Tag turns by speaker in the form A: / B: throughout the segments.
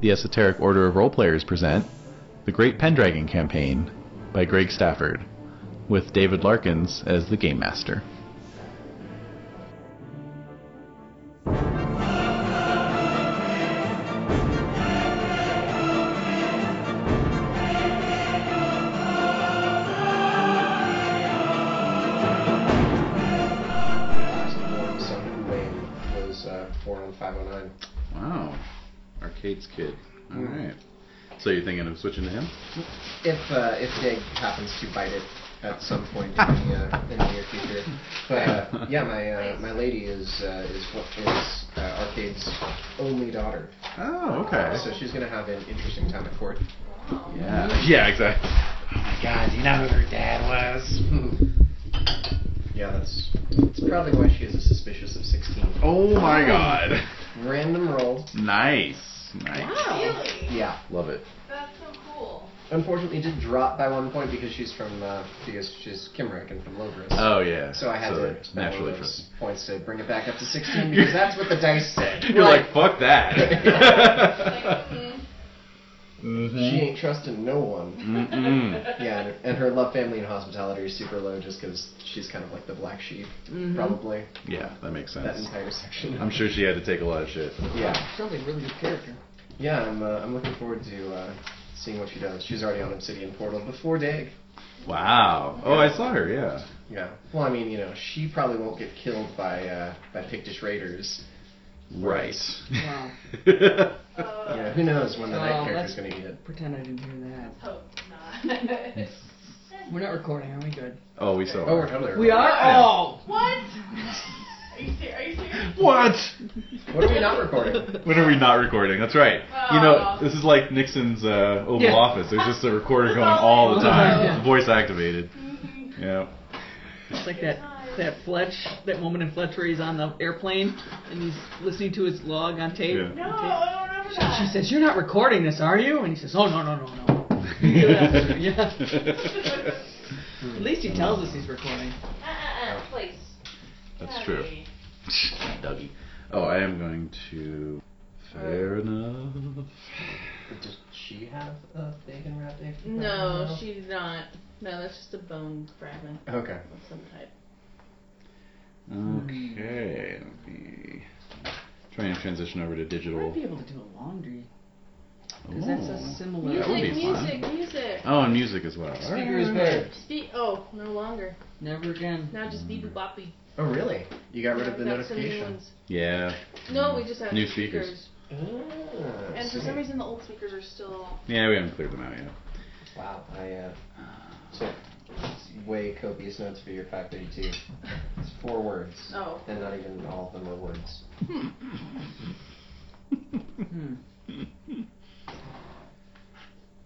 A: the Esoteric Order of Roleplayers present The Great Pendragon Campaign by Greg Stafford, with David Larkins as the Game Master.
B: last one, Sun Wayne was uh, born on 509.
A: Wow. Arcade's Kid. Alright. So you're thinking of switching to him?
B: If uh, if Dig happens to bite it at some point in the, uh, in the near future, but uh, yeah, my uh, my lady is uh, is what is uh, Arcade's only daughter,
A: Oh, okay.
B: so she's gonna have an interesting time at court.
A: Yeah. Yeah, exactly.
C: Oh, God, do you know who her dad was?
B: yeah, that's that's probably why she is a suspicious of 16.
A: Oh my god.
B: Random roll.
A: Nice. Nice.
D: Really?
B: Yeah.
A: Love it.
D: That's so cool.
B: Unfortunately, it did drop by one point because she's from uh, because she's Kimrick and from Logris.
A: Oh yeah.
B: So I had
A: like,
B: to spend one
A: naturally
B: of
A: for-
B: those points to bring it back up to 16 because that's what the dice said.
A: You're like, fuck
D: Like,
A: that.
E: mm-hmm.
D: mm,
A: mm."
B: she
C: Mm-hmm.
B: ain't trusting no one.
A: Mm-mm.
B: Yeah, and, and her love, family, and hospitality are super low just because she's kind of like the black sheep,
C: Mm-hmm.
B: probably
A: Yeah, that makes
B: that
A: sense.
B: entire section.
A: I'm sure she had to take a lot of shit.
B: yeah,
C: Probably a really good character.
B: yeah. I'm uh, I'm looking forward to uh, seeing what she does. She's already on Obsidian Portal before Dig.
A: Wow. Oh, I saw her. Yeah.
B: Yeah. Well, I mean, you know, she probably won't get killed by uh, by Pictish raiders.
A: Right.
C: Wow.
D: uh,
B: You know, who knows when the
C: Oh,
B: night character's
C: that's-
B: gonna eat it?
C: Pretend I didn't hear
D: Hope not.
C: that. We're not recording, are we good?
A: oh, we saw
B: Oh, we're
A: her.
B: totally.
C: We are? Oh! all.
D: what? Are you serious? Are you serious?
A: What?
B: What are we not recording?
A: When are we not recording? That's right. You know,
D: Aw.
A: this is like Nixon's uh, Oval
C: Yeah.
A: Office. There's just a recorder going all the time.
C: Yeah.
A: Voice activated.
E: Mm-hmm.
D: Mhm.
A: Yeah.
C: It's like that that Fletch, that woman in Fletch where he's on the airplane and he's listening to his log on tape.
A: Yeah.
D: No, I don't remember that.
C: She says, "You're not recording this, are you?" And he says, "Oh no, no, no, no." Yeah. At least he tells us he's recording.
D: Uh, uh, uh, please.
A: That's
D: That'd
A: true.
D: be-
A: Dougie. Oh, I am going to. Fair enough.
B: Does she have a bacon wrapped egg?
E: No, she's not. No, that's just a bone fragment
B: Okay.
E: of some type.
A: Okay. Let me try and transition over to
C: I
A: digital.
C: might be able to do a laundry because that's
A: Ooh.
B: Oh.
C: a similar.
A: That would
E: Music,
A: be
E: music, music.
A: Oh, and music as well.
B: Speaker is better.
E: Spe- oh, no longer.
C: Never again.
E: Now just beep boppy.
B: Oh really? You got rid of the
E: We've got some new
B: notification.
E: ones.
A: Yeah.
E: No, we just have
A: New speakers.
B: Ah,
E: And for
B: sweet.
E: some reason, the old speakers are still.
A: Yeah, we haven't cleared them out yet.
B: Wow. I uh, took way copious notes for your 532. It's four words.
E: Oh.
B: And not even all of them are words.
C: Hmm.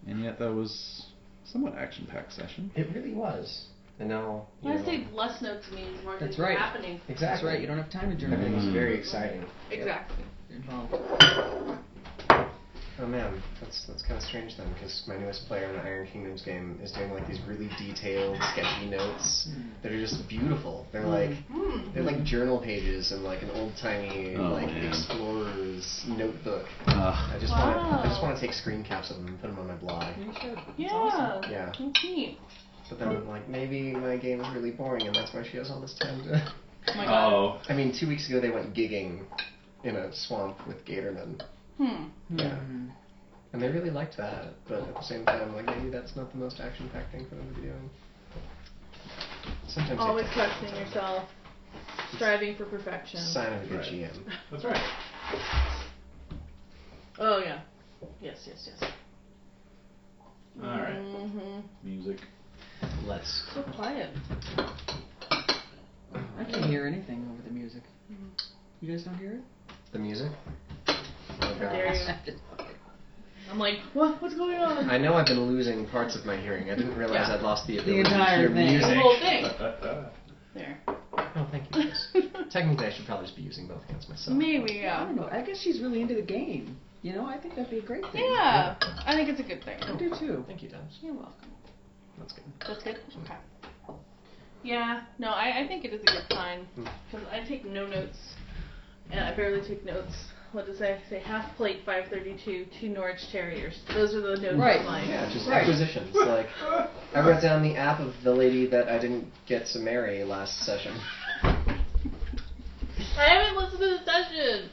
A: And yet that was somewhat action-packed session.
B: It really was. And now. you
E: When I
B: know,
E: say less notes means more
C: That's
E: things
C: right.
E: happening.
B: Exactly.
C: That's right. You don't have time to journal.
B: Everything's
A: Mm.
B: very exciting.
E: Exactly.
C: Involved.
B: Oh man, that's that's kind of strange then, because my newest player in the Iron Kingdoms game is doing like these really detailed, sketchy notes that are just beautiful. They're like
E: Hmm.
B: They're like journal pages and like an old timey
A: Oh,
B: like
A: man.
B: explorer's notebook.
A: Uh,
F: Ah.
B: I just want want I just
E: Wow.
B: want to take screen caps of them and put them on my blog.
C: You should. It's
E: Yeah.
C: awesome.
B: Yeah,
E: That's neat.
B: but then I'm like maybe my game is really boring and that's why she has all this time to.
E: Oh my god.
A: oh.
B: I mean, two weeks ago they went gigging in a swamp with Gatorman,
E: Hmm.
B: Yeah.
C: Hmm.
B: and they really liked that. But at the same time, like maybe that's not the most action-packed thing for them to be doing. Sometimes
E: Always
B: it's
E: questioning yourself, striving for perfection.
B: sign of a good
A: Right.
B: GM.
A: That's right.
E: Oh yeah. Yes, yes, yes.
A: All right.
E: Mm-hmm.
A: Music.
B: Let's.
E: So quiet.
C: I can't hear anything over the music. You guys don't hear it?
B: The music. Oh,
E: How
B: God.
E: dare you. I'm like, what? What's going on?
B: I know I've been losing parts of my hearing. I didn't realize
E: Yeah.
B: I'd lost the ability
C: entire
B: to hear
C: thing.
E: The
B: music.
E: whole thing. There.
B: Oh, thank you. guys. Technically, I should probably just be using both hands myself.
E: Maybe,
C: I
E: yeah.
C: don't know. I guess she's really into the game. You know, I think that'd be a great thing.
E: Yeah, I think it's a good thing.
C: I do too.
B: Thank you, Dubs.
E: You're welcome.
B: That's good.
E: That's good?
B: Mm-hmm.
E: Okay. Yeah, no,
B: Hmm.
E: I, I think it is a good sign. Because I take no notes, and I barely take notes.
G: what does that say? Half plate, 532, two Norwich Terriers. Those are the notes
B: Right.
G: online.
B: Yeah, just
H: Right.
B: acquisitions. Like I wrote down the app of the lady that I didn't get to marry last session.
G: I haven't listened to the session.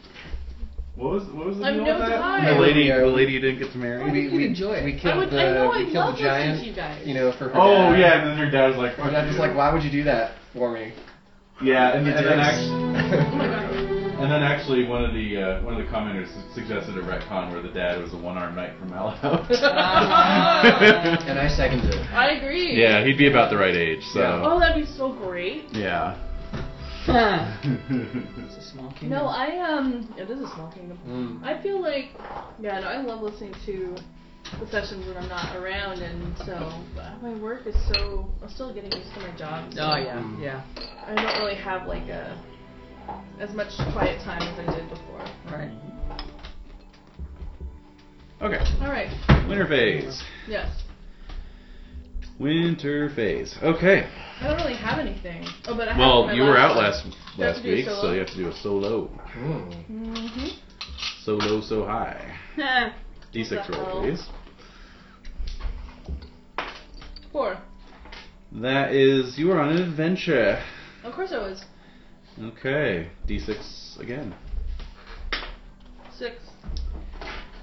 F: What was what was the
G: I've
F: deal
G: no
F: with that?
G: time.
F: The lady,
B: Yeah.
F: the lady you didn't get to marry.
H: I think you'd enjoy it.
B: we
G: I
B: killed
G: would.
B: the
G: I know. I
B: we killed
G: love
B: the
G: listening to
B: giant.
G: you guys.
B: You know, for her.
F: Oh
B: dad.
F: yeah, and then her dad was like,
B: Her
F: "Fuck
B: dad was
F: you."
B: like, "Why would you do that for me?"
F: Yeah, and,
B: You
F: and then
B: jerks.
F: actually, and then actually, one of the uh, one of the commenters su- suggested a retcon where the dad was a one-armed knight from Alamo.
C: Ah.
B: and I seconded it.
G: I agree.
A: yeah, he'd be about the right age, so.
G: Oh, that'd be so great.
A: Yeah.
G: Oh.
C: Huh. It's a small kingdom.
G: No, I um, it is a small kingdom.
B: Mm.
G: I feel like, yeah, no, I love listening to the sessions when I'm not around, and so but my work is so. I'm still getting used to my job. So
C: Oh yeah, yeah.
G: I don't really have like a as much quiet time as I did before.
C: Right.
A: Okay.
G: All right.
A: Winter phase.
G: Yes.
A: Winter phase. Okay.
G: I don't really have anything. Oh, but I have
A: Well,
G: my
A: you were out
G: one.
A: last
G: Do I
A: last
G: have to do a
A: week, so
G: solo?
A: you have to do a solo.
B: Mm.
G: Mhm.
A: So low, so high. D6 roll,
G: Uh-oh.
A: please.
G: Four.
A: That is, you are on an adventure.
G: Of course I was.
A: Okay. D6 again.
G: Six.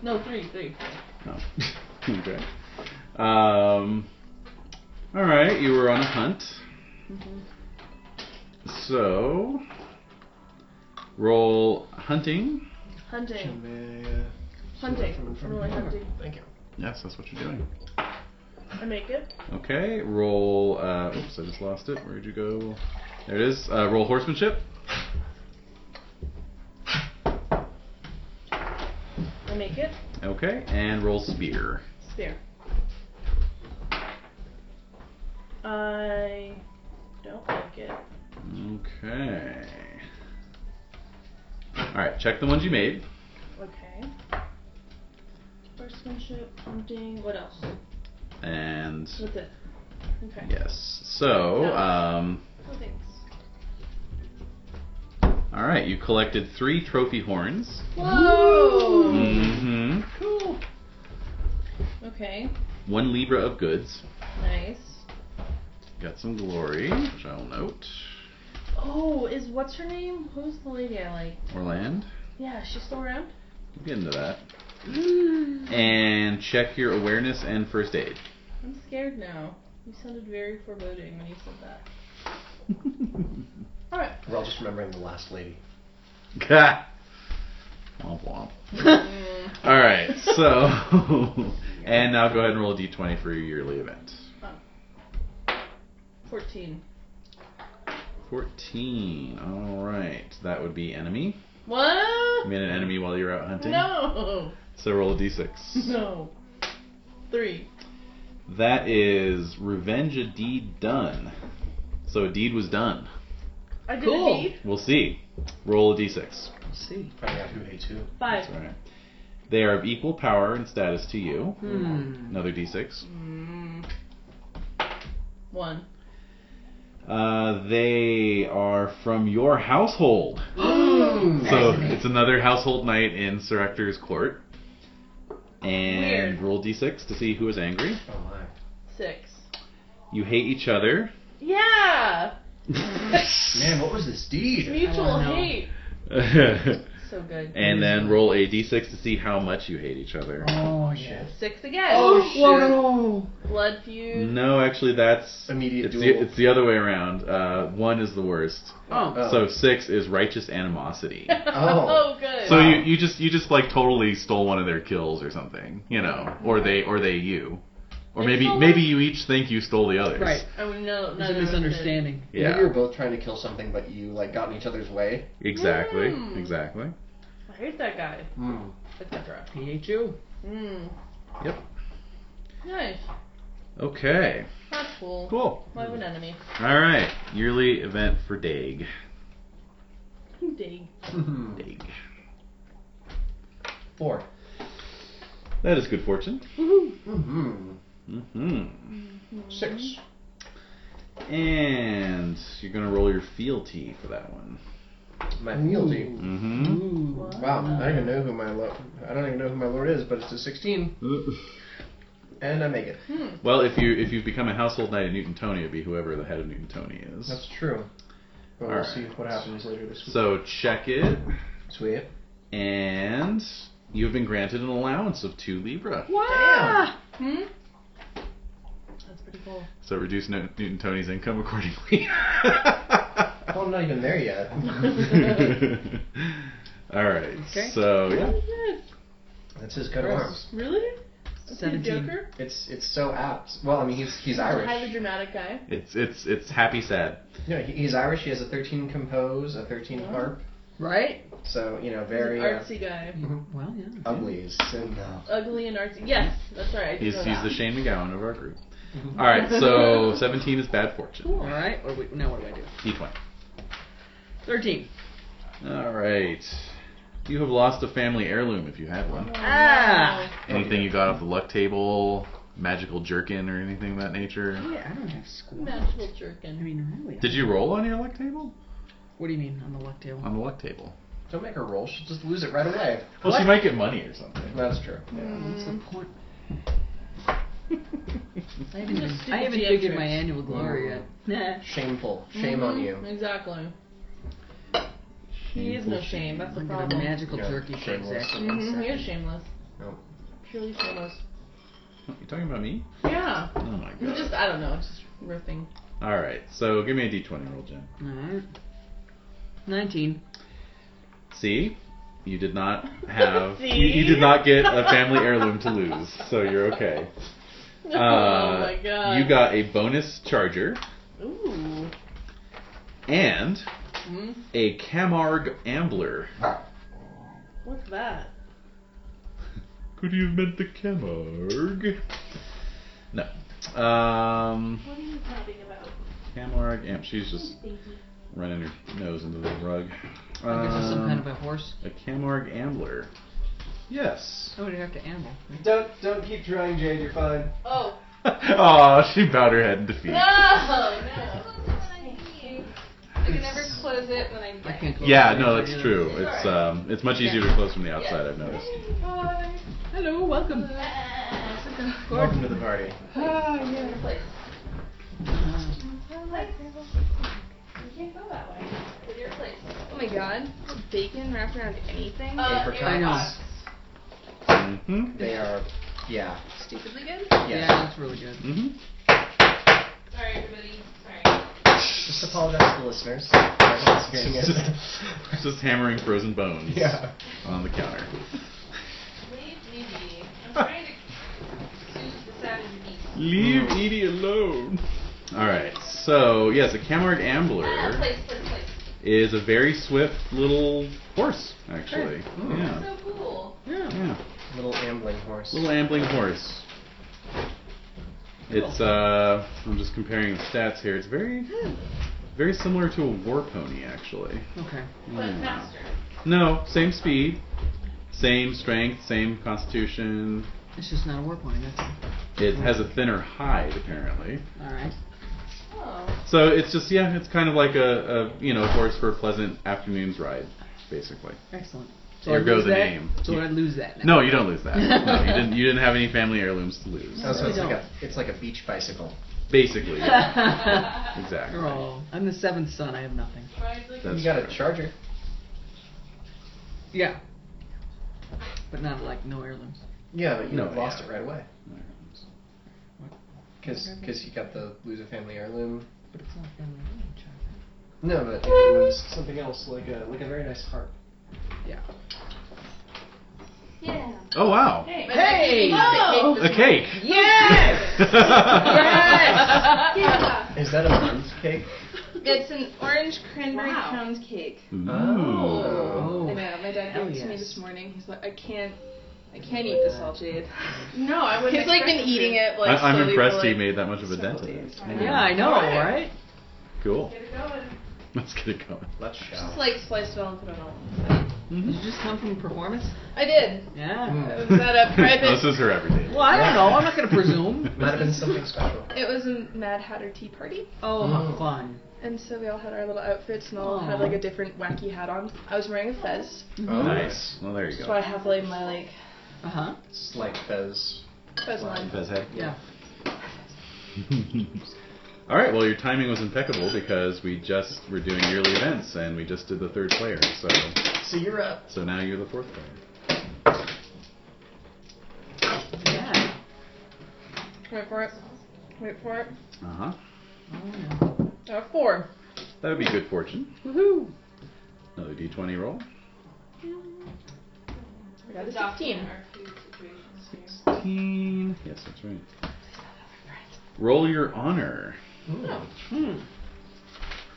G: No, three, three.
A: No. okay. Um, all right, you were on a hunt. So, roll hunting.
G: Hunting.
B: Hunting.
G: Hunting. I'm really hunting.
B: Thank you.
A: Yes, that's what you're doing.
G: I make it.
A: Okay, roll. Uh, oops, I just lost it. Where'd you go? There it is. Uh, roll horsemanship.
G: I make it.
A: Okay, and roll spear.
G: Spear. I don't like it.
A: Okay. All right, check the ones you made.
G: Okay. Horsemanship, hunting, what else?
A: And
G: With it. Okay.
A: yes, so um,
G: No Oh, thanks.
A: All right, you collected three trophy horns.
G: Whoa!
A: Mm-hmm.
G: Cool. Okay,
A: One libra of goods.
G: nice.
A: Got some glory, which I'll note.
G: Oh, is what's her name? Who's the lady I like?
A: Orland,
G: Yeah, she's still around?
A: we'll get into that.
G: Hmm.
A: And check your awareness and first aid.
G: I'm scared now. You sounded very foreboding when you said that. Alright.
B: We're all just remembering the last lady.
A: Gah. womp womp.
G: Mm.
A: All right, so and now go ahead and roll a d20 for your yearly event.
G: 14.
A: 14. All right, that would be enemy.
G: What?
A: You made an enemy while you were out hunting.
G: No!
A: So roll a d6.
G: No. Three.
A: That is revenge a deed done. So a deed was done.
G: I did
C: Cool.
G: a D.
A: We'll see. Roll a d6.
C: Let's see.
B: Finding out who ate who.
G: Five.
A: All right. They are of equal power and status to you.
C: Hmm.
A: Another d6.
G: Mm. One.
A: Uh, they are from your household. So
B: Mm.
A: it's another household knight in Sir Ector's court. And
G: Weird.
A: roll d6 to see who is angry.
B: Oh my.
G: Six.
A: You hate each other.
G: Yeah!
B: Man, what was this deed?
G: Mutual
C: know.
G: hate.
A: and
G: So good.
A: then roll a d6 to see how much you hate each other.
C: Oh yeah.
G: Six again.
C: Oh,
B: Oh
G: Blood feud.
A: No, actually, that's
B: Immediate
A: it's the,
B: duel.
A: it's the other way around. Uh, one is the worst.
C: Oh.
B: Oh.
A: So six is righteous animosity.
G: oh, good.
A: so
B: Wow.
A: you, you just you just like totally stole one of their kills or something, you know, or they or they you, or
G: They
A: maybe
G: stole
A: maybe
G: one?
A: you each think you stole the others.
C: Right.
G: oh, no, no,
C: There's a misunderstanding.
B: Maybe you were
A: Yeah.
B: both trying to kill something, but you like got in each other's way.
A: Exactly.
G: Mm.
A: Exactly.
G: I hate that guy,
B: Mm.
G: etc.
C: PHU.
G: Mm.
A: Yep.
G: Nice.
A: Okay.
G: That's cool.
A: Cool.
G: Why would enemy?
A: All right. Yearly event for Dag.
G: Dig.
A: Dag.
B: Hmm. Four.
A: That is good fortune.
B: Mm-hmm.
A: Mm-hmm.
B: Six.
A: And you're gonna roll your fealty for that one.
B: my fealty.
A: Mm-hmm.
B: Wow, I don't even know who my lo- I don't even know who my lord is, but it's a 16, and I make it.
G: Hmm.
A: Well, if you if you've become a household knight in Newtonia, it'd be whoever the head of Newtonia is.
B: That's true. But we'll
A: All
B: see
A: right.
B: what happens later this week.
A: so check it,
B: Sweet.
A: and you have been granted an allowance of two libra.
C: Wow.
G: Hmm? That's pretty cool.
A: So reduce no- Newtonia's income accordingly.
B: Well, I'm not even there yet.
A: All right.
C: Okay.
A: So Oh, yeah.
B: That's his coat of arms.
G: Really? That's your
C: Seventeen.
G: Joker?
B: It's it's so apt. Well, I mean, he's he's
G: He's a highly
B: Irish.
G: dramatic guy.
A: It's it's it's happy sad.
B: No, he- he's Irish. He has a 13 compose, a 13 harp.
C: Right?
B: So you know,
G: He's an
B: very uh,
G: artsy guy.
C: Well, yeah.
B: ugly is sin.
G: Ugly and artsy. Yes, that's right. I did
A: He's
G: know
A: he's the
G: that.
A: Shane McGowan of our group. All right. So seventeen is bad fortune.
C: All right. What do we, now what do I do?
A: D twenty.
C: Thirteen.
A: All right. You have lost a family heirloom if you had
G: Oh,
A: one.
C: Ah.
A: Anything you got off the luck table, magical jerkin or anything of that nature.
C: Oh, Yeah, I don't have school.
G: Magical
C: I
G: jerkin.
C: mean, really.
A: Did you Um, roll on your luck table?
C: What do you mean on the luck table?
A: On the luck table.
B: Don't make her roll. She'll just lose it right away.
A: Well, she might get money or something.
B: That's true. Yeah.
C: What's
G: Mm-hmm.
C: the point? I haven't,
G: Just
C: even-
G: stupid
C: I haven't
G: GM
C: figured my
G: tricks.
C: annual glory
B: Wow.
C: yet. Nah.
B: Shameful. Shame on
G: Mhm,
B: you.
G: Exactly. He is no shame. That's the
C: I'm gonna
G: problem.
C: magical
B: Yeah,
C: turkey for
B: shameless.
C: exactly one
G: hmm He is
C: second.
G: shameless.
B: No.
G: Purely shameless.
A: You talking about me?
G: Yeah.
A: Oh my
G: It's
A: god.
G: just I don't know. It's just riffing.
A: All right. So give me a d20 roll, Jen.
C: Alright. Nineteen.
A: See, you did not have.
G: See?
A: you, you did not get a family heirloom to lose, so you're okay. Uh,
G: oh my god.
A: You got a bonus charger
G: Ooh.
A: and
G: Hmm?
A: a Camargue Ambler.
G: What's that?
A: Could you have meant the Camargue? No. Um,
I: What are you talking about?
A: Camargue Amp. She's just
I: Thank you.
A: running her nose into the rug.
C: I guess it's some kind of
A: Um,
C: a horse.
A: a Camargue Ambler. Yes.
C: Oh, you have to amble.
B: Don't don't keep trying, Jade. You're fine.
I: Oh.
A: Aw, she bowed her head in defeat.
G: Oh, No.
I: I can never close it when I'm
C: I can't. close
A: Yeah,
C: my
A: no,
C: eyes
A: that's
C: right
A: true.
C: now.
A: It's um, it's much easier to close from the outside. I've noticed.
I: Hi.
C: Hello, welcome.
B: Welcome to the party.
G: Ah, yeah.
I: Place.
C: Uh,
I: You can't go that way. It's your place.
E: Oh my god, bacon wrapped around anything?
I: Uh,
B: Apricot.
C: I know.
I: apricots.
A: Mhm.
B: They are, yeah,
E: Stupidly good?
B: yes.
C: Yeah, that's really good.
A: Mhm.
I: Sorry, everybody. Sorry.
B: Just apologize to the listeners. Everyone's hearing
A: Just,
B: it.
A: just hammering frozen bones
B: Yeah.
A: on the counter.
I: Leave me be. I'm trying to choose the savage beast.
A: Leave Edie alone. All right. So yes, a Camargue
I: Ah,
A: Ambler
I: place, place, place.
A: is a very swift little horse, actually. Oh,
B: Sure.
A: Yeah.
I: So cool.
C: Yeah.
A: Yeah.
B: Little ambling horse.
A: Little ambling horse. It's uh, I'm just comparing the stats here. It's very,
C: Hmm.
A: very similar to a war pony, actually.
C: Okay.
I: But faster.
A: No, same speed, same strength, same constitution.
C: It's just not a war point. That's
A: It has a thinner hide apparently.
C: all right.
G: Oh.
A: So it's just yeah, it's kind of like a, a you know horse for a pleasant afternoon's ride, basically.
C: Excellent.
A: Here
C: I'd
A: goes
C: lose
A: the
C: that?
A: name.
C: So I lose that. Now.
A: No, you don't lose that. No, you didn't. You didn't have any family heirlooms to lose.
B: Oh, so it's
C: No,
B: like
C: they
B: a it's like a beach bicycle.
A: Basically, yeah. exactly.
C: Girl, I'm the seventh son. I have nothing.
I: Rides like
A: That's
B: you got
A: fair.
B: a charger.
C: Yeah. But not like no heirlooms.
B: Yeah, but you
A: No,
B: lost
A: yeah.
B: it right away because
G: Mm-hmm.
B: you got the lose a family heirloom.
C: But it's not family heirloom, Charlie.
B: No, but it was something else like a like a very nice harp.
C: Yeah.
I: Yeah.
A: Oh wow,
I: Hey.
C: Hey!
I: Oh!
A: a cake.
C: Yes! yes!
E: Yeah.
B: Is that a mom's cake?
E: It's an orange cranberry
G: Wow.
E: pound cake.
A: Ooh.
C: Oh.
E: I know, my dad
C: Hell
E: gave it to me
C: yes.
E: this morning. He's like, I can't, I can't eat this all, Jade.
G: No, I wouldn't.
E: He's like been
G: expect it.
E: eating it like
A: I, I'm
E: slowly for,
A: impressed he
E: like-
A: made that much of a dent in
E: several
A: it.
E: days.
C: Yeah, I know, right?
A: Cool.
I: Get it going.
A: Let's get it going.
B: Let's shout.
G: Just like sliced it all and put it on.
A: Mm-hmm.
C: Did you just come from performance?
G: I did.
C: Yeah.
G: It was at a
J: this
G: private.
J: is her everyday.
A: Mm.
C: Well, I don't know. I'm not going to presume.
B: Might have been something special.
G: It was a Mad Hatter tea party,
C: Oh,
B: Mm.
C: how fun.
G: and so we all had our little outfits, and all had
C: Aw.
G: like a different wacky hat on. I was wearing a fez,
A: Oh. Nice. Well, there you
G: so I have like my like
C: Uh huh.
B: Slight fez.
G: fez on.
A: Fez head.
C: Yeah.
A: All right. Well, your timing was impeccable because we just were doing yearly events and we just did the third player. So
B: So you're up.
A: so now you're the fourth player.
C: Yeah.
G: Wait for it. Wait for it.
A: Uh huh.
C: Oh, yeah.
G: Uh, four.
A: That would be good fortune.
C: Woohoo.
A: Another d20 roll.
G: I got a
D: Adopt
G: sixteen.
D: our food situations here.
A: 16. Yes, that's right. Roll your honor.
C: Hmm.
A: Oh,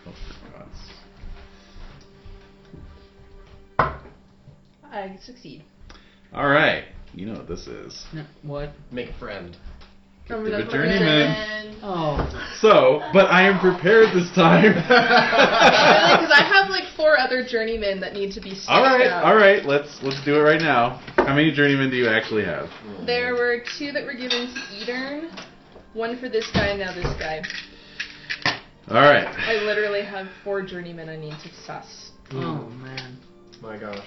A: for God's sake.
G: I succeed.
A: All right. You know what this is.
C: No, what?
B: Make a friend.
G: From
A: the
G: another
A: journeyman.
G: person.
C: Oh.
A: So, but I am prepared this time.
G: Because I have like four other journeymen that need to be.
A: all right,
G: switched out.
A: all right. Let's let's do it right now. How many journeymen do you actually have?
G: There were two that were given to Edern. One for this guy, now this guy.
A: All right.
G: I literally have four journeymen I need to suss.
C: Oh, man.
B: My gosh.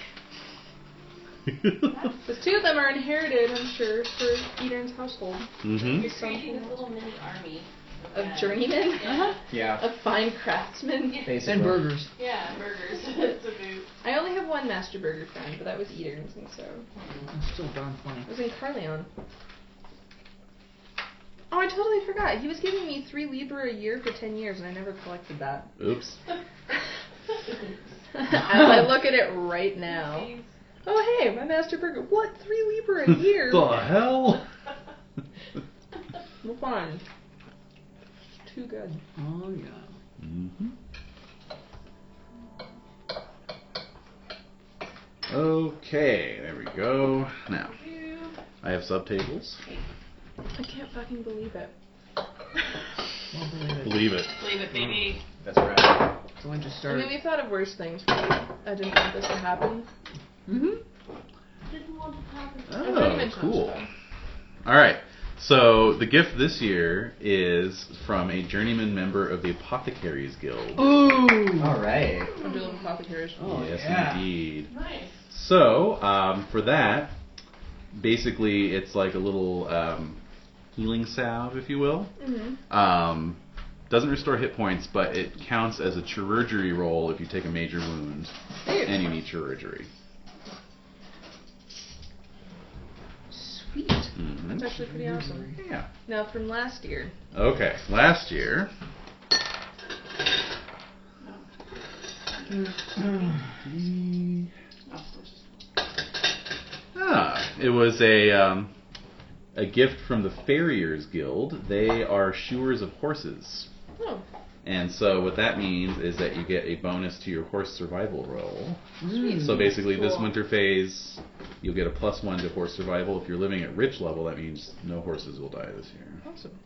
A: mm-hmm.
G: But two of them are inherited, I'm sure, for Edern's household.
A: Hmm? Mm-hmm.
D: You're creating this little mini army
G: Of
D: Yeah.
G: journeymen,
D: Yeah.
B: Yeah.
G: of fine craftsmen.
B: Basically.
C: And burgers.
D: Yeah, burgers. it's a boot.
G: I only have one master burger friend, but that was Edern's, and so
C: I'm still darn funny.
G: it was in Carleon. Oh, I totally forgot. He was giving me three libra a year for ten years, and I never collected that.
A: Oops.
G: As I look at it right now. Oh hey, my master burger. What three libra a year?
A: the hell?
G: We're fine. Too good.
C: Oh, yeah.
A: Mm-hmm. Okay, there we go. Now, I have subtables.
G: I can't fucking believe it.
C: Won't believe it.
A: Believe it.
D: Leave it, baby.
A: Mm,
B: That's right.
C: So I
G: I
C: just
G: mean,
C: started.
G: we've thought of worse things. For you. I didn't want this to happen.
C: Mm
D: Didn't want to happen.
G: not even
A: Oh,
G: touched
A: cool.
G: them.
A: All right. So the gift this year is from a journeyman member of the Apothecaries Guild.
C: hmm. Ooh.
B: All right.
G: I'm doing apothecaries.
C: Oh,
A: yes,
B: yeah.
A: indeed.
D: Nice.
A: So um, for that, basically, it's like a little um, healing salve, if you will.
G: Mm-hmm.
A: Um, doesn't restore hit points, but it counts as a chirurgery roll if you take a major wound and you need chirurgery.
G: Sweet.
A: hmm
G: That's actually
C: Mm-hmm.
G: pretty awesome.
A: Yeah.
G: Now from last year.
A: Okay. Last year. Ah, it was a um, a gift from the Farriers Guild. They are shoers of horses,
G: Oh.
A: and so what that means is that you get a bonus to your horse survival roll.
C: Mm.
A: So basically, this
G: Mm-hmm. Cool.
A: winter phase, you'll get a plus one to horse survival. If you're living at rich level, that means no horses will die this year.
G: Awesome.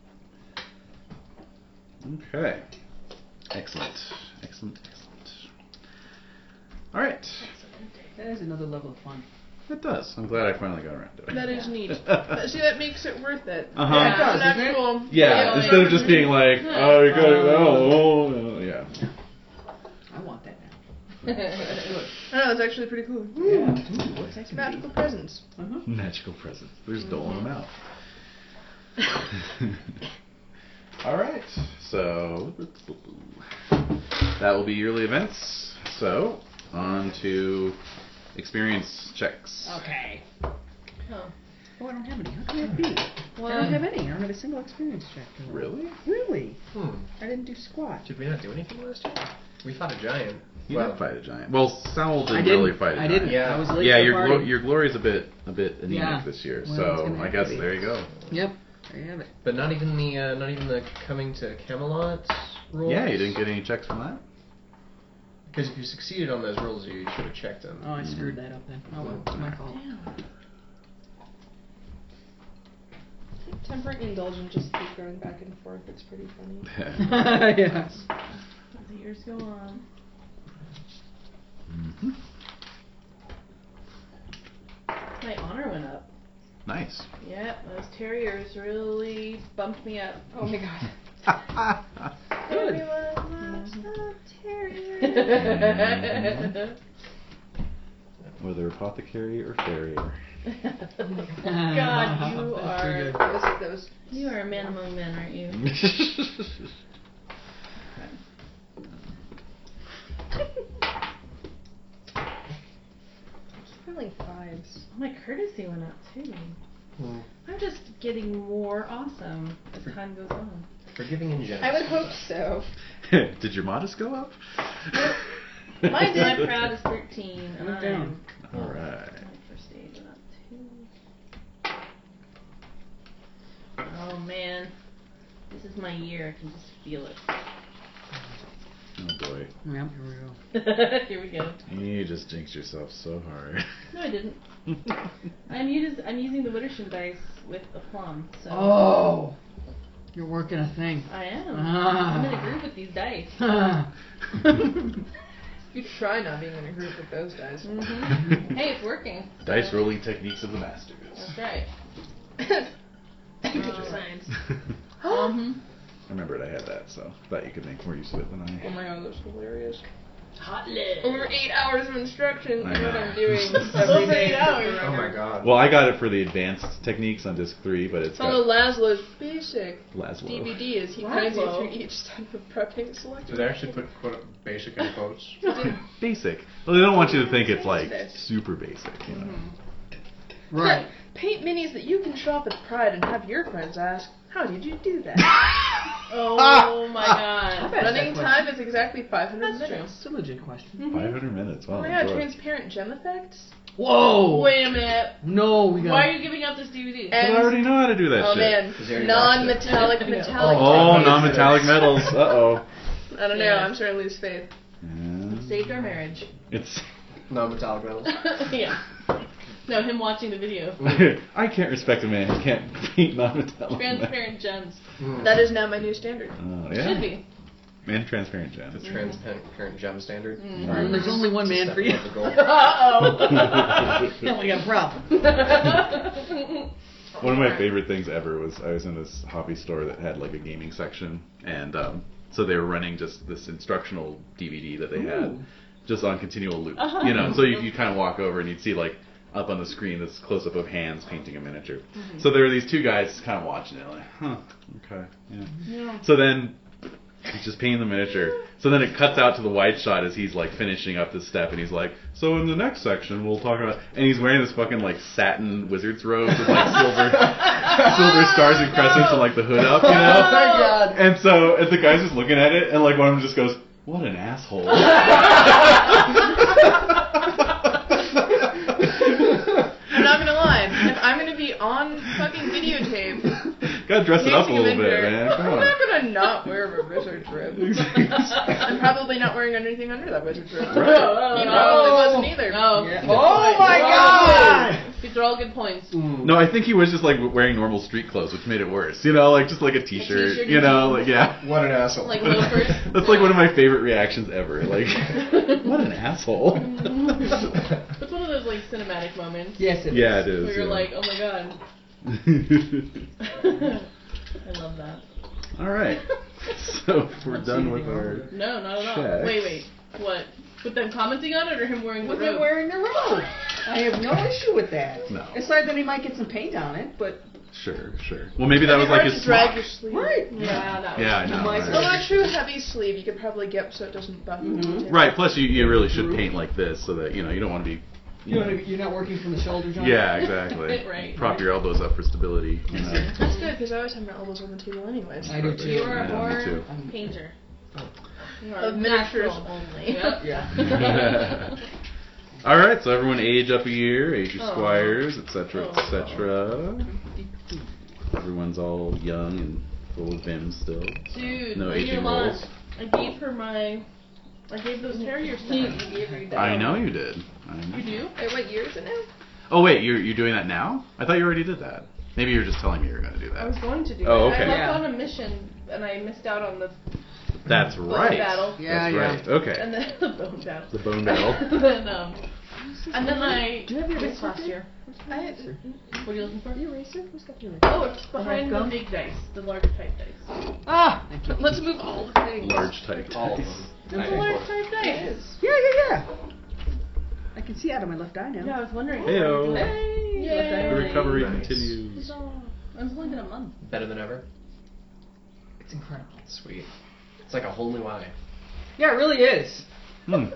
A: Okay. Excellent. Excellent. Excellent. All right.
C: That is another level of fun.
A: It does. I'm glad I finally got around to it.
G: That is neat. That- See, that makes it worth it.
A: Uh-huh.
G: Yeah,
A: It does,
G: an
C: doesn't it?
G: actual-
A: yeah,
G: like-
A: instead of just being like, oh, you got
G: Um,
A: it. Oh, oh, oh, yeah.
C: I want that now.
G: I know, Oh, it's actually pretty cool.
C: Yeah. Ooh, what's that gonna
G: Magical presents.
C: be? Uh-huh.
A: Magical presents. There's doling them out. All right. So that will be yearly events. So on to experience checks.
C: Okay.
G: Oh.
C: Oh, I don't have any. How can that be? I don't have any. I don't have a single experience check. to roll.
A: Really?
C: Really?
B: Hmm.
C: I didn't do squat.
B: Did we not do anything last year? We fought a giant.
A: You
B: well,
A: didn't fight a giant. Well, Saul didn't,
C: I didn't.
A: really fight a
C: I
A: giant.
C: didn't.
B: Yeah.
C: I was late.
A: Yeah,
C: to the
A: your glo-
C: party.
A: your glory's a bit a bit anemic
C: Yeah.
A: this year.
C: Well, it's
A: so
C: gonna
A: I
C: have
A: guess
C: to be.
A: there you go.
C: Yep. There you have it.
B: But not even the uh, not even the coming to Camelot rules.
A: Yeah, you didn't get any checks from that.
B: Because if you succeeded on those rules, you should have checked them.
C: Oh, I screwed that up then. Oh well, it's my fault.
G: Temperate and indulgent just keep going back and forth. It's pretty funny.
C: yes.
G: As the years go on.
E: My honor went up.
A: Nice.
E: Yep, those terriers really bumped me up.
G: Oh my god.
C: Good.
A: Mhm. Whether apothecary or farrier.
E: God, you
C: That's pretty
E: are
C: good.
G: That was, that was
E: you are a man among men, aren't you?
G: feeling vibes.
E: Oh, My courtesy went up too.
B: Hmm.
E: I'm just getting more awesome as time goes on.
B: Forgiving and generous.
G: I would hope so.
A: Did your modest go up?
E: My dad proud is 13, and
C: Went
E: I'm
C: down.
A: All right.
E: My first aid went up too. Oh man, this is my year. I can just feel
A: Oh boy,
C: Yep, here we go.
E: it. Here we go.
A: you just jinxed yourself so hard.
E: No, I didn't. I'm using I'm using the Wittersham dice with aplomb. So
C: Oh, you're working a thing.
E: I am.
C: Ah.
E: I'm in a group with these dice.
G: You try not being in a group with those guys.
E: hmm Hey, it's working.
A: Dice rolling techniques of the masters.
E: That's right.
G: Computer science.
A: I
G: Mm-hmm.
E: hmm
A: remembered I had that, so thought you could make more use of it than
G: Oh
A: I.
G: my god, that's hilarious.
E: Hot lid.
G: Over eight hours of instruction
A: I
G: is what
A: know.
G: I'm doing every
E: Over
G: day.
E: eight hours.
B: Oh my god.
A: Well, I got it for the advanced techniques on disc three, but it's
G: Follow
A: got
G: Laszlo's basic
A: Laszlo.
G: DVD as he guides you
E: Laszlo?
G: through each step of prepping and selecting.
B: Did I actually put quote, basic in quotes?
A: Basic. Well, they don't want you to think it's like
G: Basic.
A: super basic, you know.
C: Right.
G: Paint minis that you can shop at Pride and have your friends ask, how did you do that?
E: Oh my god.
G: Running
C: that's what-
G: time is exactly 500
E: That's true.
G: minutes.
C: It's a legit question.
A: 500 minutes. Wow.
G: Oh my god,
A: good.
G: transparent gem effects?
C: Whoa.
G: Wait a minute.
C: No, we got.
E: Why are you giving up this DVD?
A: But I already know how to do that
G: oh
A: shit.
B: Is there
G: man,
B: any
G: non-metallic
E: Yeah.
G: metallic.
A: Oh,
G: techniques.
A: non-metallic metals. Uh-oh.
G: I don't know.
E: Yeah.
G: I'm starting to lose faith.
A: Yeah.
E: Saved our marriage.
A: It's.
B: Non-metallic metals.
E: yeah. No, him watching the video.
A: I can't respect a man who can't paint non-metallic. metals.
E: Transparent gems.
B: Hmm.
G: That is now my new standard.
A: Oh, yeah.
E: Should be.
A: And transparent gems.
B: The transparent gem standard.
G: Hmm.
A: Alright.
C: There's only one man for you.
B: Step above the goal.
E: Uh
C: Now we got a problem.
E: oh.
A: One of my favorite things ever was I was in this hobby store that had like a gaming section, and um, so they were running just this instructional DVD that they had, just on continual loop. You know, so you you kind of walk over and you'd see like up on the screen this close up of hands painting a miniature. So there were these two guys kind of watching it, like, huh, okay, yeah. So then he's just painting the miniature. So then it cuts out to the wide shot as he's like finishing up this step, and he's like, "So in the next section, we'll talk about." And he's wearing this fucking like satin wizard's robe with like silver, silver stars and crescents and like the hood
G: Oh
A: up, you know.
E: god.
A: And so and the guy's just looking at it, and like one of them just goes, "What an asshole."
G: I'm not gonna lie. If I'm gonna be on fucking videotape,
A: Gotta dress it up a
G: dancing a
A: little bit,
G: vendor,
A: man. Come
G: I'm
A: on.
G: not gonna not wear a wizard's robe. I'm probably not wearing anything under that wizard's robe.
A: Right.
G: You probably wasn't either.
E: No.
C: Yeah.
G: Oh
E: my
G: god!
E: These are all good points.
C: Mm.
A: No, I think he was just like wearing normal street clothes, which made it worse. You know, like just like a t-shirt.
E: t-shirt
A: you
E: and
A: know, like yeah.
B: What an asshole.
E: Like loafers.
A: That's like one of my favorite reactions ever. Like, what an asshole.
E: It's one of those like cinematic moments
C: Yes, it is.
A: yeah, it
E: where
A: is.
E: you're
A: yeah.
E: like, oh my god. I love that.
A: All right. So we're done with our.
E: No, not at all.
A: Checks.
E: Wait, wait. What? With them commenting on it or him wearing the
C: With him
E: robe?
C: wearing the robe. I have no issue with that.
A: No.
C: Aside that he might get some paint on it, but
A: Sure, sure. Well, maybe that was like his.
G: to drag
A: smock.
G: your sleeve.
C: right.
E: yeah, that
A: Yeah, I
C: You
A: know.
C: might
A: right.
C: as well
G: Although a true heavy sleeve, you could probably get so it doesn't button.
E: Mm-hmm.
C: Mhm.
A: Right. Plus, you, you really should paint like this so that you know you don't want to be.
C: You know, you're not working from the shoulder, John.
A: Yeah, exactly.
E: Right,
A: Prop your elbows up for stability. You know.
G: That's good because I always have my elbows on the table anyways.
C: I do
A: Perfect.
C: too.
E: oh, You are a
A: Yeah, me too.
E: born painter. You are
G: Of miniatures
E: natural.
G: only.
E: Yep.
A: Yeah. All right, so everyone age up a year, age your
E: Oh.
A: squires, etc.,
E: Oh.
A: etc. Everyone's all young and full of vim still.
E: Dude,
A: No
E: when you're
A: aging
E: lost,
A: rolls.
E: I gave her my. I gave those terriers to her. You gave her that.
A: I know you did. I know.
E: You do?
G: Wait, what year is it now?
A: Oh wait, you're you're doing that now? I thought you already did that. Maybe you were just telling me you were going to do
E: I was
A: that.
E: going to do
A: Oh,
E: that.
A: okay.
E: I left
C: Yeah.
E: on a mission and I missed out on the
A: That's right.
E: battle.
G: Yeah,
A: That's
G: yeah.
A: right. Okay.
E: And then the bone battle.
A: The bone battle.
E: and then um, and then I
G: Do you have your
E: this
G: eraser?
E: last year. I had, what are you looking for?
G: eraser? Who's got the eraser?
E: Oh, it's behind the
C: gum?
E: big dice, the larger type dice.
G: Ah! Thank you.
E: Let's move all the things.
A: Large type.
B: All of
A: dice.
B: them.
E: The large type dice.
G: Yeah, yeah, yeah.
C: I can see out of my left eye now.
E: Yeah, I was wondering.
A: Heyo.
E: Hey,
A: The
E: yay.
A: recovery
B: Nice.
A: continues.
E: It's only been a month.
B: Better than ever.
C: It's incredible.
B: Sweet. It's like a whole new eye.
C: Yeah, it really is.
A: Hmm.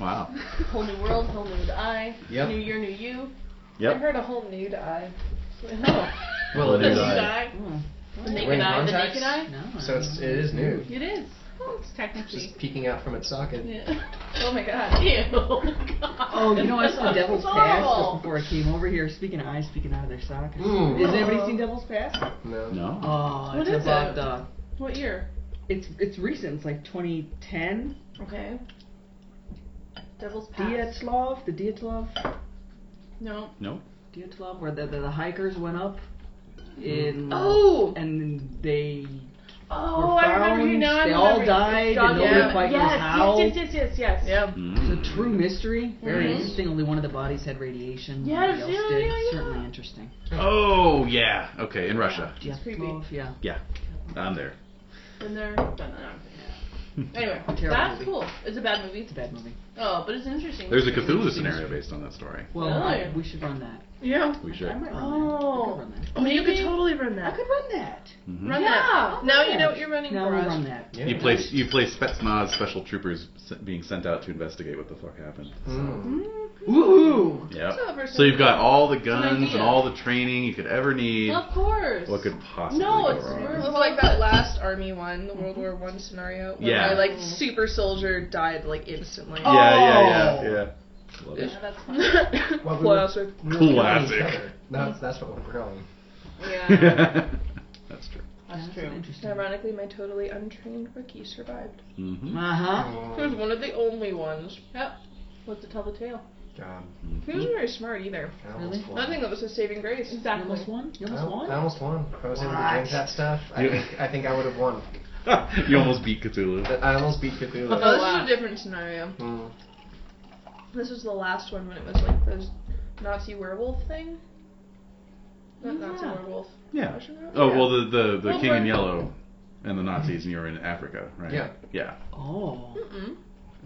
A: Wow.
E: Whole new world, whole new eye.
B: Yep.
E: New year, new you.
G: I
A: Yep.
G: heard a whole nude eye.
E: No.
A: Well,
E: The
A: Nude
E: nude
A: eye.
E: eye.
C: Oh,
E: The naked
B: Wearing
E: eye. The
B: contacts?
E: naked eye.
C: no. I
B: So
C: don't
B: it's
C: know.
B: it is new.
E: It is. Well, it's technically.
B: Just peeking out from its socket.
E: Yeah. Oh my god. Ew.
C: Oh, you know, I saw Devil's Pass just
E: Oh.
C: before I came over here. Speaking of eyes, speaking out of their sockets.
B: Mm.
C: Has anybody seen Devil's Pass?
B: No.
A: No.
C: Oh,
E: What
C: it's
E: is
C: about
E: it?
C: uh,
E: What year?
C: it's it's recent. It's like 2010.
E: Okay. Devil's Pass.
C: Dyatlov, the Dyatlov,
E: No.
A: No.
C: Dyatlov, where the, the the hikers went up
A: Mm-hmm.
C: in
E: Oh.
C: and they
E: Oh,
C: were
E: I remember
C: found,
E: you now. I
C: they
E: remember.
C: all died,
E: Dog
C: and
G: nobody
E: yeah.
C: quite knows
E: yes,
C: how.
E: Yes, yes, yes, yes, yes.
G: Yep.
C: It's a true
A: Hmm.
C: mystery. Very
E: Mhm.
C: interesting. Only one of the bodies had radiation.
E: Yes,
C: nobody else
E: yeah,
C: did.
E: yeah, yeah.
C: Certainly interesting.
A: Oh yeah. Okay. In Russia.
E: It's creepy.
C: Dyatlov, yeah.
A: I'm there.
E: Been there, done that. Anyway,
C: Terrible
E: that's
C: movie.
E: cool. It's a bad movie.
C: It's a bad movie.
E: Oh, but it's interesting.
A: There's a Cthulhu scenario based on that story.
C: Well,
E: Really?
C: we should run that.
E: Yeah.
A: We should.
C: I might run
E: Oh.
C: that. I could run that.
E: Oh, you could totally run
C: I could run that.
A: Mhm.
E: Run
G: Yeah.
E: that.
G: Oh,
E: now
G: yeah.
E: you know what you're running
C: Now
E: for.
C: we
E: us.
C: run that.
B: Yeah.
A: You play you play Spetsnaz special troopers s- being sent out to investigate what the fuck happened.
B: Mm.
C: Ooh.
A: Yep.
E: So, versus-
A: So you've got all the guns
E: idea.
A: and all the training you could ever need.
E: Of course.
A: What could possibly
E: No,
A: go
E: it's
G: It
A: wrong?
E: real-
G: was like that last army one, the World War One scenario, where
A: Yeah.
G: my like super soldier died like instantly.
A: Yeah, yeah, yeah, yeah. Love it.
E: Yeah, that's fun.
G: Well,
B: we were-
G: Classic.
B: we were killing each
A: Classic.
B: other. That's that's what we're growing.
E: Yeah.
A: That's true.
E: That's true.
C: Interesting.
G: Ironically, my totally untrained rookie survived.
A: Mm-hmm.
C: Uh huh.
G: He was one of the only ones.
E: Yep. What to tell the tale.
B: God,
G: He wasn't very smart either.
B: I almost
C: Really?
B: won.
G: I think that was his saving grace.
C: You
E: Exactly.
C: almost won. You
B: I,
C: almost
B: I
C: won.
B: almost won. If I was able to
C: What?
B: drink that stuff, I
A: You-
B: think I think I would have won.
A: Mm-hmm. you almost beat Cthulhu.
B: But I almost beat
G: No,
B: Cthulhu.
E: Oh,
G: this
E: wow.
G: is a different scenario.
B: Mm.
G: This was the last one when it was like the Nazi werewolf thing. Not Nazi
C: Yeah.
G: werewolf.
A: Yeah.
G: Russian werewolf?
A: Oh well, the the, the
G: Well,
A: King in
G: but-
A: Yellow and the Nazis, and you were in Africa, right?
B: Yeah.
A: Yeah.
C: Oh.
G: Mm-mm.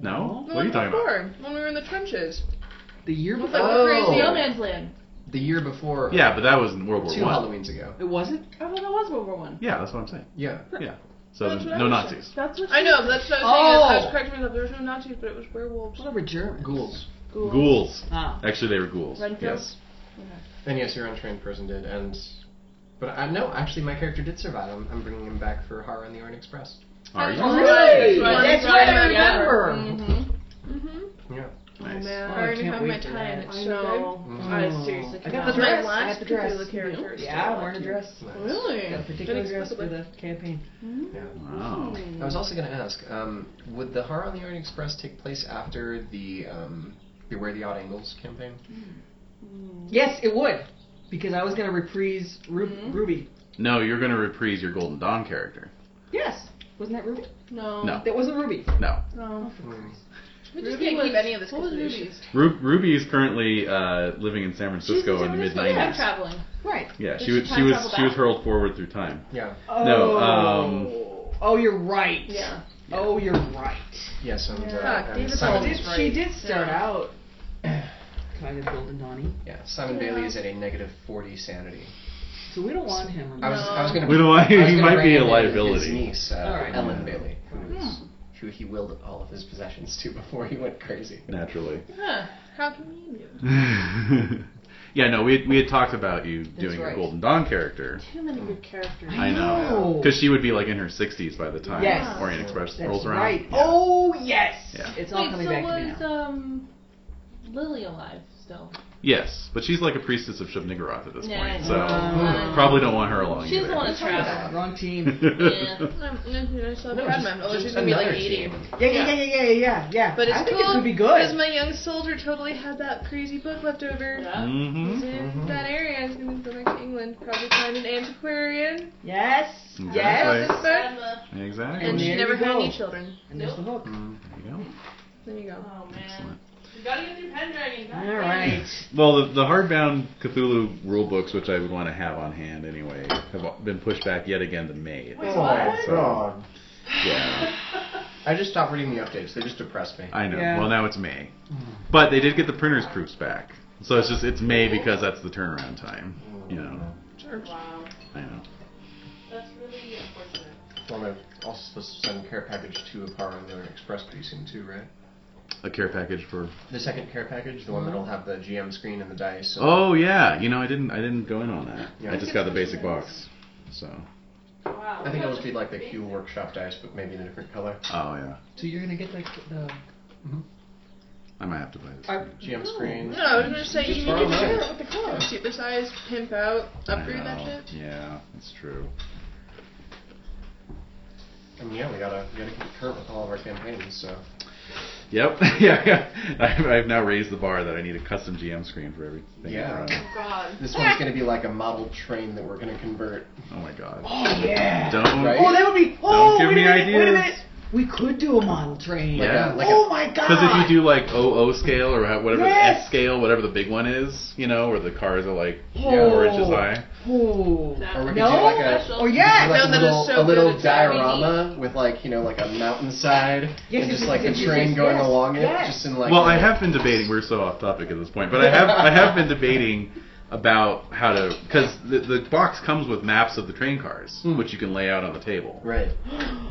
A: No. What are
G: The one
A: you talking about?
G: before, when we were in the trenches.
C: The year
G: Looks
C: before.
G: like
B: Oh.
G: we're crazy
E: No
G: on it.
E: man's land.
B: The year before,
A: Yeah, but that was in World War
B: two
A: One.
B: Halloweens ago.
C: It wasn't.
E: Oh, well, that was World War One.
A: Yeah, that's what I'm saying.
B: Yeah.
A: So
G: That's
A: there's
G: what
A: no
G: I was saying.
A: Nazis.
E: That's what
G: I know, but that's what I was saying. Is I was
C: Oh.
G: correcting myself. There was no Nazis, but it was werewolves.
C: Whatever Germans.
B: Ghouls.
E: Ghouls.
A: Ghouls.
C: Ah.
A: Actually, they were ghouls.
E: Renfield?
A: Yes.
B: And yes, your untrained person did. And but I no, actually, my character did survive. I'm, I'm bringing him back for Horror and the Orient Express.
A: Are you?
E: Oh,
C: Right.
E: That's right.
C: That's right. I
E: Yeah.
C: remember.
G: Mm-hmm. Mm-hmm.
B: Yeah.
A: Nice.
G: Man,
C: Oh,
G: I already
C: can't
G: have
C: wait
G: my
C: for
G: tie and
C: that.
G: it's
E: I
G: so
E: know.
G: good.
B: Mhm.
G: I seriously
C: I
G: cannot.
C: got
E: the
G: my
E: dress.
G: last
E: I
C: have the dress.
G: Cthulhu character is
C: Yeah,
G: still
C: I'm wearing a
G: active.
C: dress.
B: Nice.
G: Really?
C: Got a
G: Didn't
C: particular dress for
G: explicitly-
C: the campaign.
A: Hmm.
B: Yeah.
A: Wow.
B: I was also going to ask, um, would the Horror on the Orient Express take place after the um, Beware the Odd Angles campaign?
C: Yes, it would. Because I was gonna reprise Ru-
E: Mhm.
C: Ruby.
A: No, you're gonna reprise your Golden Dawn character.
C: Yes. Wasn't that Ruby?
E: No.
A: No.
C: That wasn't Ruby.
A: No.
E: No.
B: Mm.
G: We just
E: Ruby
G: can't
E: was-
G: keep any of this
E: what was
G: Cthulhu
E: Ruby?
G: shit.
A: Ru- Ruby is currently uh, living in San Francisco in the mid
E: Time
A: 90s.
E: traveling.
C: Right.
A: Yeah, she
E: She
A: was she
E: time
A: was
E: traveled
A: she was
E: back.
A: hurled forward through time.
B: Yeah.
C: Oh.
A: No, um,
C: oh, you're right.
E: Yeah.
C: Oh, you're right.
B: Yes, and, uh,
G: Yeah.
B: and
G: David
B: Simon,
G: Davis.
C: Did-
G: right.
C: She did start
G: Yeah.
C: out kind of golden Donnie,
B: yeah, Simon Bailey is at a negative 40 sanity.
C: so we don't want him.
B: I was, I was going to
A: We don't want-
B: I was
A: he
B: gonna
A: might
B: bring
A: be a
B: in
A: liability.
B: His niece, uh,
C: All right.
B: Ellen Bailey, who,
G: Hmm.
B: was, who he willed all of his possessions to before he went crazy.
A: Naturally.
G: Huh. How convenient.
A: yeah, no, we had, we had talked about you doing your
C: right.
A: Golden Dawn character.
E: Too many good characters.
A: I know.
C: know.
A: Because she would be like in her 60s by the time
C: Yes.
A: Orient Express
C: That's
A: rolls around.
C: right.
A: Yeah.
C: Oh yes.
A: Yeah.
C: It's all
E: Wait,
C: coming
E: so
C: back to me
E: was
C: now.
E: um Lily alive still?
A: Yes, but she's like a priestess of Shub-Niggurath at this
E: Yeah, I
A: point,
E: know.
A: so
C: Um,
A: probably don't want her along
E: She's
A: either.
E: the one to travel.
C: Wrong team.
E: Yeah.
G: I'm, I still have
B: No, just-
G: Padma, although
B: just
G: Oh, she's gonna be like
B: another
G: 80.
B: team.
C: Yeah, yeah, yeah, yeah, yeah, yeah, yeah.
G: But it's
C: I think
G: cool
C: it could be
G: because
C: good.
G: my young soldier totally had that crazy book left
C: Mm.
G: over.
A: hmm
G: He's in
C: Mm-hmm.
G: that area. He's gonna go back to England, probably find an antiquarian.
C: Yes.
A: Exactly.
C: Yes.
G: This book.
E: Padma.
A: Exactly.
G: And
C: there
G: she
C: you
G: never had
C: go.
G: any children.
C: And there's the hook.
A: Mm, there you go.
G: There you go.
D: Oh man.
A: Excellent.
D: We gotta get through Pendragon. God
C: All
D: damn it.
C: right.
A: Well, the, the hardbound Cthulhu rule books, which I would want to have on hand anyway, have been pushed back yet again to May.
D: Wait,
B: Oh my
D: what?
B: god.
A: Yeah,
B: I just stopped reading the updates. They just depressed me.
A: I know.
C: Yeah.
A: Well, now it's May, but they did get the printer's proofs back, so it's just it's May because that's the turnaround time. You know,
D: Wow.
A: I know.
D: That's really unfortunate.
B: Well, I'm also supposed to send care package to Apara and their express piecing too, right?
A: A care package for.
B: The second care package, the one
G: Mm-hmm.
B: that'll have the GM screen and the dice. and-
A: Oh yeah, you know I didn't I didn't go in on that.
B: Yeah.
A: I just got the basic box. So.
D: Wow.
B: I think it'll just be like the Q workshop dice, but maybe in a different color.
A: Oh yeah,
C: So you're gonna get the. the
A: I might have to buy this.
C: Are-
B: GM screen.
G: No, I was gonna say you need
B: borrow
G: to
B: mine.
G: figure out what the color. Keep the size, pimp out, upgrade that
A: I know.
G: shit.
A: Yeah, that's true.
B: I mean, yeah, we gotta we gotta keep current with all of our campaigns. So
A: Yep. yeah, yeah. I've, I've now raised the bar that I need a custom GM screen for everything.
B: Yeah.
A: I run.
D: Oh god.
B: this one's gonna be like a model train that we're gonna convert.
A: Oh my god.
C: oh yeah.
A: Don't.
B: Right?
C: Oh, that would be. Oh,
A: give
C: wait a
A: me
C: minute, Wait a
A: ideas.
C: minute. We could do a model train.
A: Yeah.
B: Like a, like
C: oh
B: a,
C: my god.
A: Because if you do like OO scale or how- whatever the
C: Yes.
A: S scale, whatever the big one is, you know, where the cars are like
C: Oh.
A: four inches high.
C: Oh.
D: That-
B: or we could
C: No? Oh,
B: do like a.
E: Oh,
C: Or yes.
B: do like
G: No,
B: a
G: that is
B: little,
G: so
B: a little
G: good, it's
B: diorama with like you know like a mountainside
C: Yes,
B: and
C: yes,
B: just like
C: yes,
B: a
C: yes,
B: train
C: yes,
B: going
C: yes,
B: along it,
C: yes.
B: just in like.
A: well,
B: I
A: I have been debating. We're so off topic at this point, but I have I have been debating about how to because the, the box comes with maps of the train cars,
B: Hmm.
A: which you can lay out on the table.
B: Right.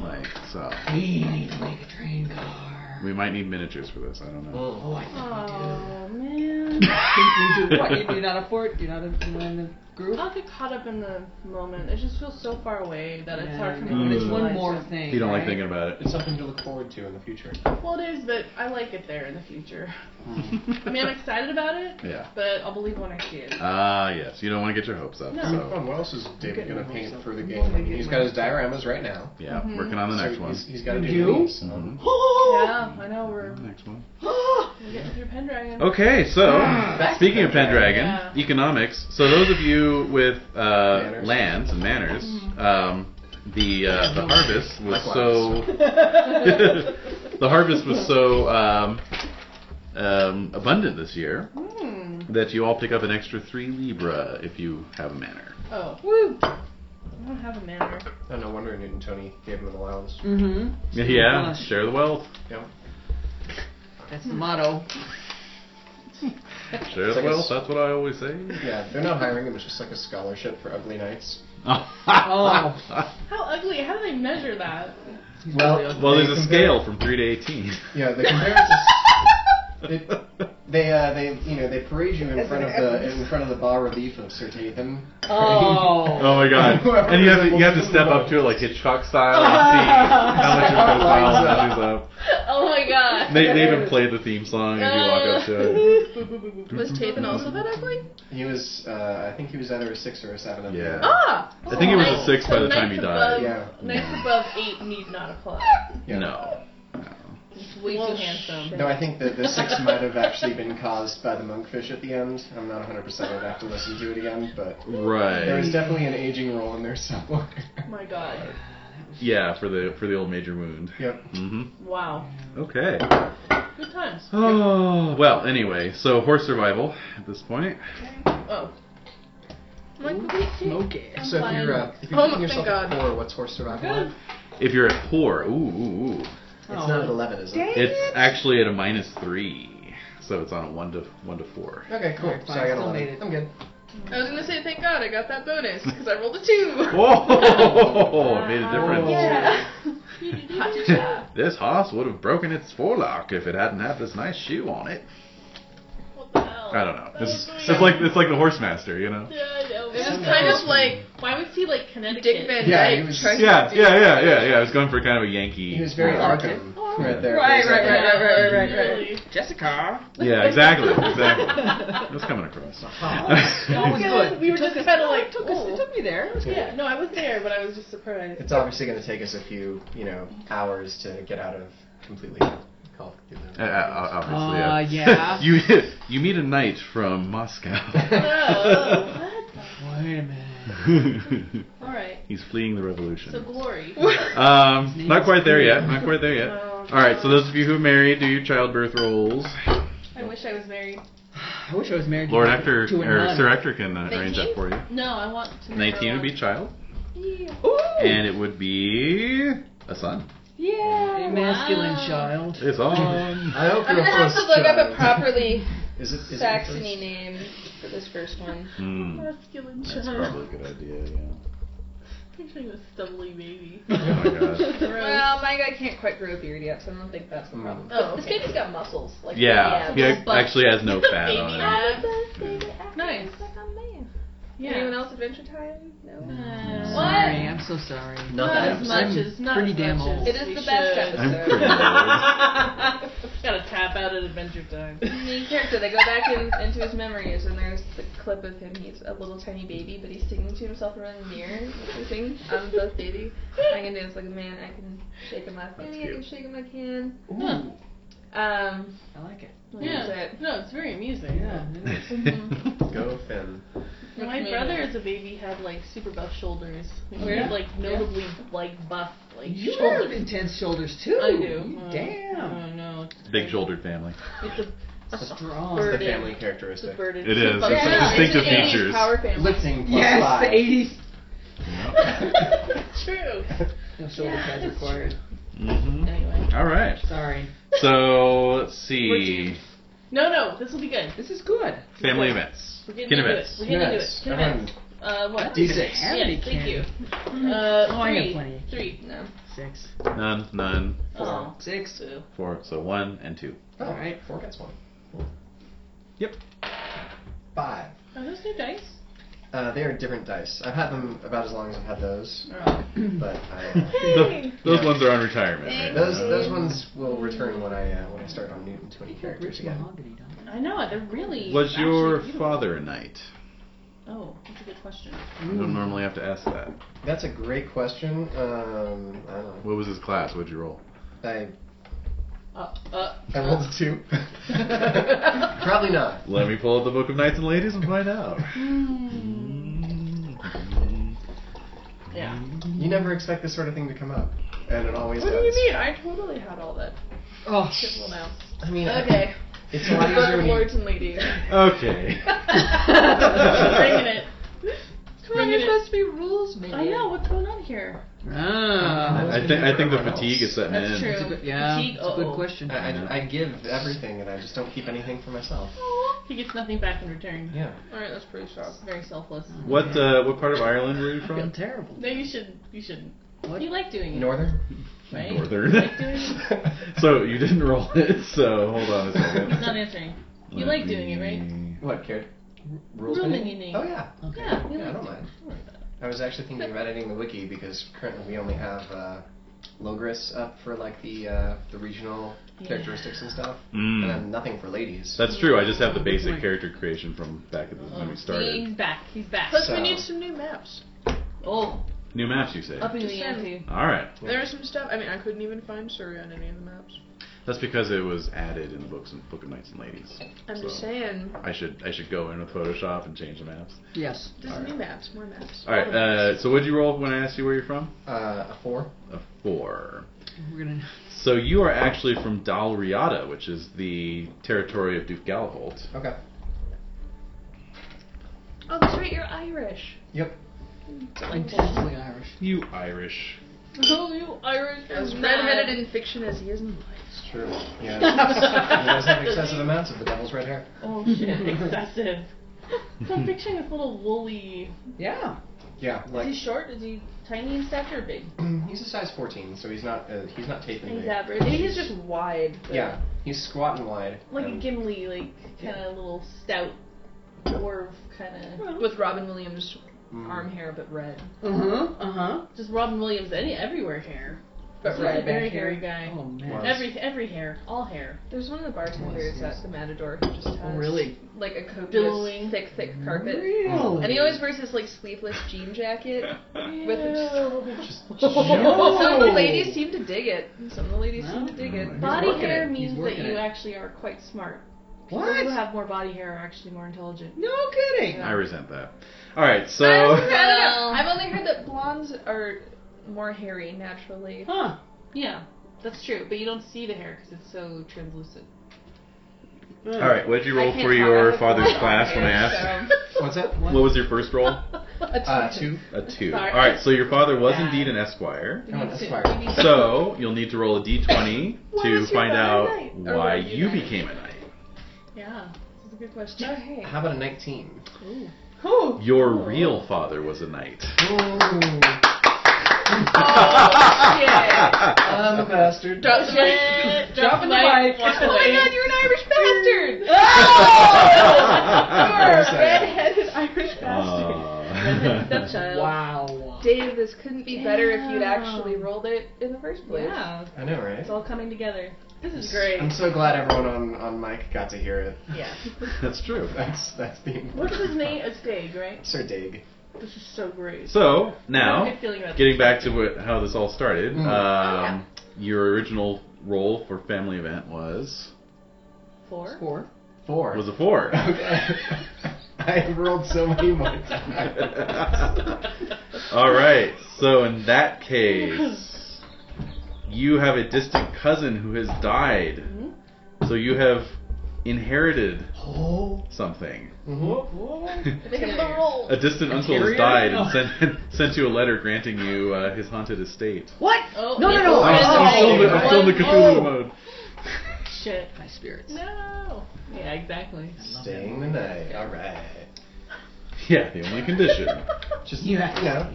A: Like so,
C: We need to make a train car.
A: we might need miniatures for this. I don't know.
B: Mm.
C: Oh, I think
E: Oh man.
C: we do. You do what? You, you're not up for it? You're not in, you're not in the group?
E: I'll get caught up in the moment. It just feels so far away that it's hard for me
A: Mm.
E: to
C: It's one
E: visualize
C: more
E: it.
C: thing.
A: You don't like
C: right?
A: thinking about it.
B: It's something to look forward to in the future.
E: Well, it is, but I like it there in the future.
B: Mm-hmm.
E: I mean, I'm excited about it,
A: Yeah.
E: but I'll believe when I see it.
A: Ah, yes. You don't want to get your hopes up.
E: No.
A: So,
B: Well, what else is David
C: getting
B: gonna
C: my
B: paint
C: hopes up.
B: for the
C: I'm
B: game?
C: gonna get
B: He's
C: my
B: got his
C: hopes up.
B: dioramas right now.
A: yeah, working on the
B: So
A: next one.
B: He's, he's got to do
C: You?
B: leaves.
A: Mhm.
C: Oh!
E: Yeah, I know we're,
A: Next one.
E: we're getting through Pendragon.
C: Oh.
A: Okay, so
B: Back
A: speaking
B: to
A: of Pendragon,
E: Pendragon.
A: economics. So those of you with uh,
B: Manners.
A: lands and manors, um, the uh,
B: Mm-hmm.
A: the harvest was so the harvest was so um, um, abundant this year
E: Hmm.
A: that you all pick up an extra three libra if you have a manor.
E: Oh. Woo! I don't have a manner.
B: Oh, no wonder Newton Tony gave him an allowance.
C: Mm-hmm.
A: Yeah, share the wealth.
B: Yeah.
C: That's the motto.
A: Share
B: It's
A: the
B: like a
A: wealth.
B: s-
A: That's what I always say.
B: Yeah, they're not hiring him. It's just like a scholarship for ugly knights.
C: Oh.
E: How ugly? How do they measure that?
B: Well,
A: well,
B: they
A: there's a
B: compare-
A: scale from three to eighteen.
B: Yeah, they compare it to. They, they, uh, they, you know, they parade you in
C: That's
B: front of
C: an
B: the
C: evidence.
B: in front of the bas relief of Sir Tathan.
C: Oh.
A: Oh my god!
B: Whoever
A: and you have to,
B: resembles
A: you have to
B: him
A: step
B: the
A: up
B: most.
A: to it like Hitchcock style and see how much it goes down, how much goes up.
E: Oh my god.
A: They, they even play the theme song as you walk up to it.
G: Was Tathan also that ugly?
B: He was, uh, I think he was either a six or a seven. at the
A: Yeah.
B: end.
C: Oh.
G: Ah!
A: I think it was a
E: Knights-
A: six by
E: so
A: the time
E: knights
A: he died.
E: above-
B: Yeah.
E: Knights above eight need not apply.
B: Yeah.
A: No.
E: It's way
G: Well,
E: too handsome.
B: No, I think that the six might have actually been caused by the monkfish at the end. I'm not 100. percent I'd have to listen to it again, but there was
A: Right.
B: definitely an aging role in there somewhere.
E: Oh my god.
A: Yeah, for the for the old major wound.
B: yep.
A: Mm-hmm.
E: Wow.
A: Okay.
E: Good times.
A: Oh well. Anyway, so horse survival at this point.
E: Oh.
C: Smoke it.
B: So if you're, uh, if you're
G: Oh,
B: keeping
G: thank
B: yourself
G: God.
B: at four, what's horse survival? at?
A: If you're at four, ooh, ooh, ooh.
B: It's not
C: Oh.
B: at 11, is it?
A: it's actually at a minus three, so it's on a one to one to four.
B: Okay, cool.
C: Alright,
B: So
C: fine,
B: I got
C: still made
B: 11.
C: it.
B: I'm good.
G: I was gonna say thank God I got that bonus because I rolled a two.
A: Whoa! It made a
B: Oh.
A: difference.
C: Yeah.
A: This horse would have broken its forelock if it hadn't had this nice shoe on it.
E: What the hell?
A: I don't know.
E: That
A: This
E: was
A: is,
E: really-
A: it's like it's like the horse master, you know.
E: Yeah, I know.
G: It was kind of like
E: Why was he like Connecticut?
G: Dick Van
B: Yeah, he
G: Dyke
B: was-
G: trying
A: Yeah,
G: to do
A: yeah, yeah, yeah, yeah. I was going for kind of a Yankee.
B: He was very Arkham right there.
C: Oh. Right, right, right, right, right, right, right.
E: Really?
C: Jessica.
A: Yeah, exactly, exactly. That's coming across. Uh,
C: That was good.
E: We were
C: It took
E: just
C: us-
E: kinda like,
C: it took us.
E: oh.
C: It took me there. It was good.
E: Yeah, no, I was there, but I was just surprised.
B: It's obviously going to take us a few, you know, hours to get out of completely Call of Cthulhu.
A: Uh, uh, obviously,
C: Uh, yeah.
A: you you meet a knight from Moscow.
E: Oh, what?
C: Wait a minute.
E: All right.
A: He's fleeing the revolution.
E: So glory.
A: Um, not quite there yet. Not quite there yet.
G: Um,
E: No.
A: All right. So those of you who marry, do your childbirth rolls.
E: I wish I was married.
C: I wish I was married.
A: Lord
C: to,
A: Hector
C: to a
A: or
C: nun.
A: Sir Hector can uh, arrange that
E: 19?
A: for you.
E: No, I want to. marry
A: Nineteen would be
E: one.
A: child,
E: Yeah.
C: Oh.
A: and it would be a son.
E: Yeah.
C: A masculine
E: wow.
C: child.
A: It's on.
B: I hope
G: I'm
B: you're uh,
G: gonna have
B: first
G: to look up
B: child.
G: a properly
B: Is it, is
G: Saxony
B: it
G: name for this first one.
A: Hmm.
E: Masculine
A: That's
E: child.
A: probably a good idea. Yeah.
E: Picturing a stubbly baby.
A: Oh my gosh.
E: Gross.
G: Well, my guy can't quite grow a beard yet, so I don't think that's the problem.
E: Oh,
G: But This
E: okay.
G: baby's got muscles. Like
A: Mm. Yeah. He
G: yeah.
A: ac- actually has no fat on him.
E: Nice. Yeah.
G: Anyone else Adventure Time? No.
C: Sorry, I'm so sorry.
B: Not
E: Not
B: that
E: as much
C: I'm
E: as not
C: pretty
E: as
C: damn
E: much
C: old.
E: as
G: It is
E: we
G: the best
E: should.
A: I'm
G: episode.
A: pretty old.
E: Gotta tap out at Adventure Time.
G: The main character, they go back in, into his memories, and there's the clip of him. He's a little tiny baby, but he's singing to himself around the mirror. He's singing, I'm the baby. I can dance like a man. I can shake him left. Maybe I can
A: cute.
G: shake him like can.
E: Huh.
G: Um,
C: I like it.
G: yeah.
E: Yeah. No, it's very amusing.
C: Yeah. it is.
B: first? Go Finn.
E: My brother as a baby had like super buff shoulders. He had like notably like buff like
C: Oh, You have
E: shoulders.
C: intense shoulders too.
E: I do. Uh,
C: Damn.
E: I don't know.
A: Big shouldered family.
E: It's a
C: Strong.
B: It's the
E: Burden.
B: family
E: it's a
B: characteristic.
E: burden.
A: It is.
E: It's a
A: It's
E: buff-
A: a distinctive
G: it's an 80s
A: features.
G: Power family.
B: Lifting plus
C: Yes,
B: five.
C: the 80s.
E: True.
C: No shoulder pads required.
A: Mm-hmm.
E: Anyway.
A: All right.
C: Sorry.
A: So let's see.
E: No, no, this will be good.
C: This is good.
A: Family events.
E: We're getting
A: Kin
E: into
A: events.
E: it. We're getting into it.
B: Yes.
E: Kin
B: Everyone-
E: events. Uh, what?
C: I don't even
B: D6.
C: have any
E: Yes, thank
C: candy.
E: you. Uh,
C: Oh, I have
E: three.
C: plenty.
E: Three.
G: No.
C: Six.
A: None, none,
E: Oh.
C: Six.
A: four. So one and two.
B: Oh,
C: Alright.
B: Four gets one.
A: Yep.
B: Five.
E: Are those new dice?
B: Uh, they are different dice. I've had them about as long as I've had those,
E: Oh.
B: but I,
A: Those, those ones are on retirement.
B: uh,
A: Right?
B: those those ones will return when I uh, when I start on new and twenty characters again.
C: Mahogany, don't
E: I know, they're really.
A: Was
E: actually
A: your
E: beautiful.
A: father a knight?
E: Oh, that's a good question.
A: I don't normally have to ask that.
B: That's a great question. Um, I don't know.
A: What was his class? What'd you roll?
B: I
E: Uh, uh,
B: I rolled a two. Probably not.
A: Let me pull up the book of knights and ladies and find out.
E: yeah.
B: You never expect this sort of thing to come up, and it always
G: What do
B: does.
G: you mean? I totally had all that.
C: Oh,
G: Shit, well now.
B: I mean,
G: Okay.
B: it's a lot easier
G: Book of
B: when you
G: Lords and Ladies.
A: Okay.
E: Bringing it.
G: Come on, you're
E: Bringing it.
G: supposed to be rules, man.
E: I know, what's going on here?
C: Ah.
A: I think I think the fatigue is setting
G: That's
A: in.
G: true.
C: That's a good, yeah,
E: Fatigue,
C: that's a
E: uh-oh.
C: good question.
B: I, I, I give everything, and I just don't keep anything for myself.
E: He gets nothing back in return.
B: Yeah.
G: Alright, that's pretty sharp.
E: Very selfless.
A: What uh, what part of Ireland were you
C: I feel
A: from?
C: terrible.
E: No, you should. You shouldn't.
C: What?
E: You like doing it,
B: Northern.
E: right?
A: Northern.
E: You like doing it?
A: So you didn't roll it. So hold on a second.
E: He's not answering. You
A: Let
E: like doing it, right?
A: me-
B: what, Carrie?
E: Rules Ruling meaning.
B: Oh yeah.
C: Okay.
E: Yeah, you
B: Yeah, I
E: like
B: don't
E: doing
B: mind.
E: it.
B: I was actually thinking of editing the wiki because currently we only have uh, Logris up for like the uh, the regional
E: Yeah.
B: characteristics and stuff, and
A: Mm.
B: then nothing for ladies.
A: That's true. I just have the
C: Good
A: basic
C: point.
A: character creation from back at the, when we started.
E: Oh, He's back. He's back.
G: Plus,
B: So-
G: we need some new maps.
E: Oh,
A: New maps, you say?
E: upping the
G: Just
E: ante.
A: All right.
G: There was some stuff. I mean, I couldn't even find Surrey on any of the maps.
A: That's because it was added in the books and Book of Knights and Ladies.
G: I'm just
A: So-
G: saying.
A: I should I should go in with Photoshop and change the maps.
C: Yes.
G: Just
A: Alright.
G: new maps, more maps.
A: All right. Uh, so what'd you roll when I asked you where you're from?
B: Uh, a four.
A: A four.
C: We're gonna.
A: So you are actually from Dalriada, which is the territory of Duke Galholt.
B: Okay.
G: Oh, that's right, you're Irish.
B: Yep.
C: Intensely Irish.
A: You Irish.
E: Oh, you Irish.
G: As
E: are
G: redheaded
E: mad.
G: in fiction as he is in life.
B: It's true. Yeah. he does have excessive amounts of the devil's red hair.
E: Oh shit! Excessive. So I'm picturing this little woolly.
C: Yeah.
B: Yeah. Like
E: Is he short? Is he tiny in stature or big?
B: he's a size 14, so he's not uh, he's not taping
E: He's
B: big.
E: average.
G: Maybe he's just wide. but-
B: Yeah. He's squat and wide.
E: like a
B: and-
E: Gimli, like kind of little stout dwarf kind of.
G: With Robin Williams
B: Mm.
G: arm hair, but red.
C: Uh huh. Uh huh.
E: Just Robin Williams, any everywhere hair, but
G: Is
E: red,
G: that
E: very
G: back
E: hairy
G: hair?
E: guy.
C: Oh man.
B: Wow.
E: Every every hair, all hair.
G: There's one of the bartenders
C: Yes, yes.
G: at the Matador who just
C: Oh,
G: has
C: really?
G: like a copious,
E: Billowing.
G: thick, thick carpet.
C: Really?
G: And he always wears this like sleeveless jean jacket with
B: Just
G: Some of the ladies seem to dig it. Some of the ladies seem to dig
A: Oh
G: it.
A: my
E: Body
C: working it.
E: hair
C: He's
E: means that
C: working
E: you
C: it.
E: actually are quite smart. People
C: What?
E: who have more body hair are actually more intelligent.
C: No kidding.
A: I resent that. All right, so
G: I don't know.
D: No.
G: I've only heard that blondes are more hairy naturally.
C: Huh.
E: Yeah, that's true. But you don't see the hair because it's so translucent.
A: all right, what did you
G: I
A: roll
G: can't
A: for
G: tell. I
A: your
G: have
A: father's
G: blonde
A: class
G: hair,
A: when I asked?
B: What's that?
A: What was your first roll?
B: Uh, two.
A: A two.
E: Sorry.
A: All right, so your father was indeed an esquire.
B: Come on,
E: Two.
B: Esquire.
A: So you'll need to roll a d20 to find out
G: Or
A: why
G: were you
A: you
G: knight?
A: became a knight.
E: Yeah, this is a good
G: So.
E: question.
G: Okay.
B: How about a 19?
E: Ooh.
C: Who?
A: Your real father was a knight.
B: Oh,
E: Oh.
B: I'm a bastard.
G: Drop the mic.
C: Dropping the mic.
G: Oh my god, you're an Irish bastard!
A: Ah.
B: Wait a
G: You're a
B: second.
G: redheaded
A: Oh.
G: Irish bastard.
A: Uh,
G: Redheaded stepchild.
C: Wow.
G: Dave, this couldn't be better if you'd actually rolled it in the first place.
E: Yeah,
B: I know, right?
E: it's all coming together.
G: This is great.
B: I'm so glad everyone on, on mic got to hear it.
G: Yeah.
A: That's true.
B: That's that's the
E: What's his name? It's Dig, right?
B: Sir Dig.
E: This is so great.
A: So
E: I have a
A: now,
E: good feeling about
A: getting back to what, how this all started,
B: Mm.
A: um, your original role for family event was
E: this. four.
C: Four.
B: Four.
A: was a four.
B: okay. I rolled so many more times.
A: All right. So in that case, you have a distant cousin who has died.
B: Mm-hmm.
A: So you have inherited
B: Oh.
A: something.
B: Mhm.
G: Make him the roll.
A: A distant uncle has
C: Inherited?
A: died
C: No.
A: and sent sent you a letter granting you uh, his haunted estate.
C: What?
E: Oh,
C: no, no,
E: yeah.
C: no.
E: Oh,
A: I'm,
E: yeah.
A: I'm still in the, I'm still in the Cthulhu
C: Oh.
A: mode.
E: Shit.
C: My spirits.
E: No. Yeah, exactly.
B: Staying the night. All right.
A: Yeah, the only condition.
B: Just
C: You have to
B: know,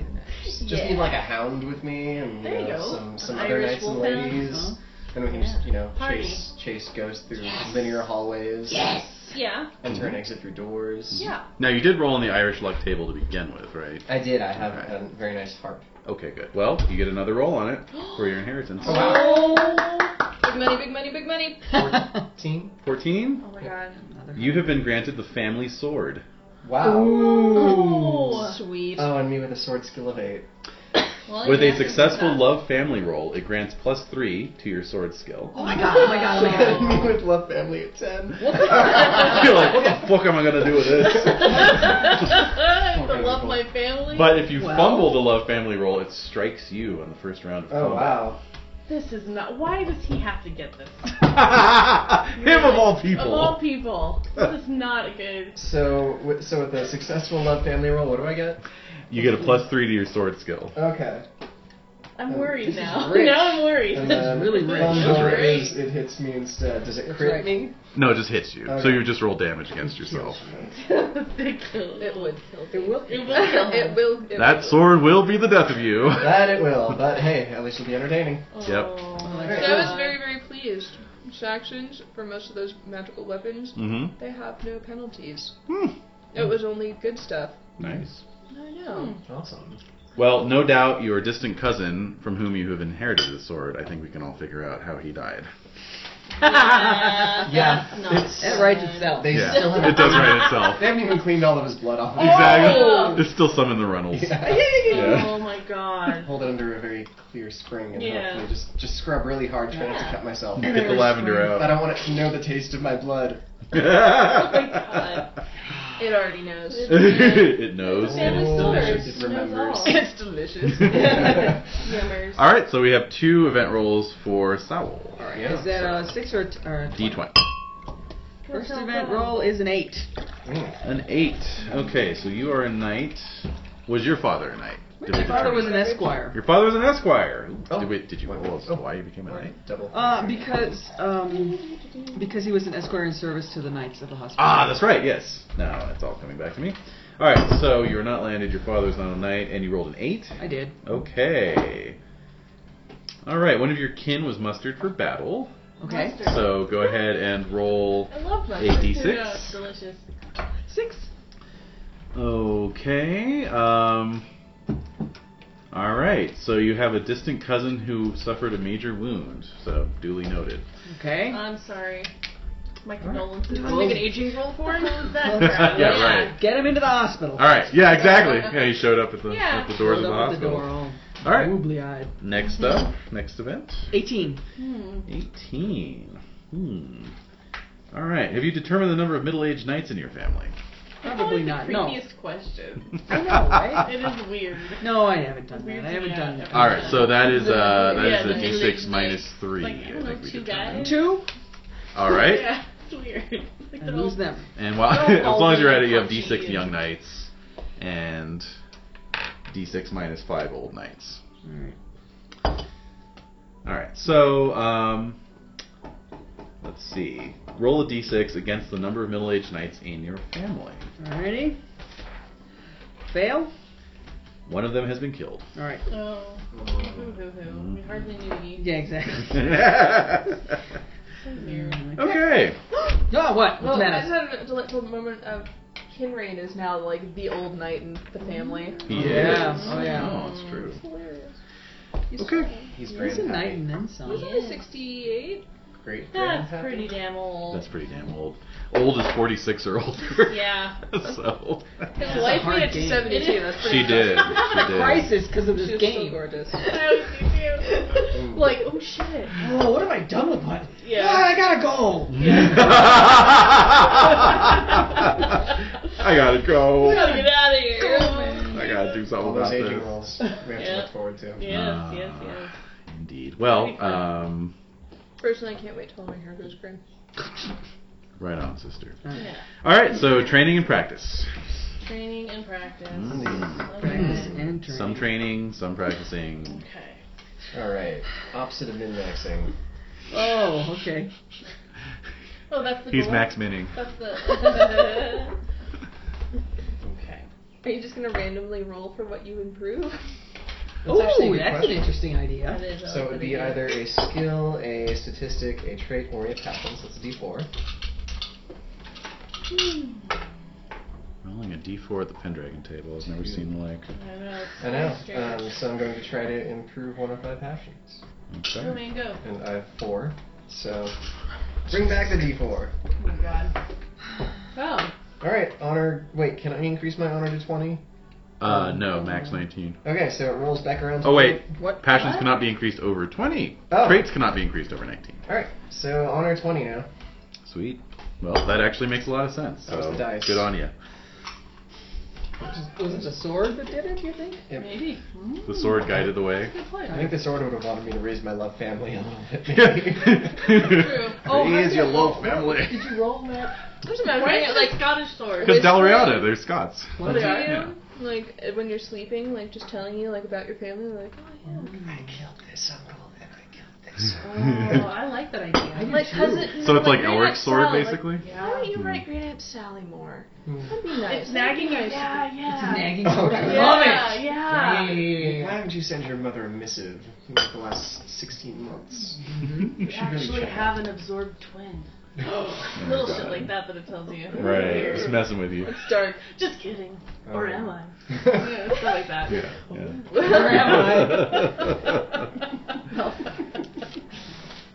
C: see that.
B: just need like a hound with me and
E: There
B: you
E: you
B: know,
E: go.
B: some some
E: An
B: other
E: Irish
B: knights and
E: wolfhound,
B: ladies.
C: huh?
B: And we can just, you know,
E: Party.
B: chase chase ghosts through linear hallways. Yes.
G: Yeah.
B: Enter
A: Mm-hmm.
B: and exit through doors.
G: Yeah.
A: Now you did roll on the Irish luck table to begin with, right?
B: I did. I have
A: Alright.
B: a very nice harp.
A: Okay, good. Well, you get another roll on it for your inheritance.
B: Oh, wow.
G: Big money, big money, big money.
B: Fourteen.
A: 14.
G: Oh my god.
C: Another
A: You have been granted the family sword.
B: Wow.
E: Oh.
G: Sweet.
B: Oh, and me with a sword skill of eight.
G: Well,
A: With
G: you
A: a
G: have to do
A: successful
G: that.
A: love family roll, it grants plus three to your sword skill.
C: Oh my god, oh my god, oh my god.
B: me with love family at ten.
A: You're like, what the fuck am I gonna do with this?
E: I have to
B: Okay,
E: love
B: cool.
E: my family.
A: But if you
C: Well.
A: fumble the love family roll, it strikes you on the first round of
B: Oh wow.
E: this is not. Why does he have to get this?
A: combat. Him of all people.
E: Of all people, this is not a good.
B: So with, so with a successful love family roll, what do I get?
A: You get a plus three to your sword skill.
B: Okay.
E: I'm
B: Oh,
E: worried
B: this is
E: now.
B: rich.
E: Now I'm worried.
B: And
C: This is
B: then
C: really rich.
B: fumble
A: This is
E: rich.
B: is- it hits me instead. Does it
C: That's
B: crit
C: right.
B: me?
A: No, it just hits you. So
B: Okay.
A: you just roll damage against yourself.
E: Ridiculous.
G: It would kill
C: It will.
E: It will.
G: It will. It
A: That
G: will.
A: sword will be the death of you.
B: That it will. But hey, at least it'll be entertaining.
A: Yep.
C: So
E: Oh,
G: So I was very, very pleased. Shactions for most of those magical weapons,
A: Mm-hmm.
G: they have no penalties.
A: Hmm.
G: It was only good stuff.
A: Nice.
G: I know.
B: Awesome.
A: Well, no doubt your distant cousin, from whom you have inherited the sword, I think we can all figure out how he died.
B: Yeah.
E: That's not
B: it's-
C: That writes itself.
B: They
A: yeah,
B: still haven't.
A: it does write itself.
B: They haven't even cleaned all of his blood off.
A: Exactly.
E: Oh.
A: It's still some in the runnels.
B: Yeah.
A: Yeah.
E: Oh my god.
B: Hold it under a very clear spring and
E: Yeah.
B: hopefully just just scrub really hard, try not to cut
E: Oh.
B: myself.
A: Get the lavender
B: I
A: out.
B: don't want it to know the taste of my blood.
E: God.
G: It already knows.
A: it knows.
E: Family
B: Oh,
E: sword.
B: it
E: Knows
B: remembers.
E: all.
G: It's delicious. Yummers.
A: All right, so we have two event rolls for Saul.
B: Yeah.
C: Is that a six or, a t- or a
A: D20.
C: First event roll is an eight.
B: Mm.
A: An eight. Okay, so you are a knight. Was your father a knight? Did we
C: My father
A: determine
C: was an
A: that?
C: esquire.
A: Your father was an esquire.
B: Oh.
A: Did, we, did you roll as to why you became a knight?
B: Double.
C: Uh, because um, because he was an esquire in service to the knights of the hospital.
A: Ah, that's right. Yes. Now it's all coming back to me. All right. So you're not landed. Your father's not a knight, and you rolled an eight.
C: I did.
A: Okay. All right. One of your kin was mustered for battle.
C: Okay.
A: So go ahead and roll.
E: I love that.
A: A D6?
E: Yeah, it's delicious.
C: Six.
A: Okay. Um. All right. So you have a distant cousin who suffered a major wound. So duly noted.
C: Okay.
E: I'm sorry. My condolences.
C: Can we make an
E: aging roll for him?
A: yeah. Right.
C: Get him into the hospital.
A: All right. Yeah. Exactly. Yeah. He showed up at the
E: Yeah.
A: at the doors of the
C: Hold up at
A: hospital.
C: The door, Oh, all
A: All right.
C: Wobbly-eyed.
A: Next up. Next event.
C: Eighteen.
E: Hmm.
A: 18. Hmm. All right. Have you determined the number of middle-aged knights in your family?
C: Probably not.
E: The
C: No.
E: creepiest question.
A: I know,
E: It is weird.
C: No, I haven't done that.
E: Weirds
C: I
E: me
C: haven't
E: out.
C: done that.
A: All right. So that is uh that
E: Yeah,
A: is
E: the
A: a d6
E: middle-aged
A: minus three.
E: Like, I don't know,
A: we
E: two
A: determined.
E: guys?
C: Two.
A: All right.
E: Yeah, it's weird. Like
C: And
E: they're
C: lose
E: all-
C: them.
A: And while
E: They're all
A: as long as you're at it, you have
E: bulgy
A: d6
E: and-
A: young knights and d6 minus five old knights.
C: All right.
A: All right. So, um, let's see. Roll a d6 against the number of middle-aged knights in your family.
C: Alrighty. Fail.
A: One of them has been killed.
C: All right.
E: Oh,
B: Mm,
E: boo hoo hoo. We hardly knew you.
C: Yeah, exactly.
A: okay.
E: So weird.
C: No, Oh, what? What's
G: Well,
C: the
G: I just
C: matter?
G: had a delightful moment of Kinrain is now like the old knight in the family.
A: He
C: Yeah,
A: is.
C: oh, yeah.
A: No, it's true.
G: Hilarious.
A: Okay.
B: He's great.
C: He's a knight and then some.
G: Wasn't he 68?
B: Great.
E: That's pretty damn old.
A: That's pretty damn old. Old is 46 or older.
E: Yeah.
A: so.
G: His
C: a
G: wife
C: hard
G: made it
C: game.
G: to 72. That's pretty
A: She did.
C: Had
A: She
C: a
A: did.
C: crisis because of
G: She
C: this
G: was so
C: game.
G: gorgeous.
B: Ooh.
E: like, oh shit.
C: Oh, what have I done with my?
E: Yeah.
C: Ah, I gotta go.
A: I gotta
E: We gotta
A: go.
E: get out of here.
A: I gotta do something
B: All
A: about
B: those
A: this.
B: aging roles we have to
E: Yeah.
B: look forward to.
E: Yes, yes, yes.
A: Ah. Indeed. Well,
E: Pretty fun.
A: um,
G: Personally, I can't wait till my hair goes green.
A: right on, sister.
E: Yeah.
A: All right, so training and practice.
E: Training and practice.
A: Mm.
E: All
C: Practice
E: right.
C: and train.
A: Some training, some practicing.
E: Okay.
B: All right. Opposite of min maxing.
C: Oh, okay.
E: Oh, that's the
A: He's
E: goal?
A: max minning.
E: That's the.
B: Okay.
G: Are you just gonna randomly roll for what you improve?
C: Oh,
B: actually a
C: that's
B: good
C: an
B: question.
C: interesting
E: That
C: idea.
E: is
B: So it would be either a skill, a statistic, a trait, or a pattern. So it's a D4.
A: Rolling a d4 at the Pendragon table. I've never seen the like.
E: I know. it's
B: I know.
E: strange.
B: Um, so I'm going to try to improve one of my passions, Um,
E: Go,
A: Okay.
E: man, go.
B: and I have four. So bring back the D4.
E: Oh my god. Oh.
B: All right. Honor. Wait, can I increase my honor to 20?
A: Uh, no,
E: Mm.
A: max 19.
B: Okay, so it rolls back around. to
A: Oh wait,
B: 20.
C: What?
A: passions cannot be increased over 20.
B: Oh.
A: Traits cannot be increased over 19.
B: All right. So honor 20 now.
A: Sweet. Well, that actually makes a lot of sense.
B: That was
A: So
B: the dice.
A: good on you.
C: Was it the sword that did it? You think?
B: Yep.
E: Maybe.
A: The sword guided the way.
E: Good point.
B: I think this order would have wanted me to raise my love family a little bit.
A: True.
E: Oh, I
A: is your
E: did-
A: love family.
E: Did you roll that?
G: I'm just imagining it like
E: Scottish sword.
A: Because Dalriada, they're Scots.
C: What
G: do you,
A: Yeah.
G: like when you're sleeping, like just telling you like about your family, like oh
A: Mm-hmm.
B: I killed this uncle and I killed this.
E: Oh, I like that idea.
G: yeah, like cousin.
A: So it's like
G: Green Aunt
A: Elric's sword,
G: Sally,
A: basically? Mm.
G: Like, why don't you write Green Aunt Sally more? That'd be nice.
E: It's nagging us. Yeah, yeah.
C: Nagging
B: Oh,
C: sword. I
B: God.
C: love
E: yeah,
C: it.
E: Yeah.
B: Why haven't you sent your mother a missive in like the last 16 months?
E: We actually have an absorbed twin. Little shit like that that it tells you.
A: Right, just messing with you.
E: It's dark. Just kidding. Or am I? Yeah, Stuff like that.
A: Yeah. yeah.
C: Where
E: am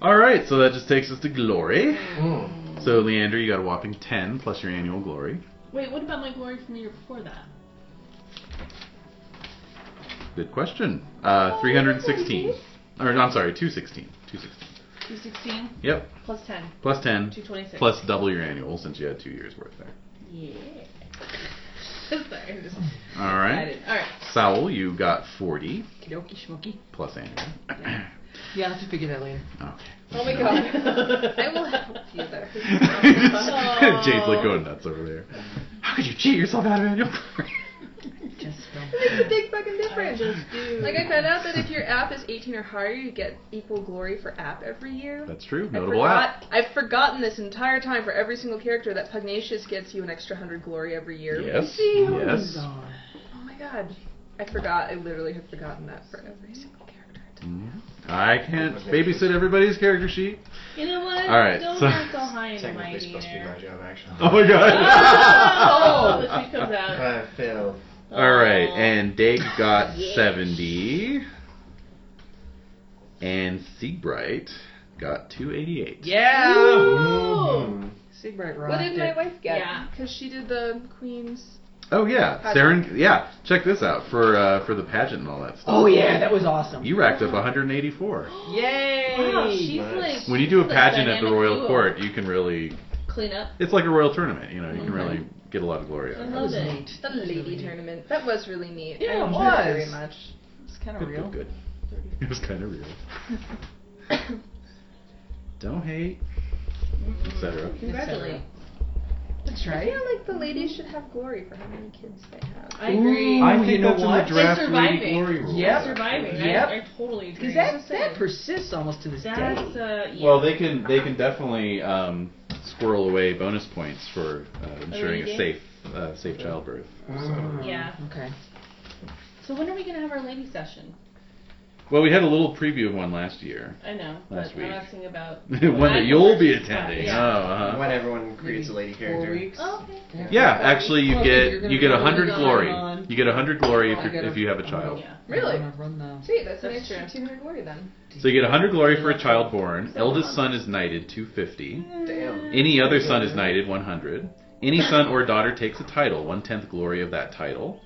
A: All right, so that just takes us to glory.
E: Hmm.
B: Mm.
A: So Leander, you got a whopping ten plus your annual glory.
E: Wait, what about my glory from the year before that?
A: Good question. Uh, 316. Or I'm sorry, 216. 216.
E: 216
A: Yep.
E: plus 10.
A: Plus 10.
E: 226.
A: Plus double your annual since you had two years worth there.
E: Yeah. Sorry. Just
A: All right.
E: Alright.
A: Saul, you got 40
C: Kidoki schmoky.
A: plus annual.
C: Yeah, I'll have to figure that later.
A: Okay.
G: Oh my god. I will help you there.
A: Jade's like going nuts over there. How could you cheat yourself out of annual glory?
C: Just
G: Makes a big fucking difference.
E: just do.
G: Like I found out that if your app is 18 or higher, you get equal glory for app every year.
A: That's true.
G: I
A: Notable app.
G: forgot, I've forgotten this entire time for every single character that Pugnacious gets you an extra hundred glory every year.
A: Yes.
G: See?
A: Yes.
G: Oh my god. I forgot. I literally have forgotten that for every single character.
A: Mhm. I can't babysit everybody's character sheet.
E: You know what?
A: All right,
E: Don't
A: so-
E: act all high and
B: Technically
E: mighty
B: supposed to be my
E: there.
B: job, actually.
A: Oh my god.
E: Oh, the tweet comes out.
B: I failed.
A: All right,
E: Oh.
A: and Dag got
E: Yeah.
A: 70. And Siegbright got 288.
C: Yeah.
E: Oh!
B: Mm.
C: Siegbright rocked
G: What did my
C: it.
G: wife get?
E: Yeah.
G: Because she did the Queen's.
A: Oh yeah,
G: Gotcha.
A: Saren. Yeah, check this out for uh, for the pageant and all that stuff.
C: Oh yeah, that was awesome.
A: You racked up 184.
C: Yay!
E: Wow, she's
B: Nice.
E: like.
A: When you do a
E: she's like
A: pageant at the
E: dynamic
A: royal
E: duo.
A: court, you can really
E: clean up.
A: It's like a royal tournament, you know. You can
C: Mhm.
A: really get a lot of glory out
E: I
A: of it.
E: love it.
C: neat.
G: The lady tournament. That was really neat. I
C: Yeah, it
G: enjoyed
C: was.
G: very much.
C: It's kind of
A: Good,
C: real.
A: good, good. It was kind of real. Don't hate, etc.
G: Congratulate.
C: That's
G: I
C: right.
G: feel like the ladies should have glory for how many kids they have.
E: I agree.
C: Ooh,
A: I
C: you
A: think
C: know
A: that's in
C: what?
A: the draft
E: It's
A: Lady
E: surviving.
A: Glory rule.
C: Yep.
E: Surviving.
C: Yep.
E: I, I totally agree.
C: Because that, that persists almost to this
E: That's
C: day.
E: uh, yeah.
A: Well, they can they can definitely um, squirrel away bonus points for uh, ensuring a
E: reading?
A: safe uh, safe childbirth.
B: Mm-hmm.
E: yeah.
C: Okay.
E: So when are we gonna have our lady session?
A: Well, we had a little preview of one last year.
E: I know,
A: Last
E: but
A: week.
E: I'm asking about.
A: one that you'll be attending.
E: Yeah.
A: Oh, uh-huh.
B: When everyone creates a lady
C: Four
B: character.
C: weeks.
E: Oh, okay.
A: Yeah, actually, you
C: Well, then you're
A: get
C: gonna
A: you get
C: be
A: a hundred
C: going
A: glory.
C: on.
A: You get a hundred glory
C: Oh, I
A: if, you're,
C: gotta-
A: if you have a child.
E: Yeah.
G: Really?
C: I'm gonna run the-
G: Gee, that's an
E: That's
G: extra
E: true.
G: 200 glory then.
A: So you get a hundred glory for a child born. Eldest son is knighted, two fifty.
B: Damn.
A: Any other son is knighted, one hundred. Any son or daughter takes a title, one tenth glory of that title.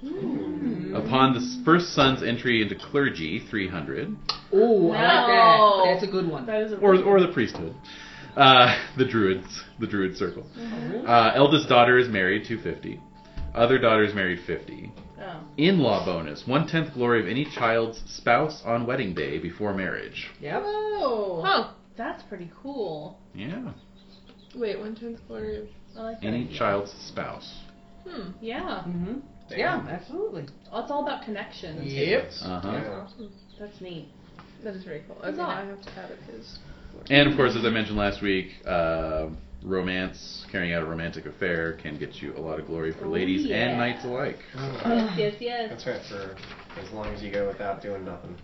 A: Upon the s- first son's entry into clergy, three hundred,
C: Ooh, I like
E: No.
C: that. That's a good one.
E: That is a
A: or or the priesthood, uh, the druids, the druid circle.
C: Mhm.
A: Uh, eldest daughter is married, two fifty. Other daughter is married, fifty.
E: Oh.
A: In-law bonus, one tenth glory of any child's spouse on wedding day before marriage.
C: Yep.
E: Oh.
G: Huh.
E: That's pretty cool.
A: Yeah,
G: Wait, one tenth quarter.
E: I like that.
A: any
E: idea.
A: child's spouse.
G: Hmm.
E: Yeah.
C: Mm-hmm.
B: Damn.
C: Yeah, absolutely.
E: Oh, it's all about connections.
C: Yep.
A: Uh
E: Uh-huh.
A: huh.
B: Yeah.
E: That's neat.
G: That is very cool. Okay,
E: Huzzah.
G: now I have to have it because.
A: And of course, as I mentioned last week, uh, romance, carrying out a romantic affair, can get you a lot of glory for
E: Oh,
A: ladies
E: yeah.
A: and knights alike.
E: yes, yes,
B: That's right for as long as you go without doing nothing.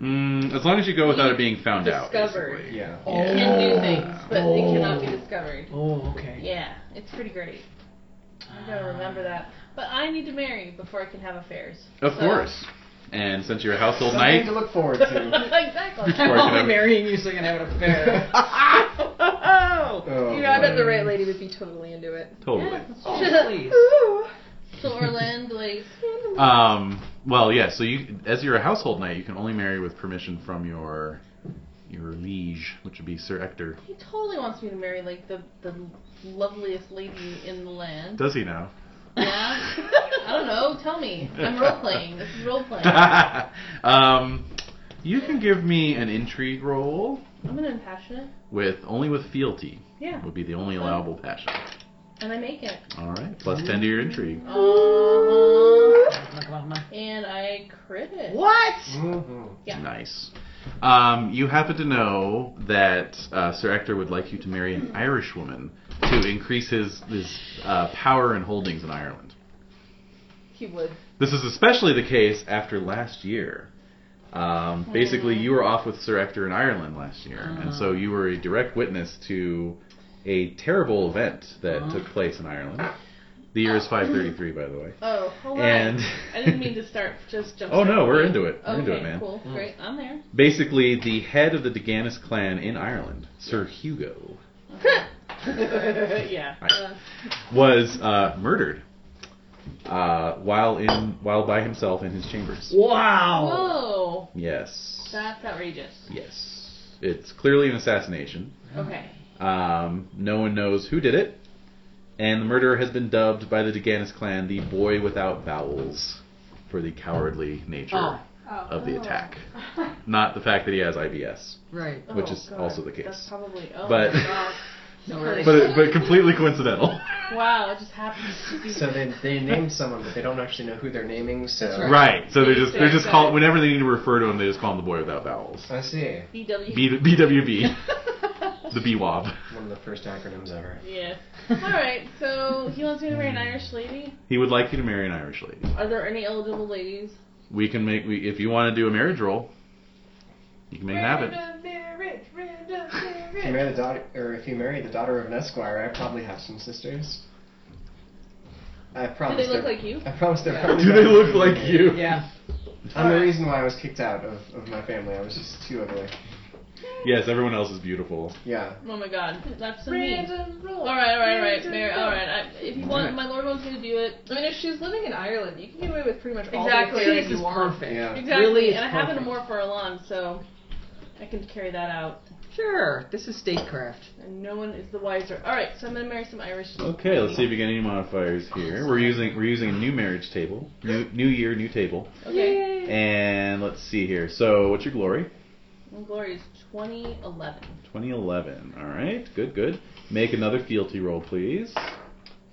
A: Mm, as long as you go without it being found
E: Discovered.
A: out. basically.
B: Yeah.
C: Oh.
E: yes. Can do things, but they cannot be
C: Oh.
E: discovered.
C: Oh, okay.
E: Yeah, it's pretty great. I
C: Ah.
E: gotta remember that. But I need to marry before I can have affairs.
A: Of
E: So-
A: course. And since you're a household
B: Something
A: knight,
B: to look forward to.
A: Or
C: I'm
E: exactly.
A: I could
C: only
A: have-
C: marrying you so I can have an affair. oh,
B: Oh,
G: you know, I bet
B: boy.
G: the right lady would be totally into it.
A: totally.
C: please.
E: So Orlando, like,
A: Um, well, yeah. So you, as you're a household knight, you can only marry with permission from your your liege, which would be Sir Ector.
E: he totally wants me to marry like the the loveliest lady in the land.
A: Does he now?
E: Yeah. I don't know. Tell me. I'm role playing. This is role playing.
A: um, you can give me an intrigue roll
E: I'm an impassionate.
A: with only with fealty.
E: Yeah.
A: Would be the only allowable passion.
E: And I make it.
A: All right, plus ten to your intrigue.
E: Uh-huh.
C: Come on, come on, come on.
E: And I crit it.
C: What?
B: Mhm.
E: Yeah.
A: Nice. Um, you happen to know that uh, Sir Ector would like you to marry an Irish woman to increase his his uh, power and holdings in Ireland.
E: He would.
A: This is especially the case after last year. Um, basically, you were off with Sir Ector in Ireland last year,
E: Uh-huh.
A: and so you were a direct witness to a terrible event that
C: Uh-huh.
A: took place in Ireland. The year is 533, by the way.
E: Oh, hold
A: And
E: on. I didn't mean to start just jumping.
A: Oh, no, we're into it. We're
E: okay,
A: into it, man. Mm.
E: Cool, great. I'm there.
A: basically, the head of the DeGanis clan in Ireland, Sir Hugo,
E: yeah.
A: was uh, murdered uh, while in while by himself in his chambers.
C: Wow.
E: Uh, Whoa,
A: Yes.
E: that's outrageous.
A: Yes. It's clearly an assassination.
E: Okay.
A: Um, no one knows who did it, and the murderer has been dubbed by the DeGanis clan the boy without bowels for the cowardly nature
C: Oh.
A: of the attack. Not the fact that he has IBS,
C: Right.
E: Oh,
A: which is
E: God.
A: also the
E: That's
A: case.
E: probably. Oh
A: But-
E: my God.
C: No, really.
A: But, it, but completely coincidental.
E: Wow, it just happens to be.
B: So they they named someone, but they don't actually know who they're naming. So
C: That's
A: right. So they're just they're just call
E: Exactly.
A: whenever they need to refer to him, they just call him the boy without bowels.
B: I see.
E: BW.
A: B, BWB, the BWOB.
B: One of the first acronyms ever.
E: yeah. All right. So he wants me to marry
A: Hmm.
E: an Irish lady.
A: He would like you to marry an Irish lady.
E: Are there any eligible ladies?
A: We can make we, if you want to do a marriage roll, you can make it happen.
B: If you marry the daughter, or if you marry the daughter of an esquire, I probably have some sisters. I
E: Do
B: promise.
E: they look
B: they're-
E: like you?
B: I promise they're.
E: Yeah.
B: probably
A: Do they
B: not-
A: look like you?
C: Yeah.
B: I'm the reason why I was kicked out of, of my family. I was just too ugly.
A: Yes, everyone else is beautiful.
B: Yeah.
E: Oh my God, that's so neat. All right, all right, all right, Mary. All right. I, if you want, my lord wants me to do it.
G: I mean, if she's living in Ireland, you can get away with pretty much all
E: Exactly.
G: the
E: This
G: things
E: is
G: you want.
B: Yeah.
E: Exactly.
C: Really, it's
E: and I happen to
C: perfect.
E: work for a lawn, so I can carry that out,
C: Sure. This is statecraft.
E: and no one is the wiser. All right, so I'm gonna marry some Irish.
A: Okay, let's see if we get any modifiers here. We're using we're using a new marriage table, new new year, new table,
E: Okay.
A: and let's see here. So, what's your glory?
E: And glory is 2011.
A: 2011. All right, good, good. Make another fealty roll, please.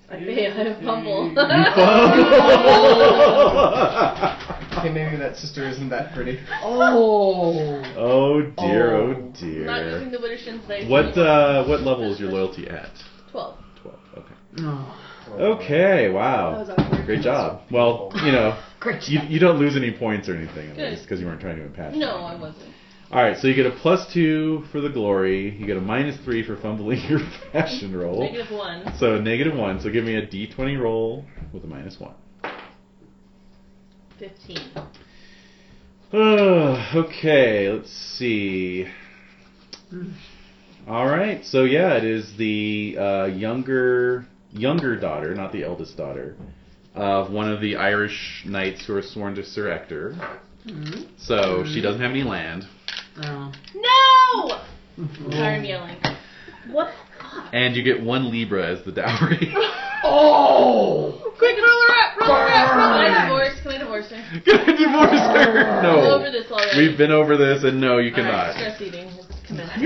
E: I fail. I have fumble.
A: Oh
B: Hey, maybe that sister isn't that pretty.
C: Oh.
A: oh dear,
C: Oh.
A: oh
E: Not using
A: dear.
E: the Wittershins dice.
A: What uh, what level is your loyalty at?
E: 12.
A: Twelve. Okay.
C: No.
A: Oh, Okay.
E: That was
A: Wow.
E: awkward.
A: Great job. Well, you know,
C: Great.
A: you, you don't lose any points or anything at
E: Good.
A: least because you weren't trying to impact.
E: No, I wasn't.
A: All right, so you get a plus two for the glory. You get a minus three for fumbling your fashion roll.
E: Negative one.
A: So negative one. So give me a d20 roll with a minus one.
E: 15.
A: Ugh, okay, let's see. All right, so yeah, it is the uh, younger younger daughter, not the eldest daughter, of one of the Irish knights who are sworn to Sir Ector.
C: Mhm.
A: So she doesn't have any land,
C: Oh.
E: No! Sorry, I'm yelling. What?
A: and you get one libra as the dowry.
C: Oh.
E: Quick, roll her up! Roll her up! Roll her
C: Burn.
E: up! Can I divorce? Can I divorce her?
A: Gonna divorce her?
E: We're
A: No.
E: over this already.
A: We've been over this, and no, you
E: All
A: cannot.
E: right, stress eating has commenced.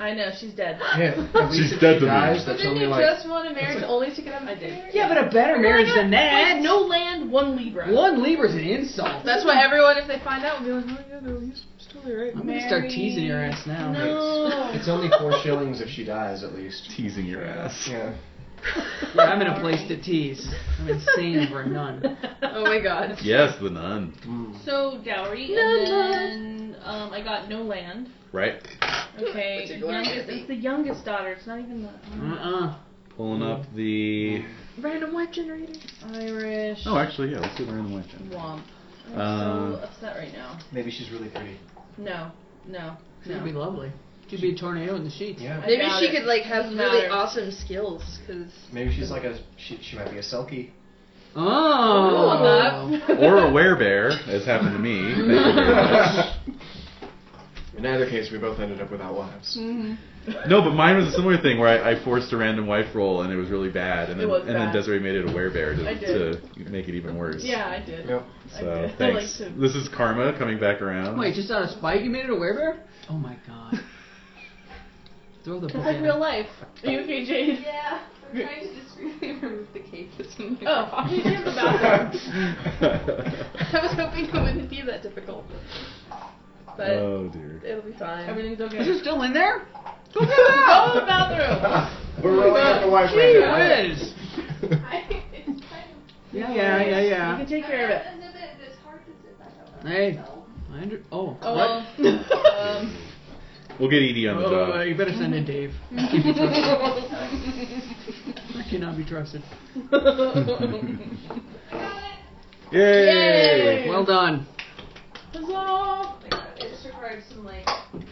E: I know, she's dead.
B: Yeah, at least
A: She's
B: if
A: dead
B: she
A: to me.
B: dies,
G: But
B: that's
G: didn't
B: only
G: you
B: like
G: just want a marriage only to get on my
E: I did.
C: Yeah, but a better marriage than that.
E: Like, no land, one Libra.
C: One Libra's an insult.
G: That's why everyone, if they find out, will be like, oh yeah, no, he's he's totally right.
C: I'm gonna start teasing your ass now.
E: No.
B: it's only four shillings if she dies at least.
A: Teasing your ass.
B: Yeah.
C: Yeah, I'm in a place to tease. I'm insane for none.
G: Oh my god.
A: Yes, the nun.
B: Mm.
E: So, dowry,
G: No
E: and then um, I got no land.
A: Right?
E: Okay,
G: But you're going
E: youngest,
G: to be-
E: it's the youngest daughter. It's not even the
A: Mm.
C: Uh-uh.
A: Pulling up the.
G: Mm-hmm. Random white generator.
E: Irish
A: Oh, actually, yeah. Let's do the random white gender.
E: womp. I'm
A: Um,
E: so upset right now.
B: Maybe she's really pretty.
E: No, no,
C: That'd be
E: no.
C: lovely. She'd be a tornado in the sheets.
B: Yeah.
E: I
G: Maybe
E: doubt
G: she
E: it.
G: could like have
E: Doesn't
G: really
E: matter.
G: awesome skills, cause
B: Maybe she's like a she. She might be a selkie.
C: Oh.
A: Or a werebear, as happened to me. Thank you very much.
B: In either case, we both ended up without wives.
G: Mm.
A: No, but mine was a similar thing where I, I forced a random wife roll and it was really bad, and then,
E: It was
A: and then
E: bad.
A: Desiree made it a werebear
E: I
A: to,
E: did.
A: to make it even worse.
E: Yeah, I did.
B: Yep.
E: I
A: So
E: did. I
A: thanks.
E: like to-
A: This is karma coming back around.
C: Wait, just on a spike you made it a werebear? Oh my god. Throw the book
E: It's like
C: at
E: real
C: it.
E: life. Are you okay, Jade?
D: Yeah, I'm trying to discreetly remove the cape that's in my
E: Oh,
D: pocket.
E: you did the bathroom.
G: I was hoping it wouldn't be that difficult. But
A: oh dear.
G: it'll be fine.
E: Everything's
C: Is it
E: okay.
C: still in there?
E: Go to the bathroom.
B: We're rolling out the wife
C: Gee
B: right
C: whiz.
B: now.
D: I, it's kind of,
C: Yeah, yeah, yeah,
E: You
C: yeah.
E: can take care of it.
D: It's a bit- it's hard to sit back up.
C: Hey. I under- oh.
E: Oh
C: what?
E: well. um,
A: We'll get Edie on the
C: Oh, uh,
A: job.
C: you better send in Dave. I can't be trusted. I cannot be trusted.
A: Yay!
C: Well done.
E: Huzzah!
D: Oh my God, It just requires some like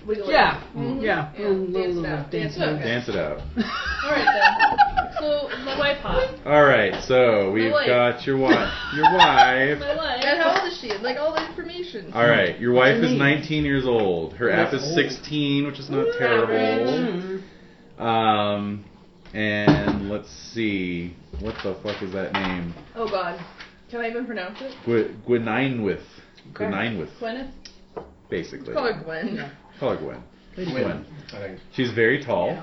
E: Wiggle it.
C: Yeah. Yeah.
D: Yeah,
C: Little- little-
G: dance it
C: little
G: out,
C: dance
G: dance it
C: move.
G: out.
A: Dance it out.
E: All right then. So my wife hot.
A: All right, so we've
E: wife.
A: got your wife. Your wife.
E: My wife.
G: And how old is she? Like all the information.
A: All right, your wife is
C: Amazing.
A: 19 years old. Her app is
B: That's old.
A: 16, which is not
E: Ooh,
A: terrible.
C: Mm.
A: Um, and let's see, what the fuck is that name?
G: Oh god. Can I even pronounce it?
A: Gw- Gwyninwith. Gwyninwith,
E: Gwyneth.
A: basically.
G: Call her Gwen.
A: Call her Gwen.
B: Wait,
A: Gwen.
B: I think.
A: She's very tall.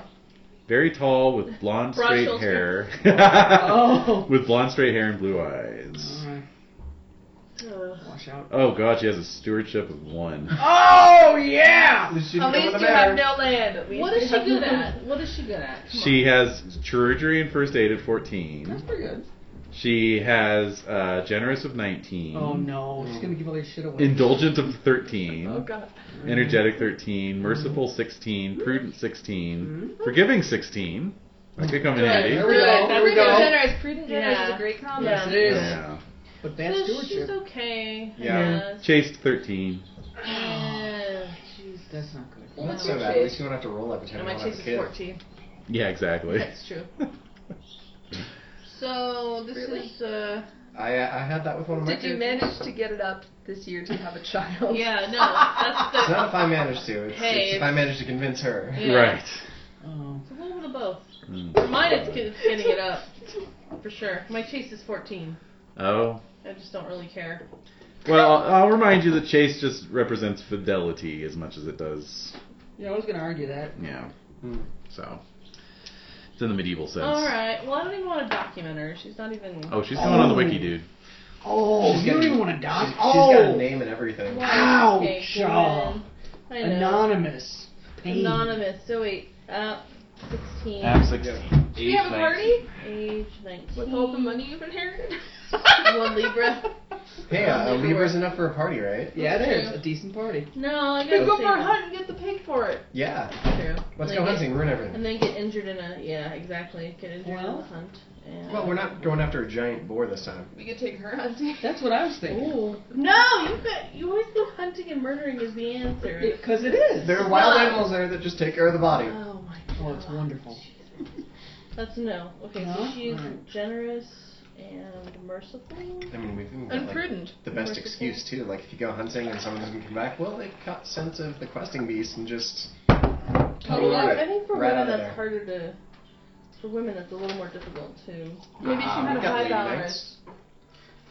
A: Very tall with blonde
E: Broad
A: straight
E: shoulders.
A: hair.
C: Oh. Mm-hmm.
A: With blonde straight hair and blue eyes.
C: All right.
E: Ugh.
C: Wash out.
A: Oh god, she has a stewardship of one.
C: Oh yeah.
B: At least you know
G: At
B: what
G: least
B: the
G: you
B: matter.
G: have no land. At least
E: What is
G: you
E: she
G: have
E: good
G: no-
E: at? What is she good at? Come
A: She has surgery and first aid at 14.
C: pretty good.
A: She has uh, generous of 19.
C: Oh no, she's gonna give all this shit away.
A: Indulgent of 13.
G: Oh god.
A: Energetic 13. Merciful 16. Prudent 16.
C: Mhm.
A: Forgiving 16. That could come in
E: Good.
A: handy.
C: we go,
G: Good.
C: there we
G: Prudent
C: go.
G: generous. Prudent generous is
E: Yeah.
G: a great
E: on.
G: combo.
E: Yeah.
C: It is.
A: Yeah.
C: But
E: So
C: bad
E: she's
C: stewardship.
E: okay. I
B: Yeah.
E: guess.
A: Chaste 13.
E: Yeah. She's
C: That's not good.
B: Well, that's
E: What's
B: so
E: your
B: bad. At
E: chase?
B: least you don't have to roll every time
E: And
B: you
E: my
B: want to
E: chase
B: have a
E: is
B: kid.
E: 14.
A: Yeah, exactly.
E: That's true. So this
G: Really?
E: is uh,
B: I I had that with one of my.
G: Did you
B: kids.
G: manage to get it up this year to have a child?
E: Yeah, no, that's
B: It's
E: the.
B: not if I managed to. It's,
E: Hey,
B: it's if I managed to convince her.
E: Yeah.
A: Right.
C: Oh.
E: It's a little bit of both.
A: Mm.
E: For mine, it's get- getting it up, for sure. My chase is 14.
A: Oh.
E: I just don't really care.
A: Well, I'll, I'll remind you that Chase just represents fidelity as much as it does,
C: Yeah, I was gonna argue that.
A: yeah.
B: Hmm.
A: So it's in the medieval sense.
E: All right. Well, I don't even want to document her. She's not even.
A: Oh, she's going on the wiki, dude.
C: Oh,
B: She's
C: you
B: got
C: don't
B: a-
C: even want to dock.
B: She's, she's got a
C: oh,
B: name and everything.
E: Wow,
C: Ouch,
E: okay,
C: y'all.
E: woman. I know.
C: anonymous. Pain.
E: Anonymous. So wait, uh,
B: Oh.
E: 16.
B: sixteen.
J: Age
G: have
J: 19.
G: a party?
E: Age 19.
G: With all the money you've inherited?
E: One Libra.
B: Hey, uh, a
E: Maybe
B: Libra's enough for a party, right?
C: Yeah, it is a decent party.
E: No, I
G: You
E: gotta
G: can go
E: save
G: for a
E: it.
G: hunt and get the pig for it.
B: Yeah.
E: True.
B: Let's
E: And
B: go
E: then
B: hunting. Ruin
E: Get,
B: everything.
E: and then get injured in a yeah, exactly. Get injured in
C: Well.
E: a hunt. And
B: Well, we're not going after a giant boar this time.
G: We could take her hunting.
C: That's what I was thinking.
E: Ooh. No, you got you always think hunting and murdering is the answer.
C: Because it is.
B: There are wild
E: Why?
B: animals there that just take care of the body.
E: Oh my
C: Oh, it's wonderful.
E: That's a no. Okay, so
C: No?
E: she's
C: Alright.
E: generous and merciful.
B: I mean, we've even got
G: And
B: like,
G: prudent.
B: the best excuse too. Like if you go hunting and someone doesn't come back, well, they caught sense of the questing beast and just.
E: Oh,
B: Right.
E: I think for
B: Right
E: women
B: out of
E: that's
B: there.
E: harder to. For women, that's a little more difficult to.
G: Maybe she
B: Ah,
G: had
B: we
G: a
B: got
G: high
B: lady
G: valorous.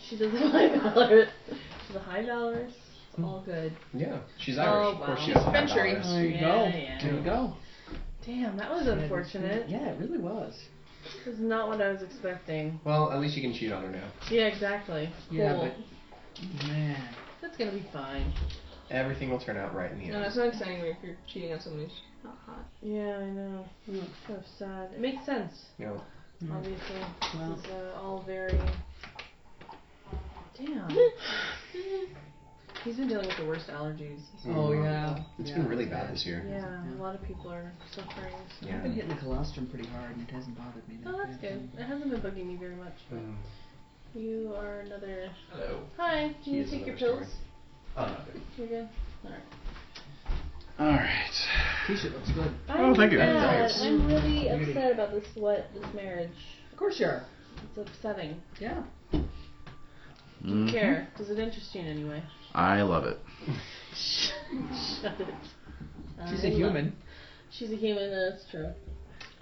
E: She does a high valorous. She's a high valorous. It's all good.
B: Yeah, she's
E: Oh,
B: Irish. Of course,
E: wow.
B: she has a high
G: Adventure.
B: valorous.
C: There you
E: Oh, Yeah,
C: go.
E: yeah.
C: There you go.
E: Damn, that was unfortunate.
C: Yeah, it really was.
E: This is not what I was expecting.
B: Well, at least you can cheat on her now.
E: Yeah, exactly. Cool.
C: Yeah, Man.
E: That's gonna be fine.
B: Everything will turn out right in the
G: No,
B: end.
G: that's not exciting if you're cheating on someone who's not hot.
E: Yeah, I know. So sad. It makes sense,
B: You know,
E: Mm. obviously.
C: Well,
E: This is uh, all very. Damn. He's been dealing with the worst allergies.
C: oh yeah.
B: it's
C: yeah.
B: been really bad this year.
E: Yeah, a lot of people are suffering. so-
C: I've been hitting the colostrum pretty hard and it hasn't bothered me. that
E: Oh, that's
C: bad.
E: good. It hasn't been bugging me very much. but
B: Mm.
E: You are another.
J: Hello.
E: Hi. Can you
B: Here's
E: take your
B: another
E: pills?
J: Oh, no,
B: Um,
J: dude.
E: You're good.
A: All right.
C: T-shirt looks good.
A: Oh, thank you.
E: I'm sad.
B: Thanks.
E: I'm really
C: Beauty.
E: upset about this. What this marriage?
C: Of course you are.
E: It's upsetting. Mm-hmm.
C: Yeah.
A: Mhm.
E: Care? Does it interest you in any way?
A: I love it.
E: Shut it.
C: She's
E: I
C: a
E: love-
C: human.
E: She's a human. That's true.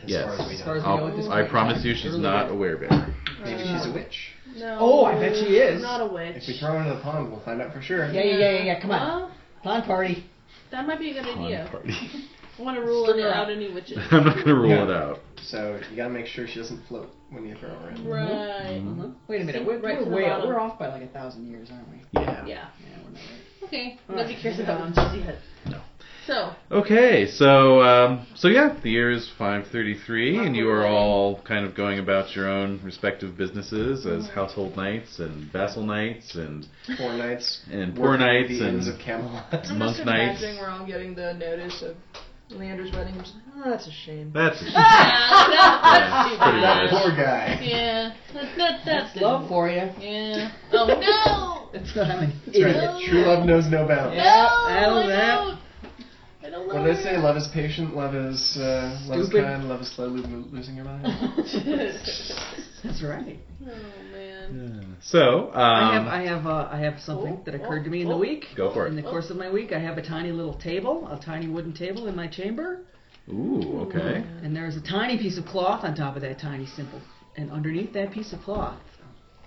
B: As
A: Yes.
B: far as we
C: As far as
B: know.
C: we know at this
A: I'll, I
C: point in
A: promise
C: time,
A: you, she's
C: early
A: not a
C: days.
A: werebear.
B: Maybe she's a witch.
E: No.
C: Oh, I bet she is.
E: Not a witch.
B: If we throw her into the pond, we'll find out for sure.
C: Yeah, yeah, yeah, yeah, yeah. Come on.
E: Well,
C: Pond party.
E: that might be a good
A: Pond
E: idea.
A: party.
E: I want to rule
C: Stir her
E: out
C: up.
E: any witches.
A: I'm not gonna rule it
B: Yeah.
A: out.
B: So you gotta make sure she doesn't float when you throw her in.
E: right.
A: Mhm.
C: Wait a minute.
E: Sink
C: We're,
E: right to
C: Mm-hmm. we're
E: the
C: way
E: bottom.
C: We're off by like a thousand years, aren't we?
A: Yeah.
E: Yeah.
C: Yeah, we're not.
E: Okay.
C: All
E: Nobody
C: right.
E: cares about
C: Um,
E: Jesse Hut.
A: No.
E: So,
A: Okay, so um, so yeah, the year is 533, and you are all kind of going about your own respective businesses as household knights and vassal knights and
B: Four nights.
A: and poor
B: working at
A: knights
B: The ends of
A: and
B: Camelot.
G: I'm
A: monk
G: just
A: knights.
G: imagining we're all getting the notice of Leander's wedding. Which, oh, that's a shame.
A: That's
E: yeah,
A: Yeah,
E: that's too
A: it's pretty
E: bad.
B: that
A: much.
B: poor guy.
E: Yeah, that, that, that's
C: It's love for you.
E: Yeah. Oh no!
C: That's what I'm an
B: That's
C: idiot.
B: right. True love knows no bounds.
C: Yeah.
E: no,
C: that'll
E: I
C: that.
E: don't. I don't
B: What
E: love
B: do they say?
E: her.
B: Love is patient. Love is uh, love is
C: Stupid.
B: kind. Love is slowly lo- losing your mind.
C: That's right.
E: oh man.
A: So um,
C: I have I have uh, I have something that occurred to me in the week.
A: go for
C: In
A: it.
C: the course of my week, I have a tiny little table, a tiny wooden table in my chamber.
A: Ooh, okay.
C: And there's a tiny piece of cloth on top of that tiny symbol. And underneath that piece of cloth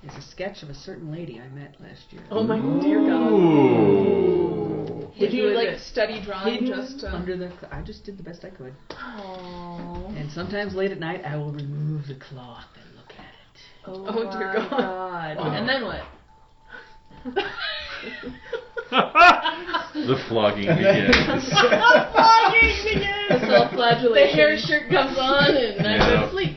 C: is a sketch of a certain lady I met last year.
E: Oh my dear God.
A: Ooh.
G: Did
E: Who
G: you
E: is
G: like
E: it?
G: study drawing
C: Hidden
G: just uh, to
C: under the, I just did the best I could.
E: Oh.
C: And sometimes late at night, I will remove the cloth and look at
E: Oh,
G: Oh, dear
E: my
G: God.
A: Wow.
E: And then what?
A: the flogging begins.
G: self-flagellation?
E: The hair shirt comes on and I go
A: Yeah.
E: to sleep.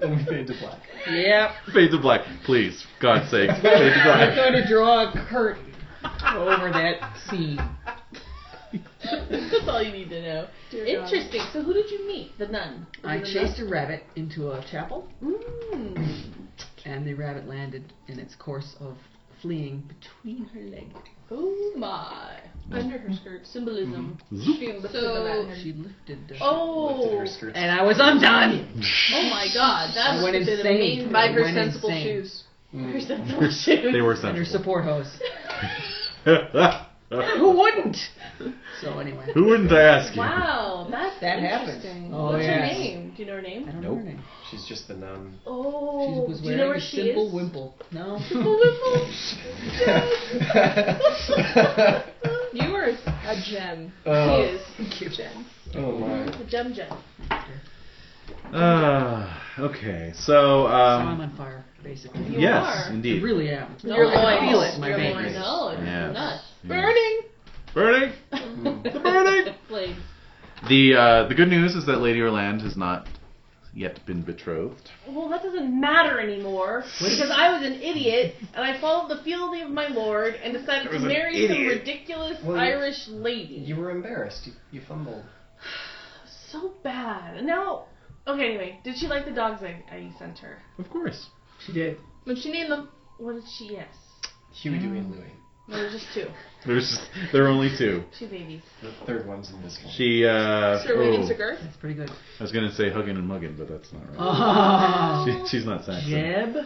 B: Then we fade to black.
C: it. Yep.
A: Fade to black, please. God's sake, fade to
C: I'm
A: black.
C: going to draw a curtain over that scene.
E: That's all you need to know.
G: Dear God.
E: Interesting. So who did you meet? The nun.
C: I
E: The nun?
C: chased a rabbit into a chapel,
E: Mm.
C: and the rabbit landed in its course of fleeing between her legs.
E: Oh my.
G: under her skirt?
E: Symbolism.
A: Mm-hmm.
G: She lifted
E: So-
G: the mat.
C: She lifted. The
E: Oh.
B: Lifted her skirts.
C: And I was undone.
E: Oh my god. That
C: I
E: would
C: went
E: have been
C: insane.
E: amazing.
G: By
C: I
G: her
C: went
G: sensible
C: insane.
G: shoes.
E: Your sensible shoes.
A: They were
C: and
A: sensible.
C: your support hose. Who wouldn't? So anyway,
A: Who wouldn't I ask you?
E: Wow, that's
C: That happens.
E: interesting.
C: Oh,
E: What's her
C: yes.
E: name? Do you know her
C: I
E: name?
C: don't know
A: Nope.
C: her name.
B: She's just the nun.
C: She
E: Oh,
C: was
E: do you
C: wearing
E: know where
C: a
E: she
C: simple
E: is?
C: wimple. No.
E: Simple wimple.
G: You were a gem.
E: She
B: oh,
E: is
G: Gem.
B: oh my.
E: a gem gem.
A: Ah, okay. So,
C: so I'm
A: um,
C: on fire, basically.
E: You
A: yes,
C: I
E: are.
A: indeed.
C: really am.
E: No,
G: Your
E: I
G: loins.
E: know.
C: feel it in my
E: Your
C: veins.
E: loins. No, it's
A: Yes.
E: nuts.
A: Yeah.
G: Burning.
A: Burning. The burning.
E: Like,
A: The uh, the good news is that Lady Orland has not yet been betrothed.
E: well, that doesn't matter anymore because I was an idiot and I followed the fealty of my lord and decided
A: I was
E: to
A: an
E: marry some
A: idiot.
E: ridiculous
B: Well, you-
E: Irish lady.
B: You were embarrassed. You, you fumbled.
E: so bad. And now, okay, anyway, did she like the dogs I, I sent her?
A: Of course.
C: She did.
G: Would she name them?
E: What did she? Yes,
B: Huey, Dewey, and Louie.
E: there were just two,
A: There's there are only two.
E: two babies.
B: The third one's in this one.
A: She uh
G: Sir
A: oh,
G: William Sir Garth?
C: That's pretty good.
A: I was gonna say hugging and mugging, but that's not right.
C: Oh,
A: She, she's not Saxon.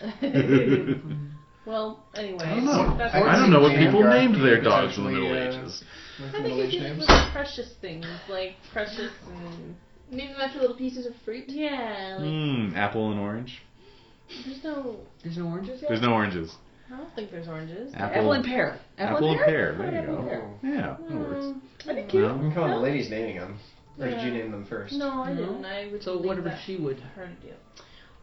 C: Jeb.
E: Well, anyway,
A: I don't know.
E: That's
A: I don't know what people
B: Vanguard
A: named their
B: being
A: dogs in the
B: potentially,
A: Middle
B: uh,
A: Ages.
B: With
E: I think
B: middle-aged
E: you
B: names.
E: with precious things like precious and
G: Name them after little pieces of fruit.
E: yeah, like
A: Mm, apple and orange.
E: there's no.
C: There's no oranges yet.
A: There's no oranges.
E: I don't think there's oranges.
A: Apple,
C: Apple and pear.
A: Apple and pear.
C: Or
A: There you
C: apple and
A: go.
C: pear?
B: Oh.
A: Yeah, that works.
E: Mm,
C: I think
A: No?
C: you.
B: I'm calling
E: No.
B: the ladies naming them. Or did you
E: Yeah.
B: name them first?
E: No, I
C: No?
E: didn't. I would
C: So
E: leave
C: whatever
E: that
C: she would.
E: for her to do.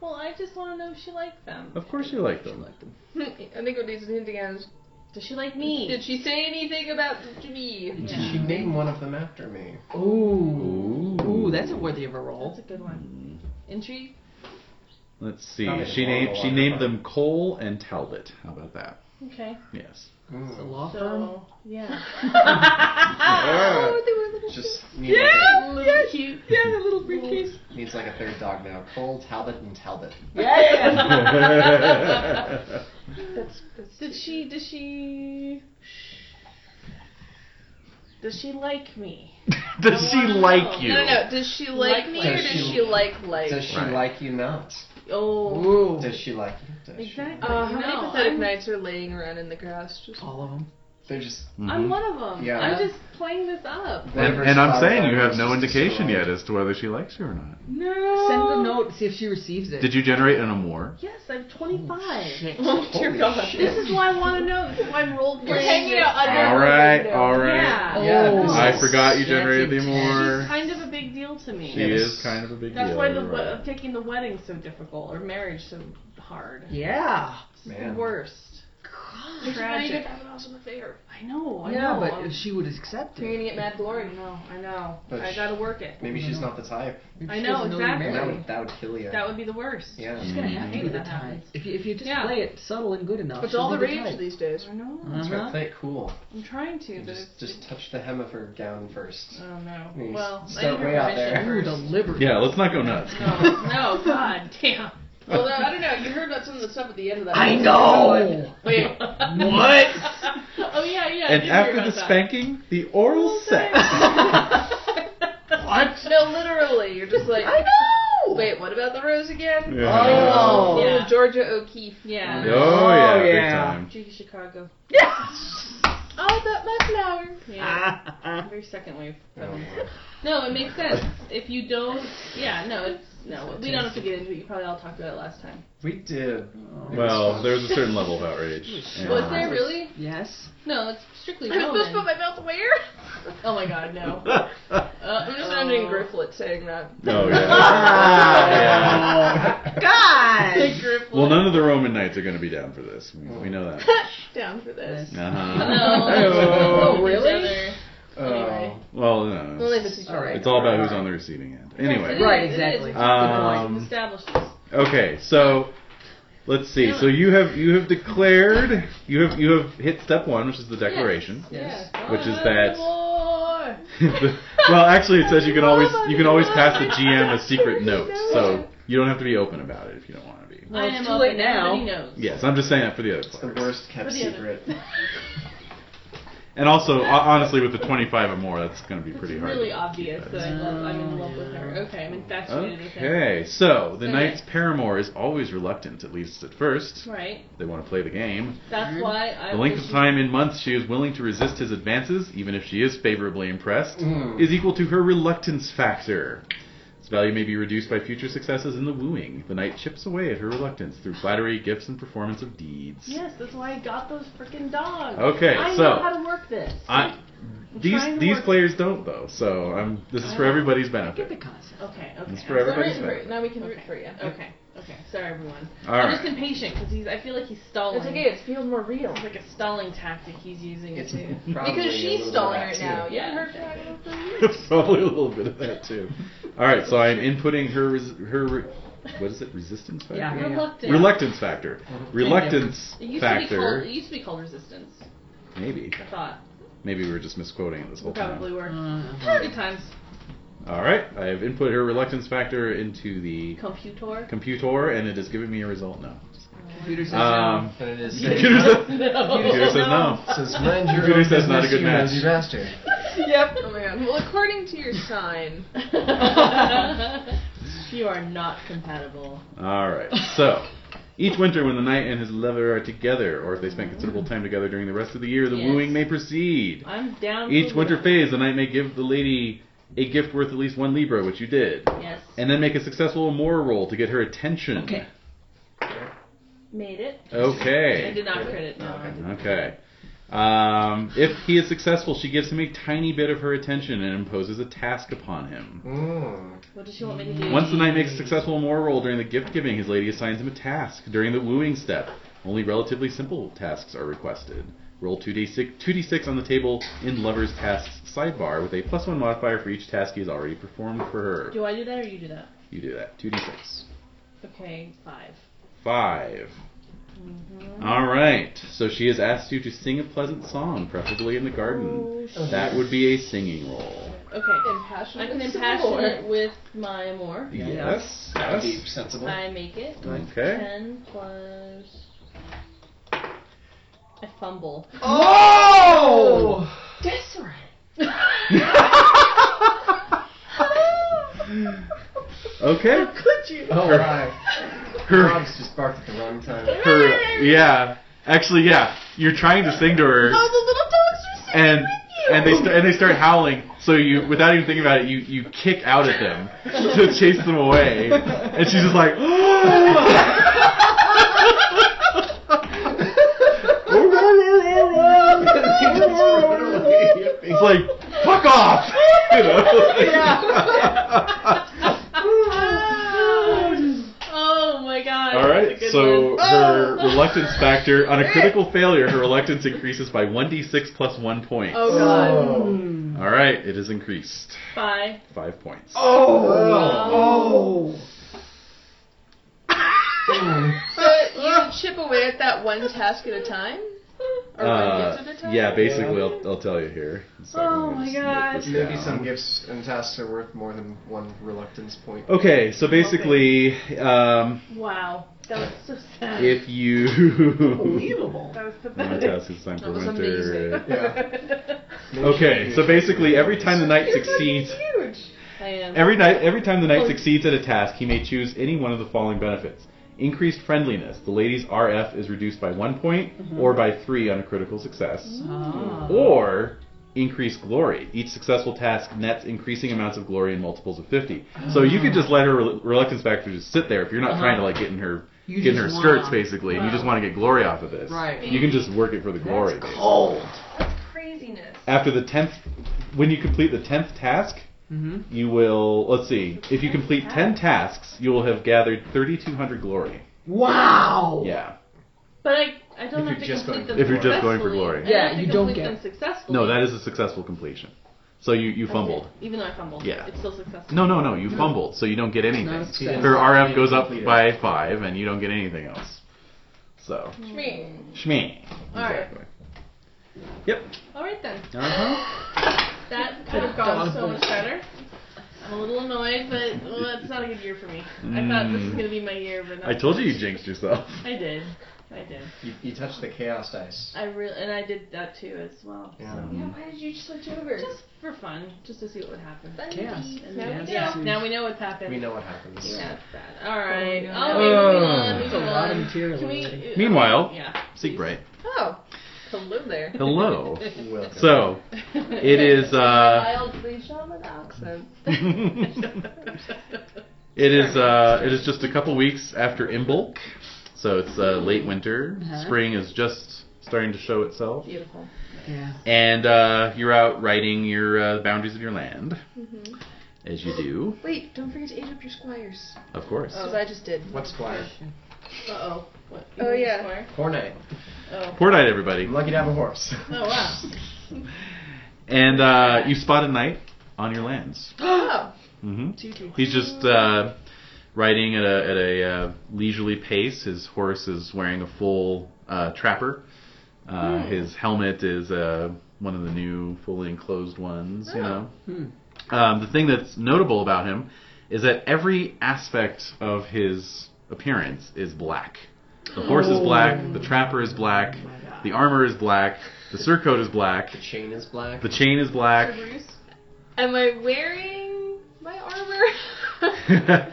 E: Well, I just want to know if she liked them.
A: Of course you like them.
G: I think what needs to hint again is,
E: Does she like me?
G: did she say anything about me?
B: Did she name one of them after me?
C: Ooh.
A: Ooh.
C: Ooh, that's a worthy of a roll.
E: That's a good one. Intrigue.
A: Let's see.
B: Not
A: She
B: anymore,
A: named
B: no
A: she
B: longer.
A: named them Cole and Talbot. How about that?
E: Okay.
A: Yes.
B: Mm.
C: It's a law firm.
E: So yeah.
B: Ah,
G: Oh, they were little
B: just needs,
E: Little yes. cute.
C: Yeah, the little briefcase.
B: like a, needs like a third dog now. Cole, Talbot, and Talbot.
G: That's, that's
E: Did she? Did she? Does she like me?
A: Does she like you?
G: No, no, no. Does she like,
E: Like
G: me
E: like.
G: or does
B: Does
G: she,
B: she-
G: like like?
B: Does she
A: Right.
B: like you not?
E: Oh,
C: Ooh.
B: Does she like you? Does
E: Exactly.
G: Uh, how
E: No,
G: many pathetic
E: I'm-
G: knights are laying around in the grass? Just
C: All of them.
B: She? They're just.
E: I'm
A: Mhm.
E: one of them.
B: Yeah.
E: I'm just playing this up.
A: And, and I'm saying you have no indication yet as to whether she likes you or not.
E: No.
C: Send her a note. See if she receives it.
A: Did you generate an amour?
E: Yes, I'm 25.
G: oh dear God.
E: This is why I want to know. This is why I'm role
G: You're
E: playing.
G: hanging
E: this.
G: out under.
A: All right, all right.
E: Yeah.
B: Yeah,
C: Oh.
B: this is-
A: I forgot you
C: That's
A: generated the
C: intense.
E: She's
A: amour.
E: kind of a big deal to me.
A: She
B: Yeah,
A: is
B: this-
A: kind of a big
E: That's
A: deal.
E: why the
A: you're
E: we-
A: right.
E: of taking the wedding so difficult or marriage so hard.
C: Yeah.
E: It's the
B: Man.
E: worst.
G: Tragic.
E: Tragic. I know. I
C: yeah,
E: know.
C: but
E: I'm-
C: if she would accept
G: You're
C: it.
G: gonna get mad
E: I
G: glory.
E: know. I know.
B: But
E: I
B: sh-
E: gotta work it.
B: Maybe she's not the type.
C: If
E: I
C: she
E: know,
C: doesn't you're
E: exactly.
B: And
C: married,
B: that would that would kill you.
E: That would be the worst.
B: Yeah.
A: Mm-hmm.
C: She's gonna have to
E: Mhm.
C: be the
E: That
C: type.
E: happens.
C: If you, if you just
E: Yeah.
C: play it subtle and good enough.
G: It's
C: she'll
G: all the
C: be
G: rage
C: type.
G: these days.
E: I know.
B: That's
C: Uh-huh.
B: right. Play it cool.
E: I'm trying to, but
B: Just,
E: it's.
B: just touch the hem of her gown first.
E: Oh no.
B: You
E: Well, I
B: start
E: need her
B: way out there.
E: permission
C: Ooh,
E: first.
C: the liberty.
A: Yeah, let's not go nuts.
E: No, no, god damn.
G: Although I don't know, you heard about some of the stuff at the end of that.
C: I know.
G: Wait,
C: what?
E: Oh yeah, yeah. I
A: And
E: did hear
A: after
E: about
A: the
E: that.
A: spanking, the oral sex.
C: What?
G: no, literally, you're just like.
C: I know.
G: Wait, what about the rose again?
A: Yeah.
C: Oh.
G: Little
E: Yeah.
G: Georgia O'Keeffe.
E: Yeah.
A: Oh, yeah,
C: Oh,
A: big
C: yeah.
A: time.
E: Jiggy Chicago.
G: All about my flower.
E: Yeah.
C: Ah.
E: Very second wave.
B: Oh, Lord.
E: No, it makes sense. If you don't, yeah, no, it's no. We don't have to get into it. You probably all talked about it last time.
B: we did.
A: Well, there's a certain level of outrage. and-
G: Was there really?
C: Yes.
E: No, it's strictly
G: I'm supposed to put
E: Roman.
G: my mouth where?
E: Oh my god, no.
G: Uh, I'm just not
E: Oh.
G: doing Griflet saying that.
A: Oh yeah. Yeah.
C: God.
G: Griflet.
A: Well, none of the Roman knights are going to be down for this. We, we know that.
G: down for this.
A: Uh-huh.
C: Oh, really?
B: Oh.
A: Well, no.
G: Only if
A: It's,
G: it's each
C: All right.
G: other.
A: it's all about who's on the receiving end. Anyway.
C: Right,
E: It is,
C: exactly.
E: it is.
A: Um,
E: We've established this.
A: Okay, so let's see. So you have you have declared you have you have hit step one, which is the declaration.
C: Yes.
A: Which is that- well, actually, it says you can
E: Oh
A: always you can always pass the GM a secret note, so you don't have to be open about it if you don't want to be.
C: Well,
E: I
C: it's
E: am
C: too late
E: open.
C: now.
E: Everybody knows.
A: Yes, I'm just saying that for the other
B: It's the
A: players.
B: worst kept
E: For the other-
B: secret.
A: And also, ho- honestly, with the 25 or more, that's going to be pretty
E: it's
A: hard.
E: really
A: to
E: obvious
A: keep
E: that
A: that.
E: I love, I'm in
C: Mm.
E: love with her. Okay, I'm infatuated with her.
A: Okay, so the
E: Okay.
A: knight's paramour is always reluctant, at least at first.
E: Right.
A: They want to play the game.
E: That's why I.
A: The length
E: wish
A: of
E: you-
A: time in months she is willing to resist his advances, even if she is favorably impressed,
B: Mm.
A: is equal to her reluctance factor. Its value may be reduced by future successes in the wooing. The knight chips away at her reluctance through flattery, gifts, and performance of deeds.
E: Yes, that's why I got those freaking dogs.
A: Okay,
E: I
A: so-
E: know how to work this.
A: I, these
E: trying to
A: these
E: work-
A: players don't though, so I'm. This is for everybody's
C: Get the
A: benefit.
C: concept.
E: okay, okay.
A: It's
E: I'm
A: for everybody's
E: sorry.
A: benefit.
G: Now we can root
E: Okay.
G: for you.
E: Okay, okay. Sorry, everyone.
A: All
E: I'm just
A: right.
E: impatient because he's. I feel like he's stalling.
G: It's okay. It feels more real.
E: It's like a stalling tactic he's using
B: It's
E: too.
B: probably
G: Because
B: a
G: she's
B: little
G: stalling
B: bit
G: right
B: of
G: now.
B: that,
G: You haven't heard
E: Yeah.
G: from her for years.
A: Probably a little bit of that too. All right, so I'm inputting her res- her re- what is it resistance factor?
C: Yeah.
E: Reluctant.
A: Reluctance factor. Reluctance
E: It used to be
A: factor.
E: called. e- It used to be called resistance.
A: Maybe.
E: I thought.
A: Maybe we were just misquoting it this whole
E: Probably
A: time.
E: were.
C: Uh,
E: Good times.
A: All right, I have input her reluctance factor into the
E: Computer.
A: computer, and it is giving me a result now.
C: computer says
A: Um,
B: But it is
A: computer says,
B: says,
A: computer says no.
B: says mind your
A: Computer
B: own
A: says not a
B: business,
A: good
B: you
A: match.
B: nosy bastard.
E: Yep.
G: Oh my god. Well, according to your sign,
E: you are not compatible.
A: All right. So, each winter when the knight and his lover are together, or if they spend considerable time together during the rest of the year, the
E: Mm-hmm. Yes.
A: wooing may proceed.
E: I'm down.
A: Each
E: for
A: winter
E: that.
A: phase, the knight may give the lady a gift worth at least one libra, which you did,
E: Yes.
A: and then make a successful amour roll to get her attention.
C: Okay.
E: Made it. I
A: Okay.
E: did not credit. No. I did not.
A: Okay. Um, if he is successful, she gives him a tiny bit of her attention and imposes a task upon him.
B: Mm.
E: What does she want me to do?
A: Once the knight makes a successful moral roll during the gift giving, his lady assigns him a task. During the wooing step, only relatively simple tasks are requested. Roll 2d6, 2d6 on the table in Lover's Tasks sidebar with a plus 1 modifier for each task he has already performed for her.
E: Do I do that or you do that?
A: You do that. 2d6.
E: Okay, five.
A: 5. Alright, so she has asked you to sing a pleasant song, preferably in the garden.
G: oh,
A: That would be a singing roll.
E: Okay.
G: impassioned.
E: I'm an impassionate with my amor.
A: Yes.
B: That'd
A: Yes.
B: be sensible.
E: I make it.
A: Okay.
E: Ten plus. I fumble.
B: Oh!
C: Desiree.
A: Okay.
B: Oh,
A: Her-
B: right.
A: Her
B: Dogs just barked at the wrong time.
A: her yeah actually yeah you're trying to sing to her and and they st- and they start howling so you without even thinking about it you you kick out at them to chase them away and she's just like it's like fuck off you know
E: Oh my god.
A: All right.
E: that's a good
A: So
E: one. Oh.
A: her reluctance factor on a critical failure, her reluctance increases by one d6 plus one point.
E: Oh god.
A: All right, it is increased
E: Bye.
A: five points.
E: Oh.
G: But you chip away at that one task at a time. Or
A: Uh,
G: one gift at a time.
A: yeah, basically, I'll, I'll tell you here. So I'm
E: Oh
A: gonna
E: my
A: just note
E: God.
A: this
B: Maybe
A: down.
B: some gifts and tasks are worth more than one reluctance point.
A: Okay, so basically, um,
E: Wow. That was so sad.
A: if you
C: Unbelievable.
E: that was
A: my
E: pathetic.
A: task is time for
G: That was
A: winter.
G: amazing.
B: Yeah. Maybe
A: Okay,
B: she-
A: so basically, every time the knight succeeds,
E: I am.
A: Every night, every time the knight
E: Oh.
A: succeeds at a task, he may choose any one of the following benefits: increased friendliness. The lady's RF is reduced by one point
C: Mm-hmm.
A: or by three on a critical success,
C: Ah.
A: or increased glory. Each successful task nets increasing amounts of glory in multiples of fifty. So you could just let her rel- reluctance factor just sit there if you're not
C: Uh-huh.
A: trying to like get in her
C: You
A: get in her
C: just
A: skirts
C: wanna-
A: basically, and you
E: Wow.
A: just want to get glory off of this.
C: Right.
A: You can just work it for the glory.
C: That's
A: basically.
C: cold.
G: That's craziness.
A: After the tenth, when you complete the tenth task,
C: Mm-hmm.
A: you will let's see if you complete 10 tasks you will have gathered 3200 glory
C: Wow.
A: yeah
E: But I, I don't
B: If
E: have
B: you're
E: to
B: just going
E: complete them
A: for If you're just going for glory.
E: successfully. I have
C: Yeah,
E: to
C: you don't
E: complete
C: get
E: them successfully.
A: no that is a successful completion so you you
E: I did,
A: fumbled
E: Even though I fumbled.
A: Yeah.
E: It's still successful.
A: no no no you fumbled so you don't get
C: Not a
A: anything
C: success.
A: her rf goes up by 5 and you don't get anything else so
G: Shmee.
A: shmee exactly yep
E: Alright then.
A: uh-huh
E: That could have gone so much better. I'm a little annoyed, but well, it's not a good year for me. I thought this was
A: Mm.
E: going to be my year, but not
A: i told you you jinxed yourself
E: I did. I I did.
B: You, you touched the chaos dice.
E: I really and I did that too as well.
B: Yeah.
G: Yeah, why did you switch over?
E: Just for fun, just to see what would happen.
C: Chaos.
E: And now,
C: Chaos
E: we know.
C: ensues.
E: now we know what's happened.
B: We know what happens.
G: Yeah, it's bad.
E: All right.
G: Oh, no.
E: Oh, wait, moving
A: Oh.
E: on,
C: There's a lot
E: moving
C: of
E: on.
C: material
E: Can we-
C: already.
E: uh,
A: Meanwhple,
E: yeah.
A: Siegbright.
G: Oh, hello there.
A: Hello.
B: Welcome.
A: So it is. Uh,
G: Wildly shaman accent.
A: it is. Uh, it is just a couple weeks after Imbolc, so it's uh, late winter.
C: Uh-huh.
A: Spring is just starting to show itself,
G: Beautiful.
C: Yeah.
A: and uh, you're out riding your uh, boundaries of your land,
G: hmm
A: as you do,
G: Wait, don't forget to age up your squires.
A: of course.
G: Because I just did.
B: What's Squire?
E: Uh oh. What?
G: Oh,
E: You
G: yeah.
E: swear?
B: Poor knight.
E: Oh.
A: Poor night, everybody.
B: I'm lucky to have a horse.
E: Oh wow.
A: And uh, you spot a knight on your lands.
G: Oh,
A: hmm He's just uh, riding at a, at a uh, leisurely pace. His horse is wearing a full uh, trapper. Uh, His helmet is uh, one of the new fully enclosed ones. You know,
C: Hmm.
A: um, the thing that's notable about him is that every aspect of his appearance is black. The horse is black. The trapper is black. The armor is black. The surcoat is black.
B: The chain is black.
A: The chain is black.
G: Bruce. Am I wearing my armor?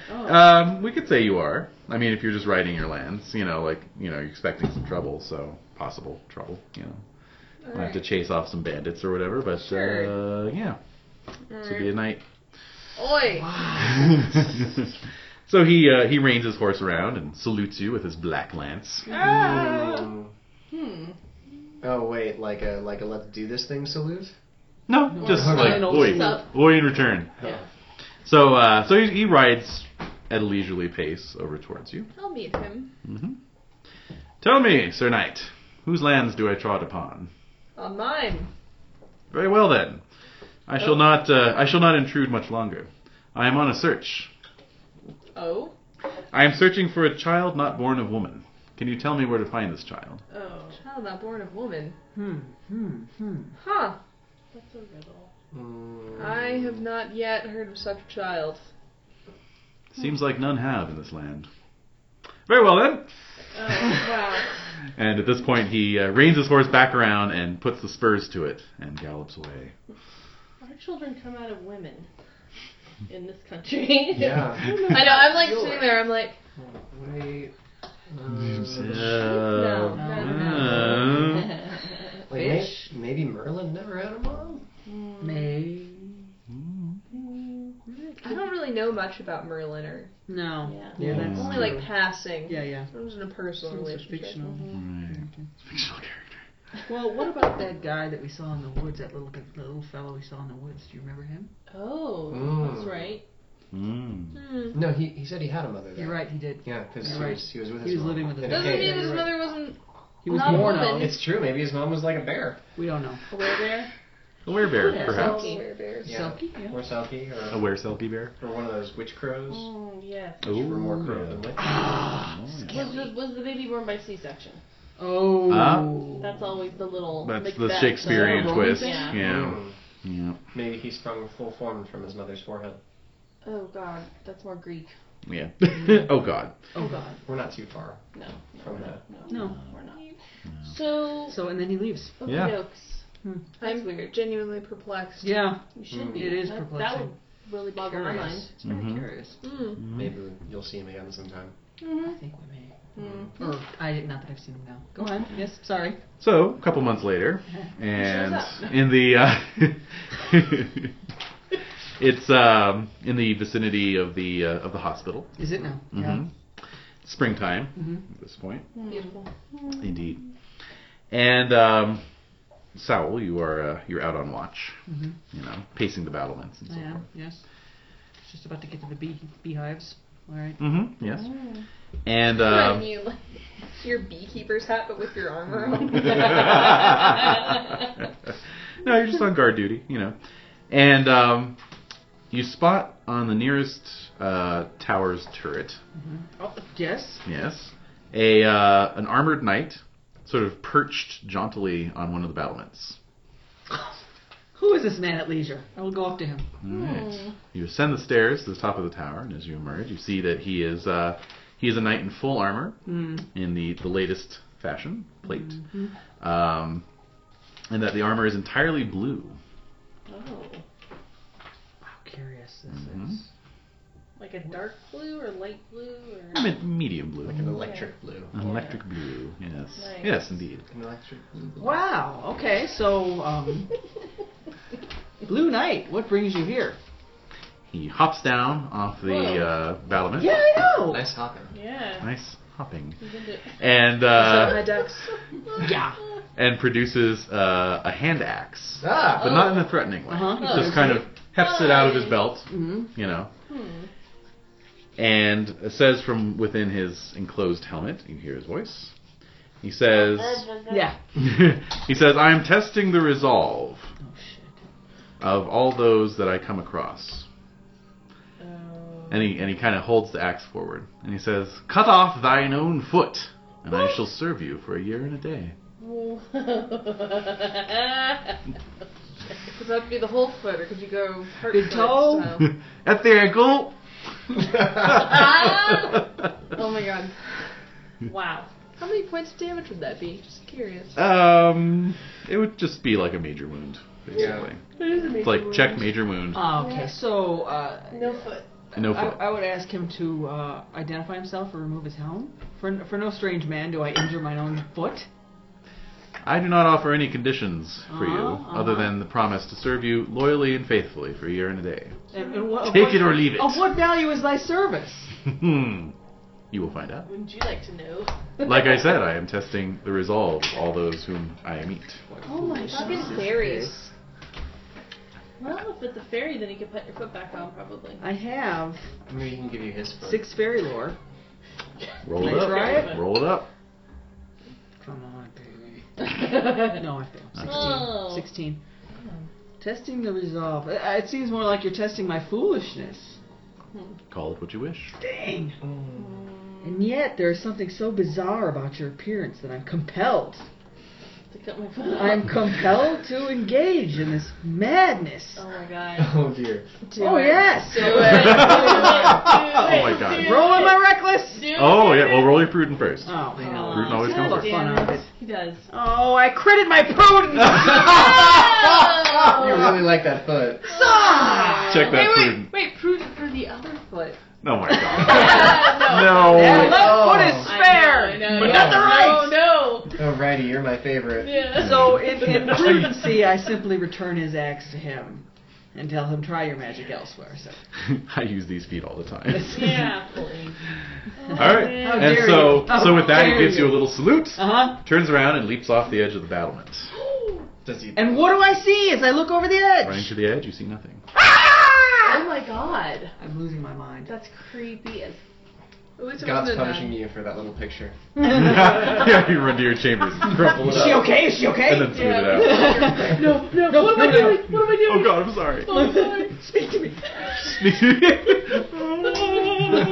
A: um, we could say you are. I mean, if you're just riding your lands, you know, like you know, you're expecting some trouble, so possible trouble, you know, might have to chase off some bandits or whatever. But uh,
G: Sure.
A: yeah, this would be a night.
G: Oi.
A: Ah! so he uh, he reins his horse around and salutes you with his black lance.
B: Mm.
E: Hmm.
B: Oh wait, like a like a let's do this thing salute.
A: No, just
B: Or
A: like
C: an old
A: oi,
C: sup.
A: oi in return.
E: Yeah.
A: So uh, so he, he rides at a leisurely pace over towards you.
G: I'll meet him.
A: hmm Tell me, Sir Knight, whose lands do I trod upon?
G: On mine.
A: Very well then. I shall not. Uh, I shall not intrude much longer. I am on a search.
E: Oh.
A: I am searching for a child not born of woman. Can you tell me where to find this child?
E: Oh.
G: Child not born of woman.
C: Hmm. Hmm. Hmm.
G: Huh.
E: That's a riddle.
B: Mm.
G: I have not yet heard of such a child.
A: Seems like none have in this land. Very well then.
E: Oh wow.
A: And at this point, he uh, reins his horse back around and puts the spurs to it and gallops away.
E: Our children come out of women in this country.
B: Yeah.
G: I know. I'm like sitting there. I'm like,
B: Wait.
A: Uh,
C: No.
A: uh,
B: Wait, may- maybe Merlin never had a mom?
C: May.
A: hmm.
G: I don't really know much about Merlin or
C: No.
E: Yeah.
C: Yeah, that's
G: only
C: true.
G: like passing.
C: Yeah, yeah.
G: It was in a personal
C: Those are
G: relationship.
C: fictional.
A: right. Fictional character.
C: Well, what about that guy that we saw in the woods? That little that little fellow we saw in the woods. Do you remember him?
E: Oh,
B: Mm.
E: that's right.
A: Mm.
G: Hmm.
B: No, he, he said he had a mother. Though.
C: You're right. He did.
B: Yeah, because
C: You're
B: he,
C: right.
B: was, he was with
C: He
B: his
C: was
B: mom.
C: living with his
B: And
C: mom.
B: it came-
G: Doesn't mean that his
B: you're
G: mother wasn't.
C: He was
G: Not a
C: born
G: woman.
C: of.
B: It's true. Maybe his mom was like a bear,
C: We don't know.
E: A werebear?
A: A werebear,
E: Yeah.
G: Oh,
A: perhaps.
E: Selkie.
G: Bears.
B: Yeah.
C: Selkie. Yeah.
B: or Selkie,
A: A Oh.
B: or,
A: were selkie bear.
B: or one of those witch crows.
E: Mm, yes.
B: which were more crow than witch.
A: Oh, yeah.
E: Was the, was the baby born by C-section?
C: Oh.
A: Huh?
E: That's always the little.
A: That's the
E: Macbeth,
A: Shakespearean
E: uh,
A: twist.
E: Yeah.
A: Yeah.
B: Mm.
A: Yeah.
B: Maybe he sprung full formed from his mother's forehead.
E: Oh God, that's more Greek.
A: Yeah. oh God.
E: Oh God,
B: We're not too far
E: no,
B: from that.
A: Mm-hmm.
E: no,
C: No.
E: we're not. So,
C: So and then he leaves.
E: okey
A: Yeah.
E: dokes.
C: Hmm.
E: That's
G: I'm
E: weird.
G: genuinely perplexed.
C: Yeah.
E: You should
B: Mm.
E: be.
C: It is
E: that, That would
C: perplexing.
E: really boggle my mind.
C: Curious. It's very
A: Mhm.
C: curious.
G: Mm.
B: Maybe you'll see him again sometime.
G: Mm-hmm.
C: I think we may.
E: Hmm.
C: Or I did not that I've seen him now. Go on. Yes. Sorry.
A: So a couple months later, and
E: shows
A: in the uh, it's um, in the vicinity of the uh, of the hospital.
C: Is it now?
A: Mhm. Springtime
C: Yeah. hmm
A: at this point,
G: Beautiful.
A: indeed. And um, Saul, you are uh, you're out on watch.
C: hmm
A: You know, pacing the battlements and so
C: I
A: forth.
C: am. Yes. It's Just about to get to the bee beehives. All right.
A: Mm-hmm. Yes.
C: Hmm.
A: And
G: Um,
A: um,
G: you like your beekeeper's hat, but with your armor on.
A: no, you're just on guard duty, you know. And um, you spot on the nearest uh, tower's turret,
C: Oh, yes.
A: yes, a uh, an armored knight, sort of perched jauntily on one of the battlements.
C: Who is this man at leisure? I will go up to him.
A: All
E: Hmm.
A: right.
G: Hmm.
A: You ascend the stairs to the top of the tower, and as you emerge, you see that he is uh, he is a knight in full armor
C: Mm.
A: in the the latest fashion plate, um, and that the armor is entirely blue.
C: Hmm.
E: Oh,
C: How curious this
A: Mhm.
C: is.
E: like a dark blue or light blue or.
A: I meant medium blue.
B: Like an electric blue.
A: An electric blue. Yes.
E: Nice.
A: Yes, indeed.
B: An electric blue.
C: Wow. Okay. So, um, Blue Knight, what brings you here?
A: He hops down off the
E: Whoa.
A: uh, battlement.
C: Yeah, I know.
B: Nice hopping.
E: Yeah.
A: Nice hopping.
E: You can do it.
A: And
C: my
A: uh,
C: ducks. Yeah.
A: and produces uh, a hand axe,
B: Ah!
A: but not in a threatening way.
C: Uh-huh.
A: He Just kind of hefts it out of his belt,
C: hmm
A: you know. And says from within his enclosed helmet, you can hear his voice. He says,
C: Yeah.
A: he says, I am testing the resolve
C: Oh shit.
A: Mm-hmm. of all those that I come across.
E: Oh.
A: And he, and he kind of holds the axe forward. And he says, Cut off thine own foot, and I shall serve you for a year and a day.
E: Does that have to be the whole foot, or could you go part
C: Big
E: foot Uh,
C: toe?
E: style?
A: At the ankle!
E: Oh my god. Wow. How many points of damage would that be? Just curious.
A: um, it would just be like a major wound, basically. It's
E: It's
A: like check major wound.
C: Ah, okay. So, uh,
E: No foot.
A: No
C: I,
A: foot.
C: I would ask him to uh, identify himself or remove his helm. For, for no strange man do I injure mine own foot.
A: I do not offer any conditions for you,
C: Uh-huh,
A: other
C: uh-huh.
A: than the promise to serve you loyally and faithfully for a year and a day.
C: And, and what, of
A: Take
C: what-
A: it or leave it.
C: Of what value is thy service?
A: Hmm. you will find out.
E: Wouldn't you like to know?
A: Like I said, I am testing the resolve of all those whom I meet.
C: Oh my
E: Fucking fairies. Well, if it's a fairy, then you could put your foot back on, probably.
C: I have
B: Maybe he can give you his foot.
C: six fairy lore.
A: Roll
C: Can
A: it
C: I
A: up.
C: try it?
A: Roll it up.
C: Come on, baby. no, I failed.
E: Oh.
C: 16. Testing the resolve. Uh, It seems more like you're testing my foolishness.
A: Call it what you wish.
C: Dang.
B: Mm.
C: And yet, there is something so bizarre about your appearance that I'm compelled.
E: To cut my foot off.
C: I'm compelled to engage in this madness.
E: Oh my god.
B: Oh dear.
E: Do
C: oh,
E: it.
C: yes.
E: Do it. Do it.
A: Oh my god.
C: Roll am I reckless?
E: Do
A: Oh
E: it.
A: yeah, well roll your prudent first.
C: Oh, hell.
A: Bruton always comes
E: God
A: first.
E: damn
C: Fun
E: it.
C: of
E: He does.
C: Oh, I credit my prudence.
E: Ah, Oh,
B: You really like that foot.
C: Ah!
A: Check that
E: wait,
A: prudent.
E: wait, wait, prudent for the other foot.
A: Oh my god.
C: That
A: no.
B: Yeah.
C: left
B: Oh.
C: foot is
E: I
C: spare,
E: know, I know,
C: but
E: yeah.
C: not the right.
E: No,
B: Alrighty, you're my
E: no.
B: favorite.
E: Yeah.
C: So in, in prudency, I simply return his axe to him and tell him try your magic elsewhere. So
A: I use these feet all the time.
E: yeah.
A: All right.
E: How
A: and
C: dare
A: so
C: you. How
A: so with that he
C: dare
A: gives you a
C: you.
A: little salute,
C: uh huh.
A: turns around and leaps off the edge of the battlement.
E: Oh
B: Does he?
C: And what do I see as I look over the edge?
A: Running to the edge, you see nothing.
E: Oh my god.
C: I'm losing my mind.
E: That's creepy as. At least it
B: God's
E: wasn't a nun.
B: punishing you for that little picture.
A: yeah, you run to your chambers, crumple it
C: Is she
A: up,
C: okay? Is she
A: and
C: okay?
A: then smooth it out.
C: no, no, no. What am I doing? What am I
A: Oh god, I'm sorry.
C: doing? Speak to me.
A: okay.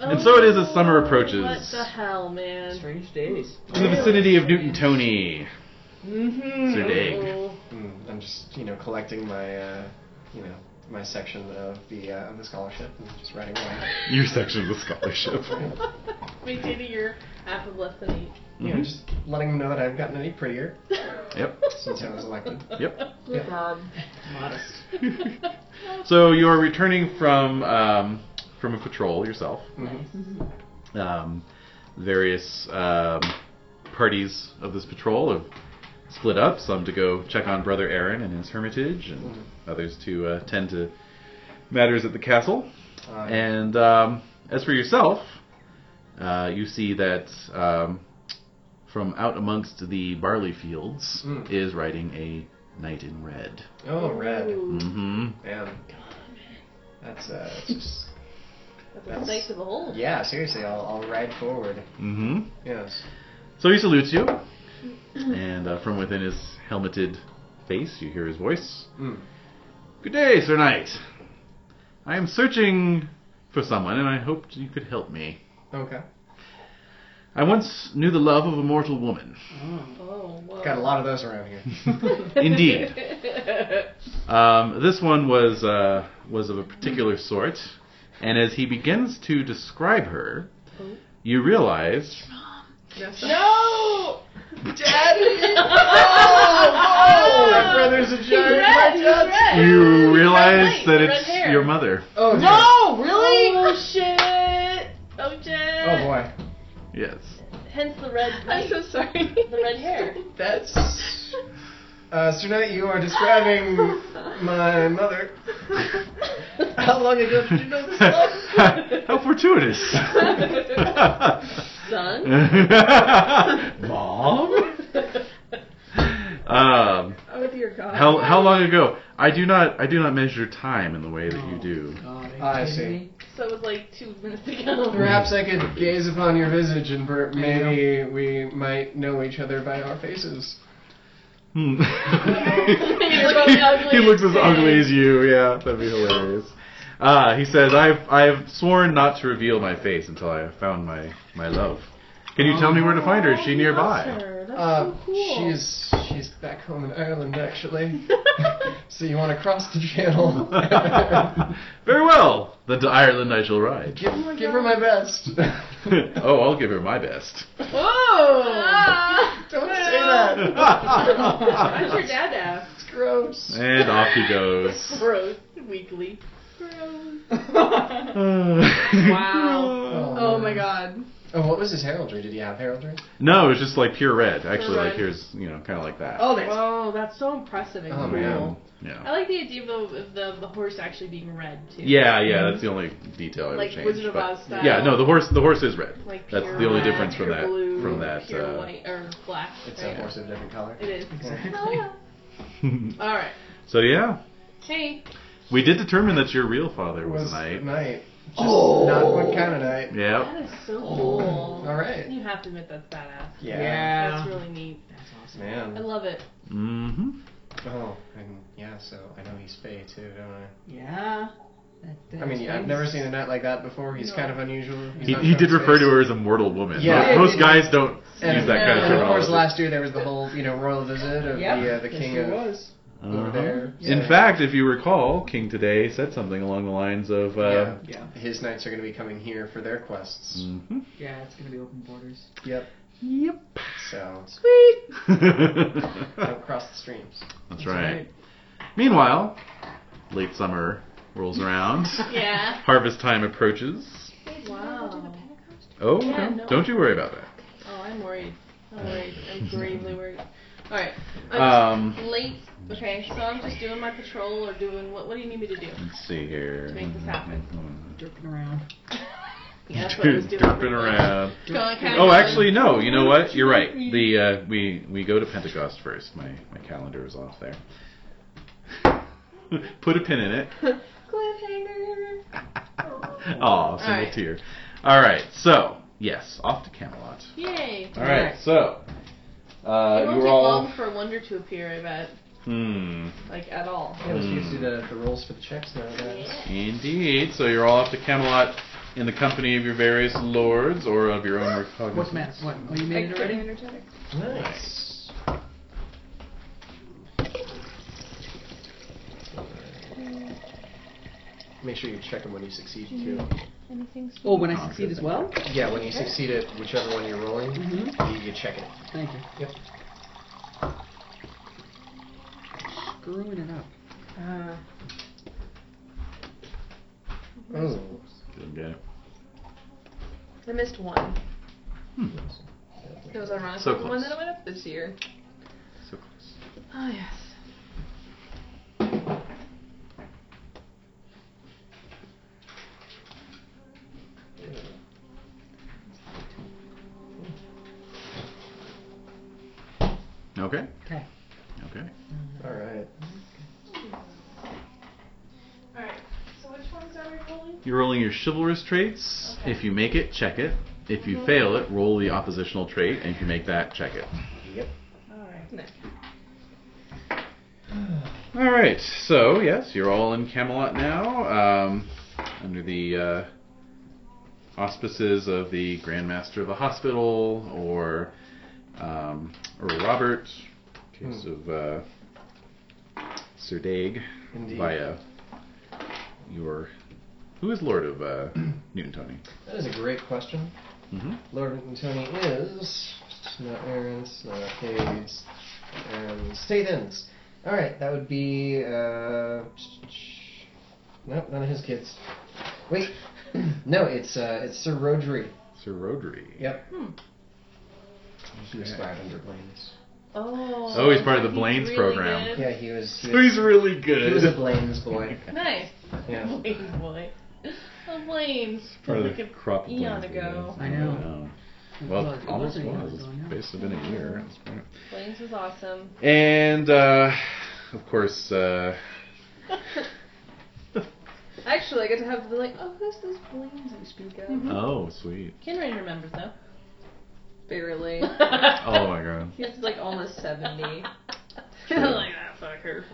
A: And so it is as summer approaches.
E: Oh What the hell, man?
C: Strange days.
A: In the vicinity of Newton Tony,
C: Mm-hmm.
A: Sir Dag.
E: Oh,
C: Hmm,
B: Mm, I'm just, you know, collecting my, uh, you know, my section of the uh, of the scholarship and just writing away.
A: Your section of the scholarship.
E: Maintaining your half of less than eight.
B: You
A: Mm-hmm.
B: know, just letting them know that I haven't gotten any prettier
A: Yep.
B: since I was elected.
A: Yep.
E: Good God.
C: Modest.
A: So you are returning from um, from a patrol yourself.
B: Mhm.
C: Mm-hmm.
A: Um, various um, parties of this patrol have split up. Some to go check on Brother Aaron and his hermitage, and others to uh, tend to matters at the castle.
B: Uh,
A: And um, as for yourself, uh, you see that um, from out amongst the barley fields
B: Mm.
A: is riding a knight in red.
B: oh, red.
A: hmm
B: Man. That's uh, it's just
A: Mm.
E: That's nice to behold.
B: yeah. Seriously, I'll, I'll ride forward.
A: hmm
B: Yes.
A: So he salutes you, and uh, from within his helmeted face, you hear his voice.
B: Mm.
A: Good day, Sir Knight. I am searching for someone, and I hoped you could help me.
B: Okay.
A: I once knew the love of a mortal woman.
E: Oh, whoa.
B: Got a lot of those around here.
A: Indeed. Um, this one was uh, was of a particular sort. And as he begins to describe her,
D: Oh.
A: you realize
D: No! Daddy!
B: My brother's a giant.
D: red, he's red.
A: you realize
D: light,
A: that
D: red
A: it's
D: hair.
A: your mother.
B: Oh, dear.
D: No, really? Oh shit! Oh shit!
B: Oh boy.
A: Yes.
D: Hence the red.
G: I'm so sorry.
D: the red hair.
B: That's. Uh, Sir Knight, you are describing my mother. How long ago did you know this love?
A: How fortuitous.
G: Son?
A: Mom? Um,
E: Oh dear God.
A: how, how long ago? I do not I do not measure time in the way that you
C: Oh,
A: do.
C: God,
B: Ah, I
C: are you kidding
B: see.
C: me?
G: So it was like two minutes ago.
B: Perhaps I could gaze upon your visage and per- maybe we might know each other by our faces.
A: Hmm.
G: look as
A: he
G: ugly
A: looks
G: as
A: as ugly as you. Yeah, that'd be hilarious. Uh, he says, "I've I've sworn not to reveal my face until I have found my my love. Can you tell me where to find her? Is she nearby?"
E: That's
B: Uh,
E: so cool.
B: she's she's back home in Ireland actually. so you want to cross the channel?
A: Very well. Then to Ireland I shall ride.
E: Oh
B: give give her my best.
A: oh, I'll give her my best.
B: Don't say that.
E: That's your dad ass.
B: It's gross.
A: and off he goes.
E: Gross. Weekly.
A: wow.
G: Oh my god.
B: Oh, what was his heraldry? Did he have heraldry?
A: No, it's just like pure red. Actually, like
G: red.
A: here's you know kind of like that. Um,
E: Oh, that's, whoa, that's so impressive and
B: Oh,
E: cool.
B: man.
A: Yeah.
E: I like the idea of the, of the, the horse actually being red too.
A: Yeah, yeah, that's the only detail I would
E: Like
A: change.
E: Wizard of
A: but-
E: Oz style.
A: Yeah, no, the horse the horse is red.
E: Like
A: That's
E: pure
A: the only
E: red,
A: difference from
E: pure
A: that
E: blue,
A: from that.
E: Pure
A: uh,
E: white or black.
B: It's
E: right?
B: a horse of a different color.
E: Oh, It is.
C: Exactly.
E: All right.
A: so yeah,
E: Hey.
A: we did determine that your real father
B: It
A: was,
B: was
A: a knight.
B: night. Just
C: Oh.
B: not what kind of night.
A: Yeah.
E: That is so cool.
B: All right.
E: You have to admit that's badass.
B: Yeah.
C: Yeah.
E: That's really neat.
C: That's awesome.
E: I
B: Man.
E: love it.
A: Mm-hmm.
B: Oh, and yeah. So I know he's Fey too, don't I?
C: Yeah. That, that
B: I mean, yeah, I've never seen a night like that before. He's kind of unusual. He's
A: He,
B: not
A: he did
B: showing
A: refer
B: his
A: to her as a mortal woman.
B: Yeah.
A: Most, most guys don't
B: face.
A: use that kind of
B: and uh, of
A: terminology.
B: course, last year there was the whole you know royal visit of
C: Yep.
B: the uh, the
C: Yes,
B: king
C: it
B: of
C: was.
B: over there.
A: Uh-huh. In
B: So
A: fact, if you recall, King today said something along the lines of, uh,
B: Yeah.
C: Yeah.
B: his knights are going to be coming here for their quests.
A: mhm.
C: Yeah, it's gonna be open borders.
B: Yep.
A: "Yep."
B: So
A: That's
B: don't cross the streams.
A: right. Meanwhile, late summer rolls around.
E: Yeah.
A: Harvest time approaches.
E: Wow.
A: Oh,
E: Yeah,
A: no.
E: no.
A: don't you worry about that.
E: Oh, I'm worried. I'm worried. I'm gravely worried. All right. I'm
A: Um,
E: late. Okay, so I'm just doing my patrol or doing what? What do you need me to do?
A: let's see here.
E: To make this happen.
C: Jerking around.
E: Yeah, that's what I was doing.
A: Dropping around.
E: Going kind of
A: Oh, actually, no. You know what? You're right. The uh, we we go to Pentecost first. My my calendar is off there. Put a pin in it.
E: Cliffhanger.
A: Oh, single
E: right.
A: tear. All right. So yes, off to Camelot.
E: Yay.
A: All right. So uh,
E: it won't
A: you
E: take
A: were all.
E: long for Wonder to appear, I bet.
A: Hmm.
E: Like, at all.
B: Yeah, let's
A: Hmm.
B: use the, the rolls for the checks now, guys.
A: Indeed. So you're all off to Camelot in the company of your various lords or of your own
C: What
A: recognizance.
C: matter? What? Oh, you made it already?
G: energetic.
B: Nice. Make sure you check them when you succeed too.
G: Anything
C: Oh, when I succeed as well?
B: Yeah, when you succeed at whichever one you're rolling,
C: Mm-hmm.
B: you, you check it.
C: Thank you.
B: Yep.
C: Screwing it up.
E: Uh,
B: Oh.
A: Okay.
G: I missed one.
A: Hmm.
G: It was ironic.
A: So
G: the one
A: close.
G: that I went up this year.
A: So close.
E: Ah,
G: Oh yes.
A: Okay.
C: Okay.
A: Okay.
B: All right.
D: Alright, so which ones are we rolling?
A: You're rolling your chivalrous traits.
D: Okay.
A: If you make it, check it. If you fail it, roll the oppositional trait, and if you make that, check it.
B: Yep.
E: Alright.
G: No.
A: All right. So yes, you're all in Camelot now, um, under the uh, auspices of the Grand Master of the Hospital or um, Earl Robert, in case of uh, Sir Daig, uh.
B: Indeed.
A: via your Who is Lord of uh, Newton Tony?
B: That is a great question.
A: Mm-hmm.
B: Lord Newton Tony is not errands, not arcades, and state ends. All right, that would be uh, nope, none of his kids. Wait, no, it's uh, it's Sir Rodri.
A: Sir Rodri.
B: Yep, he was
A: Okay.
B: fired under Blaine's.
E: Oh.
A: Oh, he's part of the
E: he's
A: Blaine's
E: really
A: program.
E: good.
B: Yeah, he was. He was,
A: He's really
B: he was a
A: good.
B: Blaine's boy.
E: Nice.
B: Yeah.
E: Blaine's boy. Oh, Blaine's.
A: Part of the
E: Like a
A: crop of
E: eon
A: Blaine's
E: ago.
A: videos.
C: I know.
A: Well,
C: Well,
A: it
C: it
A: almost
C: wasn't
A: was.
C: even
A: It's
C: going on.
A: basically been a year. at this point.
G: Blaine's was awesome.
A: And uh, of course, uh,
G: Actually, I got to have the like, oh, who's this Blaine's you speak of?
A: oh sweet,
E: Kinrain Mm-hmm. remembers though.
G: Barely.
A: oh my god,
G: He's like almost 70.
E: like ah, fuck her.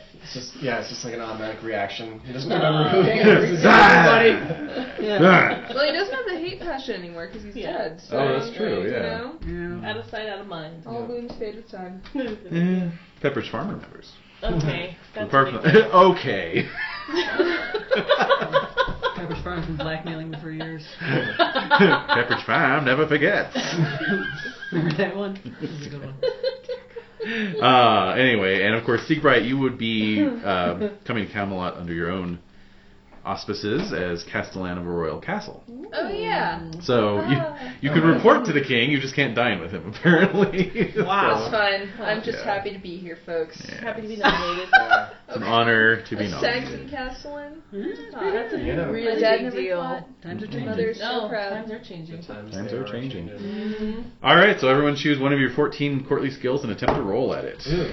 B: It's just yeah, it's just like an automatic reaction. He doesn't remember who he is.
A: Ah!
G: Well, he doesn't have the hate passion anymore because he's
E: Yeah.
G: dead. So,
A: Oh, that's true,
G: You
A: yeah.
G: know?
C: Yeah.
E: Out of sight, out of mind.
G: All
B: Yeah.
G: wounds fade with time.
A: Eh, Pepper's farm remembers.
E: Okay. That's
A: Apart
E: big.
A: from okay.
E: Oh,
C: Pepper's Farm's been blackmailing me for years.
A: Pepper's farm never forgets.
C: Remember that one? This is a good one.
A: uh, anyway, and of course, Siegbright, you would be uh, coming to Camelot under your own auspices as Castellan of a royal castle.
G: Oh yeah.
A: So you,
G: Ah.
A: you can report to the king, you just can't dine with him, apparently.
G: It's
A: Wow.
G: fun. I'm just
A: Yeah.
G: happy to be here, folks.
E: Happy to be nominated.
B: Yeah.
A: It's an honor to be
G: A Saxon
A: nominated.
G: Castellan.
C: Oh,
E: Wow, that's a
B: You know.
E: really
G: My dad
E: big
G: never
E: deal.
G: thought.
C: Times are
G: Mother-
C: changing.
G: Oh, They're so
E: No,
G: proud.
E: times are changing.
B: Sometimes
A: Times
B: they
A: are
B: are
A: changing.
B: changing.
A: All right, so everyone choose one of your 14 courtly skills and attempt to roll at it.
B: Ooh.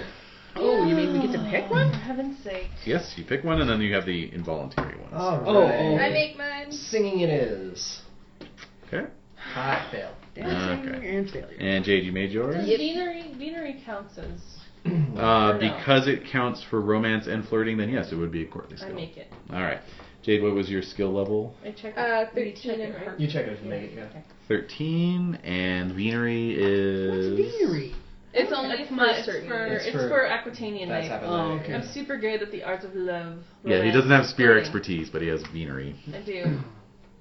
C: Oh, you mean we get to pick
E: For
C: one?
E: heaven's sake.
A: Yes, you pick one, and then you have the involuntary ones.
B: All right.
C: Oh, oh.
G: I make mine.
B: Singing it is.
A: Okay.
B: Hot fail.
C: Mm-hmm. Dancing
A: Okay.
C: and failure.
A: And Jade, you made yours?
E: Does venery, venery counts as
A: Uh,
E: No.
A: because it counts for romance and flirting, then yes, it would be a courtly
E: I
A: skill.
E: make it.
A: All right. Jade, what was your skill level?
E: I check.
G: Uh,
E: you check
G: 13
E: it,
G: and
E: right?
G: her.
B: You check it if you make it, yeah.
A: 13, and Venery
C: What's
A: is.
C: Venery?
G: It's only
E: it's
G: for
E: my, it's
G: certain.
E: for, it's
B: It's
E: for
B: for-
E: Aquitanian
B: That's
E: night.
B: happened.
C: Oh,
B: later,
C: okay.
E: I'm super good at the art of love.
A: Yeah, he
E: romance,
A: doesn't have spear
E: flirting.
A: expertise, but he has Venery.
E: I do.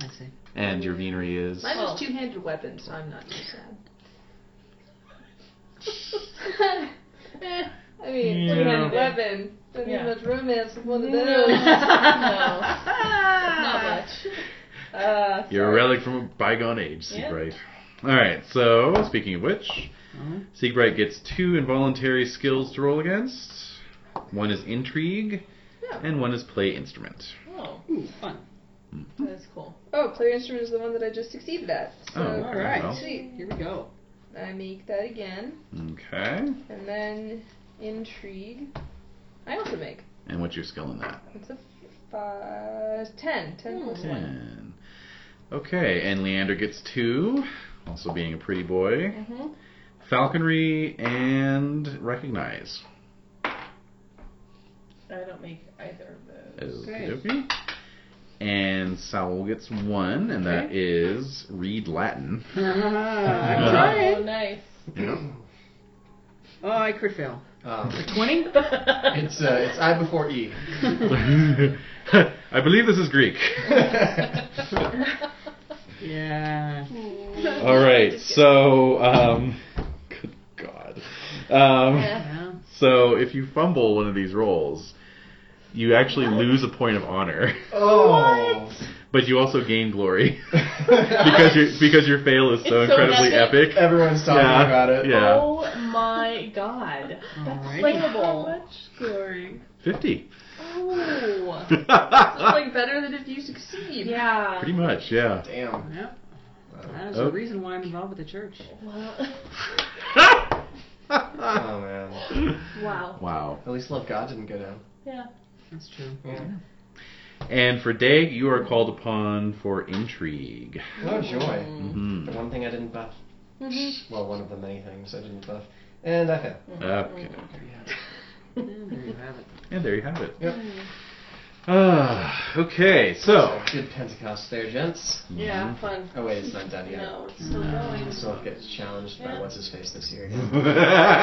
C: I see.
A: And your Venery is.
G: Mine
E: Well-
G: was two-handed weapon, so I'm not too sad. Eh, I mean,
A: Yeah.
G: two-handed weapon. Don't
E: Yeah.
G: need much romance with one of
E: No.
G: those.
C: Oh,
E: No. Not
G: Not
E: much.
G: much. Uh,
A: You're a
G: sorry.
A: relic from a bygone age,
E: Yeah.
A: Siegbright. All right, so speaking of which,
C: Oh.
A: Siegbright gets two involuntary skills to roll against. One is intrigue,
E: Yeah.
A: and one is play instrument. Hmm.
E: Oh,
C: Ooh, fun.
E: that's cool.
G: Oh, player instrument is the one that I just succeeded at. So,
A: Oh,
C: all right.
A: well.
G: sweet.
C: Here we go.
G: I make that again,
A: Okay.
G: and then intrigue. I also make.
A: And what's your skill in that?
G: It's a five, ten, ten plus one.
A: Ten. Okay, and Leander gets two, also being a pretty boy.
G: Mm-hmm.
A: Falconry and recognize.
E: I don't make either of those.
A: Okay. And Saul gets one, and that is read Latin.
C: I'm
A: Uh.
E: Oh,
C: trying.
E: nice.
C: Oh, I crit fail.
B: Um,
C: 20?
B: it's uh, it's I before E.
A: I believe this is Greek.
C: Yeah.
A: All right, so um, good God, um,
C: Yeah.
A: so if you fumble one of these rolls, you actually lose a point of honor,
B: oh.
A: but you also gain glory because your because your fail is so
E: It's so
A: incredibly
E: epic.
A: epic.
B: Everyone's talking
A: Yeah,
B: about it.
A: Yeah.
E: Oh my god.
C: Alrighty.
E: Playable. much glory.
A: Fifty.
E: Oh.
G: Like better than if you succeed.
E: Yeah.
A: Pretty much, yeah.
B: Oh, Damn.
C: Yeah. That is
A: Oh.
C: the reason why I'm involved with the church.
E: Well,
B: Oh man.
E: wow.
A: wow.
B: At least love God didn't go down.
E: Yeah.
C: That's true.
B: Yeah.
A: And for Dag, you are called upon for intrigue.
B: Oh joy.
A: hmm
B: The one thing I didn't buff.
E: Mm-hmm.
B: Well, one of the many things I didn't buff, and I failed.
A: Okay.
C: Yeah, there you have it.
A: And there you have it.
B: Yep.
A: Ah, okay, so
B: Good Pentecost there, gents.
A: Mm-hmm.
E: Yeah, fun.
B: Oh wait, it's not done yet.
E: No, it's still going.
B: This one gets challenged by
E: Yeah.
B: what's his face this year. again.
E: Oh,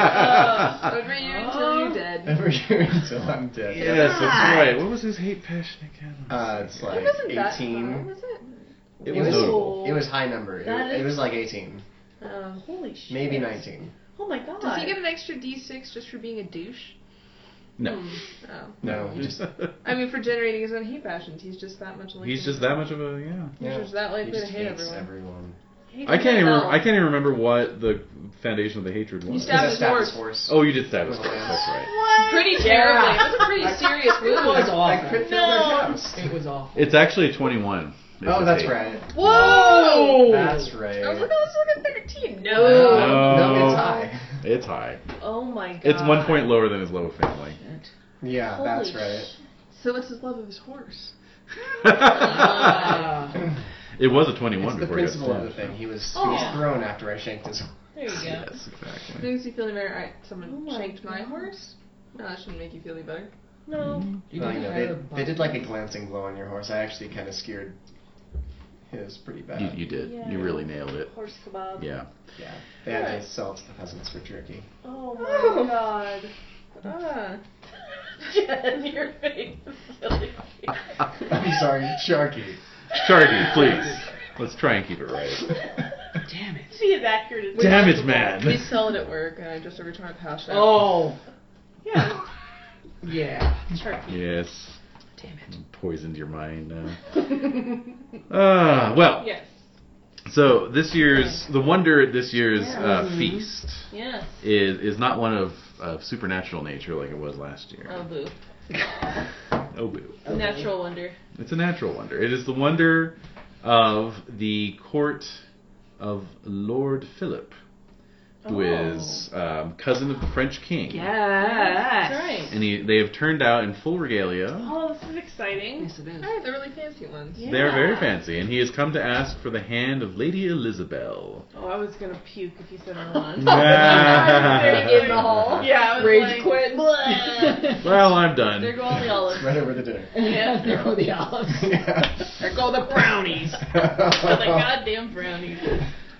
A: yes,
E: Every year
G: until you're dead.
B: Every year until I'm dead.
A: that's right. What was his hate passion again?
B: Uh, it's like
G: It wasn't that high,
B: 18.
G: was it?
A: it
B: It
A: was
B: was,
A: notable.
B: it was high number. It,
E: That
B: it
E: is-
B: was like 18,
E: Um, holy shit.
B: maybe 19.
E: Oh my god.
G: Does he get an extra D6 just for being a douche?
A: no.
G: Oh.
B: No, he just
G: I mean, for generating his own hate passions, he's just that much.
A: He's just that much of a yeah.
G: He's
B: yeah.
G: just that
B: he
G: likely to
B: just
G: hate
B: hates
G: everyone.
B: everyone.
E: He
A: I can't even
E: himself.
A: I can't even remember what the foundation of the hatred was.
G: You stabbed his
B: Stab his
G: horse.
B: horse.
A: Oh, you did stab his horse. That's right.
G: Pretty terribly. It was a pretty
C: Yeah.
G: serious
C: It was
G: wound.
B: Like,
C: awful.
B: crit failed our jumps.
C: It was awful.
A: It's actually 21. is
B: Oh,
A: his
B: that's
A: hate.
B: right.
G: Whoa!
B: That's
G: I Oh. was
B: right.
G: like, I was like a 13. No.
A: No.
B: no, it's high.
A: It's high.
E: Oh my god.
A: It's one point lower than his low family.
B: Yeah,
E: Holy
B: that's right.
E: So what's his love of his horse?
C: Ah.
A: it was a 21
B: It's the
A: before he got
B: principle of the
A: stabbed.
B: thing. He was,
E: Oh.
B: he was thrown after I shanked his.
E: There you go.
A: Yes,
G: It
A: exactly.
G: makes you feel any better. Alright,
E: Oh
G: someone
E: my
G: shanked my
E: God.
G: horse. No, that shouldn't make you feel any better.
E: No.
C: You
B: Well,
C: did
B: you know,
C: have a
B: Oh, they, they
C: bump.
B: did like a glancing blow on your horse. I actually kind of skewered his pretty bad.
A: You, you did. You
E: Yeah.
A: really nailed it.
E: Horse kebab.
A: Yeah.
B: yeah, they had to sell it to the peasants for jerky.
E: Oh my
G: Oh.
E: god.
G: Ah.
E: Jen, your face is silly.
B: I'm sorry, Sharky.
A: Sharky, please. Let's try and keep it right.
C: Damn it.
E: She is accurate as
A: Damn it, man.
G: He's solid at work, and I just every time I pass out.
C: Oh.
E: Yeah.
C: Yeah.
A: Yes.
C: Damn it.
A: Poisoned your mind now. Ah, well.
E: Yes.
A: So this year's the wonder at this year's uh,
C: Mhm.
A: feast
E: Yes.
A: is is not one of, of supernatural nature like it was last year.
E: Oh boo.
A: Oh boo.
E: Natural wonder.
A: It's a natural wonder. It is the wonder of the court of Lord Philip, who
E: Oh.
A: is um, cousin of the French king.
E: That's
C: Yes.
E: right.
A: And he, they have turned out in full regalia.
E: Oh, this is exciting.
C: Yes, it is.
G: Alright, the really fancy ones.
E: Oh, Yeah.
A: They are very fancy, and he has come to ask for the hand of Lady Elizabeth.
E: Oh, I was gonna puke if you said Milan.
G: in the hall.
E: Yeah, I was
G: Rage
E: like,
G: quit.
E: "Bleh."
A: well, I'm done.
E: there go all the olives.
B: Right over the dinner.
E: Yeah.
C: there go the olives. There go the brownies.
E: They're like goddamn brownies.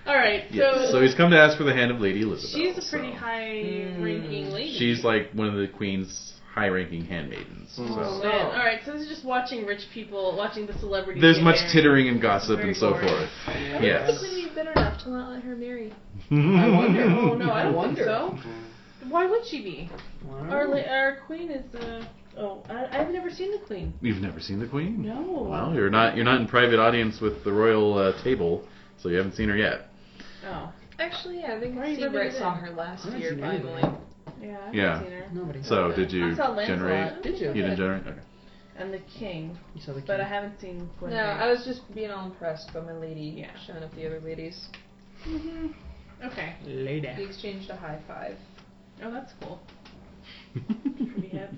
E: All right,
A: Yes. So he's come to ask for the hand of Lady Elizabeth.
E: she's a pretty
A: so.
E: high-ranking lady.
A: She's like one of the queen's high-ranking handmaidens.
E: Oh,
A: So.
E: man. All right, so this is just watching rich people, watching the celebrities.
A: There's
E: get
A: much
E: married.
A: tittering and gossip and
E: Very
A: so
E: boring.
A: forth.
G: I think
A: Yes.
G: we'd be bitter enough to not let her marry.
E: I wonder. Oh no, I
C: I
E: don't
C: wonder.
E: think so. Why would she be? Our la-
C: Wow.
E: our queen is uh oh I, I've never seen the queen.
A: You've never seen the Queen?
E: No.
A: Well, you're not you're not in private audience with the royal uh, table, so you haven't seen her yet.
E: Oh
G: Actually, yeah, I think
E: Why are you
G: Steve
E: rubbing
G: Wright
E: it
G: saw
E: in?
G: her last
C: I haven't
G: year
C: seen
G: finally.
C: anybody.
E: yeah. I haven't
A: Yeah.
E: Seen her.
C: Nobody.
A: So did you
G: I saw Lancelot.
A: generate?
E: Did you?
A: You didn't generate. Okay.
E: And the king,
C: You saw the
E: but I
C: kid.
E: haven't seen. Gwen
G: No,
E: Grey.
G: I was just being all impressed by my lady
E: Yeah.
G: showing up the other ladies.
E: Mm-hmm. Okay.
G: We
C: Lady.
G: exchanged a high five.
E: Oh, that's cool. We have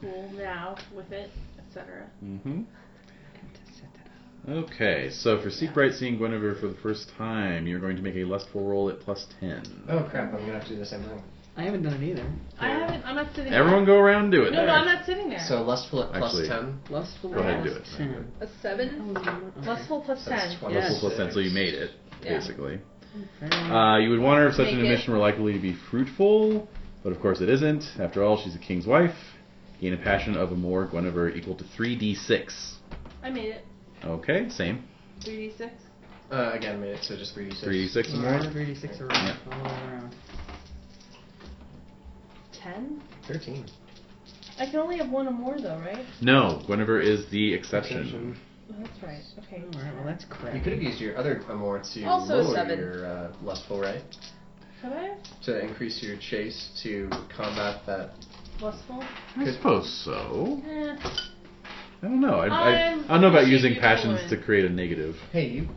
E: cool now with it, etc.
A: Mm-hmm. Okay, so for Seekbright seeing Guinevere for the first time, you're going to make a lustful roll at plus ten.
B: Oh crap! I'm gonna have to do the same thing.
C: I haven't done it either.
E: I haven't. I'm not sitting.
A: Everyone go around and do it. there.
E: There. No, no, I'm not sitting there.
B: So lustful at plus
A: Actually,
B: ten.
C: Lustful.
A: Go ahead and do
C: lust
A: it.
C: sin.
G: A seven?
E: Lustful plus
B: That's
E: ten.
B: 20.
C: Yes.
A: Lustful plus ten, so you made it,
G: Yeah.
A: basically.
C: Very-
A: Uh, you would wonder if such an
G: Make it.
A: admission were likely to be fruitful, but of course it isn't. After all, she's a king's wife. Gain a passion of amour Guinevere equal to 3d6.
E: I made it.
A: Okay, same.
E: Three d six.
B: Uh, again, made it. So just three d six.
A: 3d6
C: More
A: amour.
C: 36 around.
A: Yeah.
C: All around.
E: Ten.
B: Thirteen.
E: I can only have one or more though, right?
A: No, Guinevere is the exception.
E: Oh, that's right. Okay.
C: All right, well, that's
B: You
C: crap.
B: could have used your other amour to
G: Also
B: lower
G: seven.
B: your uh, lustful, right?
E: Could I? have
B: To increase your chase to combat that.
E: Lustful.
A: I suppose so.
E: Eh.
A: I don't know. I, I,
E: I'm
A: I don't know about
E: pushing
A: using
E: Um, you
A: passions to
E: forward.
A: create a negative.
B: Hey, you.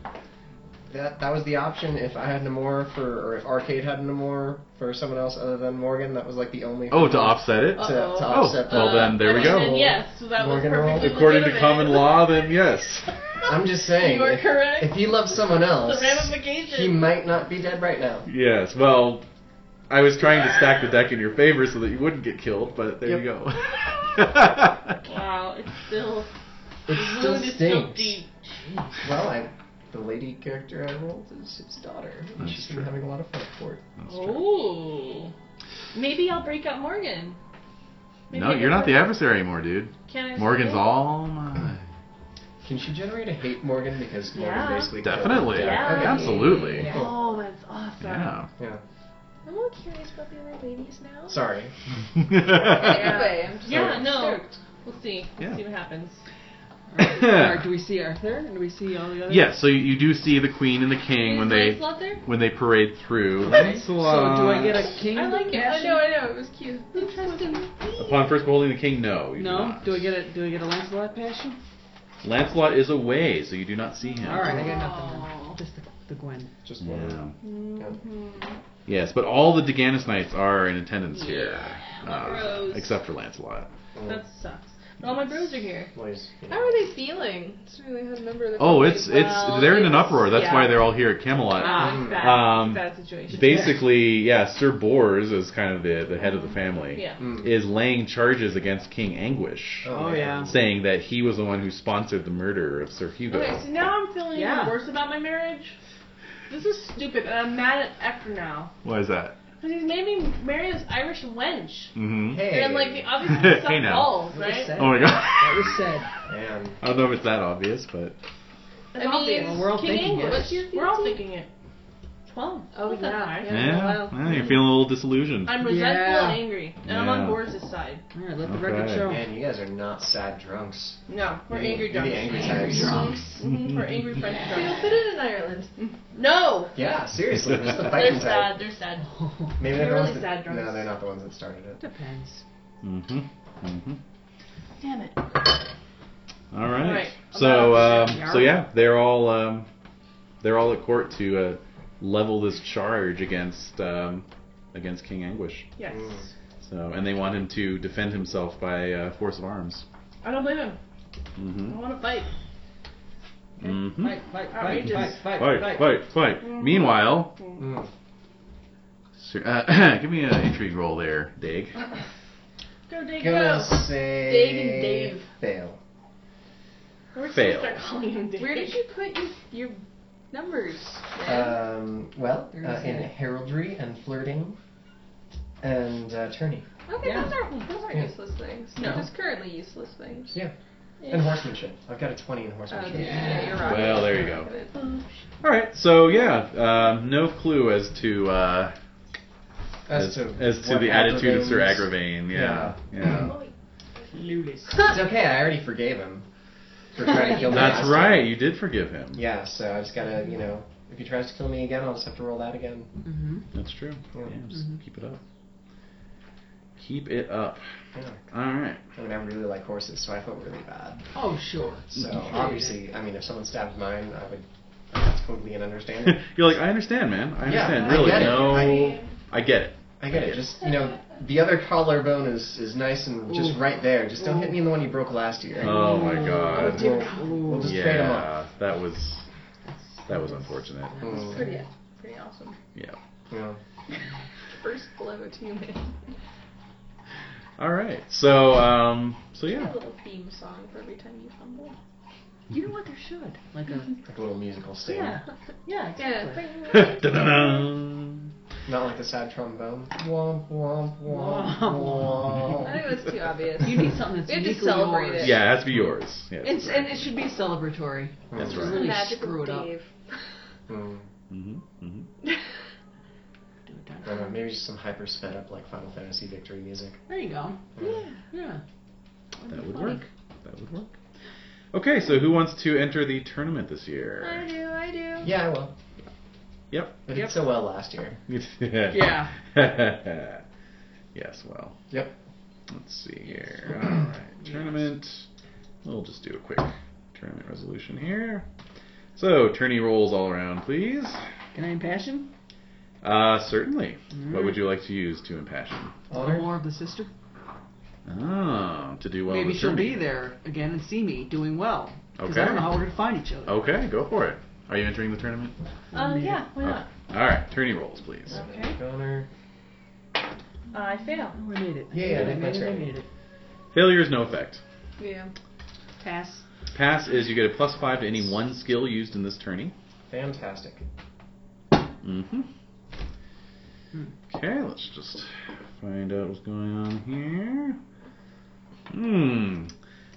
B: That that was the option if I had an amour for, or if Arcade had an amour for someone else other than Morgan. That was like the only.
A: Oh, to offset it?
B: to, to
E: Uh-oh.
B: offset that.
A: Well, then, there we
E: and
A: go.
E: then yes, so that
B: Morgan
E: was
B: roll.
E: perfectly
A: According to
E: legitimate.
A: common law, then yes.
B: I'm just saying.
E: You are
B: if-
E: correct.
B: If you love someone else,
E: The
B: he
E: ramifications.
B: might not be dead right now.
A: Yes, well, I was trying to stack the deck in your favor so that you wouldn't get killed, but there you go.
E: Wow, it's still
B: It
E: the
B: still
E: wound Oh, is still
B: stinks.
E: deep.
B: Well, I, the lady character I rolled is his daughter, and
A: That's
B: she's been
A: true.
B: having a lot of fun for it.
A: That's true.
E: Oh. Maybe I'll break up Morgan. Maybe
A: No,
E: I
A: you're
E: can
A: not the
E: break-
A: adversary anymore, dude.
E: Can I
A: Morgan's
E: say-
A: all mine.
B: Can she generate a hate Morgan because Morgan
E: Yeah.
B: basically killed her
A: Definitely.
B: dad? Okay.
A: Absolutely.
B: Yeah.
E: Oh, that's awesome.
A: Yeah.
B: Yeah.
G: I'm all curious about the other ladies now.
B: Sorry.
G: Anyway, I'm just
E: Yeah,
G: like,
E: no.
G: stoked.
E: We'll see.
A: Yeah.
E: We'll see what happens.
C: Or do we see Arthur? And do we see all the others?
A: yes, so you, you do see the queen and the king
E: Is
A: when they
E: Lancelot there?
A: when they parade through.
C: So
A: Lancelot.
C: do I get a king?
E: I like it.
C: passion?
E: I know, I know. It was cute.
A: Upon first beholding the king, no. You
C: No.
A: not.
C: Do I get a Do I get a Lancelot passion?
A: Lancelot is away, so you do not see him.
C: All right, I got nothing. Then.
E: Aw.
C: Just the, the Gwen.
B: Just one.
A: Yeah.
E: Mhm.
A: Yes, but all the Deganis knightes are in attendance here, uh,
E: Gross.
A: except for Lancelot.
E: That sucks. But all my bros are here.
B: Boys, you
G: How
B: know.
G: are they feeling? It's really hard to remember. the
A: Oh,
G: company.
A: it's it's
E: Well,
A: they're in an
E: it's-
A: uproar. That's why
E: yeah.
A: they're all here at Camelot.
E: Ah, bad,
A: Um,
E: bad situation.
A: Basically, yeah, Sir Bors is kind of the, the head of the family.
E: Yeah.
B: Mm.
A: Is laying charges against King Anguish,
B: Oh,
C: Oh,
B: man.
C: yeah.
A: saying that he was the one who sponsored the murder of Sir Hugo.
E: Okay, so now I'm feeling
C: Yeah.
E: even worse about my marriage. This is stupid, and I'm mad at Ector now.
A: Why is that?
E: Because he's made me marry this Irish wench.
A: hmm
B: Hey.
E: And, like, the obviously
A: Hey,
E: some
A: now.
E: balls,
C: That was
E: right?
C: sad.
A: Oh my god.
C: That was sad.
B: Man.
A: I don't know if it's that obvious, but
E: It's
G: I mean,
E: obvious.
G: well,
C: we're all
E: King
C: thinking
E: Angus.
C: it.
G: What's your
E: We're all
G: theory?
E: thinking it. 12.
G: Oh,
E: What the
G: yeah.
E: heck?
G: Yeah.
A: yeah,
G: well,
A: yeah, you're feeling a little disillusioned.
E: I'm resentful
C: Yeah.
E: and angry. And I'm
A: Yeah.
E: on Boris's side.
C: All right, let the record
A: Okay.
C: show.
B: Man, you guys are not sad drunks.
E: No, we're
B: You're the-
E: angry
B: you're
E: drunks.
B: the angry types.
E: Mhm, we're angry French
G: Mm-hmm. Feel
E: drunks.
G: fitted in Ireland.
E: No!
B: Yeah, seriously, just the
E: They're
B: fighting
E: sad.
B: type.
E: They're sad.
B: Maybe they're
E: They're
B: the
E: really
B: ones
E: sad
B: that,
E: drunks.
B: No, they're not the ones that started it.
C: Depends.
A: Mm-hmm. Mm-hmm.
E: Damn it.
A: All right.
E: All right.
A: So
E: About-
A: um, so yeah, they're all um, they're all at court to uh, level this charge against um, against King Anguish.
E: Yes.
B: Mm.
A: So and they want him to defend himself by uh, force of arms.
E: I don't blame him. I
A: Mm-hmm.
E: want to fight.
A: Mm-hmm.
C: Fight, fight, fight,
E: Outrageous.
C: fight, fight,
A: Fight, fight, fight. Meanwhile,
B: Mm.
A: Sir- uh, give me an intrigue roll there, Dig.
E: Go, Dave,
B: Gonna
E: go.
B: say
E: Dave and Dave.
B: fail.
E: We're just
A: Fail.
E: gonna start calling him Dave.
G: Where did you put your, your numbers? man?
B: Um, well, uh,
C: You're gonna say
B: in
C: it.
B: heraldry and flirting and uh, attorney
G: okay,
C: yeah.
G: those aren't those aren't
B: Yeah.
G: useless things.
E: No.
G: Just currently useless things.
B: Yeah.
G: Yeah.
B: and horsemanship. I've got a twenty in
G: Okay,
E: Uh, Oh,
B: horsemanship.
G: yeah, you're right.
A: Well, there you go. All right. So yeah, um, no clue as to. Uh,
B: As,
A: as
B: to
A: to
B: what Mm-hmm.
A: the attitude of Sir
B: Agravain's-
A: Agravain, yeah, yeah.
C: Lulis.
B: It's okay. I already forgave him for trying to kill me.
A: That's
B: last
A: right.
B: time.
A: You did forgive him.
B: Yeah. So I just gotta, you know, if he tries to kill me again, I'll just have to roll that again.
C: Mm-hmm.
A: That's true. Yeah,
B: Yeah.
A: just
C: Mhm.
A: keep it up. Keep it up.
B: Yeah.
A: All right.
B: I mean, I really like horses, so I felt really bad.
C: Oh, sure.
B: So
A: Mhm.
B: obviously, I mean, if someone stabbed mine, I would. That's totally an understanding.
A: You're like, I understand, man. I
B: Yeah,
A: understand.
B: I
A: really,
B: get it.
A: no, I get it.
B: I get it. Just you know, the other collarbone is is nice and just
C: Ooh.
B: right there. Just don't hit
C: Ooh.
B: me in the one you broke last year. Mm.
A: Oh my
B: We'll,
A: god.
B: we'll- we'll just trade them up.
A: Yeah, that was that was unfortunate.
B: Mm,
G: Pretty, pretty awesome.
A: Yeah.
B: yeah.
G: First blow to you made.
A: All right. So um. So yeah.
G: A little theme song for every time you fumble.
C: You know what? There should. Like a.
B: Like a little musical sting.
E: Yeah.
C: Yeah,
G: Yeah.
C: exactly.
A: Dun-dun-dun.
B: Not like the sad trombone. Womp womp womp
C: Womp.
G: I
B: womp.
G: think it was too obvious.
C: You need something that's
G: We have to
C: uniquely
G: celebrate
C: yours.
G: it.
A: yeah, it has to be yours. Yeah,
C: It's, and it should be celebratory.
A: That's
B: Mm,
A: right.
C: Really
G: Magic
C: screw
G: of
C: it up.
G: Dave.
B: mm.
A: hmm hmm
C: Do it
B: I
C: down.
B: don't know, maybe just some hyper sped up like Final Fantasy victory music.
C: There you go.
B: Yeah.
C: Yeah.
A: That would work. That would work. Okay, so who wants to enter the tournament this year?
G: I do, I do.
B: Yeah, I will.
A: Yep.
B: I did so well last year.
A: yeah. yes, well.
B: Yep.
A: Let's see here. Alright. Tournament. We'll just do a quick tournament resolution here. So, tourney rolls all around, please.
C: Can I impassion?
A: Uh, certainly. What
C: Alright.
A: would you like to use to impassion?
C: The
B: Honor.
C: lore of the sister.
A: Oh, to do well in
C: Maybe
A: the
C: she'll
A: tourney.
C: be there again and see me doing well. Because
A: Okay. Oh.
C: I don't know how we're gonna find each other.
A: Okay, go for it. Are
G: Uh,
A: you entering the tournament? Oh.
E: Um, yeah, why
A: Okay.
E: not?
A: Alright, tourney rolls, please.
E: Okay.
B: Honor.
G: Uh,
E: I fail.
C: Oh, I made it.
B: Yeah,
C: I made
B: yeah,
C: it, I made
B: that's
C: it, I
B: right.
C: made it.
A: Failure is no effect.
G: Yeah.
C: Pass.
A: Pass is you get a plus five to any one skill used in this tourney.
B: Fantastic.
A: Mm-hmm.
C: Hmm.
A: Okay, let's just find out what's going on here. Hmm.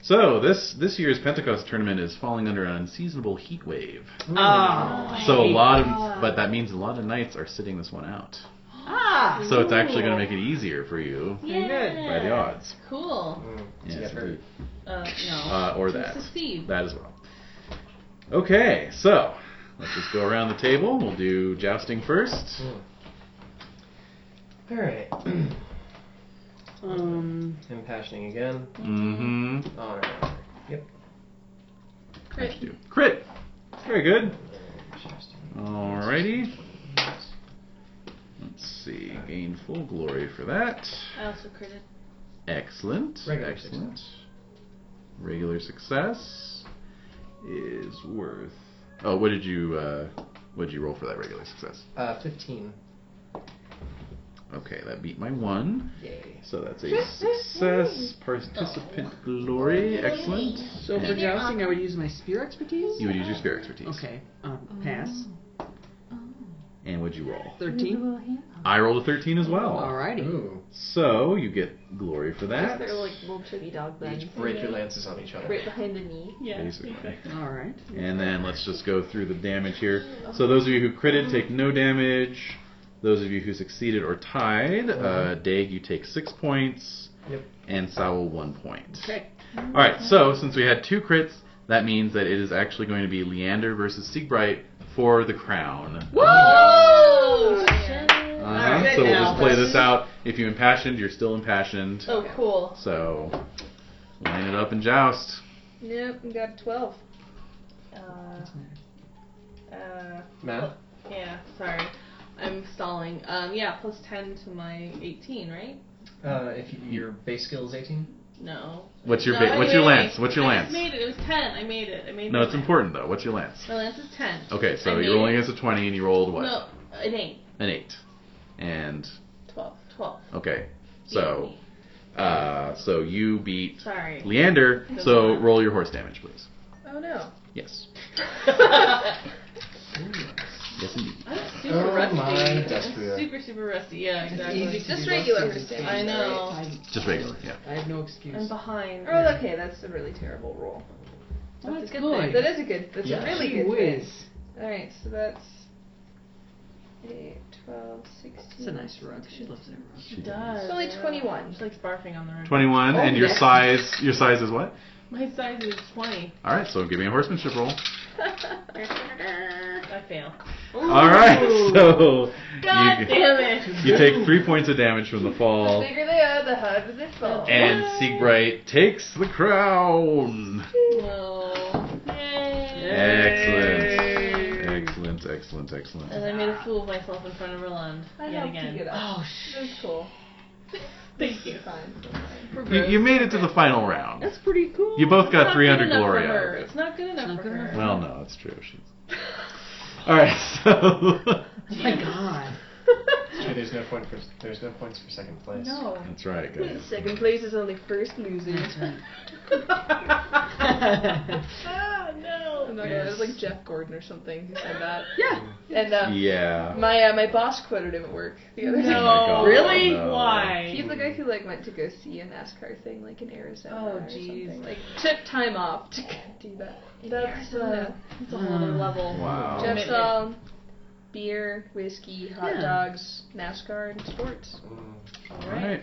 A: So this this year's Pentecost tournament is falling under an unseasonable heat wave.
C: Oh.
A: Ah.
B: Mm.
A: So a lot
B: Oh.
A: of, but that means a lot of knights are sitting this one out.
C: Ah.
A: So it's actually going to make
B: Oh.
A: it easier for you
C: Very good.
A: by the odds.
G: Cool.
B: Mm.
A: Yes,
B: Get hurt.
A: indeed.
G: Uh, no.
A: Uh, or that.
G: Succeed.
A: That as well. Okay, so let's just go around the table. We'll do jousting first.
B: Mm. All right.
C: Um.
B: Impassioning again.
A: Mm-hmm.
B: Honor. honor. Yep.
A: Crit. Crit. Very good. Alrighty. Let's see. Gain full glory for that.
E: I also critted.
A: Excellent.
B: Regular
A: Excellent. Regular success is worth. Oh, what did you uh, what did you roll for that regular success?
B: Uh, 15.
A: Okay, that beat my one.
B: Yay.
A: So that's a success. Participant glory. Excellent.
C: So for
A: And
C: jousting, I would use my spear expertise.
A: you would use your spear expertise.
C: Okay. Um,
G: Oh.
C: pass.
A: And would you roll?
C: Thirteen.
A: I rolled a thirteen as well.
C: Alrighty.
B: Ooh.
A: So you get glory for that.
G: They're like little chubby dog
B: You
G: buns.
B: each break your lances on each other.
G: Right behind the knee.
A: Basically.
C: All right.
A: And then let's just go through the damage here. So those of you who critted take no damage. Those of you who succeeded or tied, uh, Dag, you take six points,
B: Yep.
A: and Sowell one point.
C: Okay.
A: All right. So since we had two crits, that means that it is actually going to be Leander versus Siegbright for the crown.
G: Oh,
C: Oh,
E: Whoa!
A: Uh-huh. So we'll just play this out. If you impassioned, you're still impassioned.
E: Oh, cool.
A: So line it up and joust.
G: Nope, we got 12. Uh, uh,
B: Matt?
G: yeah, sorry. I'm stalling. Um, yeah, plus 10 to my 18, right?
B: Uh, if you, your base skill is 18?
G: No.
A: What's your
G: No,
A: ba-
G: I
A: what's your
G: made it.
A: lance? What's your
G: I
A: lance?
G: just made it. It was 10. I made it. I made
A: No,
G: my
A: it's
G: lance.
A: important though. What's your lance?
G: My lance is 10.
A: Okay, so
G: I
A: you're
G: made
A: rolling
G: it.
A: as a 20 and you rolled Oh, what?
G: No, an 8.
A: An 8. And
G: 12. 12.
A: okay.
G: Beat
A: So
G: me.
A: uh so you beat
G: Sorry.
A: Leander,
G: Doesn't
A: so
G: matter.
A: roll your horse damage, please.
G: Oh no.
A: Yes.
B: Ooh.
A: Yes indeed.
G: I'm super
B: Oh,
G: rusty.
B: my
G: I'm
B: Destria.
G: super, super rusty. Yeah, exactly.
B: easy to
E: Just
B: do
E: regular
B: those things.
G: I know.
C: I,
A: Just regular, yeah.
C: I have no
E: I'm
C: excuse.
E: behind.
G: Oh, okay. That's a really terrible roll. That's
C: Well, Oh, that's
G: a good thing.
C: good.
G: That is a good. That's
B: Yeah.
G: a really
C: Gee
G: good
C: whiz.
G: thing. All right, so that's 8, 12, 16.
C: It's a nice rug. She loves that rug.
E: She does.
G: It's only
E: yeah.
G: 21.
E: She likes barfing on the room.
A: 21
C: Oh,
A: and your
C: yes.
A: size your size is what?
E: My size is 20.
A: All right, so give me a horsemanship roll.
E: I fail.
A: All right. So
E: God
A: you,
E: damn it!
A: you take 3 points of damage from the
G: The
A: fall
G: bigger they are, the harder they fall.
A: and Siegbright takes the crown.
G: No.
A: Excellent. Excellent, excellent, excellent.
E: And I made a fool of myself in front of Roland
G: I
E: yet
G: helped you
E: again.
G: get up.
C: Oh
G: That's cool.
E: Thank you.
G: Fine.
A: You, you made it to the final round.
C: That's pretty cool.
A: You both
E: It's
A: got
E: not
A: 300
E: good enough
A: glory
E: for
A: out of
E: her.
A: it.
E: It's not good enough
C: not
E: for
C: good
E: her.
C: enough.
A: Well, no, that's true. She's... All right, so
C: Oh my god.
B: Hey, there's no point for there's no points for second place.
G: No.
A: that's right, guys.
G: Second place is only first losing.
C: That's right.
G: Oh, Ah, no. Oh my god, it was like Jeff Gordon or something who said that.
C: yeah.
G: And uh,
A: Yeah.
G: my uh, my boss quoted him at work the other
A: Oh
G: day.
A: my God,
E: really?
A: no.
E: Why?
G: He's the guy who like went to go see a NASCAR thing like in Arizona.
E: Oh,
G: or
E: jeez.
G: something. Like took time off to go do that. in
E: That's a,
G: Arizona.
E: that's a whole other
C: Mm.
E: level.
A: Wow.
G: uh, Jeff's
E: Commitment.
G: um, beer, whiskey, hot
C: Yeah.
G: dogs, NASCAR, and sports.
B: Mm.
A: All right.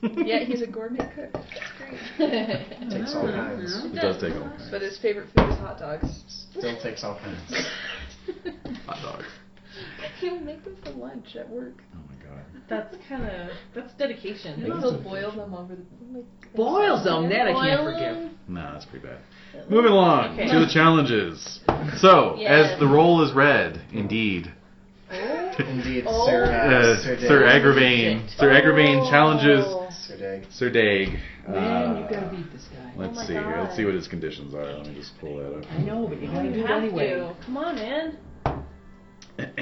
G: yeah, he's a gourmet cook. It's great.
E: uh,
B: Takes all kinds.
A: It does take all
G: but
A: kinds.
G: his favorite food is hot dogs.
B: Still takes all kinds.
A: Hot dogs.
G: He'll make them for lunch at work.
A: Oh my god.
E: That's kind of that's dedication.
A: Yeah.
G: He'll boil them over the. Like,
C: Boils them. That I can't
E: Boil
C: forgive.
E: them.
A: Nah, that's pretty bad. Moving along
E: Okay.
A: to the challenges. So, as
E: Yes.
A: the roll is read, indeed,
B: Indeed,
E: Oh.
B: Sir.
A: uh,
B: Uh, Sir.
A: Sir
B: Dag.
A: Agravain, Sir Agravain challenges
B: Sir Dag.
A: Sir Dag.
C: Man, you
A: uh,
C: gotta beat this guy.
A: Let's
E: my
A: see here. Let's
E: God.
A: see what his conditions are. Let me just pull that up.
C: I know, but you gotta
E: You
C: do it
E: have
C: anyway.
E: to. Come on, man.
A: Let's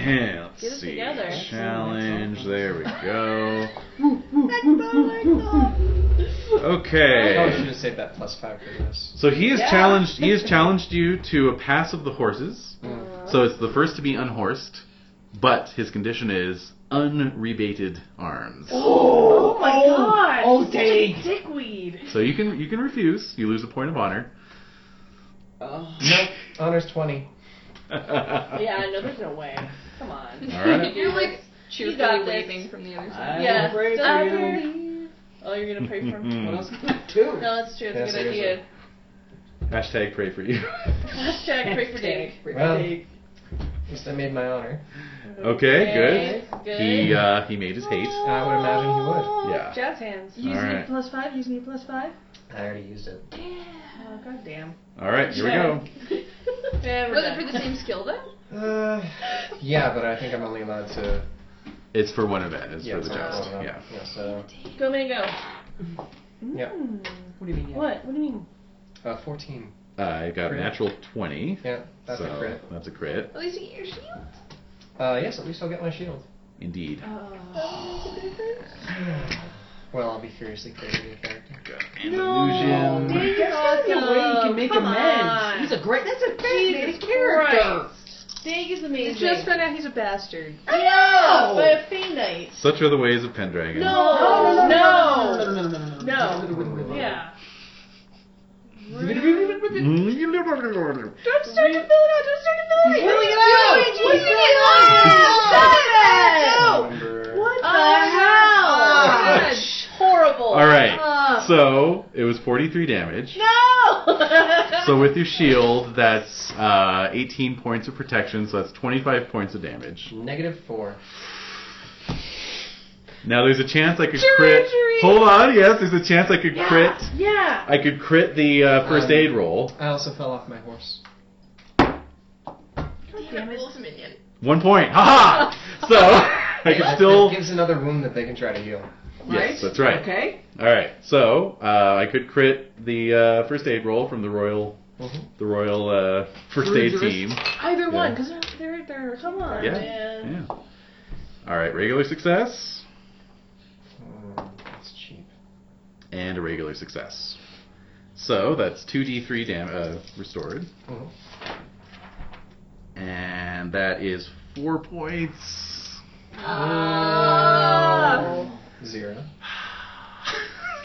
E: Get it
A: see.
E: together.
A: Challenge. There we go.
C: Woo, woo,
B: I probably should
A: Okay.
B: have saved that plus five for this.
A: So he has
E: Yeah.
A: challenged. He has challenged you to a pass of the horses.
E: Uh,
B: Mm.
A: So it's the first to be unhorsed, but his condition is unrebated arms.
E: Oh my god!
C: Old day.
E: Dickweed.
A: So you can you can refuse. You lose a point of honor.
B: Nope. Honor's twenty.
E: Yeah, no, there's no way. Come on.
A: All right.
D: You're like,
E: You got
G: Cheerfully
E: this.
G: waving from the other side.
B: I
E: yeah.
B: will pray for
E: stop
B: you.
E: it. Oh, you're gonna pray for him.
A: Mm.
B: What else can I do?
E: No, that's true. That's
B: Yeah,
E: a good idea.
A: Hashtag pray for you.
E: Hashtag pray for Dick.
B: Well, at least I made my honor.
A: Okay,
E: good. Good. Oh,
A: He uh, he made his hate.
B: I would imagine he would.
A: Yeah.
E: Jazz hands.
A: All right.
E: plus five. Use me plus five.
B: I already used it.
E: Oh god damn.
A: All right. Here we go.
E: Yeah, we're
G: Was
E: done.
G: it for the same skill then?
B: Uh, yeah, but I think I'm only allowed to.
A: It's for one event. It's
B: Oh, Yeah,
A: for the
B: it's not
A: joust.
B: long
A: Yeah.
B: enough. so,
E: Go man, go.
B: Yep.
E: Mm.
C: What do you mean? yeah?
E: What? What do you mean?
B: uh, 14.
A: I got a
B: Crit.
A: natural twenty.
B: Yeah, that's
A: so
B: a crit.
A: That's a crit.
G: At least you get your shield.
B: Uh, yes, at least I'll get my shield.
A: Indeed.
E: Uh,
B: Well, I'll be furiously creating a character.
A: And illusion.
C: Dave, there's gotta be a way you can make
E: Come
C: amends.
E: on.
C: He's a great. That's a
E: Jesus
C: fascinating character.
E: Christ. Dig is amazing.
G: You just found out he's a bastard.
E: I know, but a fiend knight.
A: Such are the ways of Pendragon.
E: No, no,
C: no, no,
E: no. Yeah.
A: He's
E: Don't start to build out. Don't start to build
C: He's building it out. He's
E: What are you
C: building
E: doing?
B: I
E: Stop it!
B: remember-
E: Oh, What the
G: Ah.
E: hell? Uh, Horrible.
A: All right.
E: Ah.
A: So it was forty-three damage.
E: no.
A: So with your shield, that's uh, 18 points of protection, so that's 25 points of damage.
B: Negative 4.
A: Now there's a chance I could crit. Hold on, yes, there's a chance I could crit.
E: Yeah.
A: I could crit the uh, first
B: Um,
A: aid roll.
B: I also fell off my horse.
E: Damn it.
G: Wolf minion.
A: One point. Ha ha! So I could still.
B: It gives another wound that they can try to heal.
A: Yes, that's right.
C: Okay.
A: All right. So uh, I could crit the uh, first aid roll from the royal,
B: Mhm.
A: the royal uh, first aid
C: Bruiserist.
A: team.
E: Either one, because they're they're they're come on,
A: Yeah.
E: man.
A: Yeah. All right. Regular success
B: Mm, that's cheap.
A: and a regular success. So that's two d3 dam- uh, restored.
G: Uh-huh.
B: Mhm.
A: And that is four points.
E: Ah.
B: Zero.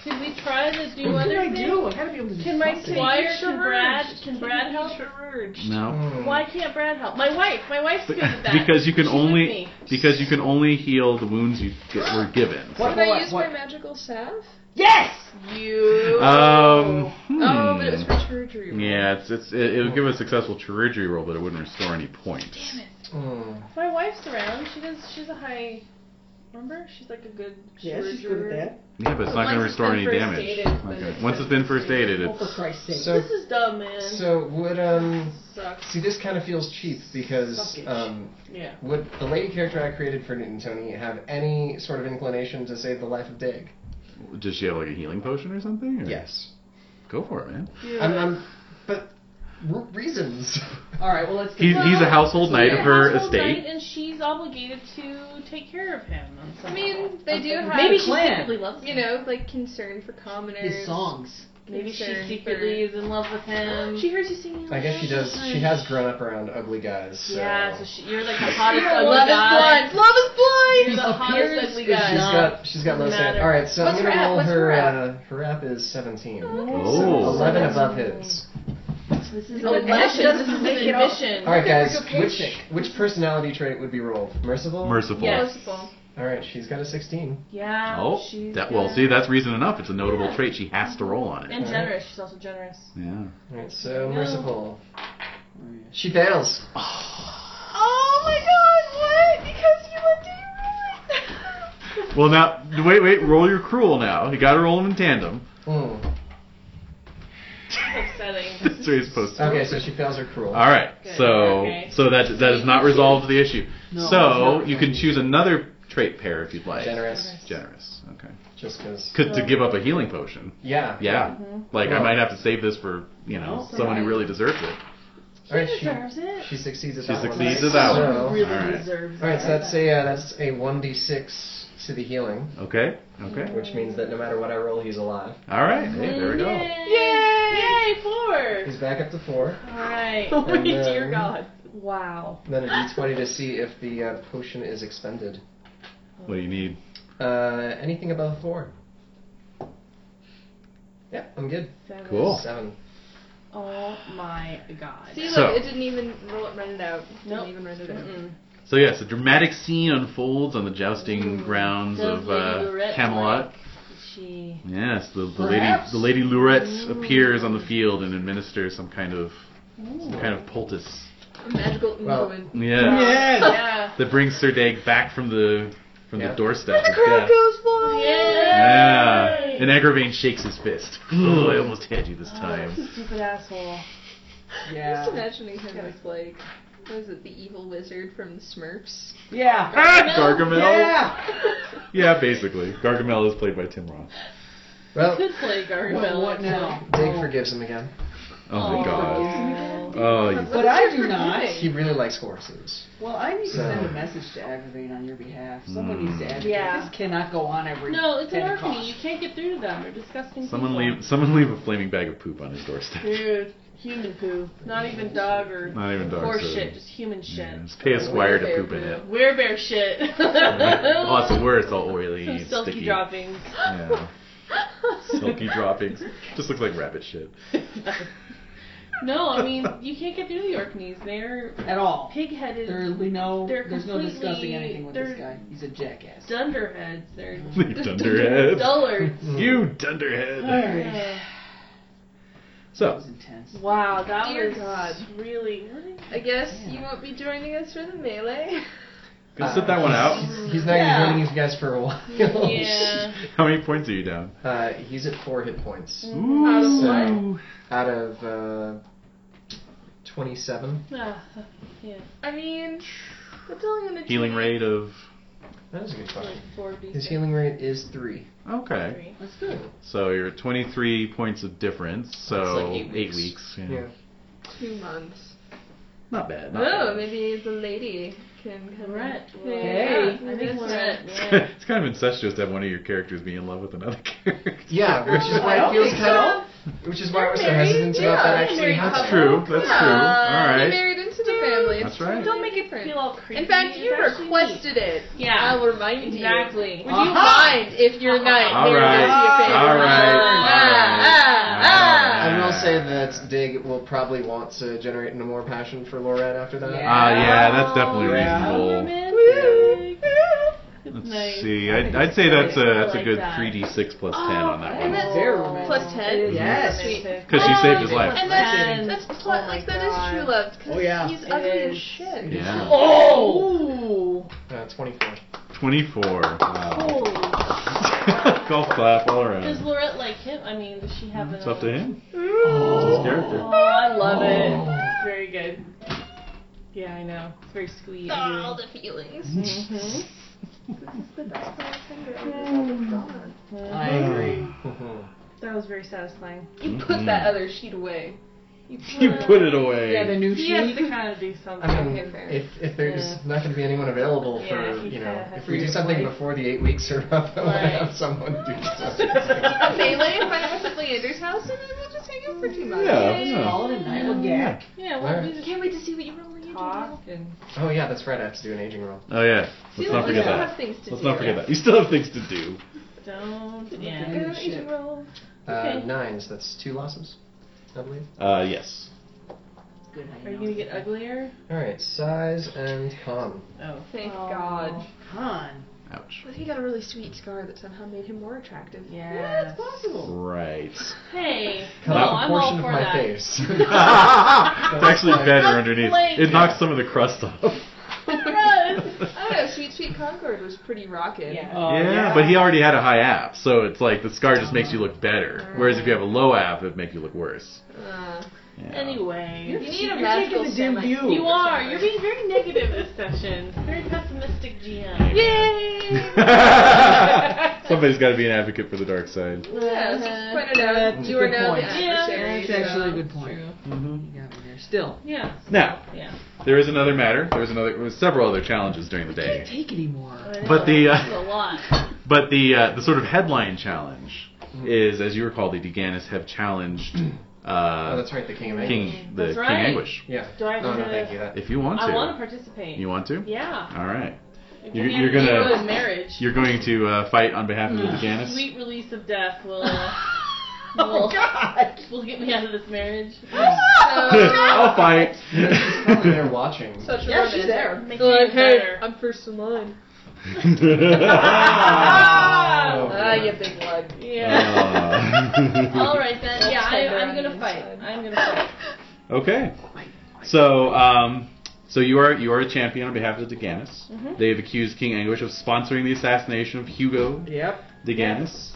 E: Can we try to do
C: What
E: other
C: did I
E: things?
C: do? I gotta be able to. do
E: Can my
C: something.
E: wire can Brad can Brad help?
A: No.
B: Mm.
E: Why can't Brad help? My wife, my wife's good at that.
A: Because you can
E: She's with
A: only
E: me.
A: because you can only heal the wounds you get, were given.
C: What?
G: Can
C: what,
G: I
C: what,
G: use
C: what?
G: my magical staff?
C: Yes.
G: You.
A: Um. hmm.
G: Oh, but it was for surgery.
A: Yeah, it's it's it, it would give a successful chirurgery roll, but it wouldn't restore any points.
G: Damn it.
B: Mm.
E: My wife's around. She does. She's a high. Remember? She's like a good.
C: Yes, she's
E: surgeon.
C: good at
A: Yeah, but it's not going
G: But
A: to
G: once it's
A: restore
G: been
A: any
G: first
A: damage.
G: aided,
A: Not
G: then
A: gonna-
G: it's
A: once it's been first aided,
C: that. Oh, for
A: it's
C: Christ's sake.
B: So,
E: This is dumb, man.
B: so would um.
E: Sucks.
B: See, this kind of feels cheap because
C: Suckage.
B: um,
E: Yeah.
B: would the lady character I created for Newton Tony have any sort of inclination to save the life of Dig?
A: does she have like a healing potion or something? or-
B: Yes.
A: Go for it, man.
B: I'm, I'm, but r- reasons.
C: All right. Well, let's.
A: He's
C: Get
A: he's a household knight of her
E: household knight,
A: estate.
E: and she's obligated to take care of him. on some
G: I mean,
E: level.
G: they do have,
C: Maybe
E: she
C: Clan.
E: secretly loves
G: you
E: him.
G: know, like concern for commoners.
C: his songs.
E: Maybe she
G: concern
E: secretly is in love with him.
G: She hears you singing.
B: I guess she does. She has grown up around ugly guys. So.
E: yeah, so she, you're like the
G: Love
E: hottest
G: is
E: ugly guy.
G: blind. Love is blind.
E: You're the
C: His
E: hottest
C: appearance
E: ugly
C: is
E: guy.
B: She's
C: not-
B: got she's got low
E: Doesn't
B: sand.
E: matter.
B: All right, so
G: What's
B: I'm
G: her
B: gonna
G: app?
B: roll
G: What's her
B: her.
G: app?
B: uh, her app is 17.
A: Oh.
B: So 11 above his.
E: This is
G: Oh,
E: an
G: that
E: admission.
G: doesn't
E: This is an
G: make it all-
E: admission.
B: All right, guys.
G: Okay, we're
B: Which which personality trait would be rolled? Merciful.
A: Merciful.
E: Yes.
G: Merciful.
B: All right, she's got a 16.
E: Yeah.
A: Oh,
E: she's
A: that well,
E: got-
A: see, that's reason enough. It's a notable
E: Yeah.
A: trait. She has to roll on it.
E: And generous. She's also generous.
A: Yeah.
B: All right, so merciful. She fails.
E: Oh my God! What? Because you were doing
A: Well, now wait, wait. Roll your cruel now. You got to roll them in tandem.
B: Mm.
E: Upsetting.
A: That's what you're supposed to. do.
B: Okay, so she fails her cruel.
A: All right.
E: Good.
A: So
E: Okay.
A: so that that is not resolved the issue.
C: No, it's
A: so
C: not
A: you can
C: resolved.
A: choose another trait pair if you'd like.
B: Generous,
A: Generous. Okay.
B: just because.
A: Could to give up a healing potion.
B: Yeah.
A: Yeah. Like I
B: Well-
A: might have to save this for you know
C: Well,
A: someone who
C: right.
A: really deserves it.
B: All right, she,
E: deserves it.
B: she succeeds at
A: She
B: that
A: succeeds
B: one.
A: at that
B: So,
A: one.
C: really
A: All right.
C: deserves.
B: All right,
C: that.
B: so that's a uh, that's a 1d6 to the healing,
A: Okay. Okay.
B: which means that no matter what I roll, he's alive.
A: All right. Hey, there we go.
E: Yay! Yay! Four.
B: He's back up to four.
E: Alright.
B: And
E: Wait,
B: then-
E: dear God.
G: Wow.
B: Then a d20 to see if the uh, potion is expended.
A: What do you need?
B: Uh, anything above four. Yeah, I'm good.
E: Seven.
A: Cool.
B: Seven.
E: Oh my God.
G: See,
A: So-
G: look, it didn't even roll it, run it out. Didn't
E: Nope.
G: even run it out.
E: Mm-mm.
A: So yes, a dramatic scene unfolds on the jousting grounds
E: Hmm. Does
A: of
E: Lady
A: uh,
E: Lurette
A: Camelot.
E: She.
A: Yes, the, the lady
B: Perhaps?
A: the lady Lurette appears on the field and administers some kind of some kind of poultice.
G: A magical
B: Well-
G: influence.
A: Yeah.
E: Yeah.
A: That brings Sir Dag back from the from
B: Yeah.
A: the doorstep. of death.
E: Yeah.
A: Yeah. And Agravain shakes his fist. Ooh, I almost had you this time.
E: Stupid asshole.
G: I'm just imagining him as like, what is it, the evil wizard from the Smurfs?
C: Yeah.
A: Ah, Gargamel.
C: Yeah.
A: Yeah, basically. Gargamel is played by Tim Roth.
B: Well,
E: Could play Gargamel.
C: What, what now?
B: Dig forgives him again.
A: Oh my
E: Aw.
A: god.
E: Aw.
A: Oh, you,
C: But I do not.
B: He really likes horses.
C: Well, I need to
B: So-
C: send a message to Aggravate on your behalf. Someone
A: Mm.
C: needs to advocate.
E: Yeah.
C: This cannot go on every.
E: No, it's an
C: 10
E: orphan.
C: o'clock.
E: You can't get through to them. They're disgusting.
A: someone
E: people.
A: leave someone leave a flaming bag of poop on his doorstep.
E: Dude, human poo. Not even dog or
A: Not even dog
E: horse
A: so-
E: shit. Just human shit.
A: Yeah, just pay a squire to poop in it.
E: Werebear shit.
A: oh, it's the worst. All oily,
E: Some
A: and
E: silky
A: sticky.
E: droppings.
A: Yeah. silky droppings. Just looks like rabbit shit.
E: no, I mean you can't get through the Orkneys. They're
C: at all.
E: pig-headed
C: There, we know.
E: They're
C: There's no discussing
E: completely-
C: anything with this
E: they're-
C: guy. He's a jackass.
E: dunderheads. They're
A: You dunderhead.
E: dullards.
A: You dunderhead.
C: That
A: So,
C: was intense.
E: Wow, that
G: Dear
E: was
G: God.
E: really. really-
G: I guess you won't be joining us for the melee.
A: gonna sit that one out.
B: Hmm. He's, he's not
C: Yeah.
B: going to be joining you guys for a while.
E: Yeah. Mm.
A: How many points are you down?
B: Uh, he's at four hit points
A: Ooh.
B: out of uh, 27.
E: Ah, yeah.
G: I mean, that's only gonna
A: Healing
G: take-
A: rate of.
B: That was a good find.
E: Four B.
B: His healing rate is three.
A: Okay.
C: That's good.
A: So you're at 23 points of difference. So
B: like eight weeks.
A: yeah.
G: Two months.
A: Not bad. Not
G: Oh,
A: bad.
G: maybe the lady can come
E: Lorette.
G: in.
E: will-
C: Hey.
E: I think Lorette. Yeah.
A: it's kind of incestuous to have one of your characters be in love with another character.
B: Yeah, which is
C: I
B: why it
C: don't
B: feels
C: think
B: kind of, which is why we're so hesitant
G: Married?
B: about that
G: Yeah,
B: actually
G: married
A: That's
B: happening.
A: true. That's
G: Yeah.
A: true. All
G: You're
A: right.
G: married into the family. It's-
A: That's right.
G: Don't make it
E: Feel all creepy.
G: In fact, you
E: It's actually
G: requested it.
E: neat. Yeah.
G: I'll remind
E: Exactly.
G: you. Would you mind if your night
A: All
G: married
A: right.
G: into your family?
A: All right.
G: Ah,
A: All right.
B: I will say that Dig will probably want to generate no more passion for Lorette after that.
A: Ah,
E: Uh,
A: yeah, that's definitely
C: Yeah.
A: reasonable.
E: Romantic. It's
A: Let's
E: Oh, nice.
A: see.
C: I
A: I'd,
C: think
A: I'd
C: it's
A: say that's
E: good.
A: a
E: I
A: that's a
E: like
A: good
E: that.
A: 3d6 plus 10 on that
G: and
A: one.
G: that's
C: Very romantic.
G: plus 10?
C: It is
B: Yes.
C: romantic.
E: Sweet.
A: Because she saved his
G: Oh,
A: life.
G: And
E: Ten.
G: that's, that's pl-
E: Oh my
G: like, that is
E: God.
G: true love. 'cause
C: Oh, yeah.
G: He's
E: It
G: ugly as
E: is.
G: shit.
A: Yeah.
E: Oh.
B: Uh, 24.
A: 24. Wow.
E: Holy
A: Golf clap all
E: Does
A: around.
E: Lorette like him? I mean, does she have
A: It's
E: an-
A: up to him. It's
B: Oh.
A: his character.
E: Oh, I love
B: Oh.
E: it. Very good. Yeah, I know. It's very sweet.
G: All the feelings.
E: Mhm.
G: The best part ever.
C: I agree.
E: Mm-hmm. That was very satisfying.
G: You put
A: Mm-hmm.
G: that other sheet away.
A: You put it away.
C: Yeah, the new
E: He has to kind of do something.
B: I mean,
G: Okay, fair.
B: if, if there's
E: Yeah.
B: not going to be anyone available
E: Yeah,
B: for,
E: he
B: you know,
E: kinda has
B: if
E: to
B: we
E: do
B: do
E: it
B: something
E: right.
B: before the eight weeks are up, I want to
E: Right.
B: have someone do
G: a
B: something.
G: melee in front of us at Leander's house, and maybe we'll just hang out for two months.
A: Yeah,
G: Yay.
A: yeah.
C: Call it a night with Gak.
E: yeah, well, we just
G: Can't wait to see what you roll when you
E: talk and
B: oh, yeah, that's right. I have to do an aging roll.
A: Oh, yeah. Let's
G: See, look,
A: not
G: we
A: forget
G: still
A: that.
G: have things to
A: Let's
G: do.
A: not forget that. You still have things to do.
E: don't.
G: I
E: Yeah.
C: Okay.
G: don't need to roll.
B: Uh,
E: Okay.
B: Nines. That's two losses, I believe.
A: Uh, yes.
C: Good night.
E: Are you gonna get uglier?
B: All right, size and con.
E: Oh.
G: Thank
E: Oh.
G: God.
C: Con.
A: Ouch.
G: But he got a really sweet scar that somehow made him more attractive.
E: Yes.
G: Yeah, that's possible.
A: Right.
E: Hey.
B: Cut
E: No,
B: out
E: I'm
B: a portion
E: all
B: of
E: for
B: my
E: that.
B: face.
A: it's actually better underneath.
E: Like-
A: It knocks some of the crust off.
G: I don't know, Oh, Sweet Sweet Concord was pretty rockin'.
E: Yeah.
C: Oh,
A: yeah, but he already had a high app, so it's like the scar just makes you look better. Whereas if you have a low app, it'd make you look worse.
G: Uh,
A: Yeah.
E: Anyway.
G: you need a
C: you're
G: magical
C: taking the dim
G: semi-
C: view.
E: You are. You're being very negative this session. Very pessimistic, GM.
G: Yay!
A: Somebody's got to be an advocate for the dark side.
G: Yes,
E: Uh-huh.
G: point it out.
C: That's a
G: You are
C: good
G: now the
C: point.
E: Yeah,
G: adversary.
E: uh,
C: That's actually
G: so-
C: a good point.
A: Mm-hmm.
C: You got me there, still.
E: Yeah.
A: Now,
E: Yeah.
A: there is another matter. There was another. There was several other challenges during the day,
C: Can't take anymore.
A: but the uh,
E: That's a lot.
A: But the uh, the sort of headline challenge is, as you recall, the Deganis have challenged
B: Mm-hmm. Oh,
A: uh,
B: that's right, the King of England.
A: King the
E: That's
A: King
E: right.
A: Anguish.
B: Yeah.
E: Do I have
B: No, no,
E: to-
B: thank you. That,
A: If you want to,
E: I want to participate.
A: you want to.
E: Yeah.
A: All right,
E: If
A: You're-
E: we
A: you're
E: have
A: gonna-
E: to go in marriage.
A: you're going to uh, fight on behalf of the Deganis.
E: Mm. Sweet release of death will
C: Oh,
E: will
C: God.
E: will get me out of this marriage.
C: Oh
A: I'll fight.
B: she's probably there watching.
G: Such
C: Yeah,
G: romance.
C: she's there.
E: Make
G: They're
E: me
G: like, hey,
E: better.
G: I'm first in line.
B: Oh,
G: Ah, you big lug.
E: Yeah. All
A: Uh,
E: right then. Yeah, I, I'm gonna fight. I'm gonna fight.
A: okay. So, um, so you are you are a champion on behalf of the Deganis.
E: Mm-hmm.
A: They have accused King Anguish of sponsoring the assassination of Hugo
C: Yep.
A: Deganis.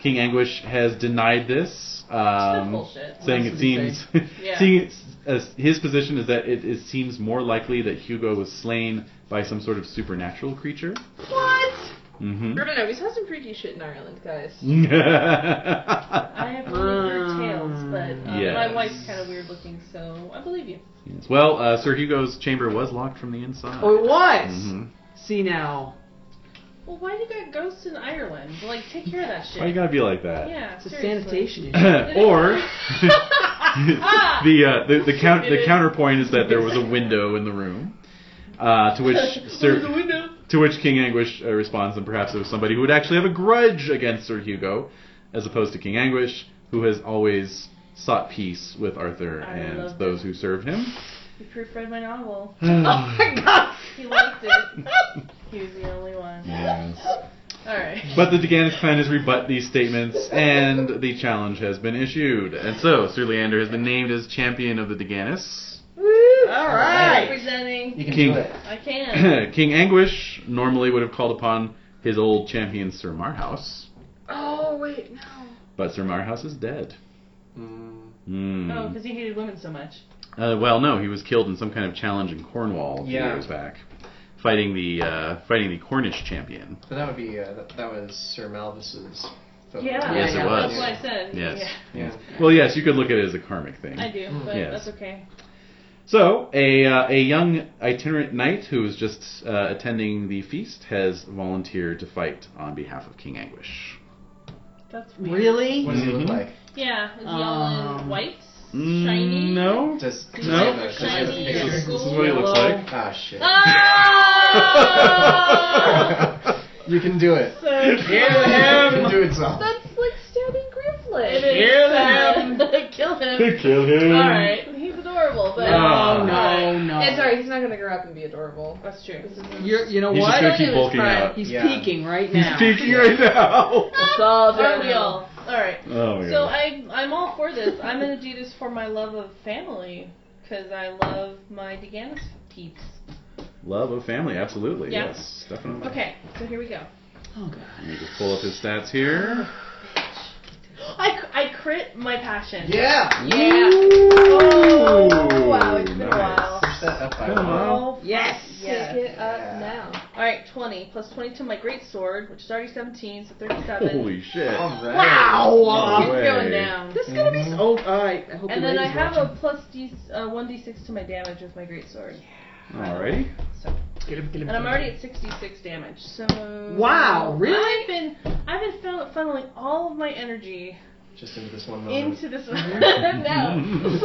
A: King Anguish has denied this, um,
E: bullshit.
A: saying
C: That's
A: it
C: what he
A: seems
E: Yeah.
A: seeing it, as his position is that it, it seems more likely that Hugo was slain by some sort of supernatural creature.
G: What?
A: hmm
G: I don't know. We've had some freaky shit in Ireland, guys.
E: I have heard your tales, but um,
A: Yes.
E: my wife's kind of weird looking, so I believe you.
A: well, uh, Sir Hugo's chamber was locked from the inside.
C: Oh, it was.
A: Mhm.
C: See now,
E: Well, why do you got ghosts in Ireland? Like, take care of that shit.
A: Why you gotta be like that?
E: yeah,
C: it's a
E: seriously.
C: sanitation issue.
A: or the, uh, the the count the counterpoint is that there was a window in the room, uh, to which Sir to which King Anguish uh, responds, and perhaps it was somebody who would actually have a grudge against Sir Hugo, as opposed to King Anguish, who has always sought peace with Arthur
E: I
A: and
E: love
A: those who served him.
E: He proofread my novel.
C: oh my god.
E: He liked it. He was the only one.
A: Yes.
E: All right.
A: But the Deganis clan has rebut these statements, and the challenge has been issued. And so, Sir Leander has been named as champion of the Deganis.
C: All right.
E: Representing,
B: You can
A: King-
B: do it.
E: I can.
A: King Anguish normally would have called upon his old champion, Sir Marhaus,
G: Oh wait, no.
A: but Sir Marhaus is dead.
B: Mm,
A: Hmm.
E: Oh, because he hated women so much.
A: Uh, well, no, he was killed in some kind of challenge in Cornwall a few
B: Yeah.
A: years back, fighting the uh, fighting the Cornish champion.
B: but that would be uh, that, that was Sir Malvis's. photo.
E: Yeah.
A: Yes, it
E: yeah,
A: was.
E: That's what I said.
A: Yes.
E: Yeah,
B: Yeah.
A: Well, yes, you could look at it as a karmic thing.
E: I do, but
A: Yes.
E: that's okay.
A: So, a, uh, a young itinerant knight who was just uh, attending the feast has volunteered to fight on behalf of King Anguish.
E: That's me.
C: Really?
B: What does he
A: Mhm.
B: look like?
E: Yeah. Is he all in
C: Um,
E: white?
A: Mm,
E: Shiny?
A: No.
B: Does, does he
A: No.
B: have a, does he have a
E: Shiny
A: This
B: picture?
A: is,
E: or
A: this is what he looks like.
B: Ah shit.
E: Ah!
B: you can do it.
E: So cute.
B: You can do it, Zal.
G: That's like stabbing Grifflet.
E: It is
A: Kill
E: sad. Kill him.
A: Kill him.
E: All right. He's adorable, but oh
A: Ah.
C: No, no, no.
G: It's alright. He's not gonna grow up and be adorable.
E: that's true.
G: This is
C: You're, you know
A: He's just
C: what?
A: gonna keep bulking out.
C: He's
B: Yeah.
C: peaking right
A: He's
C: now.
A: peeking right now.
G: It's all
E: Aren't
G: down
E: we all? All right.
A: Oh my
E: So
A: god.
E: I, I'm all for this. I'm gonna do this for my love of family, cause I love my Deganis peeps.
A: Love of family, absolutely.
E: Yeah.
A: Yes, definitely.
E: Okay, so here we go.
C: Oh god.
A: Let me just pull up his stats here.
E: I, I crit my passion.
B: Yeah.
E: Yeah.
A: Oh,
G: wow, it's been a
A: nice.
G: while.
B: Push that up by
A: Come
B: one.
A: on.
E: Oh,
C: Yes.
E: Yeah.
G: Pick it
B: Yeah.
G: up now.
E: All right, 20 plus 20 to my great sword, which is already 17, so 37.
A: Holy shit.
B: All right.
C: Wow.
A: No
E: It's going
A: way.
E: down.
C: This is gonna be.
B: Mhm.
A: Mm-hmm.
C: So, oh, all right. I hope
E: And
C: the
E: then I
C: lady's
E: have
C: watching.
E: a plus D, uh, 1d6 to my damage with my great sword.
A: Alrighty.
C: Get him, get him,
E: And I'm
C: get him.
E: already at 66 damage. So
C: Wow, really?
E: I've been I've been funnel- funneling all of my energy
B: Just into this one moment.
E: into this one. no,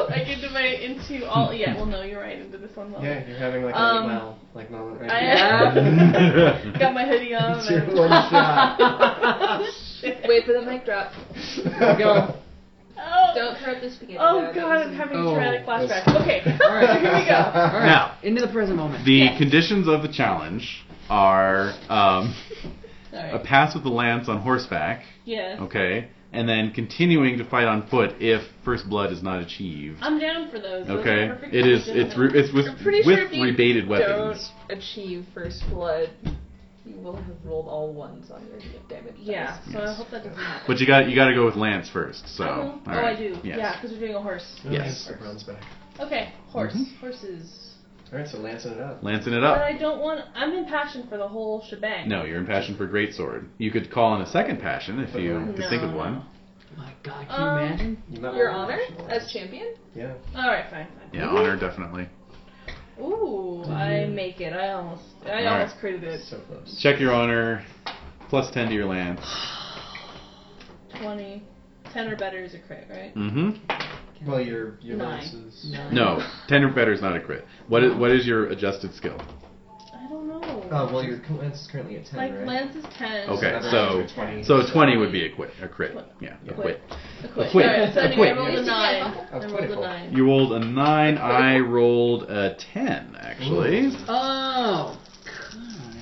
E: like into my into all. Yeah, well, no, you're right. Into this one level.
B: yeah, you're having like a
E: Um,
B: wow, like moment right
E: I-
B: now.
E: Got my hoodie on.
B: it's your
E: and-
B: one shot.
G: Wait for the mic drop.
B: Go.
E: oh,
G: Don't throw up the spaghetti.
E: oh
G: though. That
E: God,
G: was-
E: I'm having
C: Oh,
E: a traumatic
B: that's-
E: flashback. Okay,
C: All right.
E: here we go.
C: All right.
A: Now.
C: into the present moment.
A: The conditions of the challenge are um, a pass with the lance on horseback,
E: Yes.
A: okay, and then continuing to fight on foot if first blood is not achieved.
E: I'm down for those. Those
A: Okay,
E: are perfectly
A: it is it's
E: legitimate.
A: re- it's with
G: I'm pretty sure
A: with
G: if you
A: rebated
G: don't
A: weapons.
G: achieve first blood, you will have rolled all ones on your damage.
E: Yeah.
G: dice.
E: So I
A: Yes.
E: hope that doesn't happen.
A: But you got you got to go with lance first. So
E: I will.
A: all
E: oh,
A: right.
E: I do.
A: Yes.
E: Yeah, because we're doing a horse.
A: Yes.
B: It runs back.
E: Okay, horse.
A: Mhm.
E: Horses.
B: All right, so lancing it up.
A: Lancing it
E: But
A: up.
E: I don't want. I'm in passion for the whole shebang.
A: No, you're in passion for greatsword. You could call in a second passion if you
B: No.
A: could think of one.
C: Oh My God, can you
E: Um,
C: imagine?
E: Your Honor as champion.
B: Yeah.
E: All right, fine, fine.
A: Yeah, honor definitely.
E: Ooh, I make it. I almost, I
A: Mm-hmm. All
E: almost
A: right.
E: critted it.
B: So close.
A: Check your honor. Plus ten to your land.
E: Twenty, ten or better is a crit, right?
A: Mm-hmm.
B: Well, your your
E: Nine.
B: bonus is
A: No, ten or better is not a crit. What is what is your adjusted skill?
E: I don't know.
B: Oh well, your lance is currently at ten,
E: like
B: right?
E: Lance is ten.
A: Okay,
B: that's
A: so
B: actually 20.
A: so twenty would be a quit. A crit. Yeah, a quit.
E: Quit. A quit.
A: A quit.
E: All right, so
A: A
E: anyway,
A: quit.
E: I rolled a nine.
B: Of
E: I rolled a
B: twenty-four.
E: nine.
A: You rolled a nine. I rolled a ten actually.
C: Oh, God.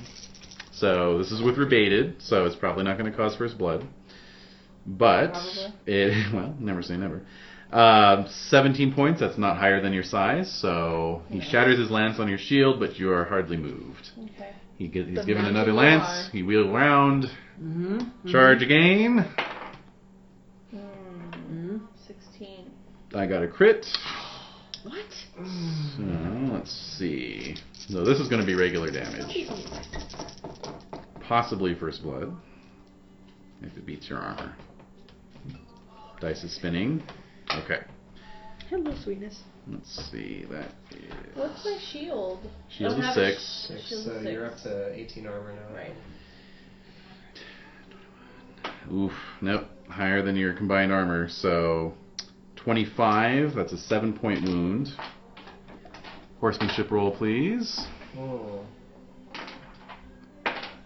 A: So this is with rebated, so it's probably not going to cause first blood. But it well, never say never. Um 17 points. That's not higher than your size. So he shatters his lance on your shield, but you are hardly moved.
E: Okay.
A: He get, he's
E: The
A: given
E: magic
A: another
E: you
A: lance.
E: are.
A: He wheels around,
C: Mm-hmm.
A: charge again.
E: Hmm,
C: hmm
E: Sixteen.
A: I got a crit.
C: What?
A: So, Mm-hmm, let's see. So this is going to be regular damage, possibly first blood, if it beats your armor. Dice is spinning. Okay.
C: Hello, sweetness.
A: Let's see. That is.
E: What's my shield?
A: Shield
E: I don't
A: is
E: have a
A: six.
E: sh-
B: Six,
E: Shield
B: so
E: is
B: you're up
E: six.
B: to 18 armor now.
E: Right.
A: Oof. Nope. Higher than your combined armor. So, 25. That's a seven-point wound. Horsemanship roll, please.
B: Oh.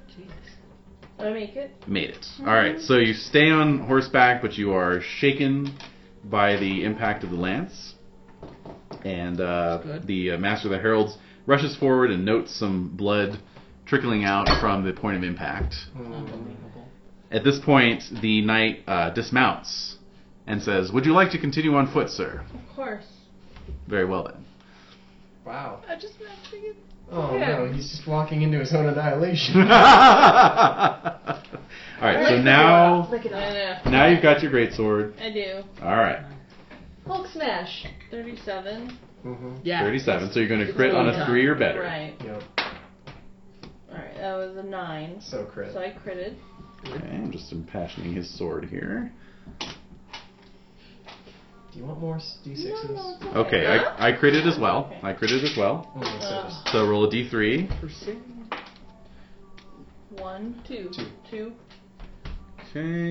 C: Jesus.
E: I make it.
A: Made it. All right. So you stay on horseback, but you are shaken by the impact of the lance. And uh,
C: Good.
A: the uh, master of the heralds rushes forward and notes some blood trickling out from the point of impact.
B: hmm.
C: Unbelievable.
A: At this point, the knight uh, dismounts and says, "Would you like to continue on foot, sir?"
E: Of course.
A: Very well then.
B: Wow.
E: I just maxed it.
B: Oh
E: Yeah.
B: no, he's just walking into his own annihilation.
A: All right. So now,
E: Look it up. I know.
A: now you've got your great sword.
E: I do.
A: All right.
E: Hulk smash. Thirty-seven.
B: mm-hmm.
C: Yeah.
A: 37. So you're going to crit on a three or better.
E: Right.
B: Yep.
E: All right. That was a nine.
B: So crit.
E: So I critted.
A: Okay, I'm just impassioning his sword here.
B: Do you want more s- d6s?
A: Okay, I, I critted as well. I critted as well.
B: Oh, so
E: Uh,
B: just
A: So roll a d3.
C: Percent.
E: One, two,
B: Two.
E: two.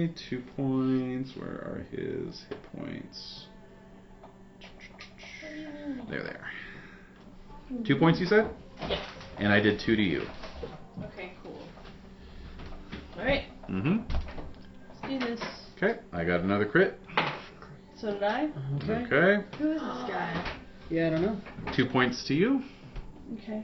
A: Okay, two points. Where are his hit points? There, there. Two points, you said?
E: Yes.
A: And I did two to you.
E: Okay, cool. All right,
A: Mm-hmm.
E: let's do this.
A: Okay, I got another crit.
E: So did I?
C: Okay.
A: Okay.
E: Who is this guy?
C: Yeah, I don't know.
A: Two points to you.
E: Okay.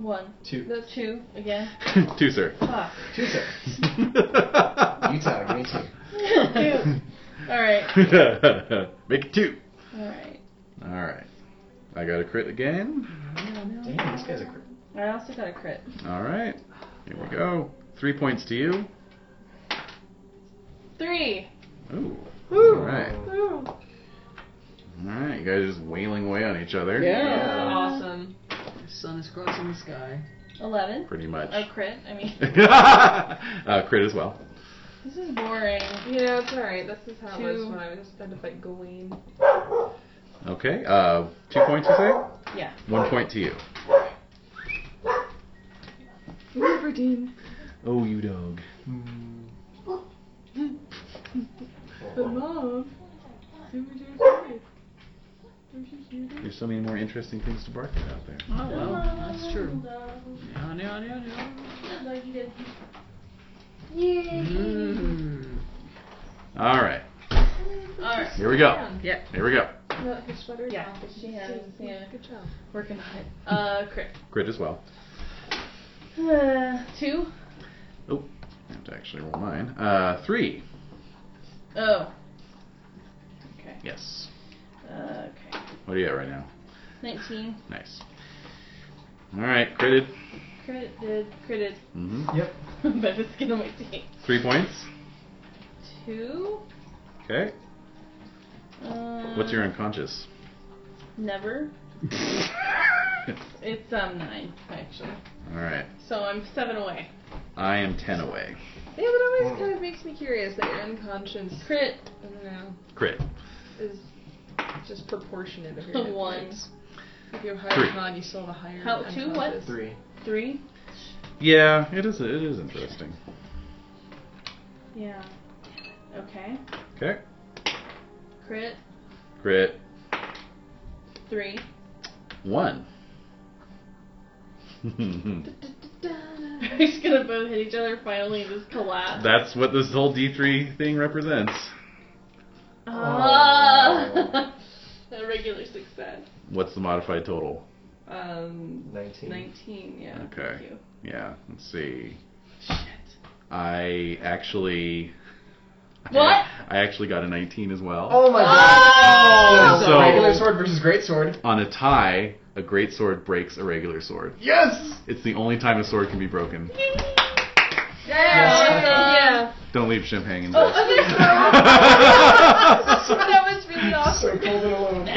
E: One.
B: two.
E: The two again.
A: two, sir.
E: Fuck.
B: Two six. Utah, me too.
E: two. All right.
A: Make it two.
E: All right.
A: All right. I got a crit again.
C: No, no.
B: Damn, these guys are crit.
E: I also got a crit.
A: All right. Here we go. Three points to you.
E: Three.
A: Ooh. All right.
B: Oh.
E: Ooh.
A: All right. You guys are just wailing away on each other.
C: Yeah.
E: Awesome.
C: The sun is crossing the sky.
E: Eleven.
A: Uh, Pretty much.
E: A crit. I mean,
A: uh, crit as well.
E: this is boring.
G: You know, it's alright. This is how it was
E: Two.
G: when I was had to fight Gawain.
A: Okay. Uh, two points, you say?
E: Yeah.
A: One point to you.
G: Riverdine.
A: Oh, you dog.
B: Hmm.
G: But
B: Oh.
G: mom, see what you're doing. Don't you hear that?
A: There's so many more interesting things to bark at out there.
C: Oh, well, mm-hmm. that's true. Yeah, yeah, yeah, yeah.
E: Mm-hmm.
C: Mm.
A: All right.
E: All right.
A: Here we go.
G: Yeah.
C: Yeah.
A: Here we go.
G: No, her sweater's
E: Yeah,
G: off, but
E: she has, yeah.
G: Good job.
E: Working on it. Uh, crit.
A: Crit as well.
E: Uh, two.
A: I have to actually roll mine. Uh, three.
E: Oh. Okay.
A: Yes.
E: Uh, okay.
A: What do you at right now?
E: Nineteen.
A: Nice. All right. Critted.
E: Crit did critted
A: Mm-hmm.
B: Yep.
E: by the skin of my teeth.
A: Three points.
E: Two.
A: Okay.
E: Uh,
A: What's your unconscious?
E: never? It's um nine actually,
A: All right.
E: so I'm seven away.
A: I am ten away.
G: Yeah, but always kind of makes me curious that your unconscious crit, I don't know,
A: Crit.
G: is just proportionate of
E: The
G: your hit
E: one.
G: points. If you're higher
A: Three.
G: con, you still have a higher.
E: How- two what?
G: unconscious.
B: Three.
E: Three.
A: Yeah, it is. It is interesting.
E: Yeah. Okay.
A: Okay.
E: Crit
A: Crit.
E: three.
A: One.
E: We're just gonna both hit each other finally and just collapse.
A: That's what this whole D three thing represents.
E: Ah. A regular success.
A: What's the modified total?
E: Um,
B: Nineteen.
E: nineteen. Yeah. thank
A: Okay.
E: you.
A: Yeah. Let's see.
E: Shit.
A: I actually.
E: What?
A: I actually got a 19 as well.
B: Oh my god!
A: So-
B: regular sword versus great sword.
A: On a tie, a great sword breaks a regular sword.
B: Yes.
A: It's the only time a sword can be broken.
E: Yeah.
A: Don't leave Shim hanging.
E: Oh, That was really
B: So
E: awesome.
B: cold and alone.
E: Third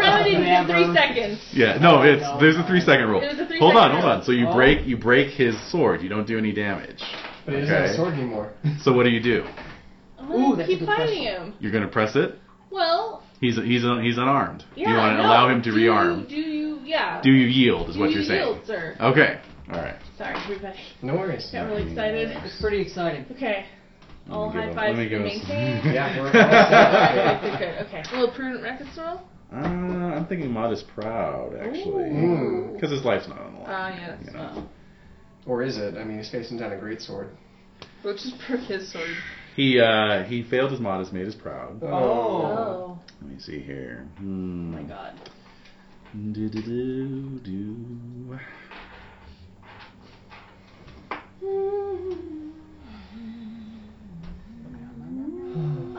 E: round in three
C: Never.
E: seconds.
A: yeah, no, it's there's a three second rule.
E: There's a three
A: Hold on,
E: second
A: hold
E: rule.
A: on. So you
C: Oh.
A: break you break his sword. You don't do any damage.
B: But it not
A: Okay.
B: a sword anymore.
A: So what do you do?
E: I'm gonna
C: Ooh, that's a
E: keep
C: good
E: fighting
C: question.
E: him.
A: You're gonna press it.
E: Well,
A: He's he's un- he's unarmed. Do
E: yeah.
A: you want to
E: no.
A: allow him to
E: do you-
A: rearm?
E: Do you? Yeah.
A: Do you yield? Is
E: Do
A: what
E: you
A: you're saying.
E: yield, sir?
A: Okay. All right.
E: Sorry, everybody.
B: No worries.
E: Got really excited.
C: It's pretty exciting.
E: Okay. All
A: Let me
E: high
A: go-
E: fives
A: let me
E: and
A: go-
E: maintain.
B: Yeah, we're all
E: Good, good, good. Okay.
G: A little prudent records roll?
A: Uh, I'm thinking modest proud actually,
B: Mm.
A: because his life's not on the
G: Oh,
A: line.
E: Ah,
G: yeah, that's
A: you know.
B: Or is it? I mean, he's facing down a great sword.
G: Which is broke his sword.
A: He uh, he failed his modest, made us proud.
B: Oh.
E: Oh
A: Let me see here. Hmm.
E: my god.
A: Do, do, do, do.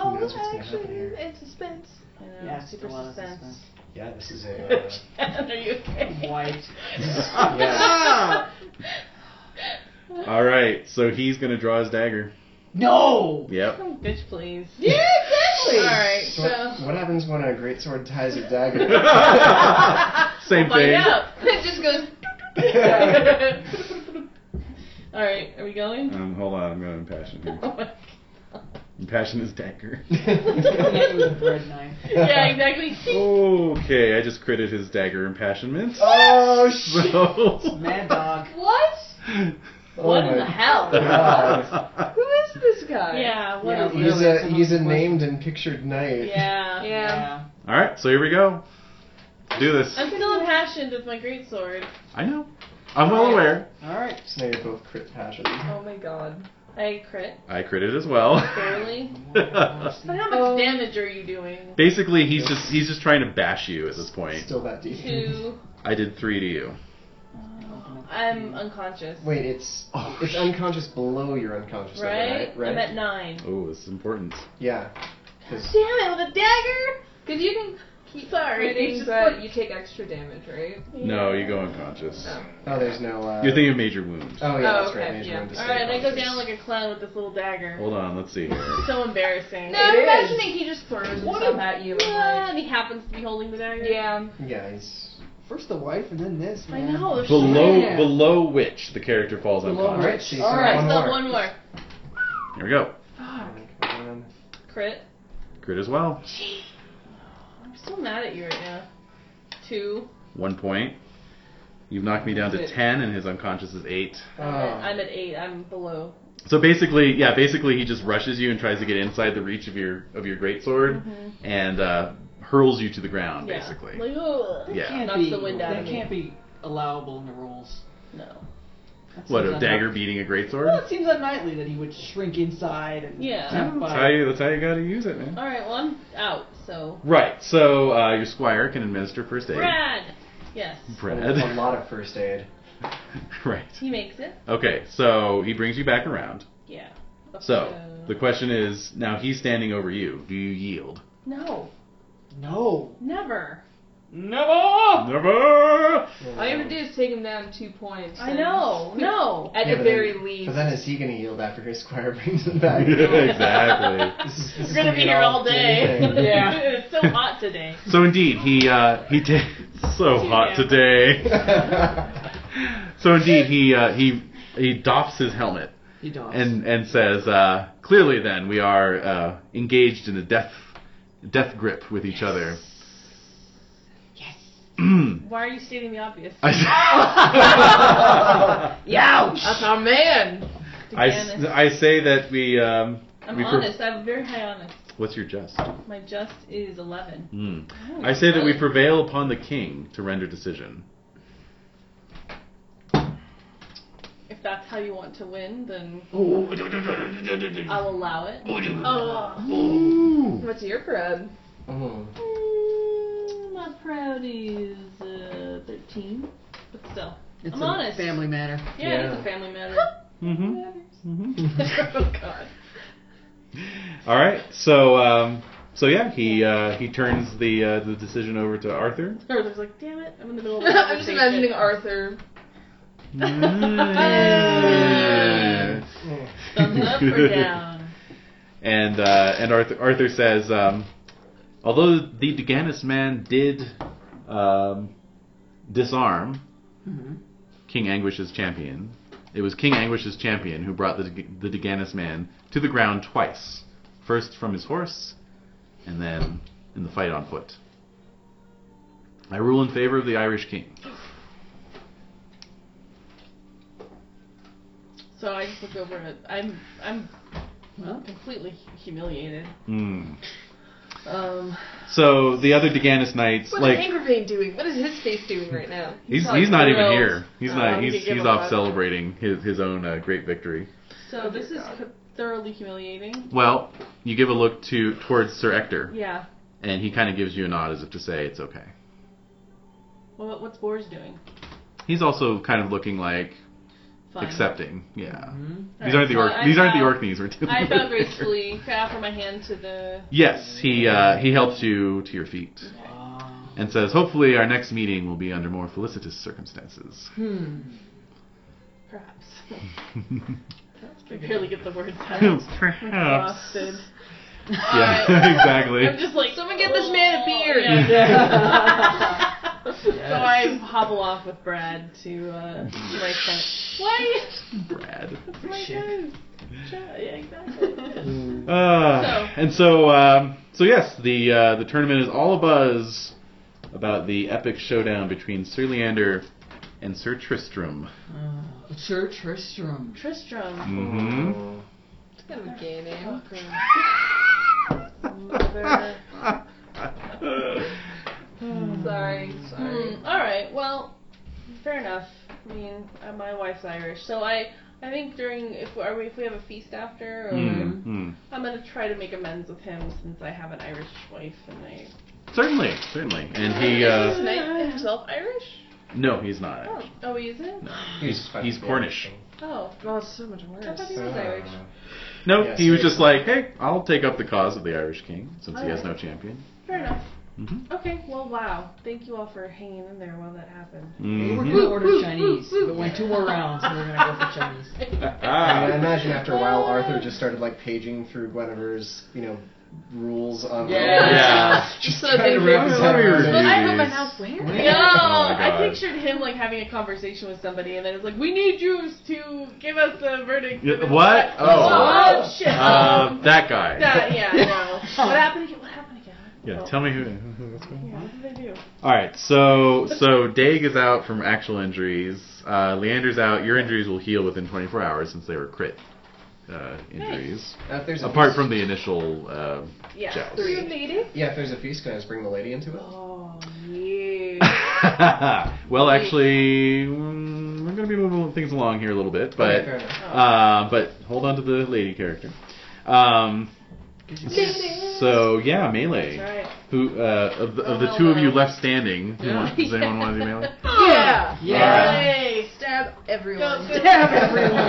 B: Oh, knows what's gonna happen here?
G: and suspense.
E: I know,
C: Yeah, it's
E: super
C: a lot of
E: suspense.
B: Yeah, this is a. Uh,
E: Are you okay?
C: White.
B: yeah.
A: All right, so he's gonna draw his dagger.
C: No.
A: Yep.
E: Bitch, please.
C: Yeah, exactly.
G: Alright,
B: So
G: so.
B: what, what happens when a great sword ties a dagger?
A: Same
E: Find
A: thing.
E: out.
G: It just goes.
E: All right, are we going?
A: Um, hold on, I'm gonna impassion here.
E: Oh my-
A: Impassion his dagger.
C: It was a bread knife.
E: yeah, exactly.
A: Oh Okay, I just critted his dagger impassionment.
B: Oh shit!
A: So.
C: Mad dog.
G: What?
E: What
B: oh
E: in the
B: my-
E: hell?
B: God.
G: Who is this guy?
E: Yeah. What?
C: Yeah,
E: is-
B: He's a he's a
C: Really?
B: named and pictured knight.
E: yeah.
G: Yeah.
A: All right, so here we go. Do this.
E: I'm still impassioned with my greatsword.
A: I know. I'm well aware.
C: All right.
B: So now you're both crit passion.
G: Oh my god.
E: I crit
A: I critted as well.
E: barely. But how much
G: Oh.
E: damage are you doing?
A: Basically, he's just he's just trying to bash you at this point.
B: Still that deep.
E: Oh. Two.
A: I did three to you.
E: I'm unconscious.
B: Wait, it's
A: Oh,
B: it's unconscious below your unconscious level,
E: Right?
B: right? Right.
E: I'm at nine.
A: Oh, this is important.
B: yeah. 'Cause-
E: Damn it with a dagger!
G: Because you can keep
E: Sorry, it's
G: reading,
E: just
G: but
E: like-
G: you take extra damage, right?
A: No, you go unconscious.
G: Oh.
B: Oh, there's no. Uh,
A: You're thinking of major wound.
B: Oh yeah,
G: Oh,
B: that's
G: okay,
B: right. Major
G: yeah.
B: wound is
E: All right, and I go
B: unconscious.
E: down like a clown with this little dagger.
A: Hold on, let's see here.
E: So embarrassing.
G: No, I'm
C: It is.
G: imagining he just throws
E: What
G: himself at you. And
E: Ah,
G: like,
E: and he happens to be holding the dagger.
G: yeah.
B: Yeah, he's.
C: First the wife and then this.
E: I
C: man.
E: know. there's so
A: Below
E: many.
C: Yeah.
A: below which the character falls
C: Below
A: unconscious.
B: Alright, she's
C: All
B: got
C: right,
E: All
B: one
E: right, so
B: more.
E: one more.
A: Here we go.
B: Come on.
E: Crit.
A: Crit as well.
E: I'm still mad at you right now. Two.
A: One point. You've knocked me down to ten, and his unconscious is eight.
B: Oh.
E: I'm at- I'm at eight. I'm below.
A: So basically, yeah, basically he just rushes you and tries to get inside the reach of your of your greatsword
E: Mm-hmm.
A: and uh, hurls you to the ground,
E: Yeah.
A: basically.
E: Like, ugh.
A: Yeah.
C: Can't
E: Knocks
C: be,
E: the wind out
C: that
E: of me.
C: can't be allowable in the rules.
E: No.
C: That
A: what
C: seems
A: a
C: unknown-
A: dagger beating a greatsword.
C: Well, it seems unknightly that he would shrink inside and
E: Yeah.
C: jump
A: That's
C: by.
A: how you. That's how you got to use it, man.
E: All right. Well, I'm out. So.
A: Right. So uh, your squire can administer first aid.
E: Brad. Yes.
B: A
A: Bread.
B: lot of first aid.
A: right.
E: He makes it.
A: Okay. So he brings you back around.
E: Yeah.
A: So
E: Uh,
A: the question is, now he's standing over you. Do you yield?
E: No.
C: No.
E: Never.
C: Never.
A: Never.
G: All you have to do is take him down two points.
E: I
G: and-
E: know. No.
G: At
B: Yeah,
G: the
B: but
G: very
B: then-
G: least.
B: But then is he gonna yield after his squire brings him back?
A: exactly.
B: This is, this is
E: We're gonna be here all day.
B: thing.
C: Yeah.
E: it's so hot today.
A: So indeed, he uh, he ta- so hot today. So indeed, he uh, he he doffs his helmet
C: You dogs.
A: and and says, uh, "Clearly, then we are uh, engaged in a death death grip with each other." Yes.
E: Why are you stating the obvious?
A: I,
E: That's our man.
A: I s- I say that we um,
E: I'm
A: we pre-
E: honest. I'm very high honest.
A: what's your jest?
E: My just is 11.
A: Hmm. I say that we prevail upon the king to render decision.
E: If that's how you want to win, then
A: Oh, Ooh.
E: I'll allow it. Oh,
G: What's your proud?
B: Oh,
A: Mm-hmm. Oh.
E: mm, my proud is uh, 13, but still.
C: it's
E: I'm
C: a
E: honest.
C: family matter.
E: Yeah, it's
B: Yeah.
E: a family matter.
A: Mhm.
E: oh God.
A: All right. So um, so yeah, he uh, he turns the uh, the decision over to Arthur.
E: Arthur's like, damn it, I'm in the middle of. a
G: I'm just imagining
E: conversation."
G: Arthur.
A: Yeah.
E: Thumbs up or down.
A: and uh, and Arthur Arthur says, um, although the Deganis man did um, disarm
C: hmm
A: King Anguish's champion, it was King Anguish's champion who brought the Deg- the Deganis man to the ground twice, first from his horse, and then in the fight on foot. I rule in favor of the Irish king.
E: So I just look over at. I'm I'm
C: Well,
E: completely hu- humiliated.
A: Hmm.
E: Um,
A: So the other Deganis knights,
G: What's
A: like
G: Angervein doing? What is his face doing right now?
A: He's
G: probably
A: he's not even
G: thrilled.
A: here. He's
E: Uh,
G: Oh,
A: not.
E: Um,
G: we
A: He's
G: could give
A: he's
G: him
A: off
G: that.
A: celebrating his his own uh, great victory.
E: so
G: Oh,
E: this
G: dear
E: is
G: God.
E: co- thoroughly humiliating.
A: Well, you give a look to towards Sir Ector,
E: Yeah.
A: and he kind of gives you a nod as if to say it's okay.
E: Well, what's Boris doing?
A: He's also kind of looking like
E: Fine.
A: accepting. Yeah.
C: mhm.
A: These aren't the
E: so
A: orc.
E: I
A: these aren't the
E: bow-
A: orc knees we're dealing
E: I
A: with.
E: bow gracefully, I offer my hand to the.
A: Yes, he uh, he helps you to your feet
C: Wow.
A: and says, "Hopefully, our next meeting will be under more felicitous circumstances."
C: Hmm.
E: Perhaps.
A: Perhaps.
E: I barely get the words out. Exhausted.
A: Yeah, exactly.
E: I'm just like,
G: Someone get this man a
E: "Oh."
G: beer.
E: Yeah,
C: Yeah.
E: So I hobble off with Brad to uh, to
A: Mm-hmm.
E: my tent. Why?
A: Brad.
E: That's my guys. Yeah, exactly.
B: mm,
A: Uh,
E: So-
A: and so, um, so yes, the uh, the tournament is all abuzz about the epic showdown between Sir Leander and Sir Tristram.
C: Uh, Sir Tristram.
E: Tristram.
A: Mm-hmm.
B: oh.
G: It's kind of a gay
A: Mm.
G: name.
A: Hmm.
G: Sorry, sorry.
E: Hmm, all right. Well, fair enough. I mean, uh, my wife's Irish, so I I think during if are we if we have a feast after, or
A: mm-hmm.
E: I'm gonna try to make amends with him since I have an Irish wife and I.
A: Certainly, certainly. And he, uh,
E: Is Knight himself Irish?
A: no, he's not.
E: Oh, oh, he isn't.
A: No,
B: He's
A: he's
B: funny,
A: he's
B: yeah.
A: Cornish.
E: Oh,
G: Oh, it's so much
E: I thought
G: worse.
E: he was Irish.
A: No,
B: Yes,
A: he was
B: he is.
A: just like, hey, I'll take up the cause of the Irish king since he has no
E: Alright.
A: champion.
E: Fair enough.
A: Mhm.
E: Okay. Well, wow. Thank you all for hanging in there while that happened.
C: We were
A: Mhm.
C: gonna order Chinese, but went two more rounds and we we're gonna go for Chinese.
B: I mean, I
A: Ah.
B: imagine after a while Arthur just started like paging through Guinevere's, you know, rules on.
C: Yeah.
A: Yeah.
B: Just
G: So
B: trying to
G: they-
B: wrap his head around
A: Well,
B: it.
G: I wrote my
A: Jeez.
G: mouth where?
E: No,
A: Oh my
E: I
A: God.
E: pictured him like having a conversation with somebody, and then it's like, "We need you to give us the verdict."
A: Yeah, what?
E: Oh,
A: Oh.
E: shit!
A: Uh, that guy.
E: that, yeah, no. What happened again? What happened again?
A: Yeah, tell me who. what's going on.
E: Yeah, what did they do?
A: All right, so so Dag is out from actual injuries. Uh, Leander's out. Your injuries will heal within 24 hours since they were crit uh, injuries.
B: Now, if there's a
A: Apart
B: feast-
A: from the initial uh,
E: Yeah,
A: joust.
E: three.
B: Yeah, if there's a feast, can I just bring the lady into it?
E: Oh yeah.
A: well, actually, mm, we're gonna be moving things along here a little bit,
B: Okay, fair
A: but
B: enough.
A: uh, but hold on to the lady character. Um, so yeah, melee.
E: That's right.
A: Who uh, of the, of the
E: Oh,
A: two of you
E: no.
A: left standing? who wants- does anyone want to do melee?
G: Yeah.
C: Yeah.
E: Yay!
G: Stab
E: Go,
G: everyone.
E: go,
C: Stab
E: go.
C: everyone.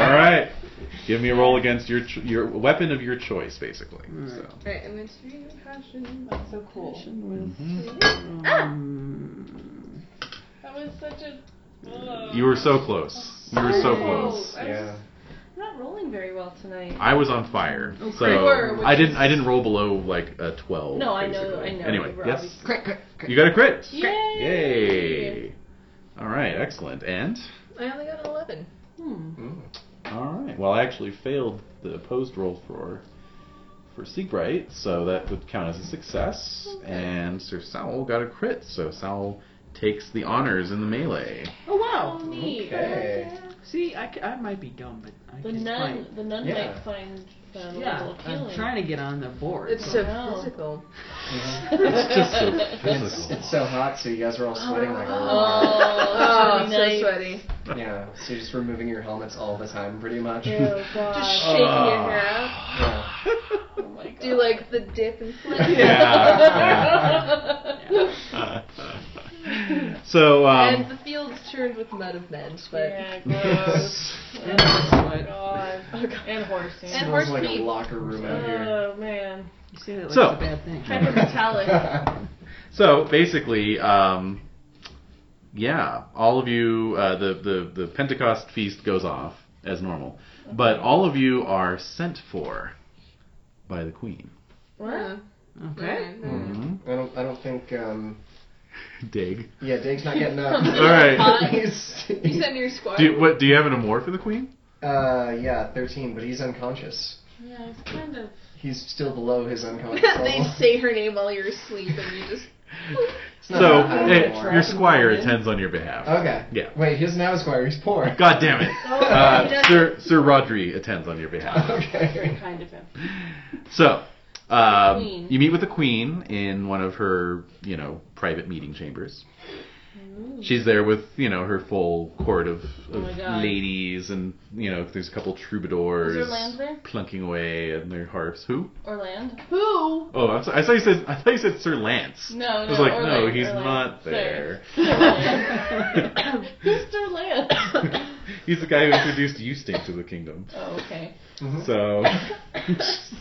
A: All right. Give me a roll against your ch- your weapon of your choice, basically.
C: All right.
A: So.
G: Alright, I'm going to your passion.
E: That's so cool.
A: Mm-hmm.
E: Ah.
C: Um,
E: That was such a.
A: You were so close. You were so close.
E: I was
B: Yeah.
E: No, not rolling very well tonight.
A: I was on fire,
C: Oh,
A: so
E: great. Were, which
A: I didn't. I
E: is-
A: didn't roll below like a twelve.
E: No, I know-
A: basically.
E: I know,
A: Anyway,
E: you were
A: yes,
E: obviously-
B: Crit, crit, crit.
A: you got a crit.
E: Yay!
A: Yay! All right, excellent. And
G: I only got an 11.
E: Hmm.
B: Mm.
A: all right. Well, I actually failed the opposed roll for for Siegbright, so that would count as a success. And Sir Sowell got a crit, so Sowell takes the honors in the melee.
C: Oh wow!
E: neat.
B: Okay.
C: See, I, c- I might be dumb, but I
E: The
C: can
E: nun,
C: fight.
E: the nun
B: Yeah.
E: might find them a
C: Yeah,
E: little
C: I'm
E: appealing.
C: trying to get on the board.
G: It's
C: so-
G: so
E: Wow.
G: physical.
A: It's just so
B: It's,
A: physical.
B: it's so hot, so you guys are all
A: Oh
B: sweating like a lot.
E: Oh,
G: so
E: that's really nice.
G: sweaty.
B: Yeah, so you're just removing your helmets all the time, pretty much.
E: Ew, God.
G: Just
A: Oh.
G: shaking your hair out.
A: Ah.
B: Yeah.
E: oh my God.
G: Do like the dip and flip.
A: Yeah. so
G: and
A: um,
G: the fields turned with mud of men, but
E: Yeah, gross.
C: And I sweat.
E: Oh, God. And horse
G: And
E: sand.
B: Smells
G: horse
B: like a
G: meat.
B: locker room out here.
E: Oh man.
C: You say that like
A: So-
C: it's a bad thing.
E: Hypermetallic.
A: so basically, um, yeah, all of you, uh, the, the the Pentecost feast goes off as normal, but all of you are sent for by the Queen.
E: what?
C: Okay.
B: I don't. I don't think. Um,
A: Dig.
B: yeah, Dig's not getting up.
A: All right.
B: He's-
G: You send your squad.
A: Do you, what? Do you have an amour for the Queen?
B: uh, yeah, thirteen, but he's unconscious.
E: Yeah, it's kind of.
B: He's still below his unconscious
G: they
B: level.
G: say her name while you're asleep, and you just
B: It's not
A: So
B: happening
A: eh,
B: anymore.
A: your squire attends on your behalf.
B: Okay.
A: Yeah.
B: Wait, he's now a squire. He's poor.
A: God damn it.
E: Oh, he
A: Uh,
E: does-
A: Sir Sir Rodri attends on your behalf.
E: Very
B: okay.
E: kind of him.
A: So,
E: The
A: um,
E: queen.
A: you meet with the queen in one of her, you know, private meeting chambers. She's there with, you know, her full court of,
E: Oh
A: of
E: my God.
A: ladies, and you know, there's a couple troubadours
E: Is there land there?
A: plunking away and their harps. Who?
E: Or land. Who?
A: Oh, I'm sorry. I saw you said. I thought you said Sir Lance.
E: No,
A: I
E: no.
A: was like,
E: or
A: no,
E: land,
A: he's
E: or land.
A: not there.
E: Mr. Land.
A: he's the guy who introduced Eusting to the kingdom.
E: oh, okay.
B: Mhm.
A: So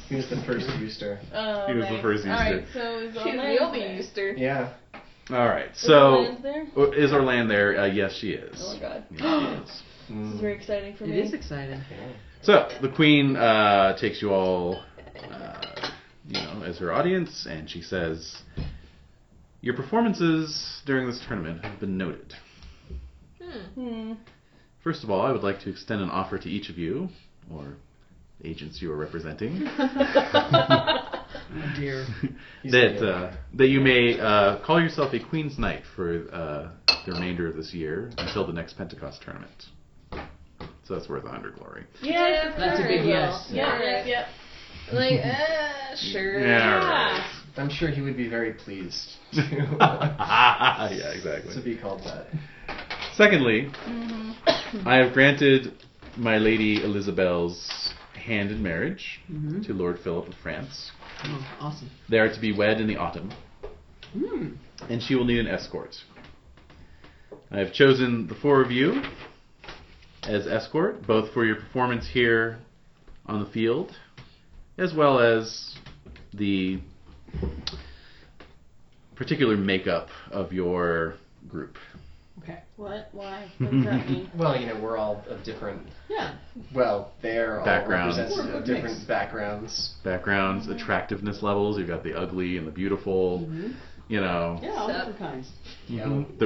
B: He was the first Euster.
E: Oh,
A: He was the
E: nice.
A: first
E: All right,
A: Easter.
E: so is
G: she
E: Orlando
G: will be
E: there?
G: used to.
B: Yeah.
A: all right.
E: Is
A: So
E: Orlando there?
A: Oh, is Orlando there? Uh, yes, she is.
E: Oh my god.
A: Yes, she is.
E: This is
B: Mm.
E: very exciting for
C: It
E: me.
C: is exciting.
A: So the queen uh, takes you all, uh, you know, as her audience, and she says, "Your performances during this tournament have been noted.
E: Hmm.
A: First of all, I would like to extend an offer to each of you, or agents you are representing,
C: Oh dear.
B: He's
A: that
B: good.
A: uh, that you may uh, call yourself a queen's knight for uh, the remainder of this year until the next Pentecost tournament. So that's worth a hundred glory."
E: Yes, of
C: That's a
E: course.
C: big yes.
E: Yeah,
G: Yeah.
E: yeah, yeah.
G: Like, uh, sure.
A: Yeah,
E: Ah.
B: I'm sure he would be very pleased to,
A: right. Ah, yeah, exactly.
B: to be called that.
A: Secondly, I have granted my Lady Isabel's hand in marriage
C: Mm-hmm.
A: to Lord Philip of France.
C: Oh, awesome.
A: They are to be wed in the autumn,
C: Mm.
A: and she will need an escort. I have chosen the four of you as escort, both for your performance here on the field, as well as the particular makeup of your group.
C: Okay.
E: What? Why? What does that mean?
B: Well, you know, we're all of different.
C: Yeah.
B: Well, they're all
A: Backgrounds.
B: representatives
C: We're a
B: of
C: good
B: different
C: mix.
B: backgrounds.
A: Backgrounds, attractiveness levels, you've got the ugly and the beautiful.
C: hmm
A: you know,
C: Yeah, all
G: So-
C: different kinds.
A: the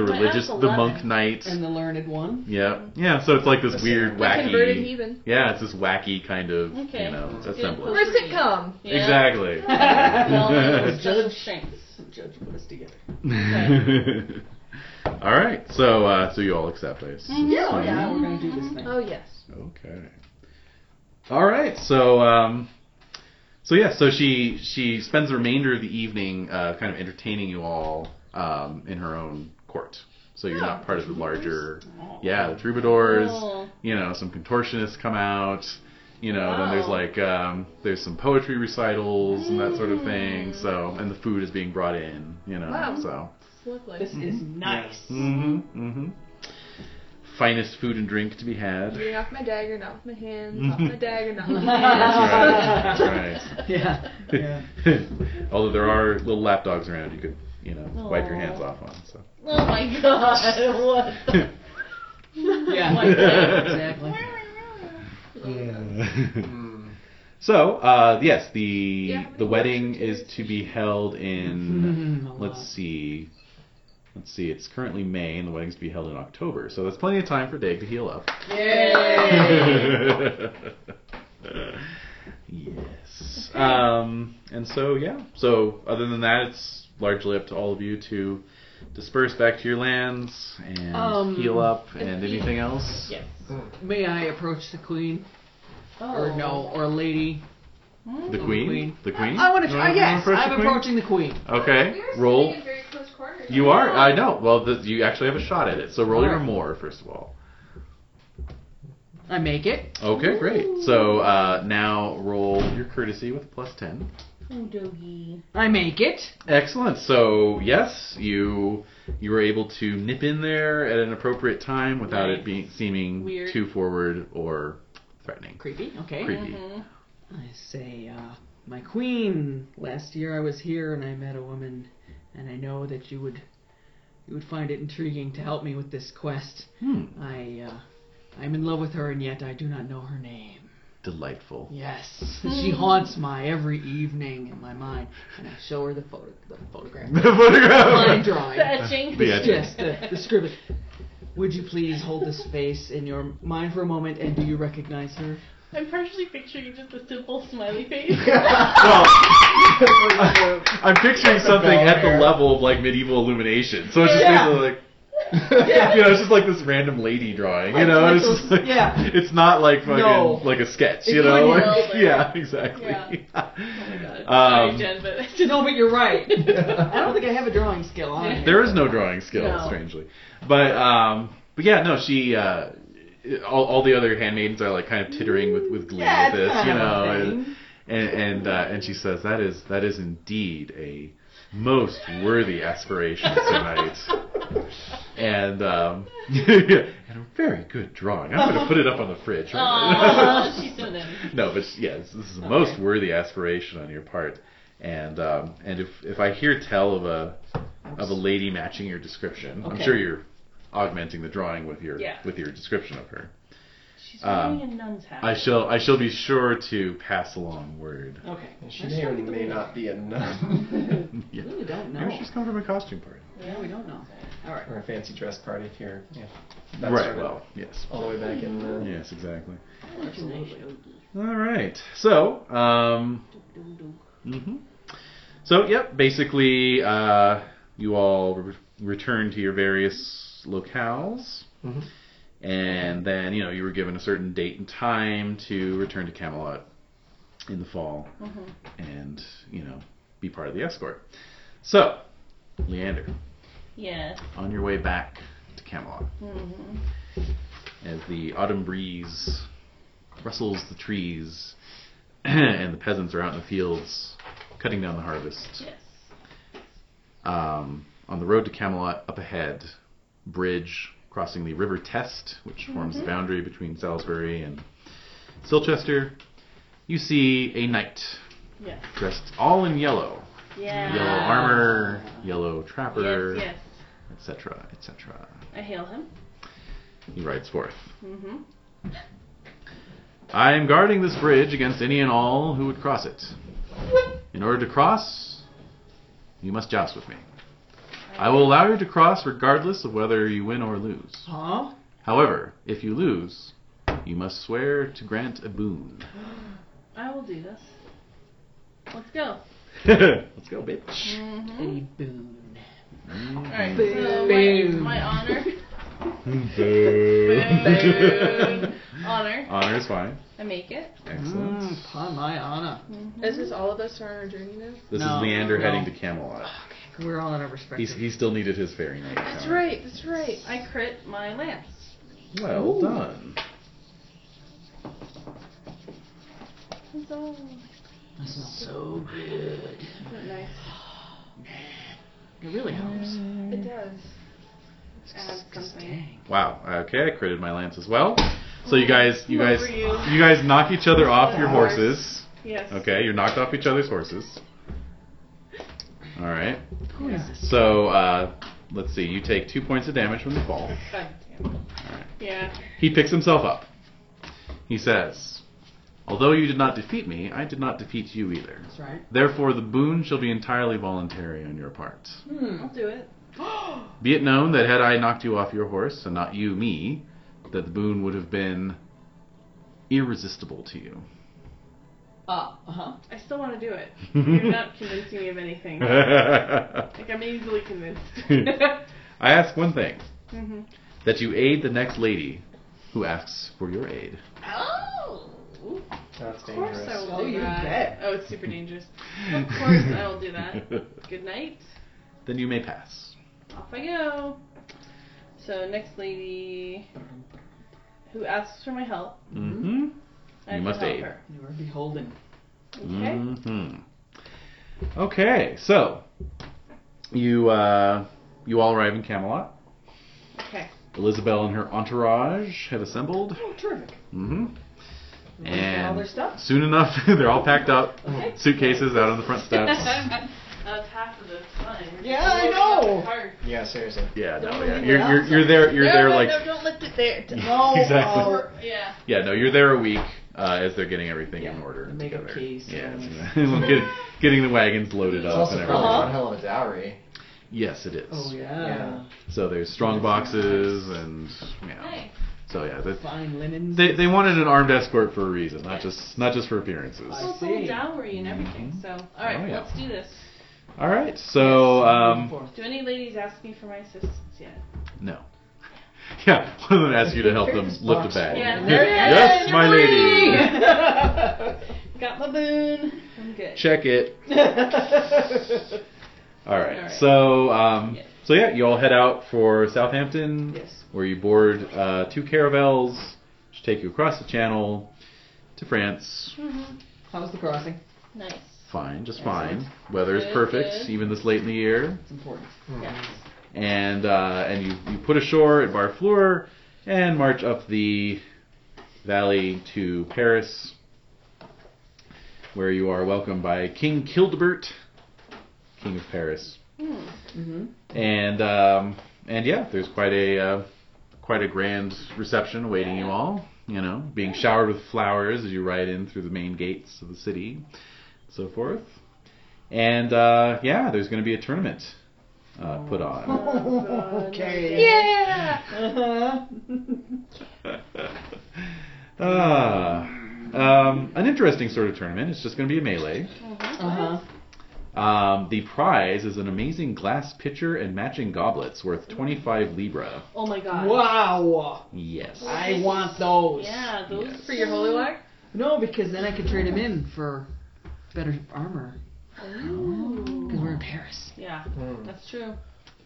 E: My
A: religious,
E: aunt's
A: the
E: 11.
A: monk knight.
C: And the learned one.
A: Yeah, yeah. So it's like this
B: The
A: weird,
B: same.
G: The converted
A: wacky.
G: heathen.
A: Yeah, it's this wacky kind of,
E: Okay.
A: you know,
B: It's
E: good.
A: assembly.
G: We're a sitcom.
E: Yeah.
A: Exactly.
E: Well,
C: Judge Shanks. Judge put us together.
A: all right. So, uh, so you all accept this?
C: Oh, yeah, we're going to do this thing.
G: Oh, yes.
A: Okay. All right. So, um, so yeah. So she she spends the remainder of the evening uh, kind of entertaining you all um, in her own court. So you're not part of the larger.
E: Mm-hmm.
C: Oh,
A: Yeah, the troubadours.
E: Oh.
A: You know, some contortionists come out. You know, then there's
E: Wow.
A: like um, there's some poetry recitals and that sort of
E: Mm.
A: thing. So, and the food is being brought in. You know,
G: Wow.
A: so.
G: Lovely.
C: This is nice.
A: Mm-hmm. Mm-hmm. Finest food and drink to be had.
G: Getting off my dagger, not off my hands, off my dagger, not off my
A: That's
G: hands.
A: right. That's right.
C: Yeah. Yeah.
A: Although there are little lap dogs around, you could, you know, wipe your
E: Aw.
A: hands off on. So.
E: Oh my god. What?
C: yeah.
E: Like that. Mm.
C: exactly.
A: so uh, yes, the the
G: many
A: wedding is to be held in.
C: Mm-hmm.
A: let's see, let's see. It's currently May, and the wedding's to be held in October. So that's plenty of time for Dag to heal up. yes. Um, and so yeah. So other than that, it's largely up to all of you to disperse back to your lands and
C: Um,
A: heal up and anything else.
G: Yes.
C: May I approach the queen?
E: Oh.
C: Or no, or lady?
A: The queen?
C: queen.
A: The queen.
C: I want to.
A: You wanna-
C: Uh,
A: you wanna
C: yes,
A: approach the
C: I'm
A: queen?
C: approaching the queen.
A: Okay.
D: We're
A: Roll.
D: sitting in very close quarters.
A: You are. I know. Well, th you actually have a shot at it. So roll your
C: Alright.
A: more first of all.
C: I make it.
A: Okay, great. So uh, now roll your courtesy with plus ten.
G: Oh, doggy.
C: I make it.
A: Excellent. So yes, you you were able to nip in there at an appropriate time without it being seeming
C: Weird.
A: too forward or threatening.
C: Creepy. Okay.
A: Creepy.
C: I say, uh, my queen. Last year I was here and I met a woman, and I know that you would you would find it intriguing to help me with this quest.
D: Mm-hmm.
A: Hmm.
C: I uh, I'm in love with her and yet I do not know her name.
A: Delightful.
C: Yes, she haunts my every evening in my mind, and I show her the photo, the photograph,
A: The
C: line
A: photograph.
C: drawing.
G: The etching.
A: The etching.
C: Yes, the, the scribbling. Would you please hold this face in your mind for a moment, and do you recognize her?
E: I'm partially picturing just a simple smiley face.
A: Well, I'm picturing something at the level of like medieval illumination. So it's just
C: Yeah.
A: basically like. you know, it's just like this random lady drawing. You know,
C: Like
A: it's just
C: those-
A: like
C: yeah.
A: it's not like fucking
C: No.
A: like a sketch.
C: It's
A: you know,
C: like-
A: Like- yeah, exactly.
E: Uh, Sorry,
A: Um,
E: Jen, but
C: No, but you're right. I don't think I have a drawing skill on it.
A: There is no drawing skill,
C: No.
A: strangely. But um, but yeah, no, she. Uh, all, all the other handmaidens are like kind of tittering with, with glee
C: Yeah,
A: at
C: it's
A: this,
C: kind
A: you
C: of a
A: know,
C: thing.
A: and and and, uh, and she says that is that is indeed a most worthy aspiration tonight, and um, and a very good drawing. I'm going to put it up on the fridge. Right
E: she's so nice.
A: no, but yeah, this, this is a most worthy aspiration on your part, and um, and if if I hear tell of a of a lady matching your description, I'm
C: Okay.
A: sure you're augmenting the drawing with your
G: Yeah.
A: with your description of her.
G: She's
A: Um,
G: wearing a nun's hat.
A: I shall I shall be sure to pass along word.
C: Okay.
B: She may or may not be a nun.
A: yeah.
C: Really don't know.
A: Maybe she's coming from a costume party.
C: Yeah, we don't know. All right.
B: or a fancy dress party here. Yeah. That
A: Right.
B: started
A: Well, yes.
B: all the way back in the.
A: Yes, exactly.
C: Absolutely.
A: All right. So, um, hmm so yep. Basically, uh, you all re- return to your various locales,
B: Mhm.
A: and then you know you were given a certain date and time to return to Camelot in the fall,
E: Mm-hmm.
A: and you know be part of the escort. So, Leander,
G: Yes.
A: on your way back to Camelot, as the autumn breeze rustles the trees and the peasants are out in the fields cutting down the harvest.
G: Yes.
A: Um, on the road to Camelot, up ahead, bridge crossing the River Test, which
G: Mm-hmm.
A: forms the boundary between Salisbury and Silchester, you see a knight
E: Yes.
A: dressed all in yellow
G: Yeah.
A: yellow armor, yellow trapper,
G: Yes,
A: etc., etc.
G: yes. I hail him.
A: He rides forth.
G: Mm-hmm.
A: I am guarding this bridge against any and all who would cross it. In order to cross, you must joust with me. I will allow you to cross regardless of whether you win or lose.
C: Huh?
A: However, if you lose, you must swear to grant a boon.
G: I will do this. Let's go.
A: Let's go, bitch.
C: A boon.
G: Alright, so my,
C: Boom.
G: my honor.
A: Boon.
G: honor.
A: Honor is fine.
G: I make it.
A: Excellent.
C: Mm, upon my honor.
E: Is this all of us are doing this?
A: This
C: No,
A: is Leander
C: no.
A: heading to Camelot.
C: We're all in our respective.
A: He's, he still needed his fairy knight.
G: That's
A: power.
G: right, that's right. I crit my lance.
A: Well done.
G: So,
C: That smells so good.
G: isn't it nice?
C: It really helps.
G: It does. Add something.
C: Dang.
A: Wow. Okay, I critted my lance as well. So you guys, you guys,
E: Over
A: you.
E: you.
A: guys knock each other off your
G: Horse.
A: horses.
E: Yes.
A: Okay, you're knocked off each other's horses. All right.
C: Who is this?
A: So uh, let's see. You take two points of damage from the fall.
E: Yeah.
A: He picks himself up. He says, Although you did not defeat me, I did not defeat you either.
C: That's right.
A: Therefore, the boon shall be entirely voluntary on your part.
C: Hmm.
E: I'll do it.
A: Be it known that had I knocked you off your horse, and not you me, that the boon would have been irresistible to you.
C: Ah, uh huh.
E: I still want to do it. You're not convincing me of anything. Like
A: I
E: I'm easily convinced.
A: ask one thing
E: hmm
A: that you aid the next lady who asks for your aid.
D: Oh!
B: That's
E: Of course I
B: dangerous.
E: will
C: Oh,
E: do
C: you
E: that.
C: bet.
E: Oh, it's super dangerous. Of course I will do that. Good night.
A: then you may pass.
E: Off I go. So next lady who asks for my help.
A: Mm-hmm.
E: I
A: You
E: can
A: must
E: help
A: aid.
E: her.
C: You are beholden.
E: Okay.
A: Mm-hmm. Okay, so you uh, you all arrive in Camelot.
E: Okay.
A: Elizabeth and her entourage have assembled.
C: Oh, terrific.
A: Mm-hmm.
C: Everybody's got all
A: And-
C: their stuff.
A: Soon enough, they're all packed up,
E: Okay.
A: suitcases out on the front steps.
E: That's half of the fun.
C: Yeah, I know.
E: Hard.
B: Yeah, seriously.
A: yeah, no, yeah.
C: Don't leave it
A: You're, you're, you're
C: outside.
A: there. You're
E: no,
A: there
E: no,
A: like
E: no, don't lift it there.
C: No,
A: exactly.
C: uh,
E: Yeah.
A: Yeah, no, you're there a week uh, as they're getting everything in
C: Yeah,
A: order
C: the makeup
A: together.
C: keys,
A: yeah,
C: so-
A: it's- get- getting the wagons loaded
B: It's
A: up
B: also
A: and
B: probably
A: everything.
C: Uh-huh.
B: one hell of a dowry.
A: Yes, it is.
C: Oh yeah.
B: Yeah.
A: So there's strong boxes and yeah. So yeah, that-
C: Fine linens.
A: they they wanted an armed escort for a reason, not just not just for appearances.
C: I
E: Well, it's
C: see.
E: all dowry and everything,
A: Mhm.
E: so. Alright,
A: Oh, yeah.
E: let's do this.
A: All right, so um,
E: Do any ladies ask me for my assistance yet?
A: no. Yeah, one of them asks you to help them
B: This
A: lift a
B: box.
A: bag.
E: Yeah, there it is.
A: yes, my lady.
E: Got my boon. I'm good.
A: Check it. All right.
E: All right.
A: So, um,
E: Yes.
A: so yeah, you all head out for Southampton,
C: Yes.
A: where you board uh, two caravels, which take you across the channel to France.
C: How's the crossing?
E: Nice.
A: Fine, just
C: Excellent.
A: fine. Weather is
E: Good,
A: perfect,
E: good.
A: even this late in the year.
C: It's important.
E: Yes.
A: And uh, and you, you put ashore at Barfleur and march up the valley to Paris, where you are welcomed by King Childebert, King of Paris.
C: Mm-hmm.
A: and um, and yeah, there's quite a uh, quite a grand reception awaiting you all. You know, being showered with flowers as you ride in through the main gates of the city, so forth. And uh, yeah, there's going to be a tournament uh, put on.
C: Okay.
E: Oh, Mm-hmm. Yeah!
C: Uh-huh.
A: Ah, um, an interesting sort of tournament. It's just going to be a melee.
C: Uh-huh.
A: Um, the prize is an amazing glass pitcher and matching goblets worth 25 libra.
E: Oh my god.
C: Wow.
A: Yes.
C: I want those.
E: Yeah, those
A: Yes.
E: for your holy water?
C: No, because then I could trade him in for better armor. Because we're in Paris.
E: Yeah,
C: Hmm,
B: Mm.
E: that's true. Mm-hmm.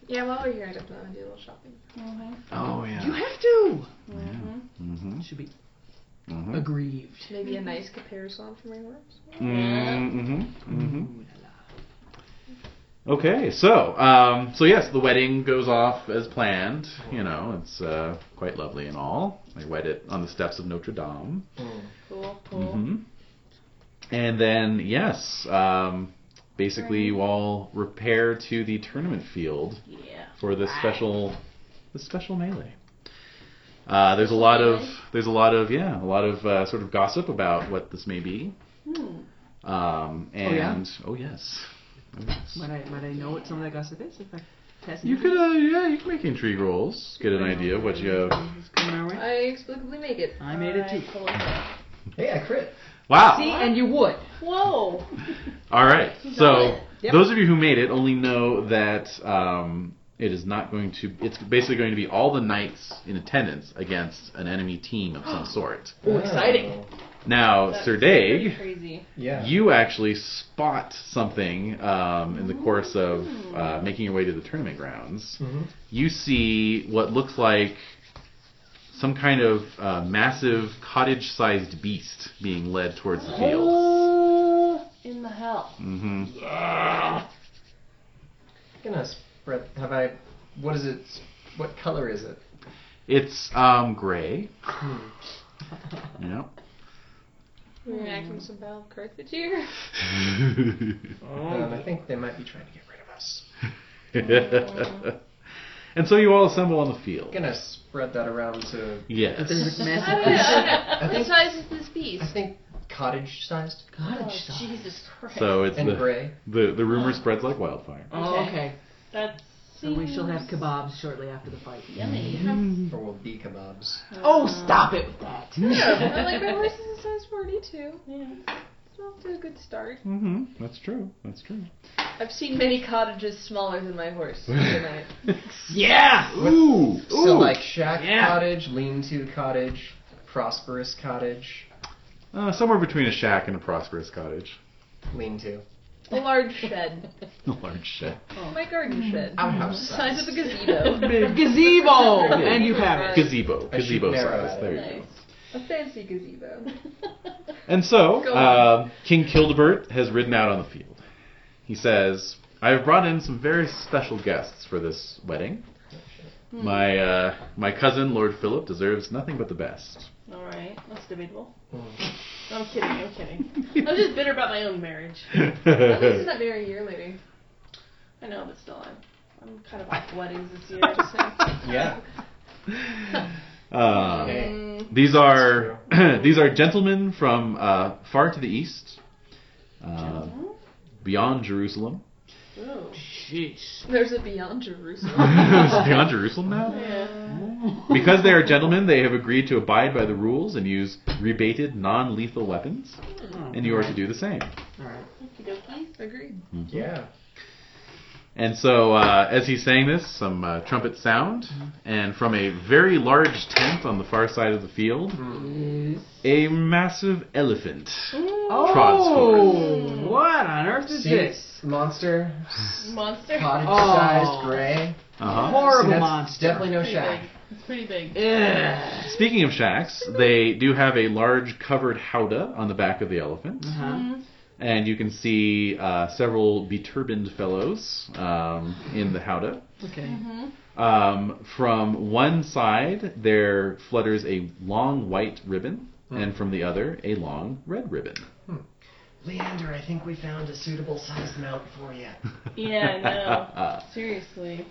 G: Yeah, while we're here, I definitely want to do a little shopping.
A: Oh
C: You
A: yeah.
C: have to.
A: Mm-hmm.
C: You should be
A: Mm-hmm.
C: aggrieved.
G: Maybe a nice caparison for my horse.
A: Mm-hmm. Mm-hmm.
C: Ooh la la.
A: Okay, so um, so yes, the wedding goes off as planned. You know, it's uh, quite lovely and all. They wed it on the steps of Notre Dame.
C: hmm.
B: Mm.
E: Cool, cool.
A: Mm-hmm. And then yes, um, basically you all repair to the tournament field
E: Yeah.
A: for this special this special melee. Uh, there's a lot of there's a lot of yeah a lot of uh, sort of gossip about what this may be.
E: Hmm.
A: Um,
C: yeah?
A: and oh, yes. Oh, yes.
C: Might I, might I know what some of that gossip is if I test
A: You could uh, yeah you can make intrigue rolls. Get an idea of what you.
C: It's coming our way.
G: I explicably make it.
C: I made it too.
B: Hey, I crit.
A: Wow.
C: See, and you would.
E: Whoa!
A: All right. So
C: Yep.
A: those of you who made it only know that um, it is not going to. It's basically going to be all the knights in attendance against an enemy team of some sort.
E: Oh, exciting.
B: Oh.
A: Now,
E: That's
A: Sir
E: pretty
A: Dag,
E: Crazy.
B: Yeah.
A: you actually spot something um, in the course of uh, making your way to the tournament grounds.
B: hmm
A: you see what looks like some kind of uh, massive cottage-sized beast being led towards the
C: Oh.
A: field.
E: In the hell.
A: hmm Ah.
B: gonna spread. Have I? What is it? What color is it?
A: It's um, gray.
B: Hmm.
A: Yeah.
G: We're enacting some battle caricature.
B: Um, I think they might be trying to get rid of us.
A: And so you all assemble on the field.
B: gonna spread that around to.
A: Yes.
C: There's a
E: I
C: massive
E: don't know.
B: I
G: What
B: think
G: size is this piece?
B: I think cottage sized
E: Oh,
C: cottage size.
E: Jesus Christ.
A: So it's
B: and
A: the,
B: gray.
A: the the rumor spreads like wildfire.
C: Oh,
E: Okay.
C: okay.
E: That's
C: So we shall have kebabs shortly after the fight.
E: yummy.
A: Mm-hmm.
B: Or will be kebabs.
C: Oh, stop it with that.
G: Yeah, like my horse is a size 42.
E: Yeah.
G: It's off to a good start.
A: Mm-hmm. That's true. That's true.
G: I've seen many cottages smaller than my horse tonight.
C: Yeah.
A: Ooh.
B: So like shack
C: yeah.
B: cottage, lean to cottage, prosperous cottage,
A: uh, somewhere between a shack and a prosperous cottage,
B: lean to
G: A large shed,
A: a large shack.
G: my garden shed,
B: outhouse
G: the size
B: size.
G: of a gazebo.
C: Gazebo. and you have it.
A: Gazebo.
B: I should
A: Gazebo
B: narrow
A: size.
B: it.
A: There you go.
G: Nice. A fancy gazebo.
A: And so,
G: Go on.
A: um, King Kildebert has ridden out on the field. He says, I have brought in some very special guests for this wedding.
E: Hmm.
A: My uh, my cousin, Lord Philip, deserves nothing but the best.
E: All right. That's debatable.
B: Mm.
E: I'm kidding. I'm kidding. I'm just bitter about my own marriage.
G: At least he's not married a year later.
E: I know, but still, I'm, I'm kind of off weddings this year. So.
B: Yeah.
A: um,
B: Okay.
G: Mm,
A: these are these are gentlemen from uh, far to the east, uh, beyond Jerusalem.
E: Ooh.
C: Jeez.
G: there's a beyond Jerusalem.
A: Is it beyond Jerusalem now?
E: Yeah.
A: Because they are gentlemen, they have agreed to abide by the rules and use rebated, non-lethal weapons. and you are to do the same.
C: All right.
E: Okie dokie.
G: Agreed.
B: Yeah.
A: And so, uh, as he's saying this, some uh, trumpets sound, and from a very large tent on the far side of the field, a massive elephant. Trods
C: Oh,
A: forward.
C: what on earth is
B: See,
C: this?
B: monster,
E: Monster.
B: cottage
C: Oh.
B: sized gray.
A: Uh-huh.
B: See,
C: Horrible
B: that's
C: monster.
B: Definitely no
E: Pretty
B: shack.
E: big. It's pretty big.
C: Ugh.
A: Speaking of shacks, they do have a large covered howdah on the back of the elephant,
E: Mm. Mm-hmm.
C: Uh-huh.
A: and you can see uh, several beturbaned fellows um, in the howdah.
C: Okay.
E: Mm-hmm.
A: Um, from one side, there flutters a long white ribbon,
B: Hmm.
A: and from the other, a long red ribbon.
B: Leander, I think we found a suitable sized mount for you.
E: Yeah, I
A: Uh,
E: know. Seriously.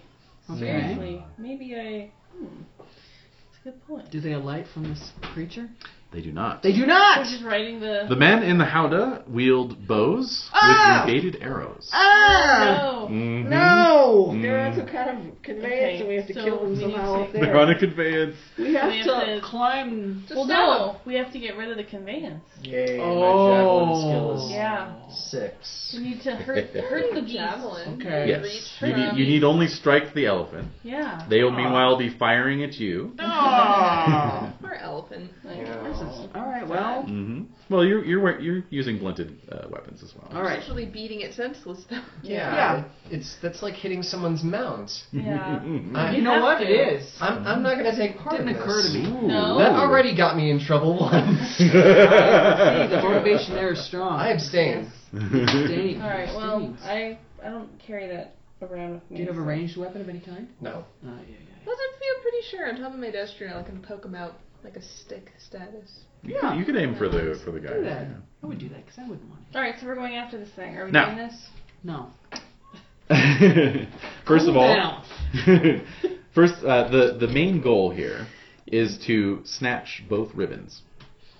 C: Okay.
E: Seriously. Maybe I. Hmm. That's a good point.
C: Do they alight from this creature?
A: They do not.
C: They do
E: We're
C: not.
E: just writing the.
A: the men in the howdah wield bows
C: Ah!
A: with rebated arrows.
C: Ah!
E: No.
A: Mhm.
C: No.
K: They're on some
A: Mm.
K: kind of conveyance
E: Okay,
K: and we have to
E: so
K: kill them
E: we need
K: somehow
E: to-
K: up
A: They're on
K: there.
A: a conveyance.
K: We have
E: We have
K: to.
E: to-
C: Climb.
E: Well, no. We have to get rid of the conveyance.
B: Yay, my javelin
C: Oh.
B: skill is
E: Yeah.
B: six.
E: We need to hurt hurt the javelin.
C: Okay.
A: Yes.
G: Reach
A: You need,
G: from-
A: you need only strike the elephant.
E: Yeah.
A: They will meanwhile be firing at you.
C: Ah.
G: Or elephant. Like,
B: Yeah.
C: All right. Well.
A: hmm Well, you're you're wa- you're using blunted uh, weapons as well.
C: All right.
G: Essentially beating it senseless though.
B: Yeah, it's that's like hitting someone's mount.
E: Yeah.
B: I,
C: Uh, You know
E: have
C: what?
E: to.
C: It is.
B: I'm, I'm not gonna take part.
C: Didn't
B: in
C: occur to
B: this.
C: me.
E: No.
B: That already got me in trouble once.
C: See, the motivation there is strong.
B: I abstain.
C: Abstain.
E: All right. Well,
C: Abstain.
E: I I don't carry that around with me.
C: do you have a
E: so-
C: ranged weapon of any kind?
B: No.
C: Uh, yeah,
G: Plus, I feel pretty sure on top of my destrial I can poke them out like a stick status.
A: You could- You could aim for the for the
C: yeah. Do that.
A: guy.
C: I would do that because I wouldn't want it.
E: All right. So we're going after this thing. Are we
A: Now.
E: doing this?
C: No.
A: First of
C: Cool
A: all,
C: down.
A: First, uh, the the main goal here is to snatch both ribbons.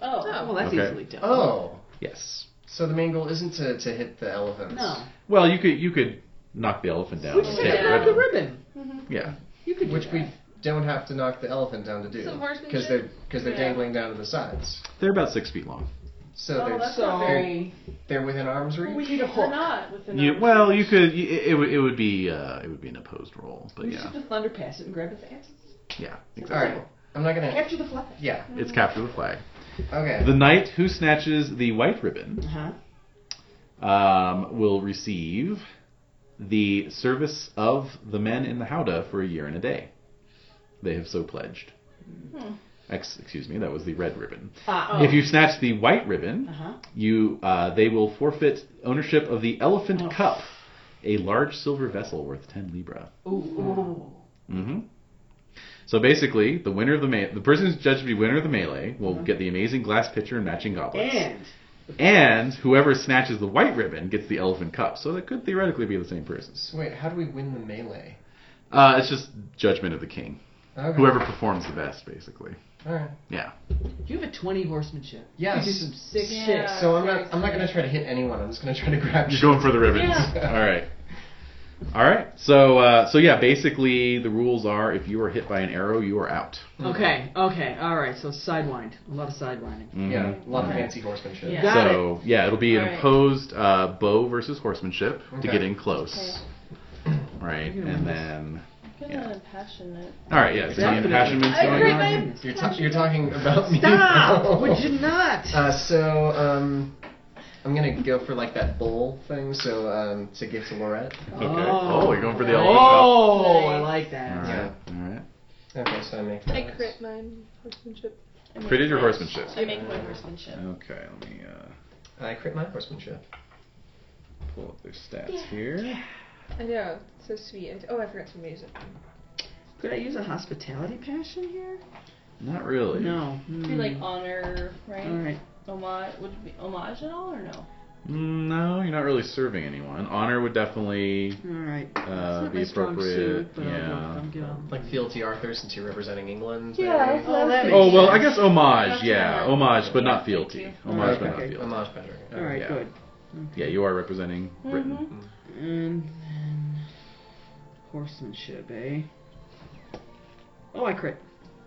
E: Oh.
G: Oh.
C: Well, that's
A: Okay.
C: easily done.
B: Oh,
A: Yes.
B: so the main goal isn't to, to hit the elephants.
C: No.
A: Well, you could you could knock the elephant down.
C: Which
A: and
C: is
A: take
C: like
A: the
C: knock a
A: ribbon.
C: ribbon.
A: Yeah.
C: You could do
B: Which
C: that.
B: we don't have to knock the elephant down to do
G: Some horsemanship?
B: because they're because they're
E: Yeah.
B: dangling down to the sides.
A: They're about six feet long.
B: So
E: Oh,
B: they're
E: that's
C: so-
E: not very.
B: they're within arm's reach.
E: We need a hook. Not within
A: You,
E: our-
A: well, you could. You, it, it would- it would be uh, it would be an opposed roll, but
K: We
A: yeah,
K: should just thunder past it and grab its ass.
A: yeah.
B: All right, I'm not gonna.
K: Capture the flag.
B: Yeah.
A: It's capture the flag.
B: Okay.
A: The knight who snatches the white ribbon
C: Uh-huh.
A: um, will receive the service of the men in the howdah for a year and a day. They have so pledged. Ex- excuse me, that was the red ribbon.
C: Ah.
A: If you snatch the white ribbon,
C: Uh-huh.
A: you uh, they will forfeit ownership of the elephant
C: Oh.
A: cup, a large silver vessel worth ten libra.
C: Ooh. ooh.
A: hmm So basically, the winner of the me- the person who's judged to be winner of the melee will
C: Mhm.
A: get the amazing glass pitcher and matching goblets,
C: And
A: And whoever snatches the white ribbon gets the elephant cup. So that could theoretically be the same person.
B: So wait, how do we win the melee?
A: Uh, it's just judgment of the king.
B: Okay.
A: Whoever performs the best, basically.
B: All right.
A: Yeah.
C: You have a 20 horsemanship.
B: Yes.
C: You do some sick
E: Yeah.
C: shit.
B: So I'm not. I'm not gonna try to hit anyone. I'm just gonna try to grab.
A: You're going for the ribbons.
B: Yeah.
A: All right. All right. So uh, so yeah, basically the rules are if you are hit by an arrow, you are out.
C: Okay, okay, alright, so sidewind. A lot of sidewinding.
A: Mhm.
B: Mm-hmm. Yeah. A lot of
A: Okay.
B: fancy horsemanship.
C: Yeah. Got
A: So yeah, it'll be an
E: Alright.
A: opposed uh, bow versus horsemanship to
B: Okay.
A: get in close. Right,
C: You're
A: and
C: right.
A: then
E: Good
A: Yeah.
E: and passionate.
A: all right, yeah. So any
C: Definitely.
A: impassionments
E: I
A: going
E: agree,
A: on?
E: babe.
B: You're, ta- you're talking about me.
C: Stop!
B: now.
C: Would you not?
B: Uh, so um, I'm gonna go for like that bowl thing. So um, to give to Lorette.
A: Okay. Oh, you're going for the
C: Oh,
A: elephant cup.
C: I like that.
A: All right. All right.
B: Okay, so I make.
G: I
B: that.
G: crit mine horsemanship.
E: I make
A: Critted your
E: my-
A: horsemanship.
E: I make my horsemanship.
A: Okay. Let me uh,
B: I crit my horsemanship.
A: pull up their stats here.
G: I know, so sweet. I- Oh, I forgot some music.
C: Could I use a hospitality passion here?
A: Not really.
C: No.
E: Be
C: Hmm.
E: like honor, right?
C: Alright.
E: Homage would it be homage at all or no?
A: Mm, No, you're not really serving anyone. Honor would definitely
C: Alright.
A: uh,
C: not
A: be
C: my strong
A: appropriate.
C: suit, but I'll go-
A: yeah.
C: I'm good.
B: Like fealty Arthur, since you're representing England.
G: Yeah.
B: maybe.
C: Oh, that makes
A: Oh well, I
C: sense.
A: guess homage.
E: That's
A: Yeah,
E: better.
A: homage, but not
E: Thank
A: fealty.
E: you.
A: Homage, but
B: Okay.
A: not
C: Okay.
A: fealty.
B: Homage better.
C: All right,
A: yeah.
C: good.
A: Yeah, you are representing
E: Mm-hmm.
A: Britain.
C: And then horsemanship, eh? Oh, I crit.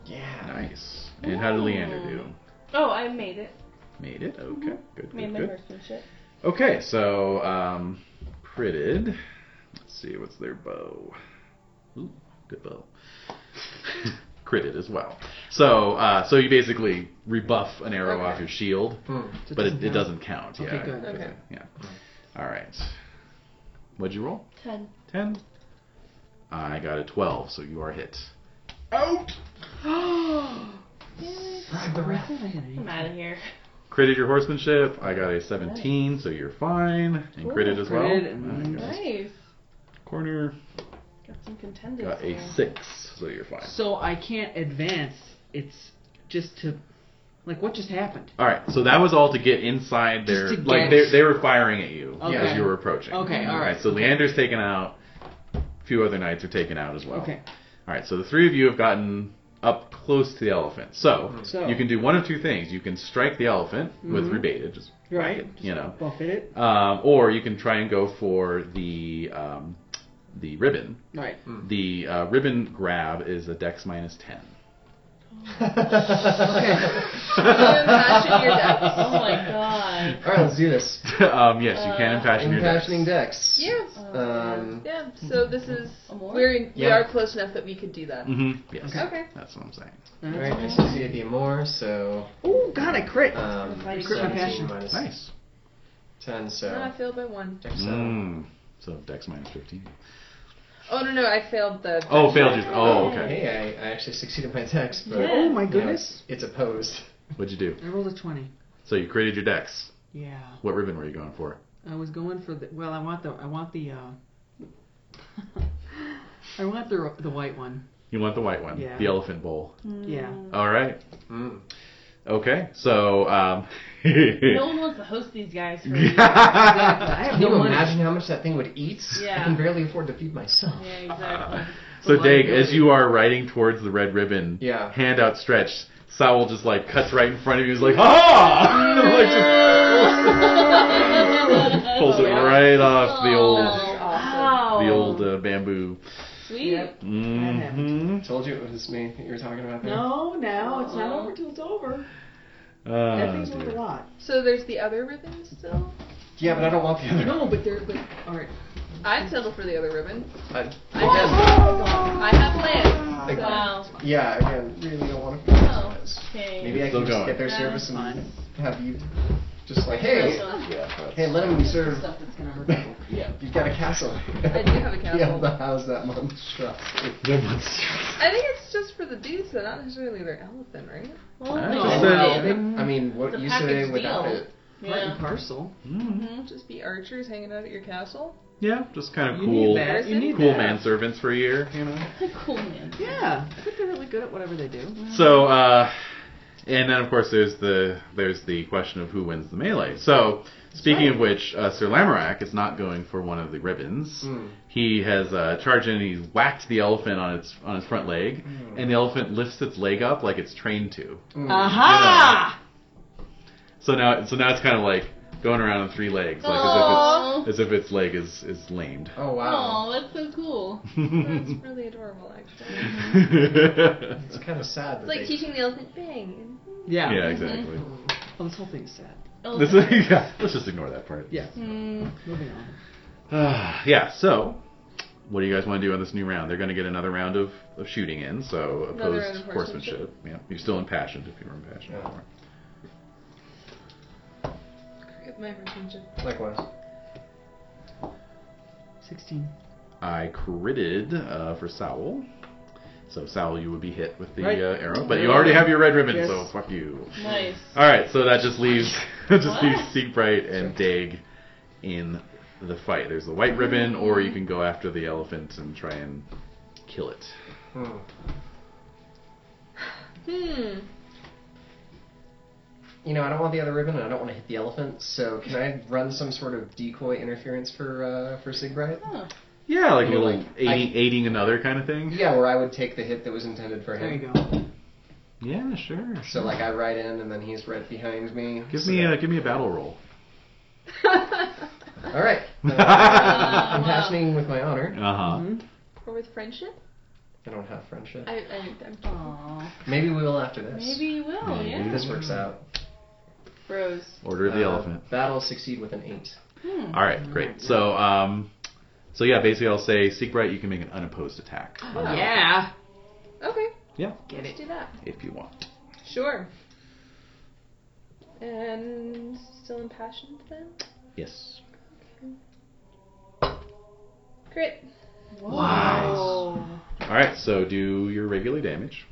E: Mm-hmm.
B: Yeah.
A: Nice. And how did Leander do?
E: Oh, I made it.
A: Made it. Okay. Good.
E: Mm-hmm. Made
A: Good.
E: my
A: good.
E: horsemanship.
A: Okay, so um, printed. Let's see, what's their bow? Ooh, good bow. Critted as well. So, uh, so you basically rebuff an arrow off your shield,
B: Hmm.
C: So
A: but it, it
C: count.
A: doesn't count.
C: Okay,
A: yeah.
C: good.
G: Okay.
A: Yeah. All right. What'd you roll?
E: Ten.
A: Ten. I got a twelve, so you are hit.
E: I'm out of here.
A: Critted your horsemanship. I got a seventeen, so you're fine. And critted as well.
C: Critted and-
A: I got
E: Nice.
A: corner.
E: Got some contenders.
A: Got a
E: there.
A: six, so you're fine.
C: So I can't advance. It's just to, like, what just happened?
A: All right, so that was all to get inside their
C: Just to
A: like
C: get-
A: they they were firing at you
C: Okay.
A: as you were approaching.
C: Okay, all
A: All right,
C: right.
A: so Leander's taken out. A few other knights are taken out as well.
C: Okay.
A: All right, so the three of you have gotten up close to the elephant. So,
C: So-
A: you can do one of two things: you can strike the elephant with
C: Mhm.
A: rebaited, just whack
C: Right.
A: it, you know,
C: Buffet it.
A: um, or you can try and go for the um, the ribbon.
C: Right.
A: The uh, ribbon grab is a dex minus ten.
G: Imagine your dex.
E: Oh my god.
B: All right, let's do this.
A: um, yes, you can
E: Uh,
A: impassion your dex.
B: Impassioning decks.
G: Yeah.
B: Um,
G: Yeah, so this is
E: A more?
G: we're in, we
B: Yeah.
G: are close enough that we could do that.
A: Mm-hmm. Yes.
C: Okay.
G: Okay.
A: That's what I'm saying.
C: That's
B: all right, I succeeded the more, so
C: Oh God, I crit.
B: um,
C: I crit my
B: 17
C: passion.
B: minus
A: Nice.
B: ten, so
G: No, I failed by one.
B: dex
A: Mm.
B: seven.
A: So dex minus 15.
G: Oh no no, I failed the.
A: Oh, failed you. Oh, okay.
B: Hey, I, I actually succeeded my dex, but
E: Yeah.
C: Oh my
B: you know,
C: goodness.
B: it's, it's opposed.
A: What'd you do?
C: I rolled a twenty.
A: So you created your dex.
C: Yeah.
A: What ribbon were you going for?
C: I was going for the. Well, I want the. I want the. uh I want the the white one.
A: You want the white one,
C: Yeah.
A: the elephant bowl.
C: Yeah.
A: All right.
B: Mm.
A: Okay. So, um,
E: Mm. No one wants to host these guys for you.
C: Exactly. I have
B: Can you
C: no money.
B: imagine how much that thing would eat? I
E: Yeah.
B: can barely afford to feed myself.
E: Yeah, exactly.
A: so Dag, as you are riding towards the red ribbon,
B: Yeah.
A: hand outstretched, Saul just like cuts right in front of you. He's like, ah! Like, just- pulls it right off
C: Oh.
A: the old,
E: Wow.
A: the old uh, bamboo.
E: Sweet.
C: Yep.
A: hmm
C: happened.
B: Told you it was me that you were talking about there.
C: No, no, it's not
E: Aw.
C: over till it's over.
A: Uh,
C: Everything's worth a lot.
G: So there's the other ribbon still.
B: Yeah, but I don't want the other.
C: No, but they're. But, all right.
G: I'd settle for the other ribbon.
B: I,
G: I have, I have plans.
B: Like-
E: Wow.
B: yeah, again, really don't want to feed
G: Oh.
B: myself.
E: Okay.
B: Maybe I
A: Still
B: can just
A: going.
B: get their
E: Yeah,
B: service
C: that's
B: and have you just like, hey,
E: Awesome.
B: yeah, hey, let them serve.
C: Stuff that's gonna hurt people.
B: You've got a castle.
G: I do have a
B: Be
G: castle.
B: able to house that monstrosity.
G: I think it's just for the dudes, though, not necessarily their elephant, right?
E: Well,
A: I
E: no.
A: just
B: Well,
A: said-
B: I mean, what
E: It's a
B: use are they
E: package
B: without
E: deal.
B: it?
C: Part and
E: Yeah.
C: parcel.
G: Just be archers hanging out at your castle.
A: Yeah, just kind of
C: You
A: cool,
C: need that. You need
A: cool
C: that.
A: manservants for a year, you know.
E: cool man.
C: Yeah, I think they're really good at whatever they do.
A: So, uh, And then of course there's the there's the question of who wins the melee. So speaking of which, uh, Sir Lamorak is not going for one of the ribbons.
B: Mm.
A: He has uh, charged in and he's whacked the elephant on its on its front leg,
C: Uh-huh.
A: and the elephant lifts its leg up like it's trained to.
B: Hmm.
G: Uh-huh.
C: Aha!
A: So now so now it's kind of like going around on three legs, like
G: Aw.
A: as if it's as if its leg is is lamed.
B: Oh wow.
G: Oh, that's so cool. That's really adorable, actually.
B: It's kind of sad. That
G: It's like
B: they-
G: teaching the elephant bang.
C: Yeah.
A: yeah, exactly.
C: Mm-hmm. Well, this whole thing's sad.
A: This is, yeah, let's just ignore that part.
C: Yeah.
E: Hmm,
G: Mm,
C: Moving on.
A: Ah, yeah, so what do you guys want to do on this new round? They're going to get another round of, of shooting in, so
G: Another round
A: opposed
G: of
A: horsemanship.
G: horsemanship.
A: Yeah, you're still impassioned if you were impassioned.
B: Yeah.
A: before.
G: forget my relationship.
B: Likewise.
C: 16.
A: I critted uh, for Sowell. So, Sowell, you would be hit with the
C: Right.
A: uh, arrow, but you already have your red ribbon,
C: Yes.
A: so fuck you.
E: Nice.
A: All right, so that just leaves that just
E: What?
A: leaves Siegbright and Dag in the fight. There's the white ribbon, or you can go after the elephant and try and kill it.
B: Hmm.
G: Hmm.
B: You know, I don't want the other ribbon, and I don't want to hit the elephant. So can I run some sort of decoy interference for uh, for Siegbright?
A: Yeah, like a
B: You know,
A: little
B: like, I-
A: aiding, aiding another kind of thing.
B: Yeah, where I would take the hit that was intended for
C: There
B: him.
C: you go.
A: Yeah, sure.
B: So like I ride in, and then he's right behind me.
A: Give
B: so
A: me
B: that-
A: a give me a battle roll.
B: All right. Uh, I'm passioning with my honor.
A: Uh huh.
C: Mhm.
G: Or with friendship?
B: I don't have friendship.
G: I, I, I'm
E: Aww.
B: Maybe we will after this.
E: Maybe you will,
A: Maybe.
E: yeah.
B: This works out.
G: Bros.
A: Order of the
B: Uh,
A: elephant.
B: Battle succeed with an eight.
A: All right, great. So um, so yeah, basically I'll say seek right. You can make an unopposed attack. on the elephant
C: Oh, Yeah.
G: Okay,
C: Get
G: let's
C: it.
G: do that.
A: If you want.
G: Sure. And still impassioned then?
A: Yes.
G: Crit.
A: Wow. All right. So do your regular damage.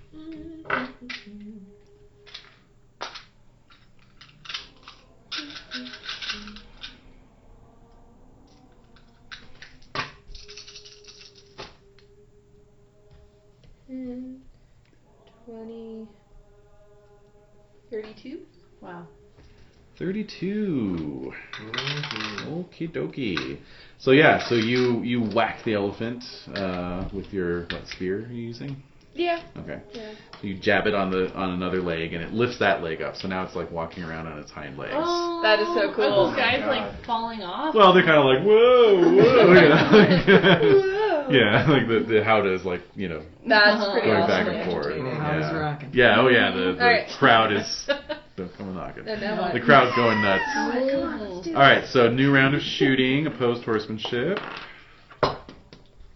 G: Hmm. 20. 32?
E: Wow.
A: Thirty-two.
B: Mm-hmm.
A: Okie dokie. So yeah, so you you whack the elephant uh, with your what spear are you using?
G: Yeah.
A: Okay.
G: Yeah.
A: You jab it on the on another leg, and it lifts that leg up. So now it's like walking around on its hind legs.
G: That is so cool.
E: Are those guys
B: Oh my God.
E: like falling off?
A: Well, they're kind of like whoa, whoa, you know, like, yeah, like the the how does like you know
G: That's
E: Uh-huh.
G: pretty
A: going
G: awesome.
A: back and
G: yeah.
A: forth.
B: Yeah.
C: How is
A: Yeah.
C: rocking.
A: yeah, oh yeah, the, the
G: Alright.
A: crowd is don't come knocking.
G: And now
A: The
G: what?
A: crowd's going nuts. All right, so new round of shooting, opposed horsemanship.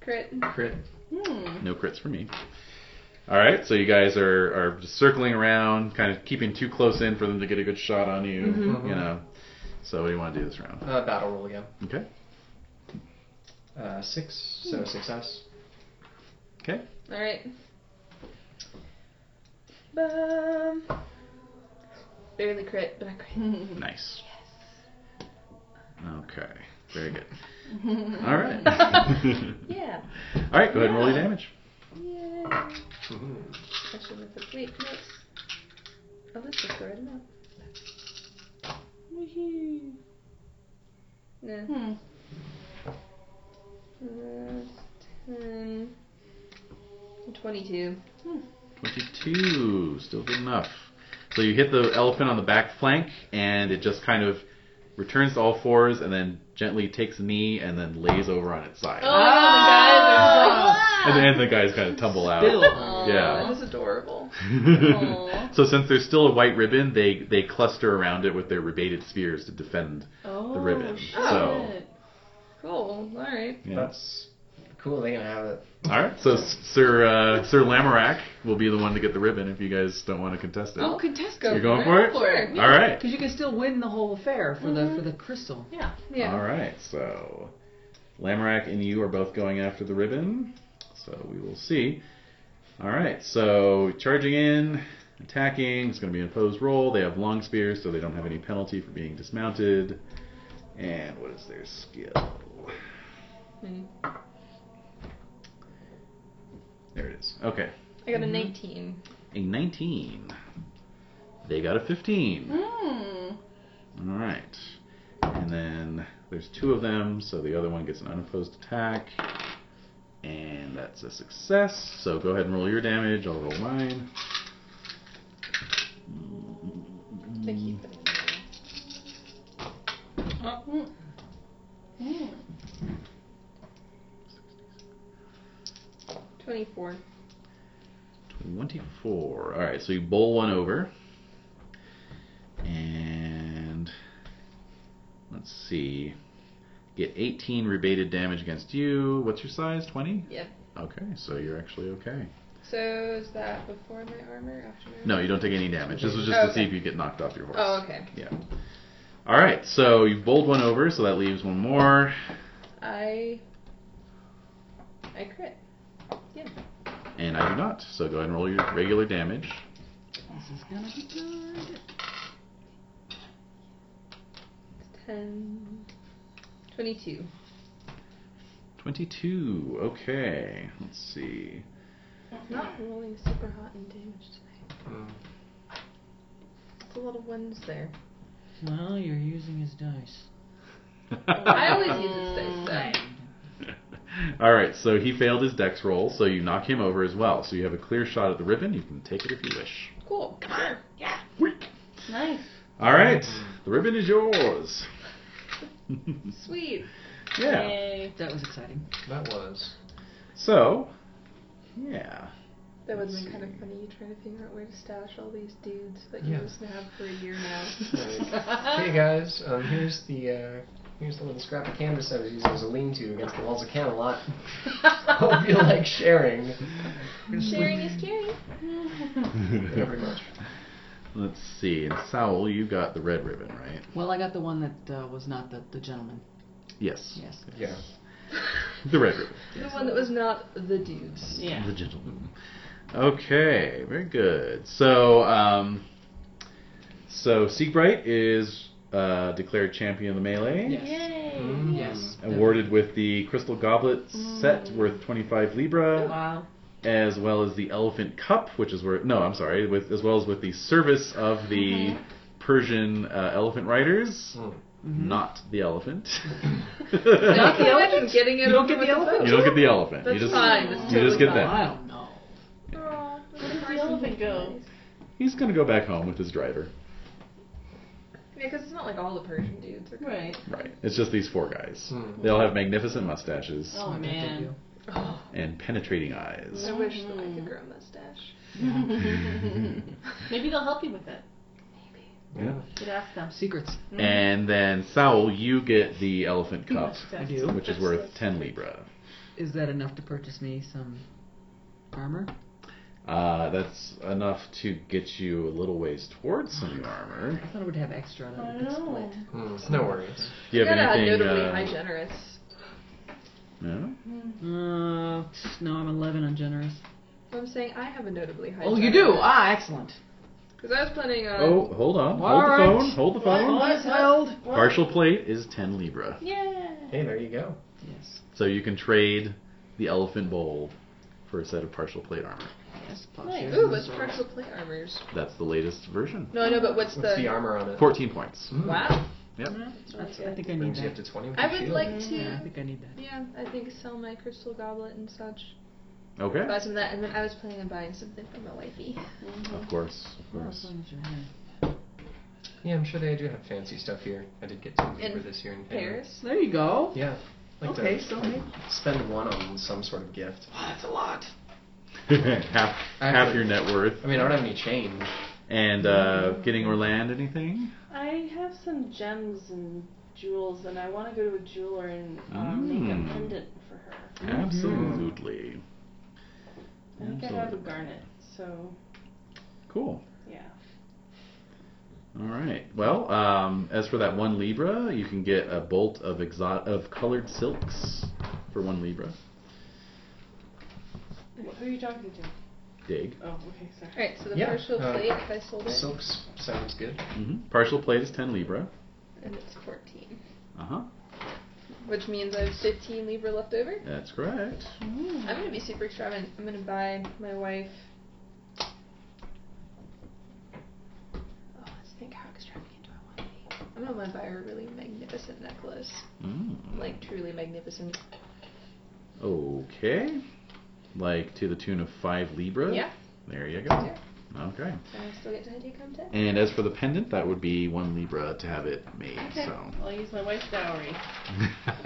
G: Crit.
B: Crit.
E: Hmm.
A: No crits for me. All right, so you guys are, are just circling around, kind of keeping too close in for them to get a good shot on you.
G: Mm-hmm.
A: You know, so what do you want to do this round?
B: Uh, battle roll again.
A: Okay.
B: Uh, six. So success.
A: Okay.
G: All right. Um, barely crit, but I crit.
A: Nice. Okay. Very good. All right.
G: yeah.
A: All right. Go ahead and roll your damage.
G: Yay.
B: Mhm.
G: Question with the wait, no. Oh, that's just the right amount. Woohoo. Nah.
E: Hmm.
G: Uh, 10, 22.
A: Twenty-two. Still good enough. So you hit the elephant on the back flank, and it just kind of returns to all fours, and then gently takes a knee, and then lays over on its side.
G: Oh, guys,
A: And then the guys kind of tumble out.
C: Bill.
A: Yeah.
G: This is adorable.
A: so since there's still a white ribbon, they they cluster around it with their rebated spears to defend
E: Oh,
A: the ribbon.
E: shit.
A: So
G: Cool. All right.
A: yeah.
B: That's cool. They can have it.
A: all right. So S- Sir uh, Sir Lamorak will be the one to get the ribbon if you guys don't want to contest it.
C: Oh, contest
A: You're going for it.
G: Sure.
A: All right.
C: Because you can still win the whole affair for the for the crystal.
G: Yeah.
A: All right. So Lamorak and you are both going after the ribbon. So we will see. All right. So charging in, attacking. It's going to be an opposed roll. They have long spears, so they don't have any penalty for being dismounted. And what is their skill?
G: Hmm.
A: There it is. Okay.
G: I got a 19.
A: A 19. They got a 15.
G: Mm.
E: Hmm.
A: All right. And then there's two of them, so the other one gets an unopposed attack. And that's a success. So go ahead and roll your damage. I'll roll mine.
G: They keep them in
A: Mm-hmm.
G: there. Mm.
E: Hmm.
G: 24.
A: 24. All right, so you bowl one over. And let's see. Get 18 rebated damage against you. What's your size? 20?
G: Yep.
A: Okay, so you're actually okay.
G: So is that before my armor? After my armor?
A: No, you don't take any damage. This was just
G: Oh,
A: to see
G: okay.
A: if you get knocked off your horse.
G: Oh, okay.
A: Yeah. All right, so you've bowled one over, so that leaves one more.
G: I. I crit.
A: And I do not. So go ahead and roll your regular damage.
C: This is gonna be good.
G: It's 10. 22.
A: 22. Okay. Let's see.
G: Not rolling super hot and damage today. It's a lot of ones there.
C: Well, you're using his dice.
G: I always use this dice,
A: All right, so he failed his dex roll, so you knock him over as well. So you have a clear shot at the ribbon. You can take it if you wish.
G: so. Cool. Come on.
E: Nice.
A: All right, the ribbon is yours.
G: Sweet.
A: yeah.
E: Yay.
C: That was exciting.
B: That was.
A: So, yeah.
G: That would have
A: Let's
G: been kind of
A: see.
G: funny. You trying to figure out where to stash all these dudes that
B: Yeah.
G: you just have for a year now. Uh-huh.
B: hey guys, um, here's the uh, here's the little scrap of canvas I was using as a lean-to against the walls of Camelot. Hope you like sharing.
G: Sharing is caring.
B: Very much.
A: Let's see. And Saul, you got the red ribbon, right?
C: Well, I got the one that uh, was not the, the gentleman.
A: Yes.
C: Yes.
B: Yeah.
A: The red ribbon.
G: The one that was not the dudes.
C: Yeah.
A: The gentleman. Okay, very good. So, um, so Siegbright is uh, declared champion of the melee.
C: Yes.
B: Mm.
C: Mm-hmm. Yes.
A: Awarded with the crystal goblet set worth 25 libra,
C: Mm. Wow.
A: as well as the elephant cup, which is where no, I'm sorry, with as well as with the service of the
C: Mm-hmm.
A: Persian uh, elephant riders,
B: Mm.
C: Mm-hmm.
A: not the elephant.
G: Not the
A: you
G: elephant getting it.
C: You don't
G: over
C: get the
G: with
C: elephant?
A: don't get the elephant.
G: That's
A: you just
G: fine. That's
A: you just get
G: totally
A: that.
C: I don't know.
G: Aw,
E: Where did the elephant go?
A: he's gonna go back home with his driver.
G: Yeah, because it's not like all the Persian dudes are.
E: Right.
A: Right. It's just these four guys.
G: Hmm.
B: Mm.
A: They all have magnificent mustaches
E: Oh man.
G: Oh,
A: and penetrating eyes.
G: I wish that I could grow a mustache.
E: Maybe they'll help you with it.
A: Yeah.
E: Should ask them.
C: Secrets.
G: Hmm.
A: And then Saul, you get the elephant cup,
C: I do.
A: which is worth ten libra.
C: Is that enough to purchase me some armor?
A: Uh, that's enough to get you a little ways towards some new armor.
C: I thought I would have extra that I could split.
B: Mm. No worries.
A: Do you have
G: Gotta
A: anything?
G: notably
A: uh,
G: high generous.
A: no?
C: Uh, no, I'm 11 on generous.
G: I'm saying I have a notably high.
C: Oh, you do?
G: generous.
C: Ah, excellent.
G: Because I was planning on.
A: Oh, hold on. Hold
C: All
A: the
C: right.
A: phone. Hold the phone.
C: All is held.
A: Partial plate is ten libra,
E: Yeah.
B: Hey, there you go.
C: Yes.
A: so you can trade the elephant bowl for a set of partial plate armor.
C: Yes.
E: Nice.
G: Ooh, what's partial plate armors?
A: That's the latest version.
G: No, I know, but what's,
B: What's the armor on it?
A: Fourteen points.
B: Mm.
G: Wow.
A: Yep.
C: That's, I think I need
B: Brings you up
C: that.
B: to 20 with
G: I
B: the
G: would
B: shield.
G: like
C: Yeah, I
G: to.
C: think I need that.
G: Yeah, I think sell my crystal goblet and such.
A: Okay.
G: Buy some of that, and then I was planning on buying something for my wifey.
A: Of course, of
C: Oh,
A: course.
C: as long as you're here.
B: Yeah, I'm sure they do have fancy stuff here. I did get some
G: In
B: for this year in Canada.
G: Paris.
C: There you go.
B: Yeah. Like to,
C: Okay, so
B: like,
C: maybe-
B: spend one on some sort of gift.
C: that's a lot.
A: half half your net worth.
B: I mean, I don't have any change.
A: And uh, getting Orland anything?
E: I have some gems and jewels, and I want to go to a jeweler and um, make
A: Mm.
E: a pendant for her.
A: Absolutely.
E: I think I have a
A: Absolutely.
E: garnet, so
A: Cool.
E: yeah.
A: All right. Well, um, as for that one libra, you can get a bolt of exo- of colored silks for one libra.
E: Wh- Who are you talking to?
A: Dig.
E: Oh, okay, sorry.
G: Alright, so the
B: Yeah,
G: partial
B: uh,
G: plate, if I sold it,
B: Silks sounds good.
A: hmm Partial plate is ten libra.
G: and it's 14.
A: Uh huh.
G: Which means I have 15 Libra left over.
A: That's correct.
E: Hmm.
G: I'm gonna be super extravagant. Oh, I'm gonna buy my wife I'm gonna buy a really magnificent necklace.
A: Mm.
G: Like truly magnificent.
A: Okay. Like to the tune of five Libra?
G: Yeah.
A: There you go. Okay.
G: And I still get to take contact.
A: And as for the pendant, that would be one Libra to have it made.
E: Okay.
A: So. Uh.
E: I'll use my wife's dowry.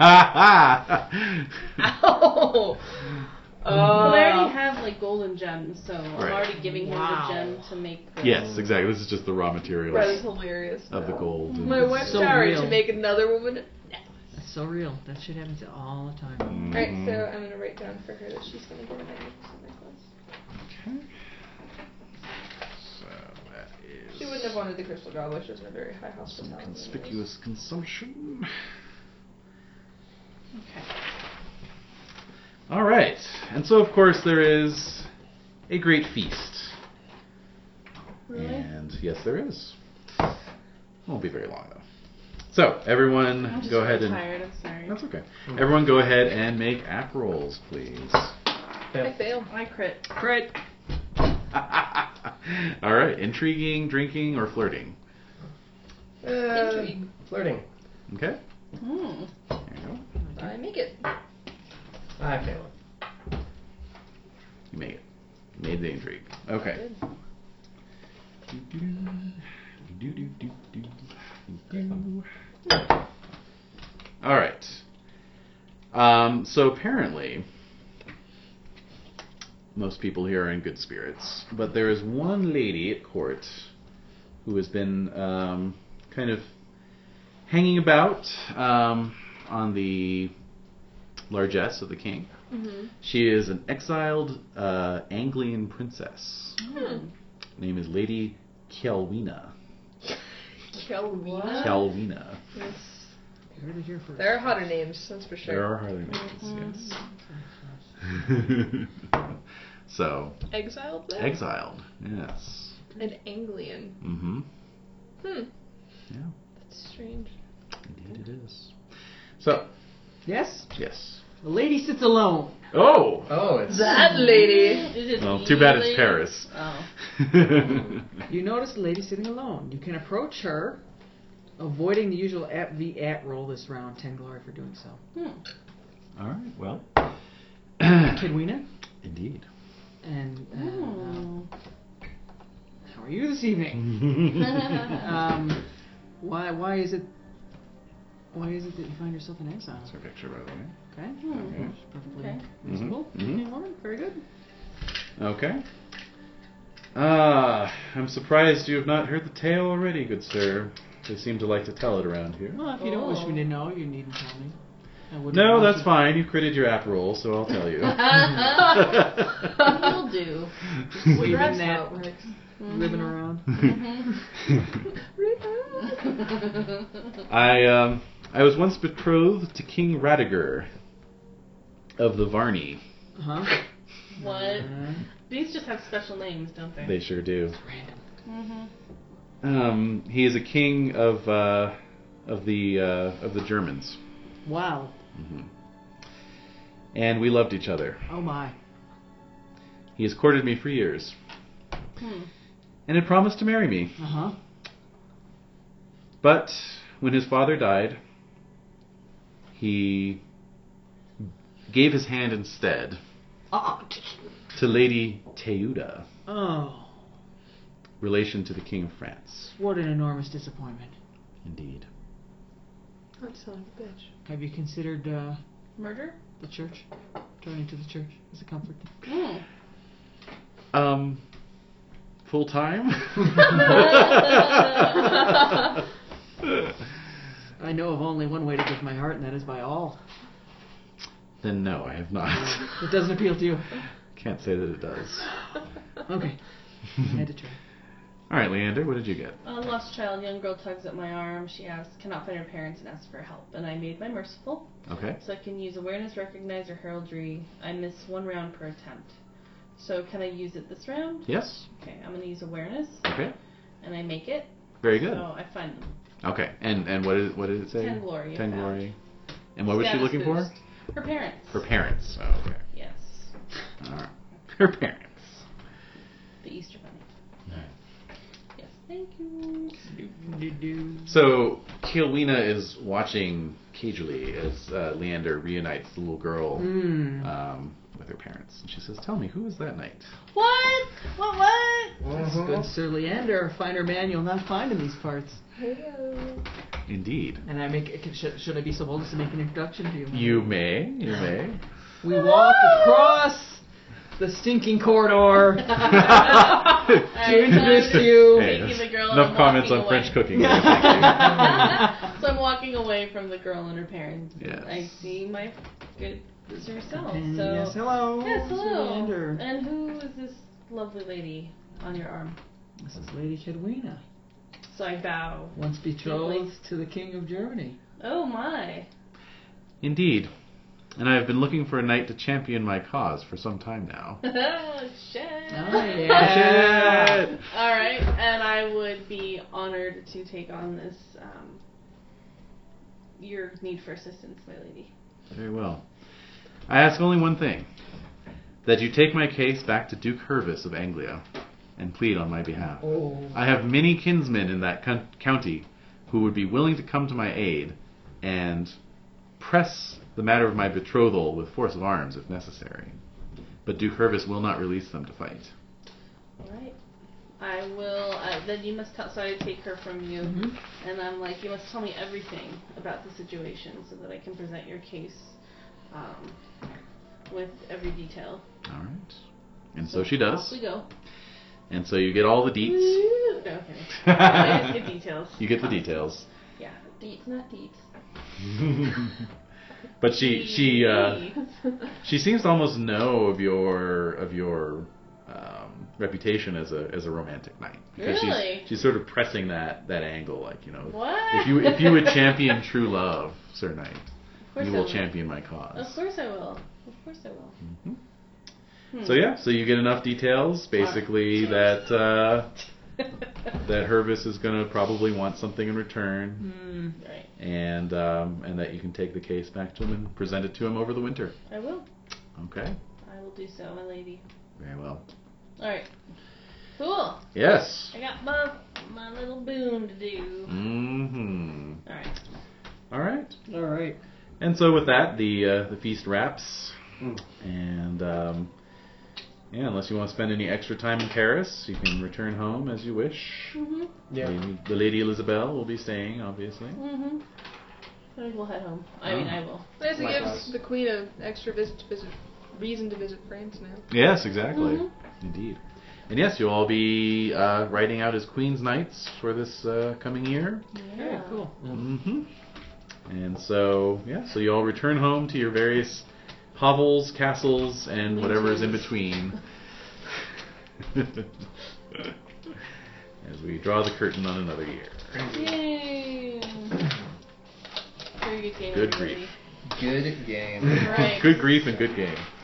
K: Oh.
E: well, I
K: Uh,
G: Oh.
E: already have like golden gems, so I'm
A: Right.
E: already giving
K: Wow.
E: him the gem to make. The
A: yes, exactly. This is just the raw materials
G: Riley's hilarious.
A: of the gold. and-
G: My wife's
C: So
G: sorry
C: real.
G: to make another woman.
C: That's so real. That shit happens all the time.
A: Mhm.
G: Alright, so I'm gonna write down for her that she's gonna get a magnificent necklace.
A: Okay. So that is.
G: She wouldn't have wanted the crystal goblet, she was in a very high hospitality.
A: Conspicuous consumption. All right, and so of course there is a great feast. And yes, there is. Won't be very long though. So everyone,
E: I'm just
A: go ahead
E: really
A: and
E: tired. I'm sorry.
A: that's okay. Everyone, go ahead and make app rolls, please.
G: I fail.
E: I crit.
C: Crit.
A: All right, intriguing, drinking, or flirting.
B: Uh, flirting.
A: Okay.
G: Hmm.
E: Mm.
A: There you go.
G: I make it.
B: I fail.
A: You made it. You made the intrigue. Okay. All right. Um, so apparently, most people here are in good spirits, but there is one lady at court who has been um, kind of hanging about um, on the largesse of the king.
G: Mm-hmm.
A: She is an exiled uh, Anglian princess.
G: Hmm.
A: Name is Lady Kelwina.
G: Kelwina.
A: Kelwina.
C: You heard it here first.
G: There are hotter names, that's for
A: There
G: sure.
A: are hardly names, yes. so,
G: Exiled though?
A: exiled, yes.
G: An Anglian.
A: Mm-hmm.
G: Hmm.
A: Yeah,
G: That's strange.
A: indeed it is. So,
C: Yes.
A: yes.
C: The lady sits alone.
A: Oh!
B: Oh, it's
G: That lady.
E: Is it
A: Well, too bad
E: really-
A: it's Paris.
E: Oh.
C: You notice the lady sitting alone. You can approach her, avoiding the usual at v at roll this round. Ten glory for doing so.
E: Hmm.
A: All right, well.
C: Kidwina,
A: Indeed.
C: and uh,
E: Hmm. Oh.
C: how are you this evening? Um, why why is it why is it that you find yourself in exile?
A: That's her picture, by the way. Mm-hmm.
C: Okay,
A: Okay.
E: Hmm.
C: perfectly
E: Okay.
C: reasonable.
A: Mhm. Mhm.
C: Yeah, woman, very good.
A: Okay. Ah, I'm surprised you have not heard the tale already, good sir. They seem to like to tell it around here.
C: Well, if you don't wish me to know, you needn't tell me. I wouldn't
A: No,
C: want
A: that's
C: to-
A: fine. You critted your app roll, so I'll tell you.
E: Will do.
C: Waving
G: That's
C: that,
G: how it works.
C: ribbon around.
A: Mm-hmm. I um, I was once betrothed to King Radiger of the Varney.
C: Uh huh.
E: What? These just have special names, don't they?
A: They sure do.
C: Random.
E: mm-hmm.
A: Um, he is a king of uh, of the uh, of the Germans,
C: Wow.
A: Mm-hmm. and we loved each other.
C: Oh my.
A: He has courted me for years.
E: Hmm.
A: And had promised to marry me.
C: Uh huh.
A: But when his father died, he gave his hand instead
C: Oh.
A: to Lady Teuda,
C: oh,
A: relation to the King of France.
C: what an enormous disappointment.
A: Indeed.
G: That son of a bitch.
C: Have you considered uh,
E: Murder?
C: the church? Turning to the church as a comfort?
E: Hmm.
A: Um, full time?
C: I know of only one way to give my heart, and that is by all.
A: then no, I have not.
C: It doesn't appeal to you.
A: Can't say that it does.
C: Okay. I had to try.
A: All right, Leander, what did you get?
E: A lost child, young girl tugs at my arm. She asks, cannot find her parents and asks for help. And I made my merciful,
A: Okay.
E: so I can use awareness, recognize, or heraldry. I miss one round per attempt. So can I use it this round?
A: Yes.
E: Okay, I'm gonna use awareness,
A: Okay.
E: and I make it.
A: Very good.
E: So I find them.
A: Okay, and and what did what did it say?
E: Ten glory,
A: Ten
E: I found.
A: glory. And what was she
E: Status
A: looking
E: boost. Her parents.
A: for? Her parents. Oh, okay.
E: Yes,
A: All right. Her parents.
E: the Easter Bunny. Yes,
C: Thank you. Do-do-do.
A: So Kiowina is watching cagely as uh, Leander reunites the little girl
E: Mm-hmm.
C: Mm.
A: um, with her parents, and she says, "Tell me, who was that knight?"
E: What? What? What?
C: That's
B: Mhm.
C: good, Sir Leander. A finer man you'll not find in these parts.
A: Indeed.
C: And I make. Should, should I be so bold as to make an introduction to you?
A: You may, you may.
C: We walk across the stinking corridor to introduce you.
A: Hey,
E: Making the girl
A: enough
E: and
A: comments on
E: walking away.
A: French cooking. Thank
E: So I'm walking away from the girl and her parents.
A: Yes.
E: I see my good sister herself.
C: And
E: So
C: yes, hello.
E: yes,
C: Sir
E: hello.
C: Leander.
E: And who is this lovely lady on your arm?
C: This is Lady Kedwina,
E: So I bow.
C: once betrothed to the King of Germany.
E: Oh my.
A: you. Indeed. And I have been looking for a knight to champion my cause for some time now.
E: oh shit.
C: Oh, yeah.
A: Shit.
E: All right, and I would be honored to take on this um, your need for assistance, my lady.
A: Very well. I ask only one thing that you take my case back to Duke Hervis of Anglia and plead on my behalf.
C: Oh.
A: I have many kinsmen in that coun county who would be willing to come to my aid and press the matter of my betrothal with force of arms if necessary. But Duke Hervis will not release them to fight.
E: All right. I will. Uh, then you must tell. So I take her from you,
C: Mhm.
E: and I'm like, you must tell me everything about the situation so that I can present your case um, with every detail.
A: All right. And so she does.
E: Off we go.
A: And so you get all the deets.
E: Woo! No, okay. I just get details.
A: you get the details.
E: Yeah, deets, not deets.
A: but she she uh,
E: Deets.
A: she seems to almost know of your of your um, reputation as a as a romantic knight because
E: Really?
A: she's she's sort of pressing that that angle like you know
E: what?
A: if you if you would champion true love, Sir Knight,
E: Of course
A: you
E: I
A: will champion my cause.
E: Of course I will. Of course I will.
A: Mhm.
E: Hmm.
A: So yeah, so you get enough details basically that uh, that Hervis is gonna probably want something in return.
C: Hmm.
E: right.
A: and um, and that you can take the case back to him and present it to him over the winter.
E: I will.
A: Okay,
E: I will do so, my lady.
A: very well.
E: All right. Cool.
A: Yes.
E: I got my my little boon to do.
A: Mm-hmm.
E: All right.
A: All right.
C: All right.
A: And so with that, the uh, the feast wraps,
B: Mm.
A: and um, yeah, unless you want to spend any extra time in Paris, you can return home as you wish.
E: Mhm.
B: Yeah.
A: Lady- the Lady Isabel will be staying, obviously.
E: Mhm. I think we'll head home. I
A: Oh.
E: mean, I will.
G: Nice, it
B: Likewise.
G: gives the queen an extra visit to visit, reason to visit France now.
A: Yes, exactly.
E: Mhm.
B: Mm-hmm.
A: Indeed. And yes, you'll all be uh, riding out as Queen's Knights for this uh, coming year.
C: Very cool.
A: hmm And so, yeah, so you all return home to your various hovels, castles, and whatever is in between. As we draw the curtain on another year.
E: Yay! Very good game.
A: Good
E: everybody.
A: grief.
B: Good game.
E: Right.
A: Good grief and good game.
E: Mm-hmm.
A: Mm-hmm.
B: Hmm. Uh,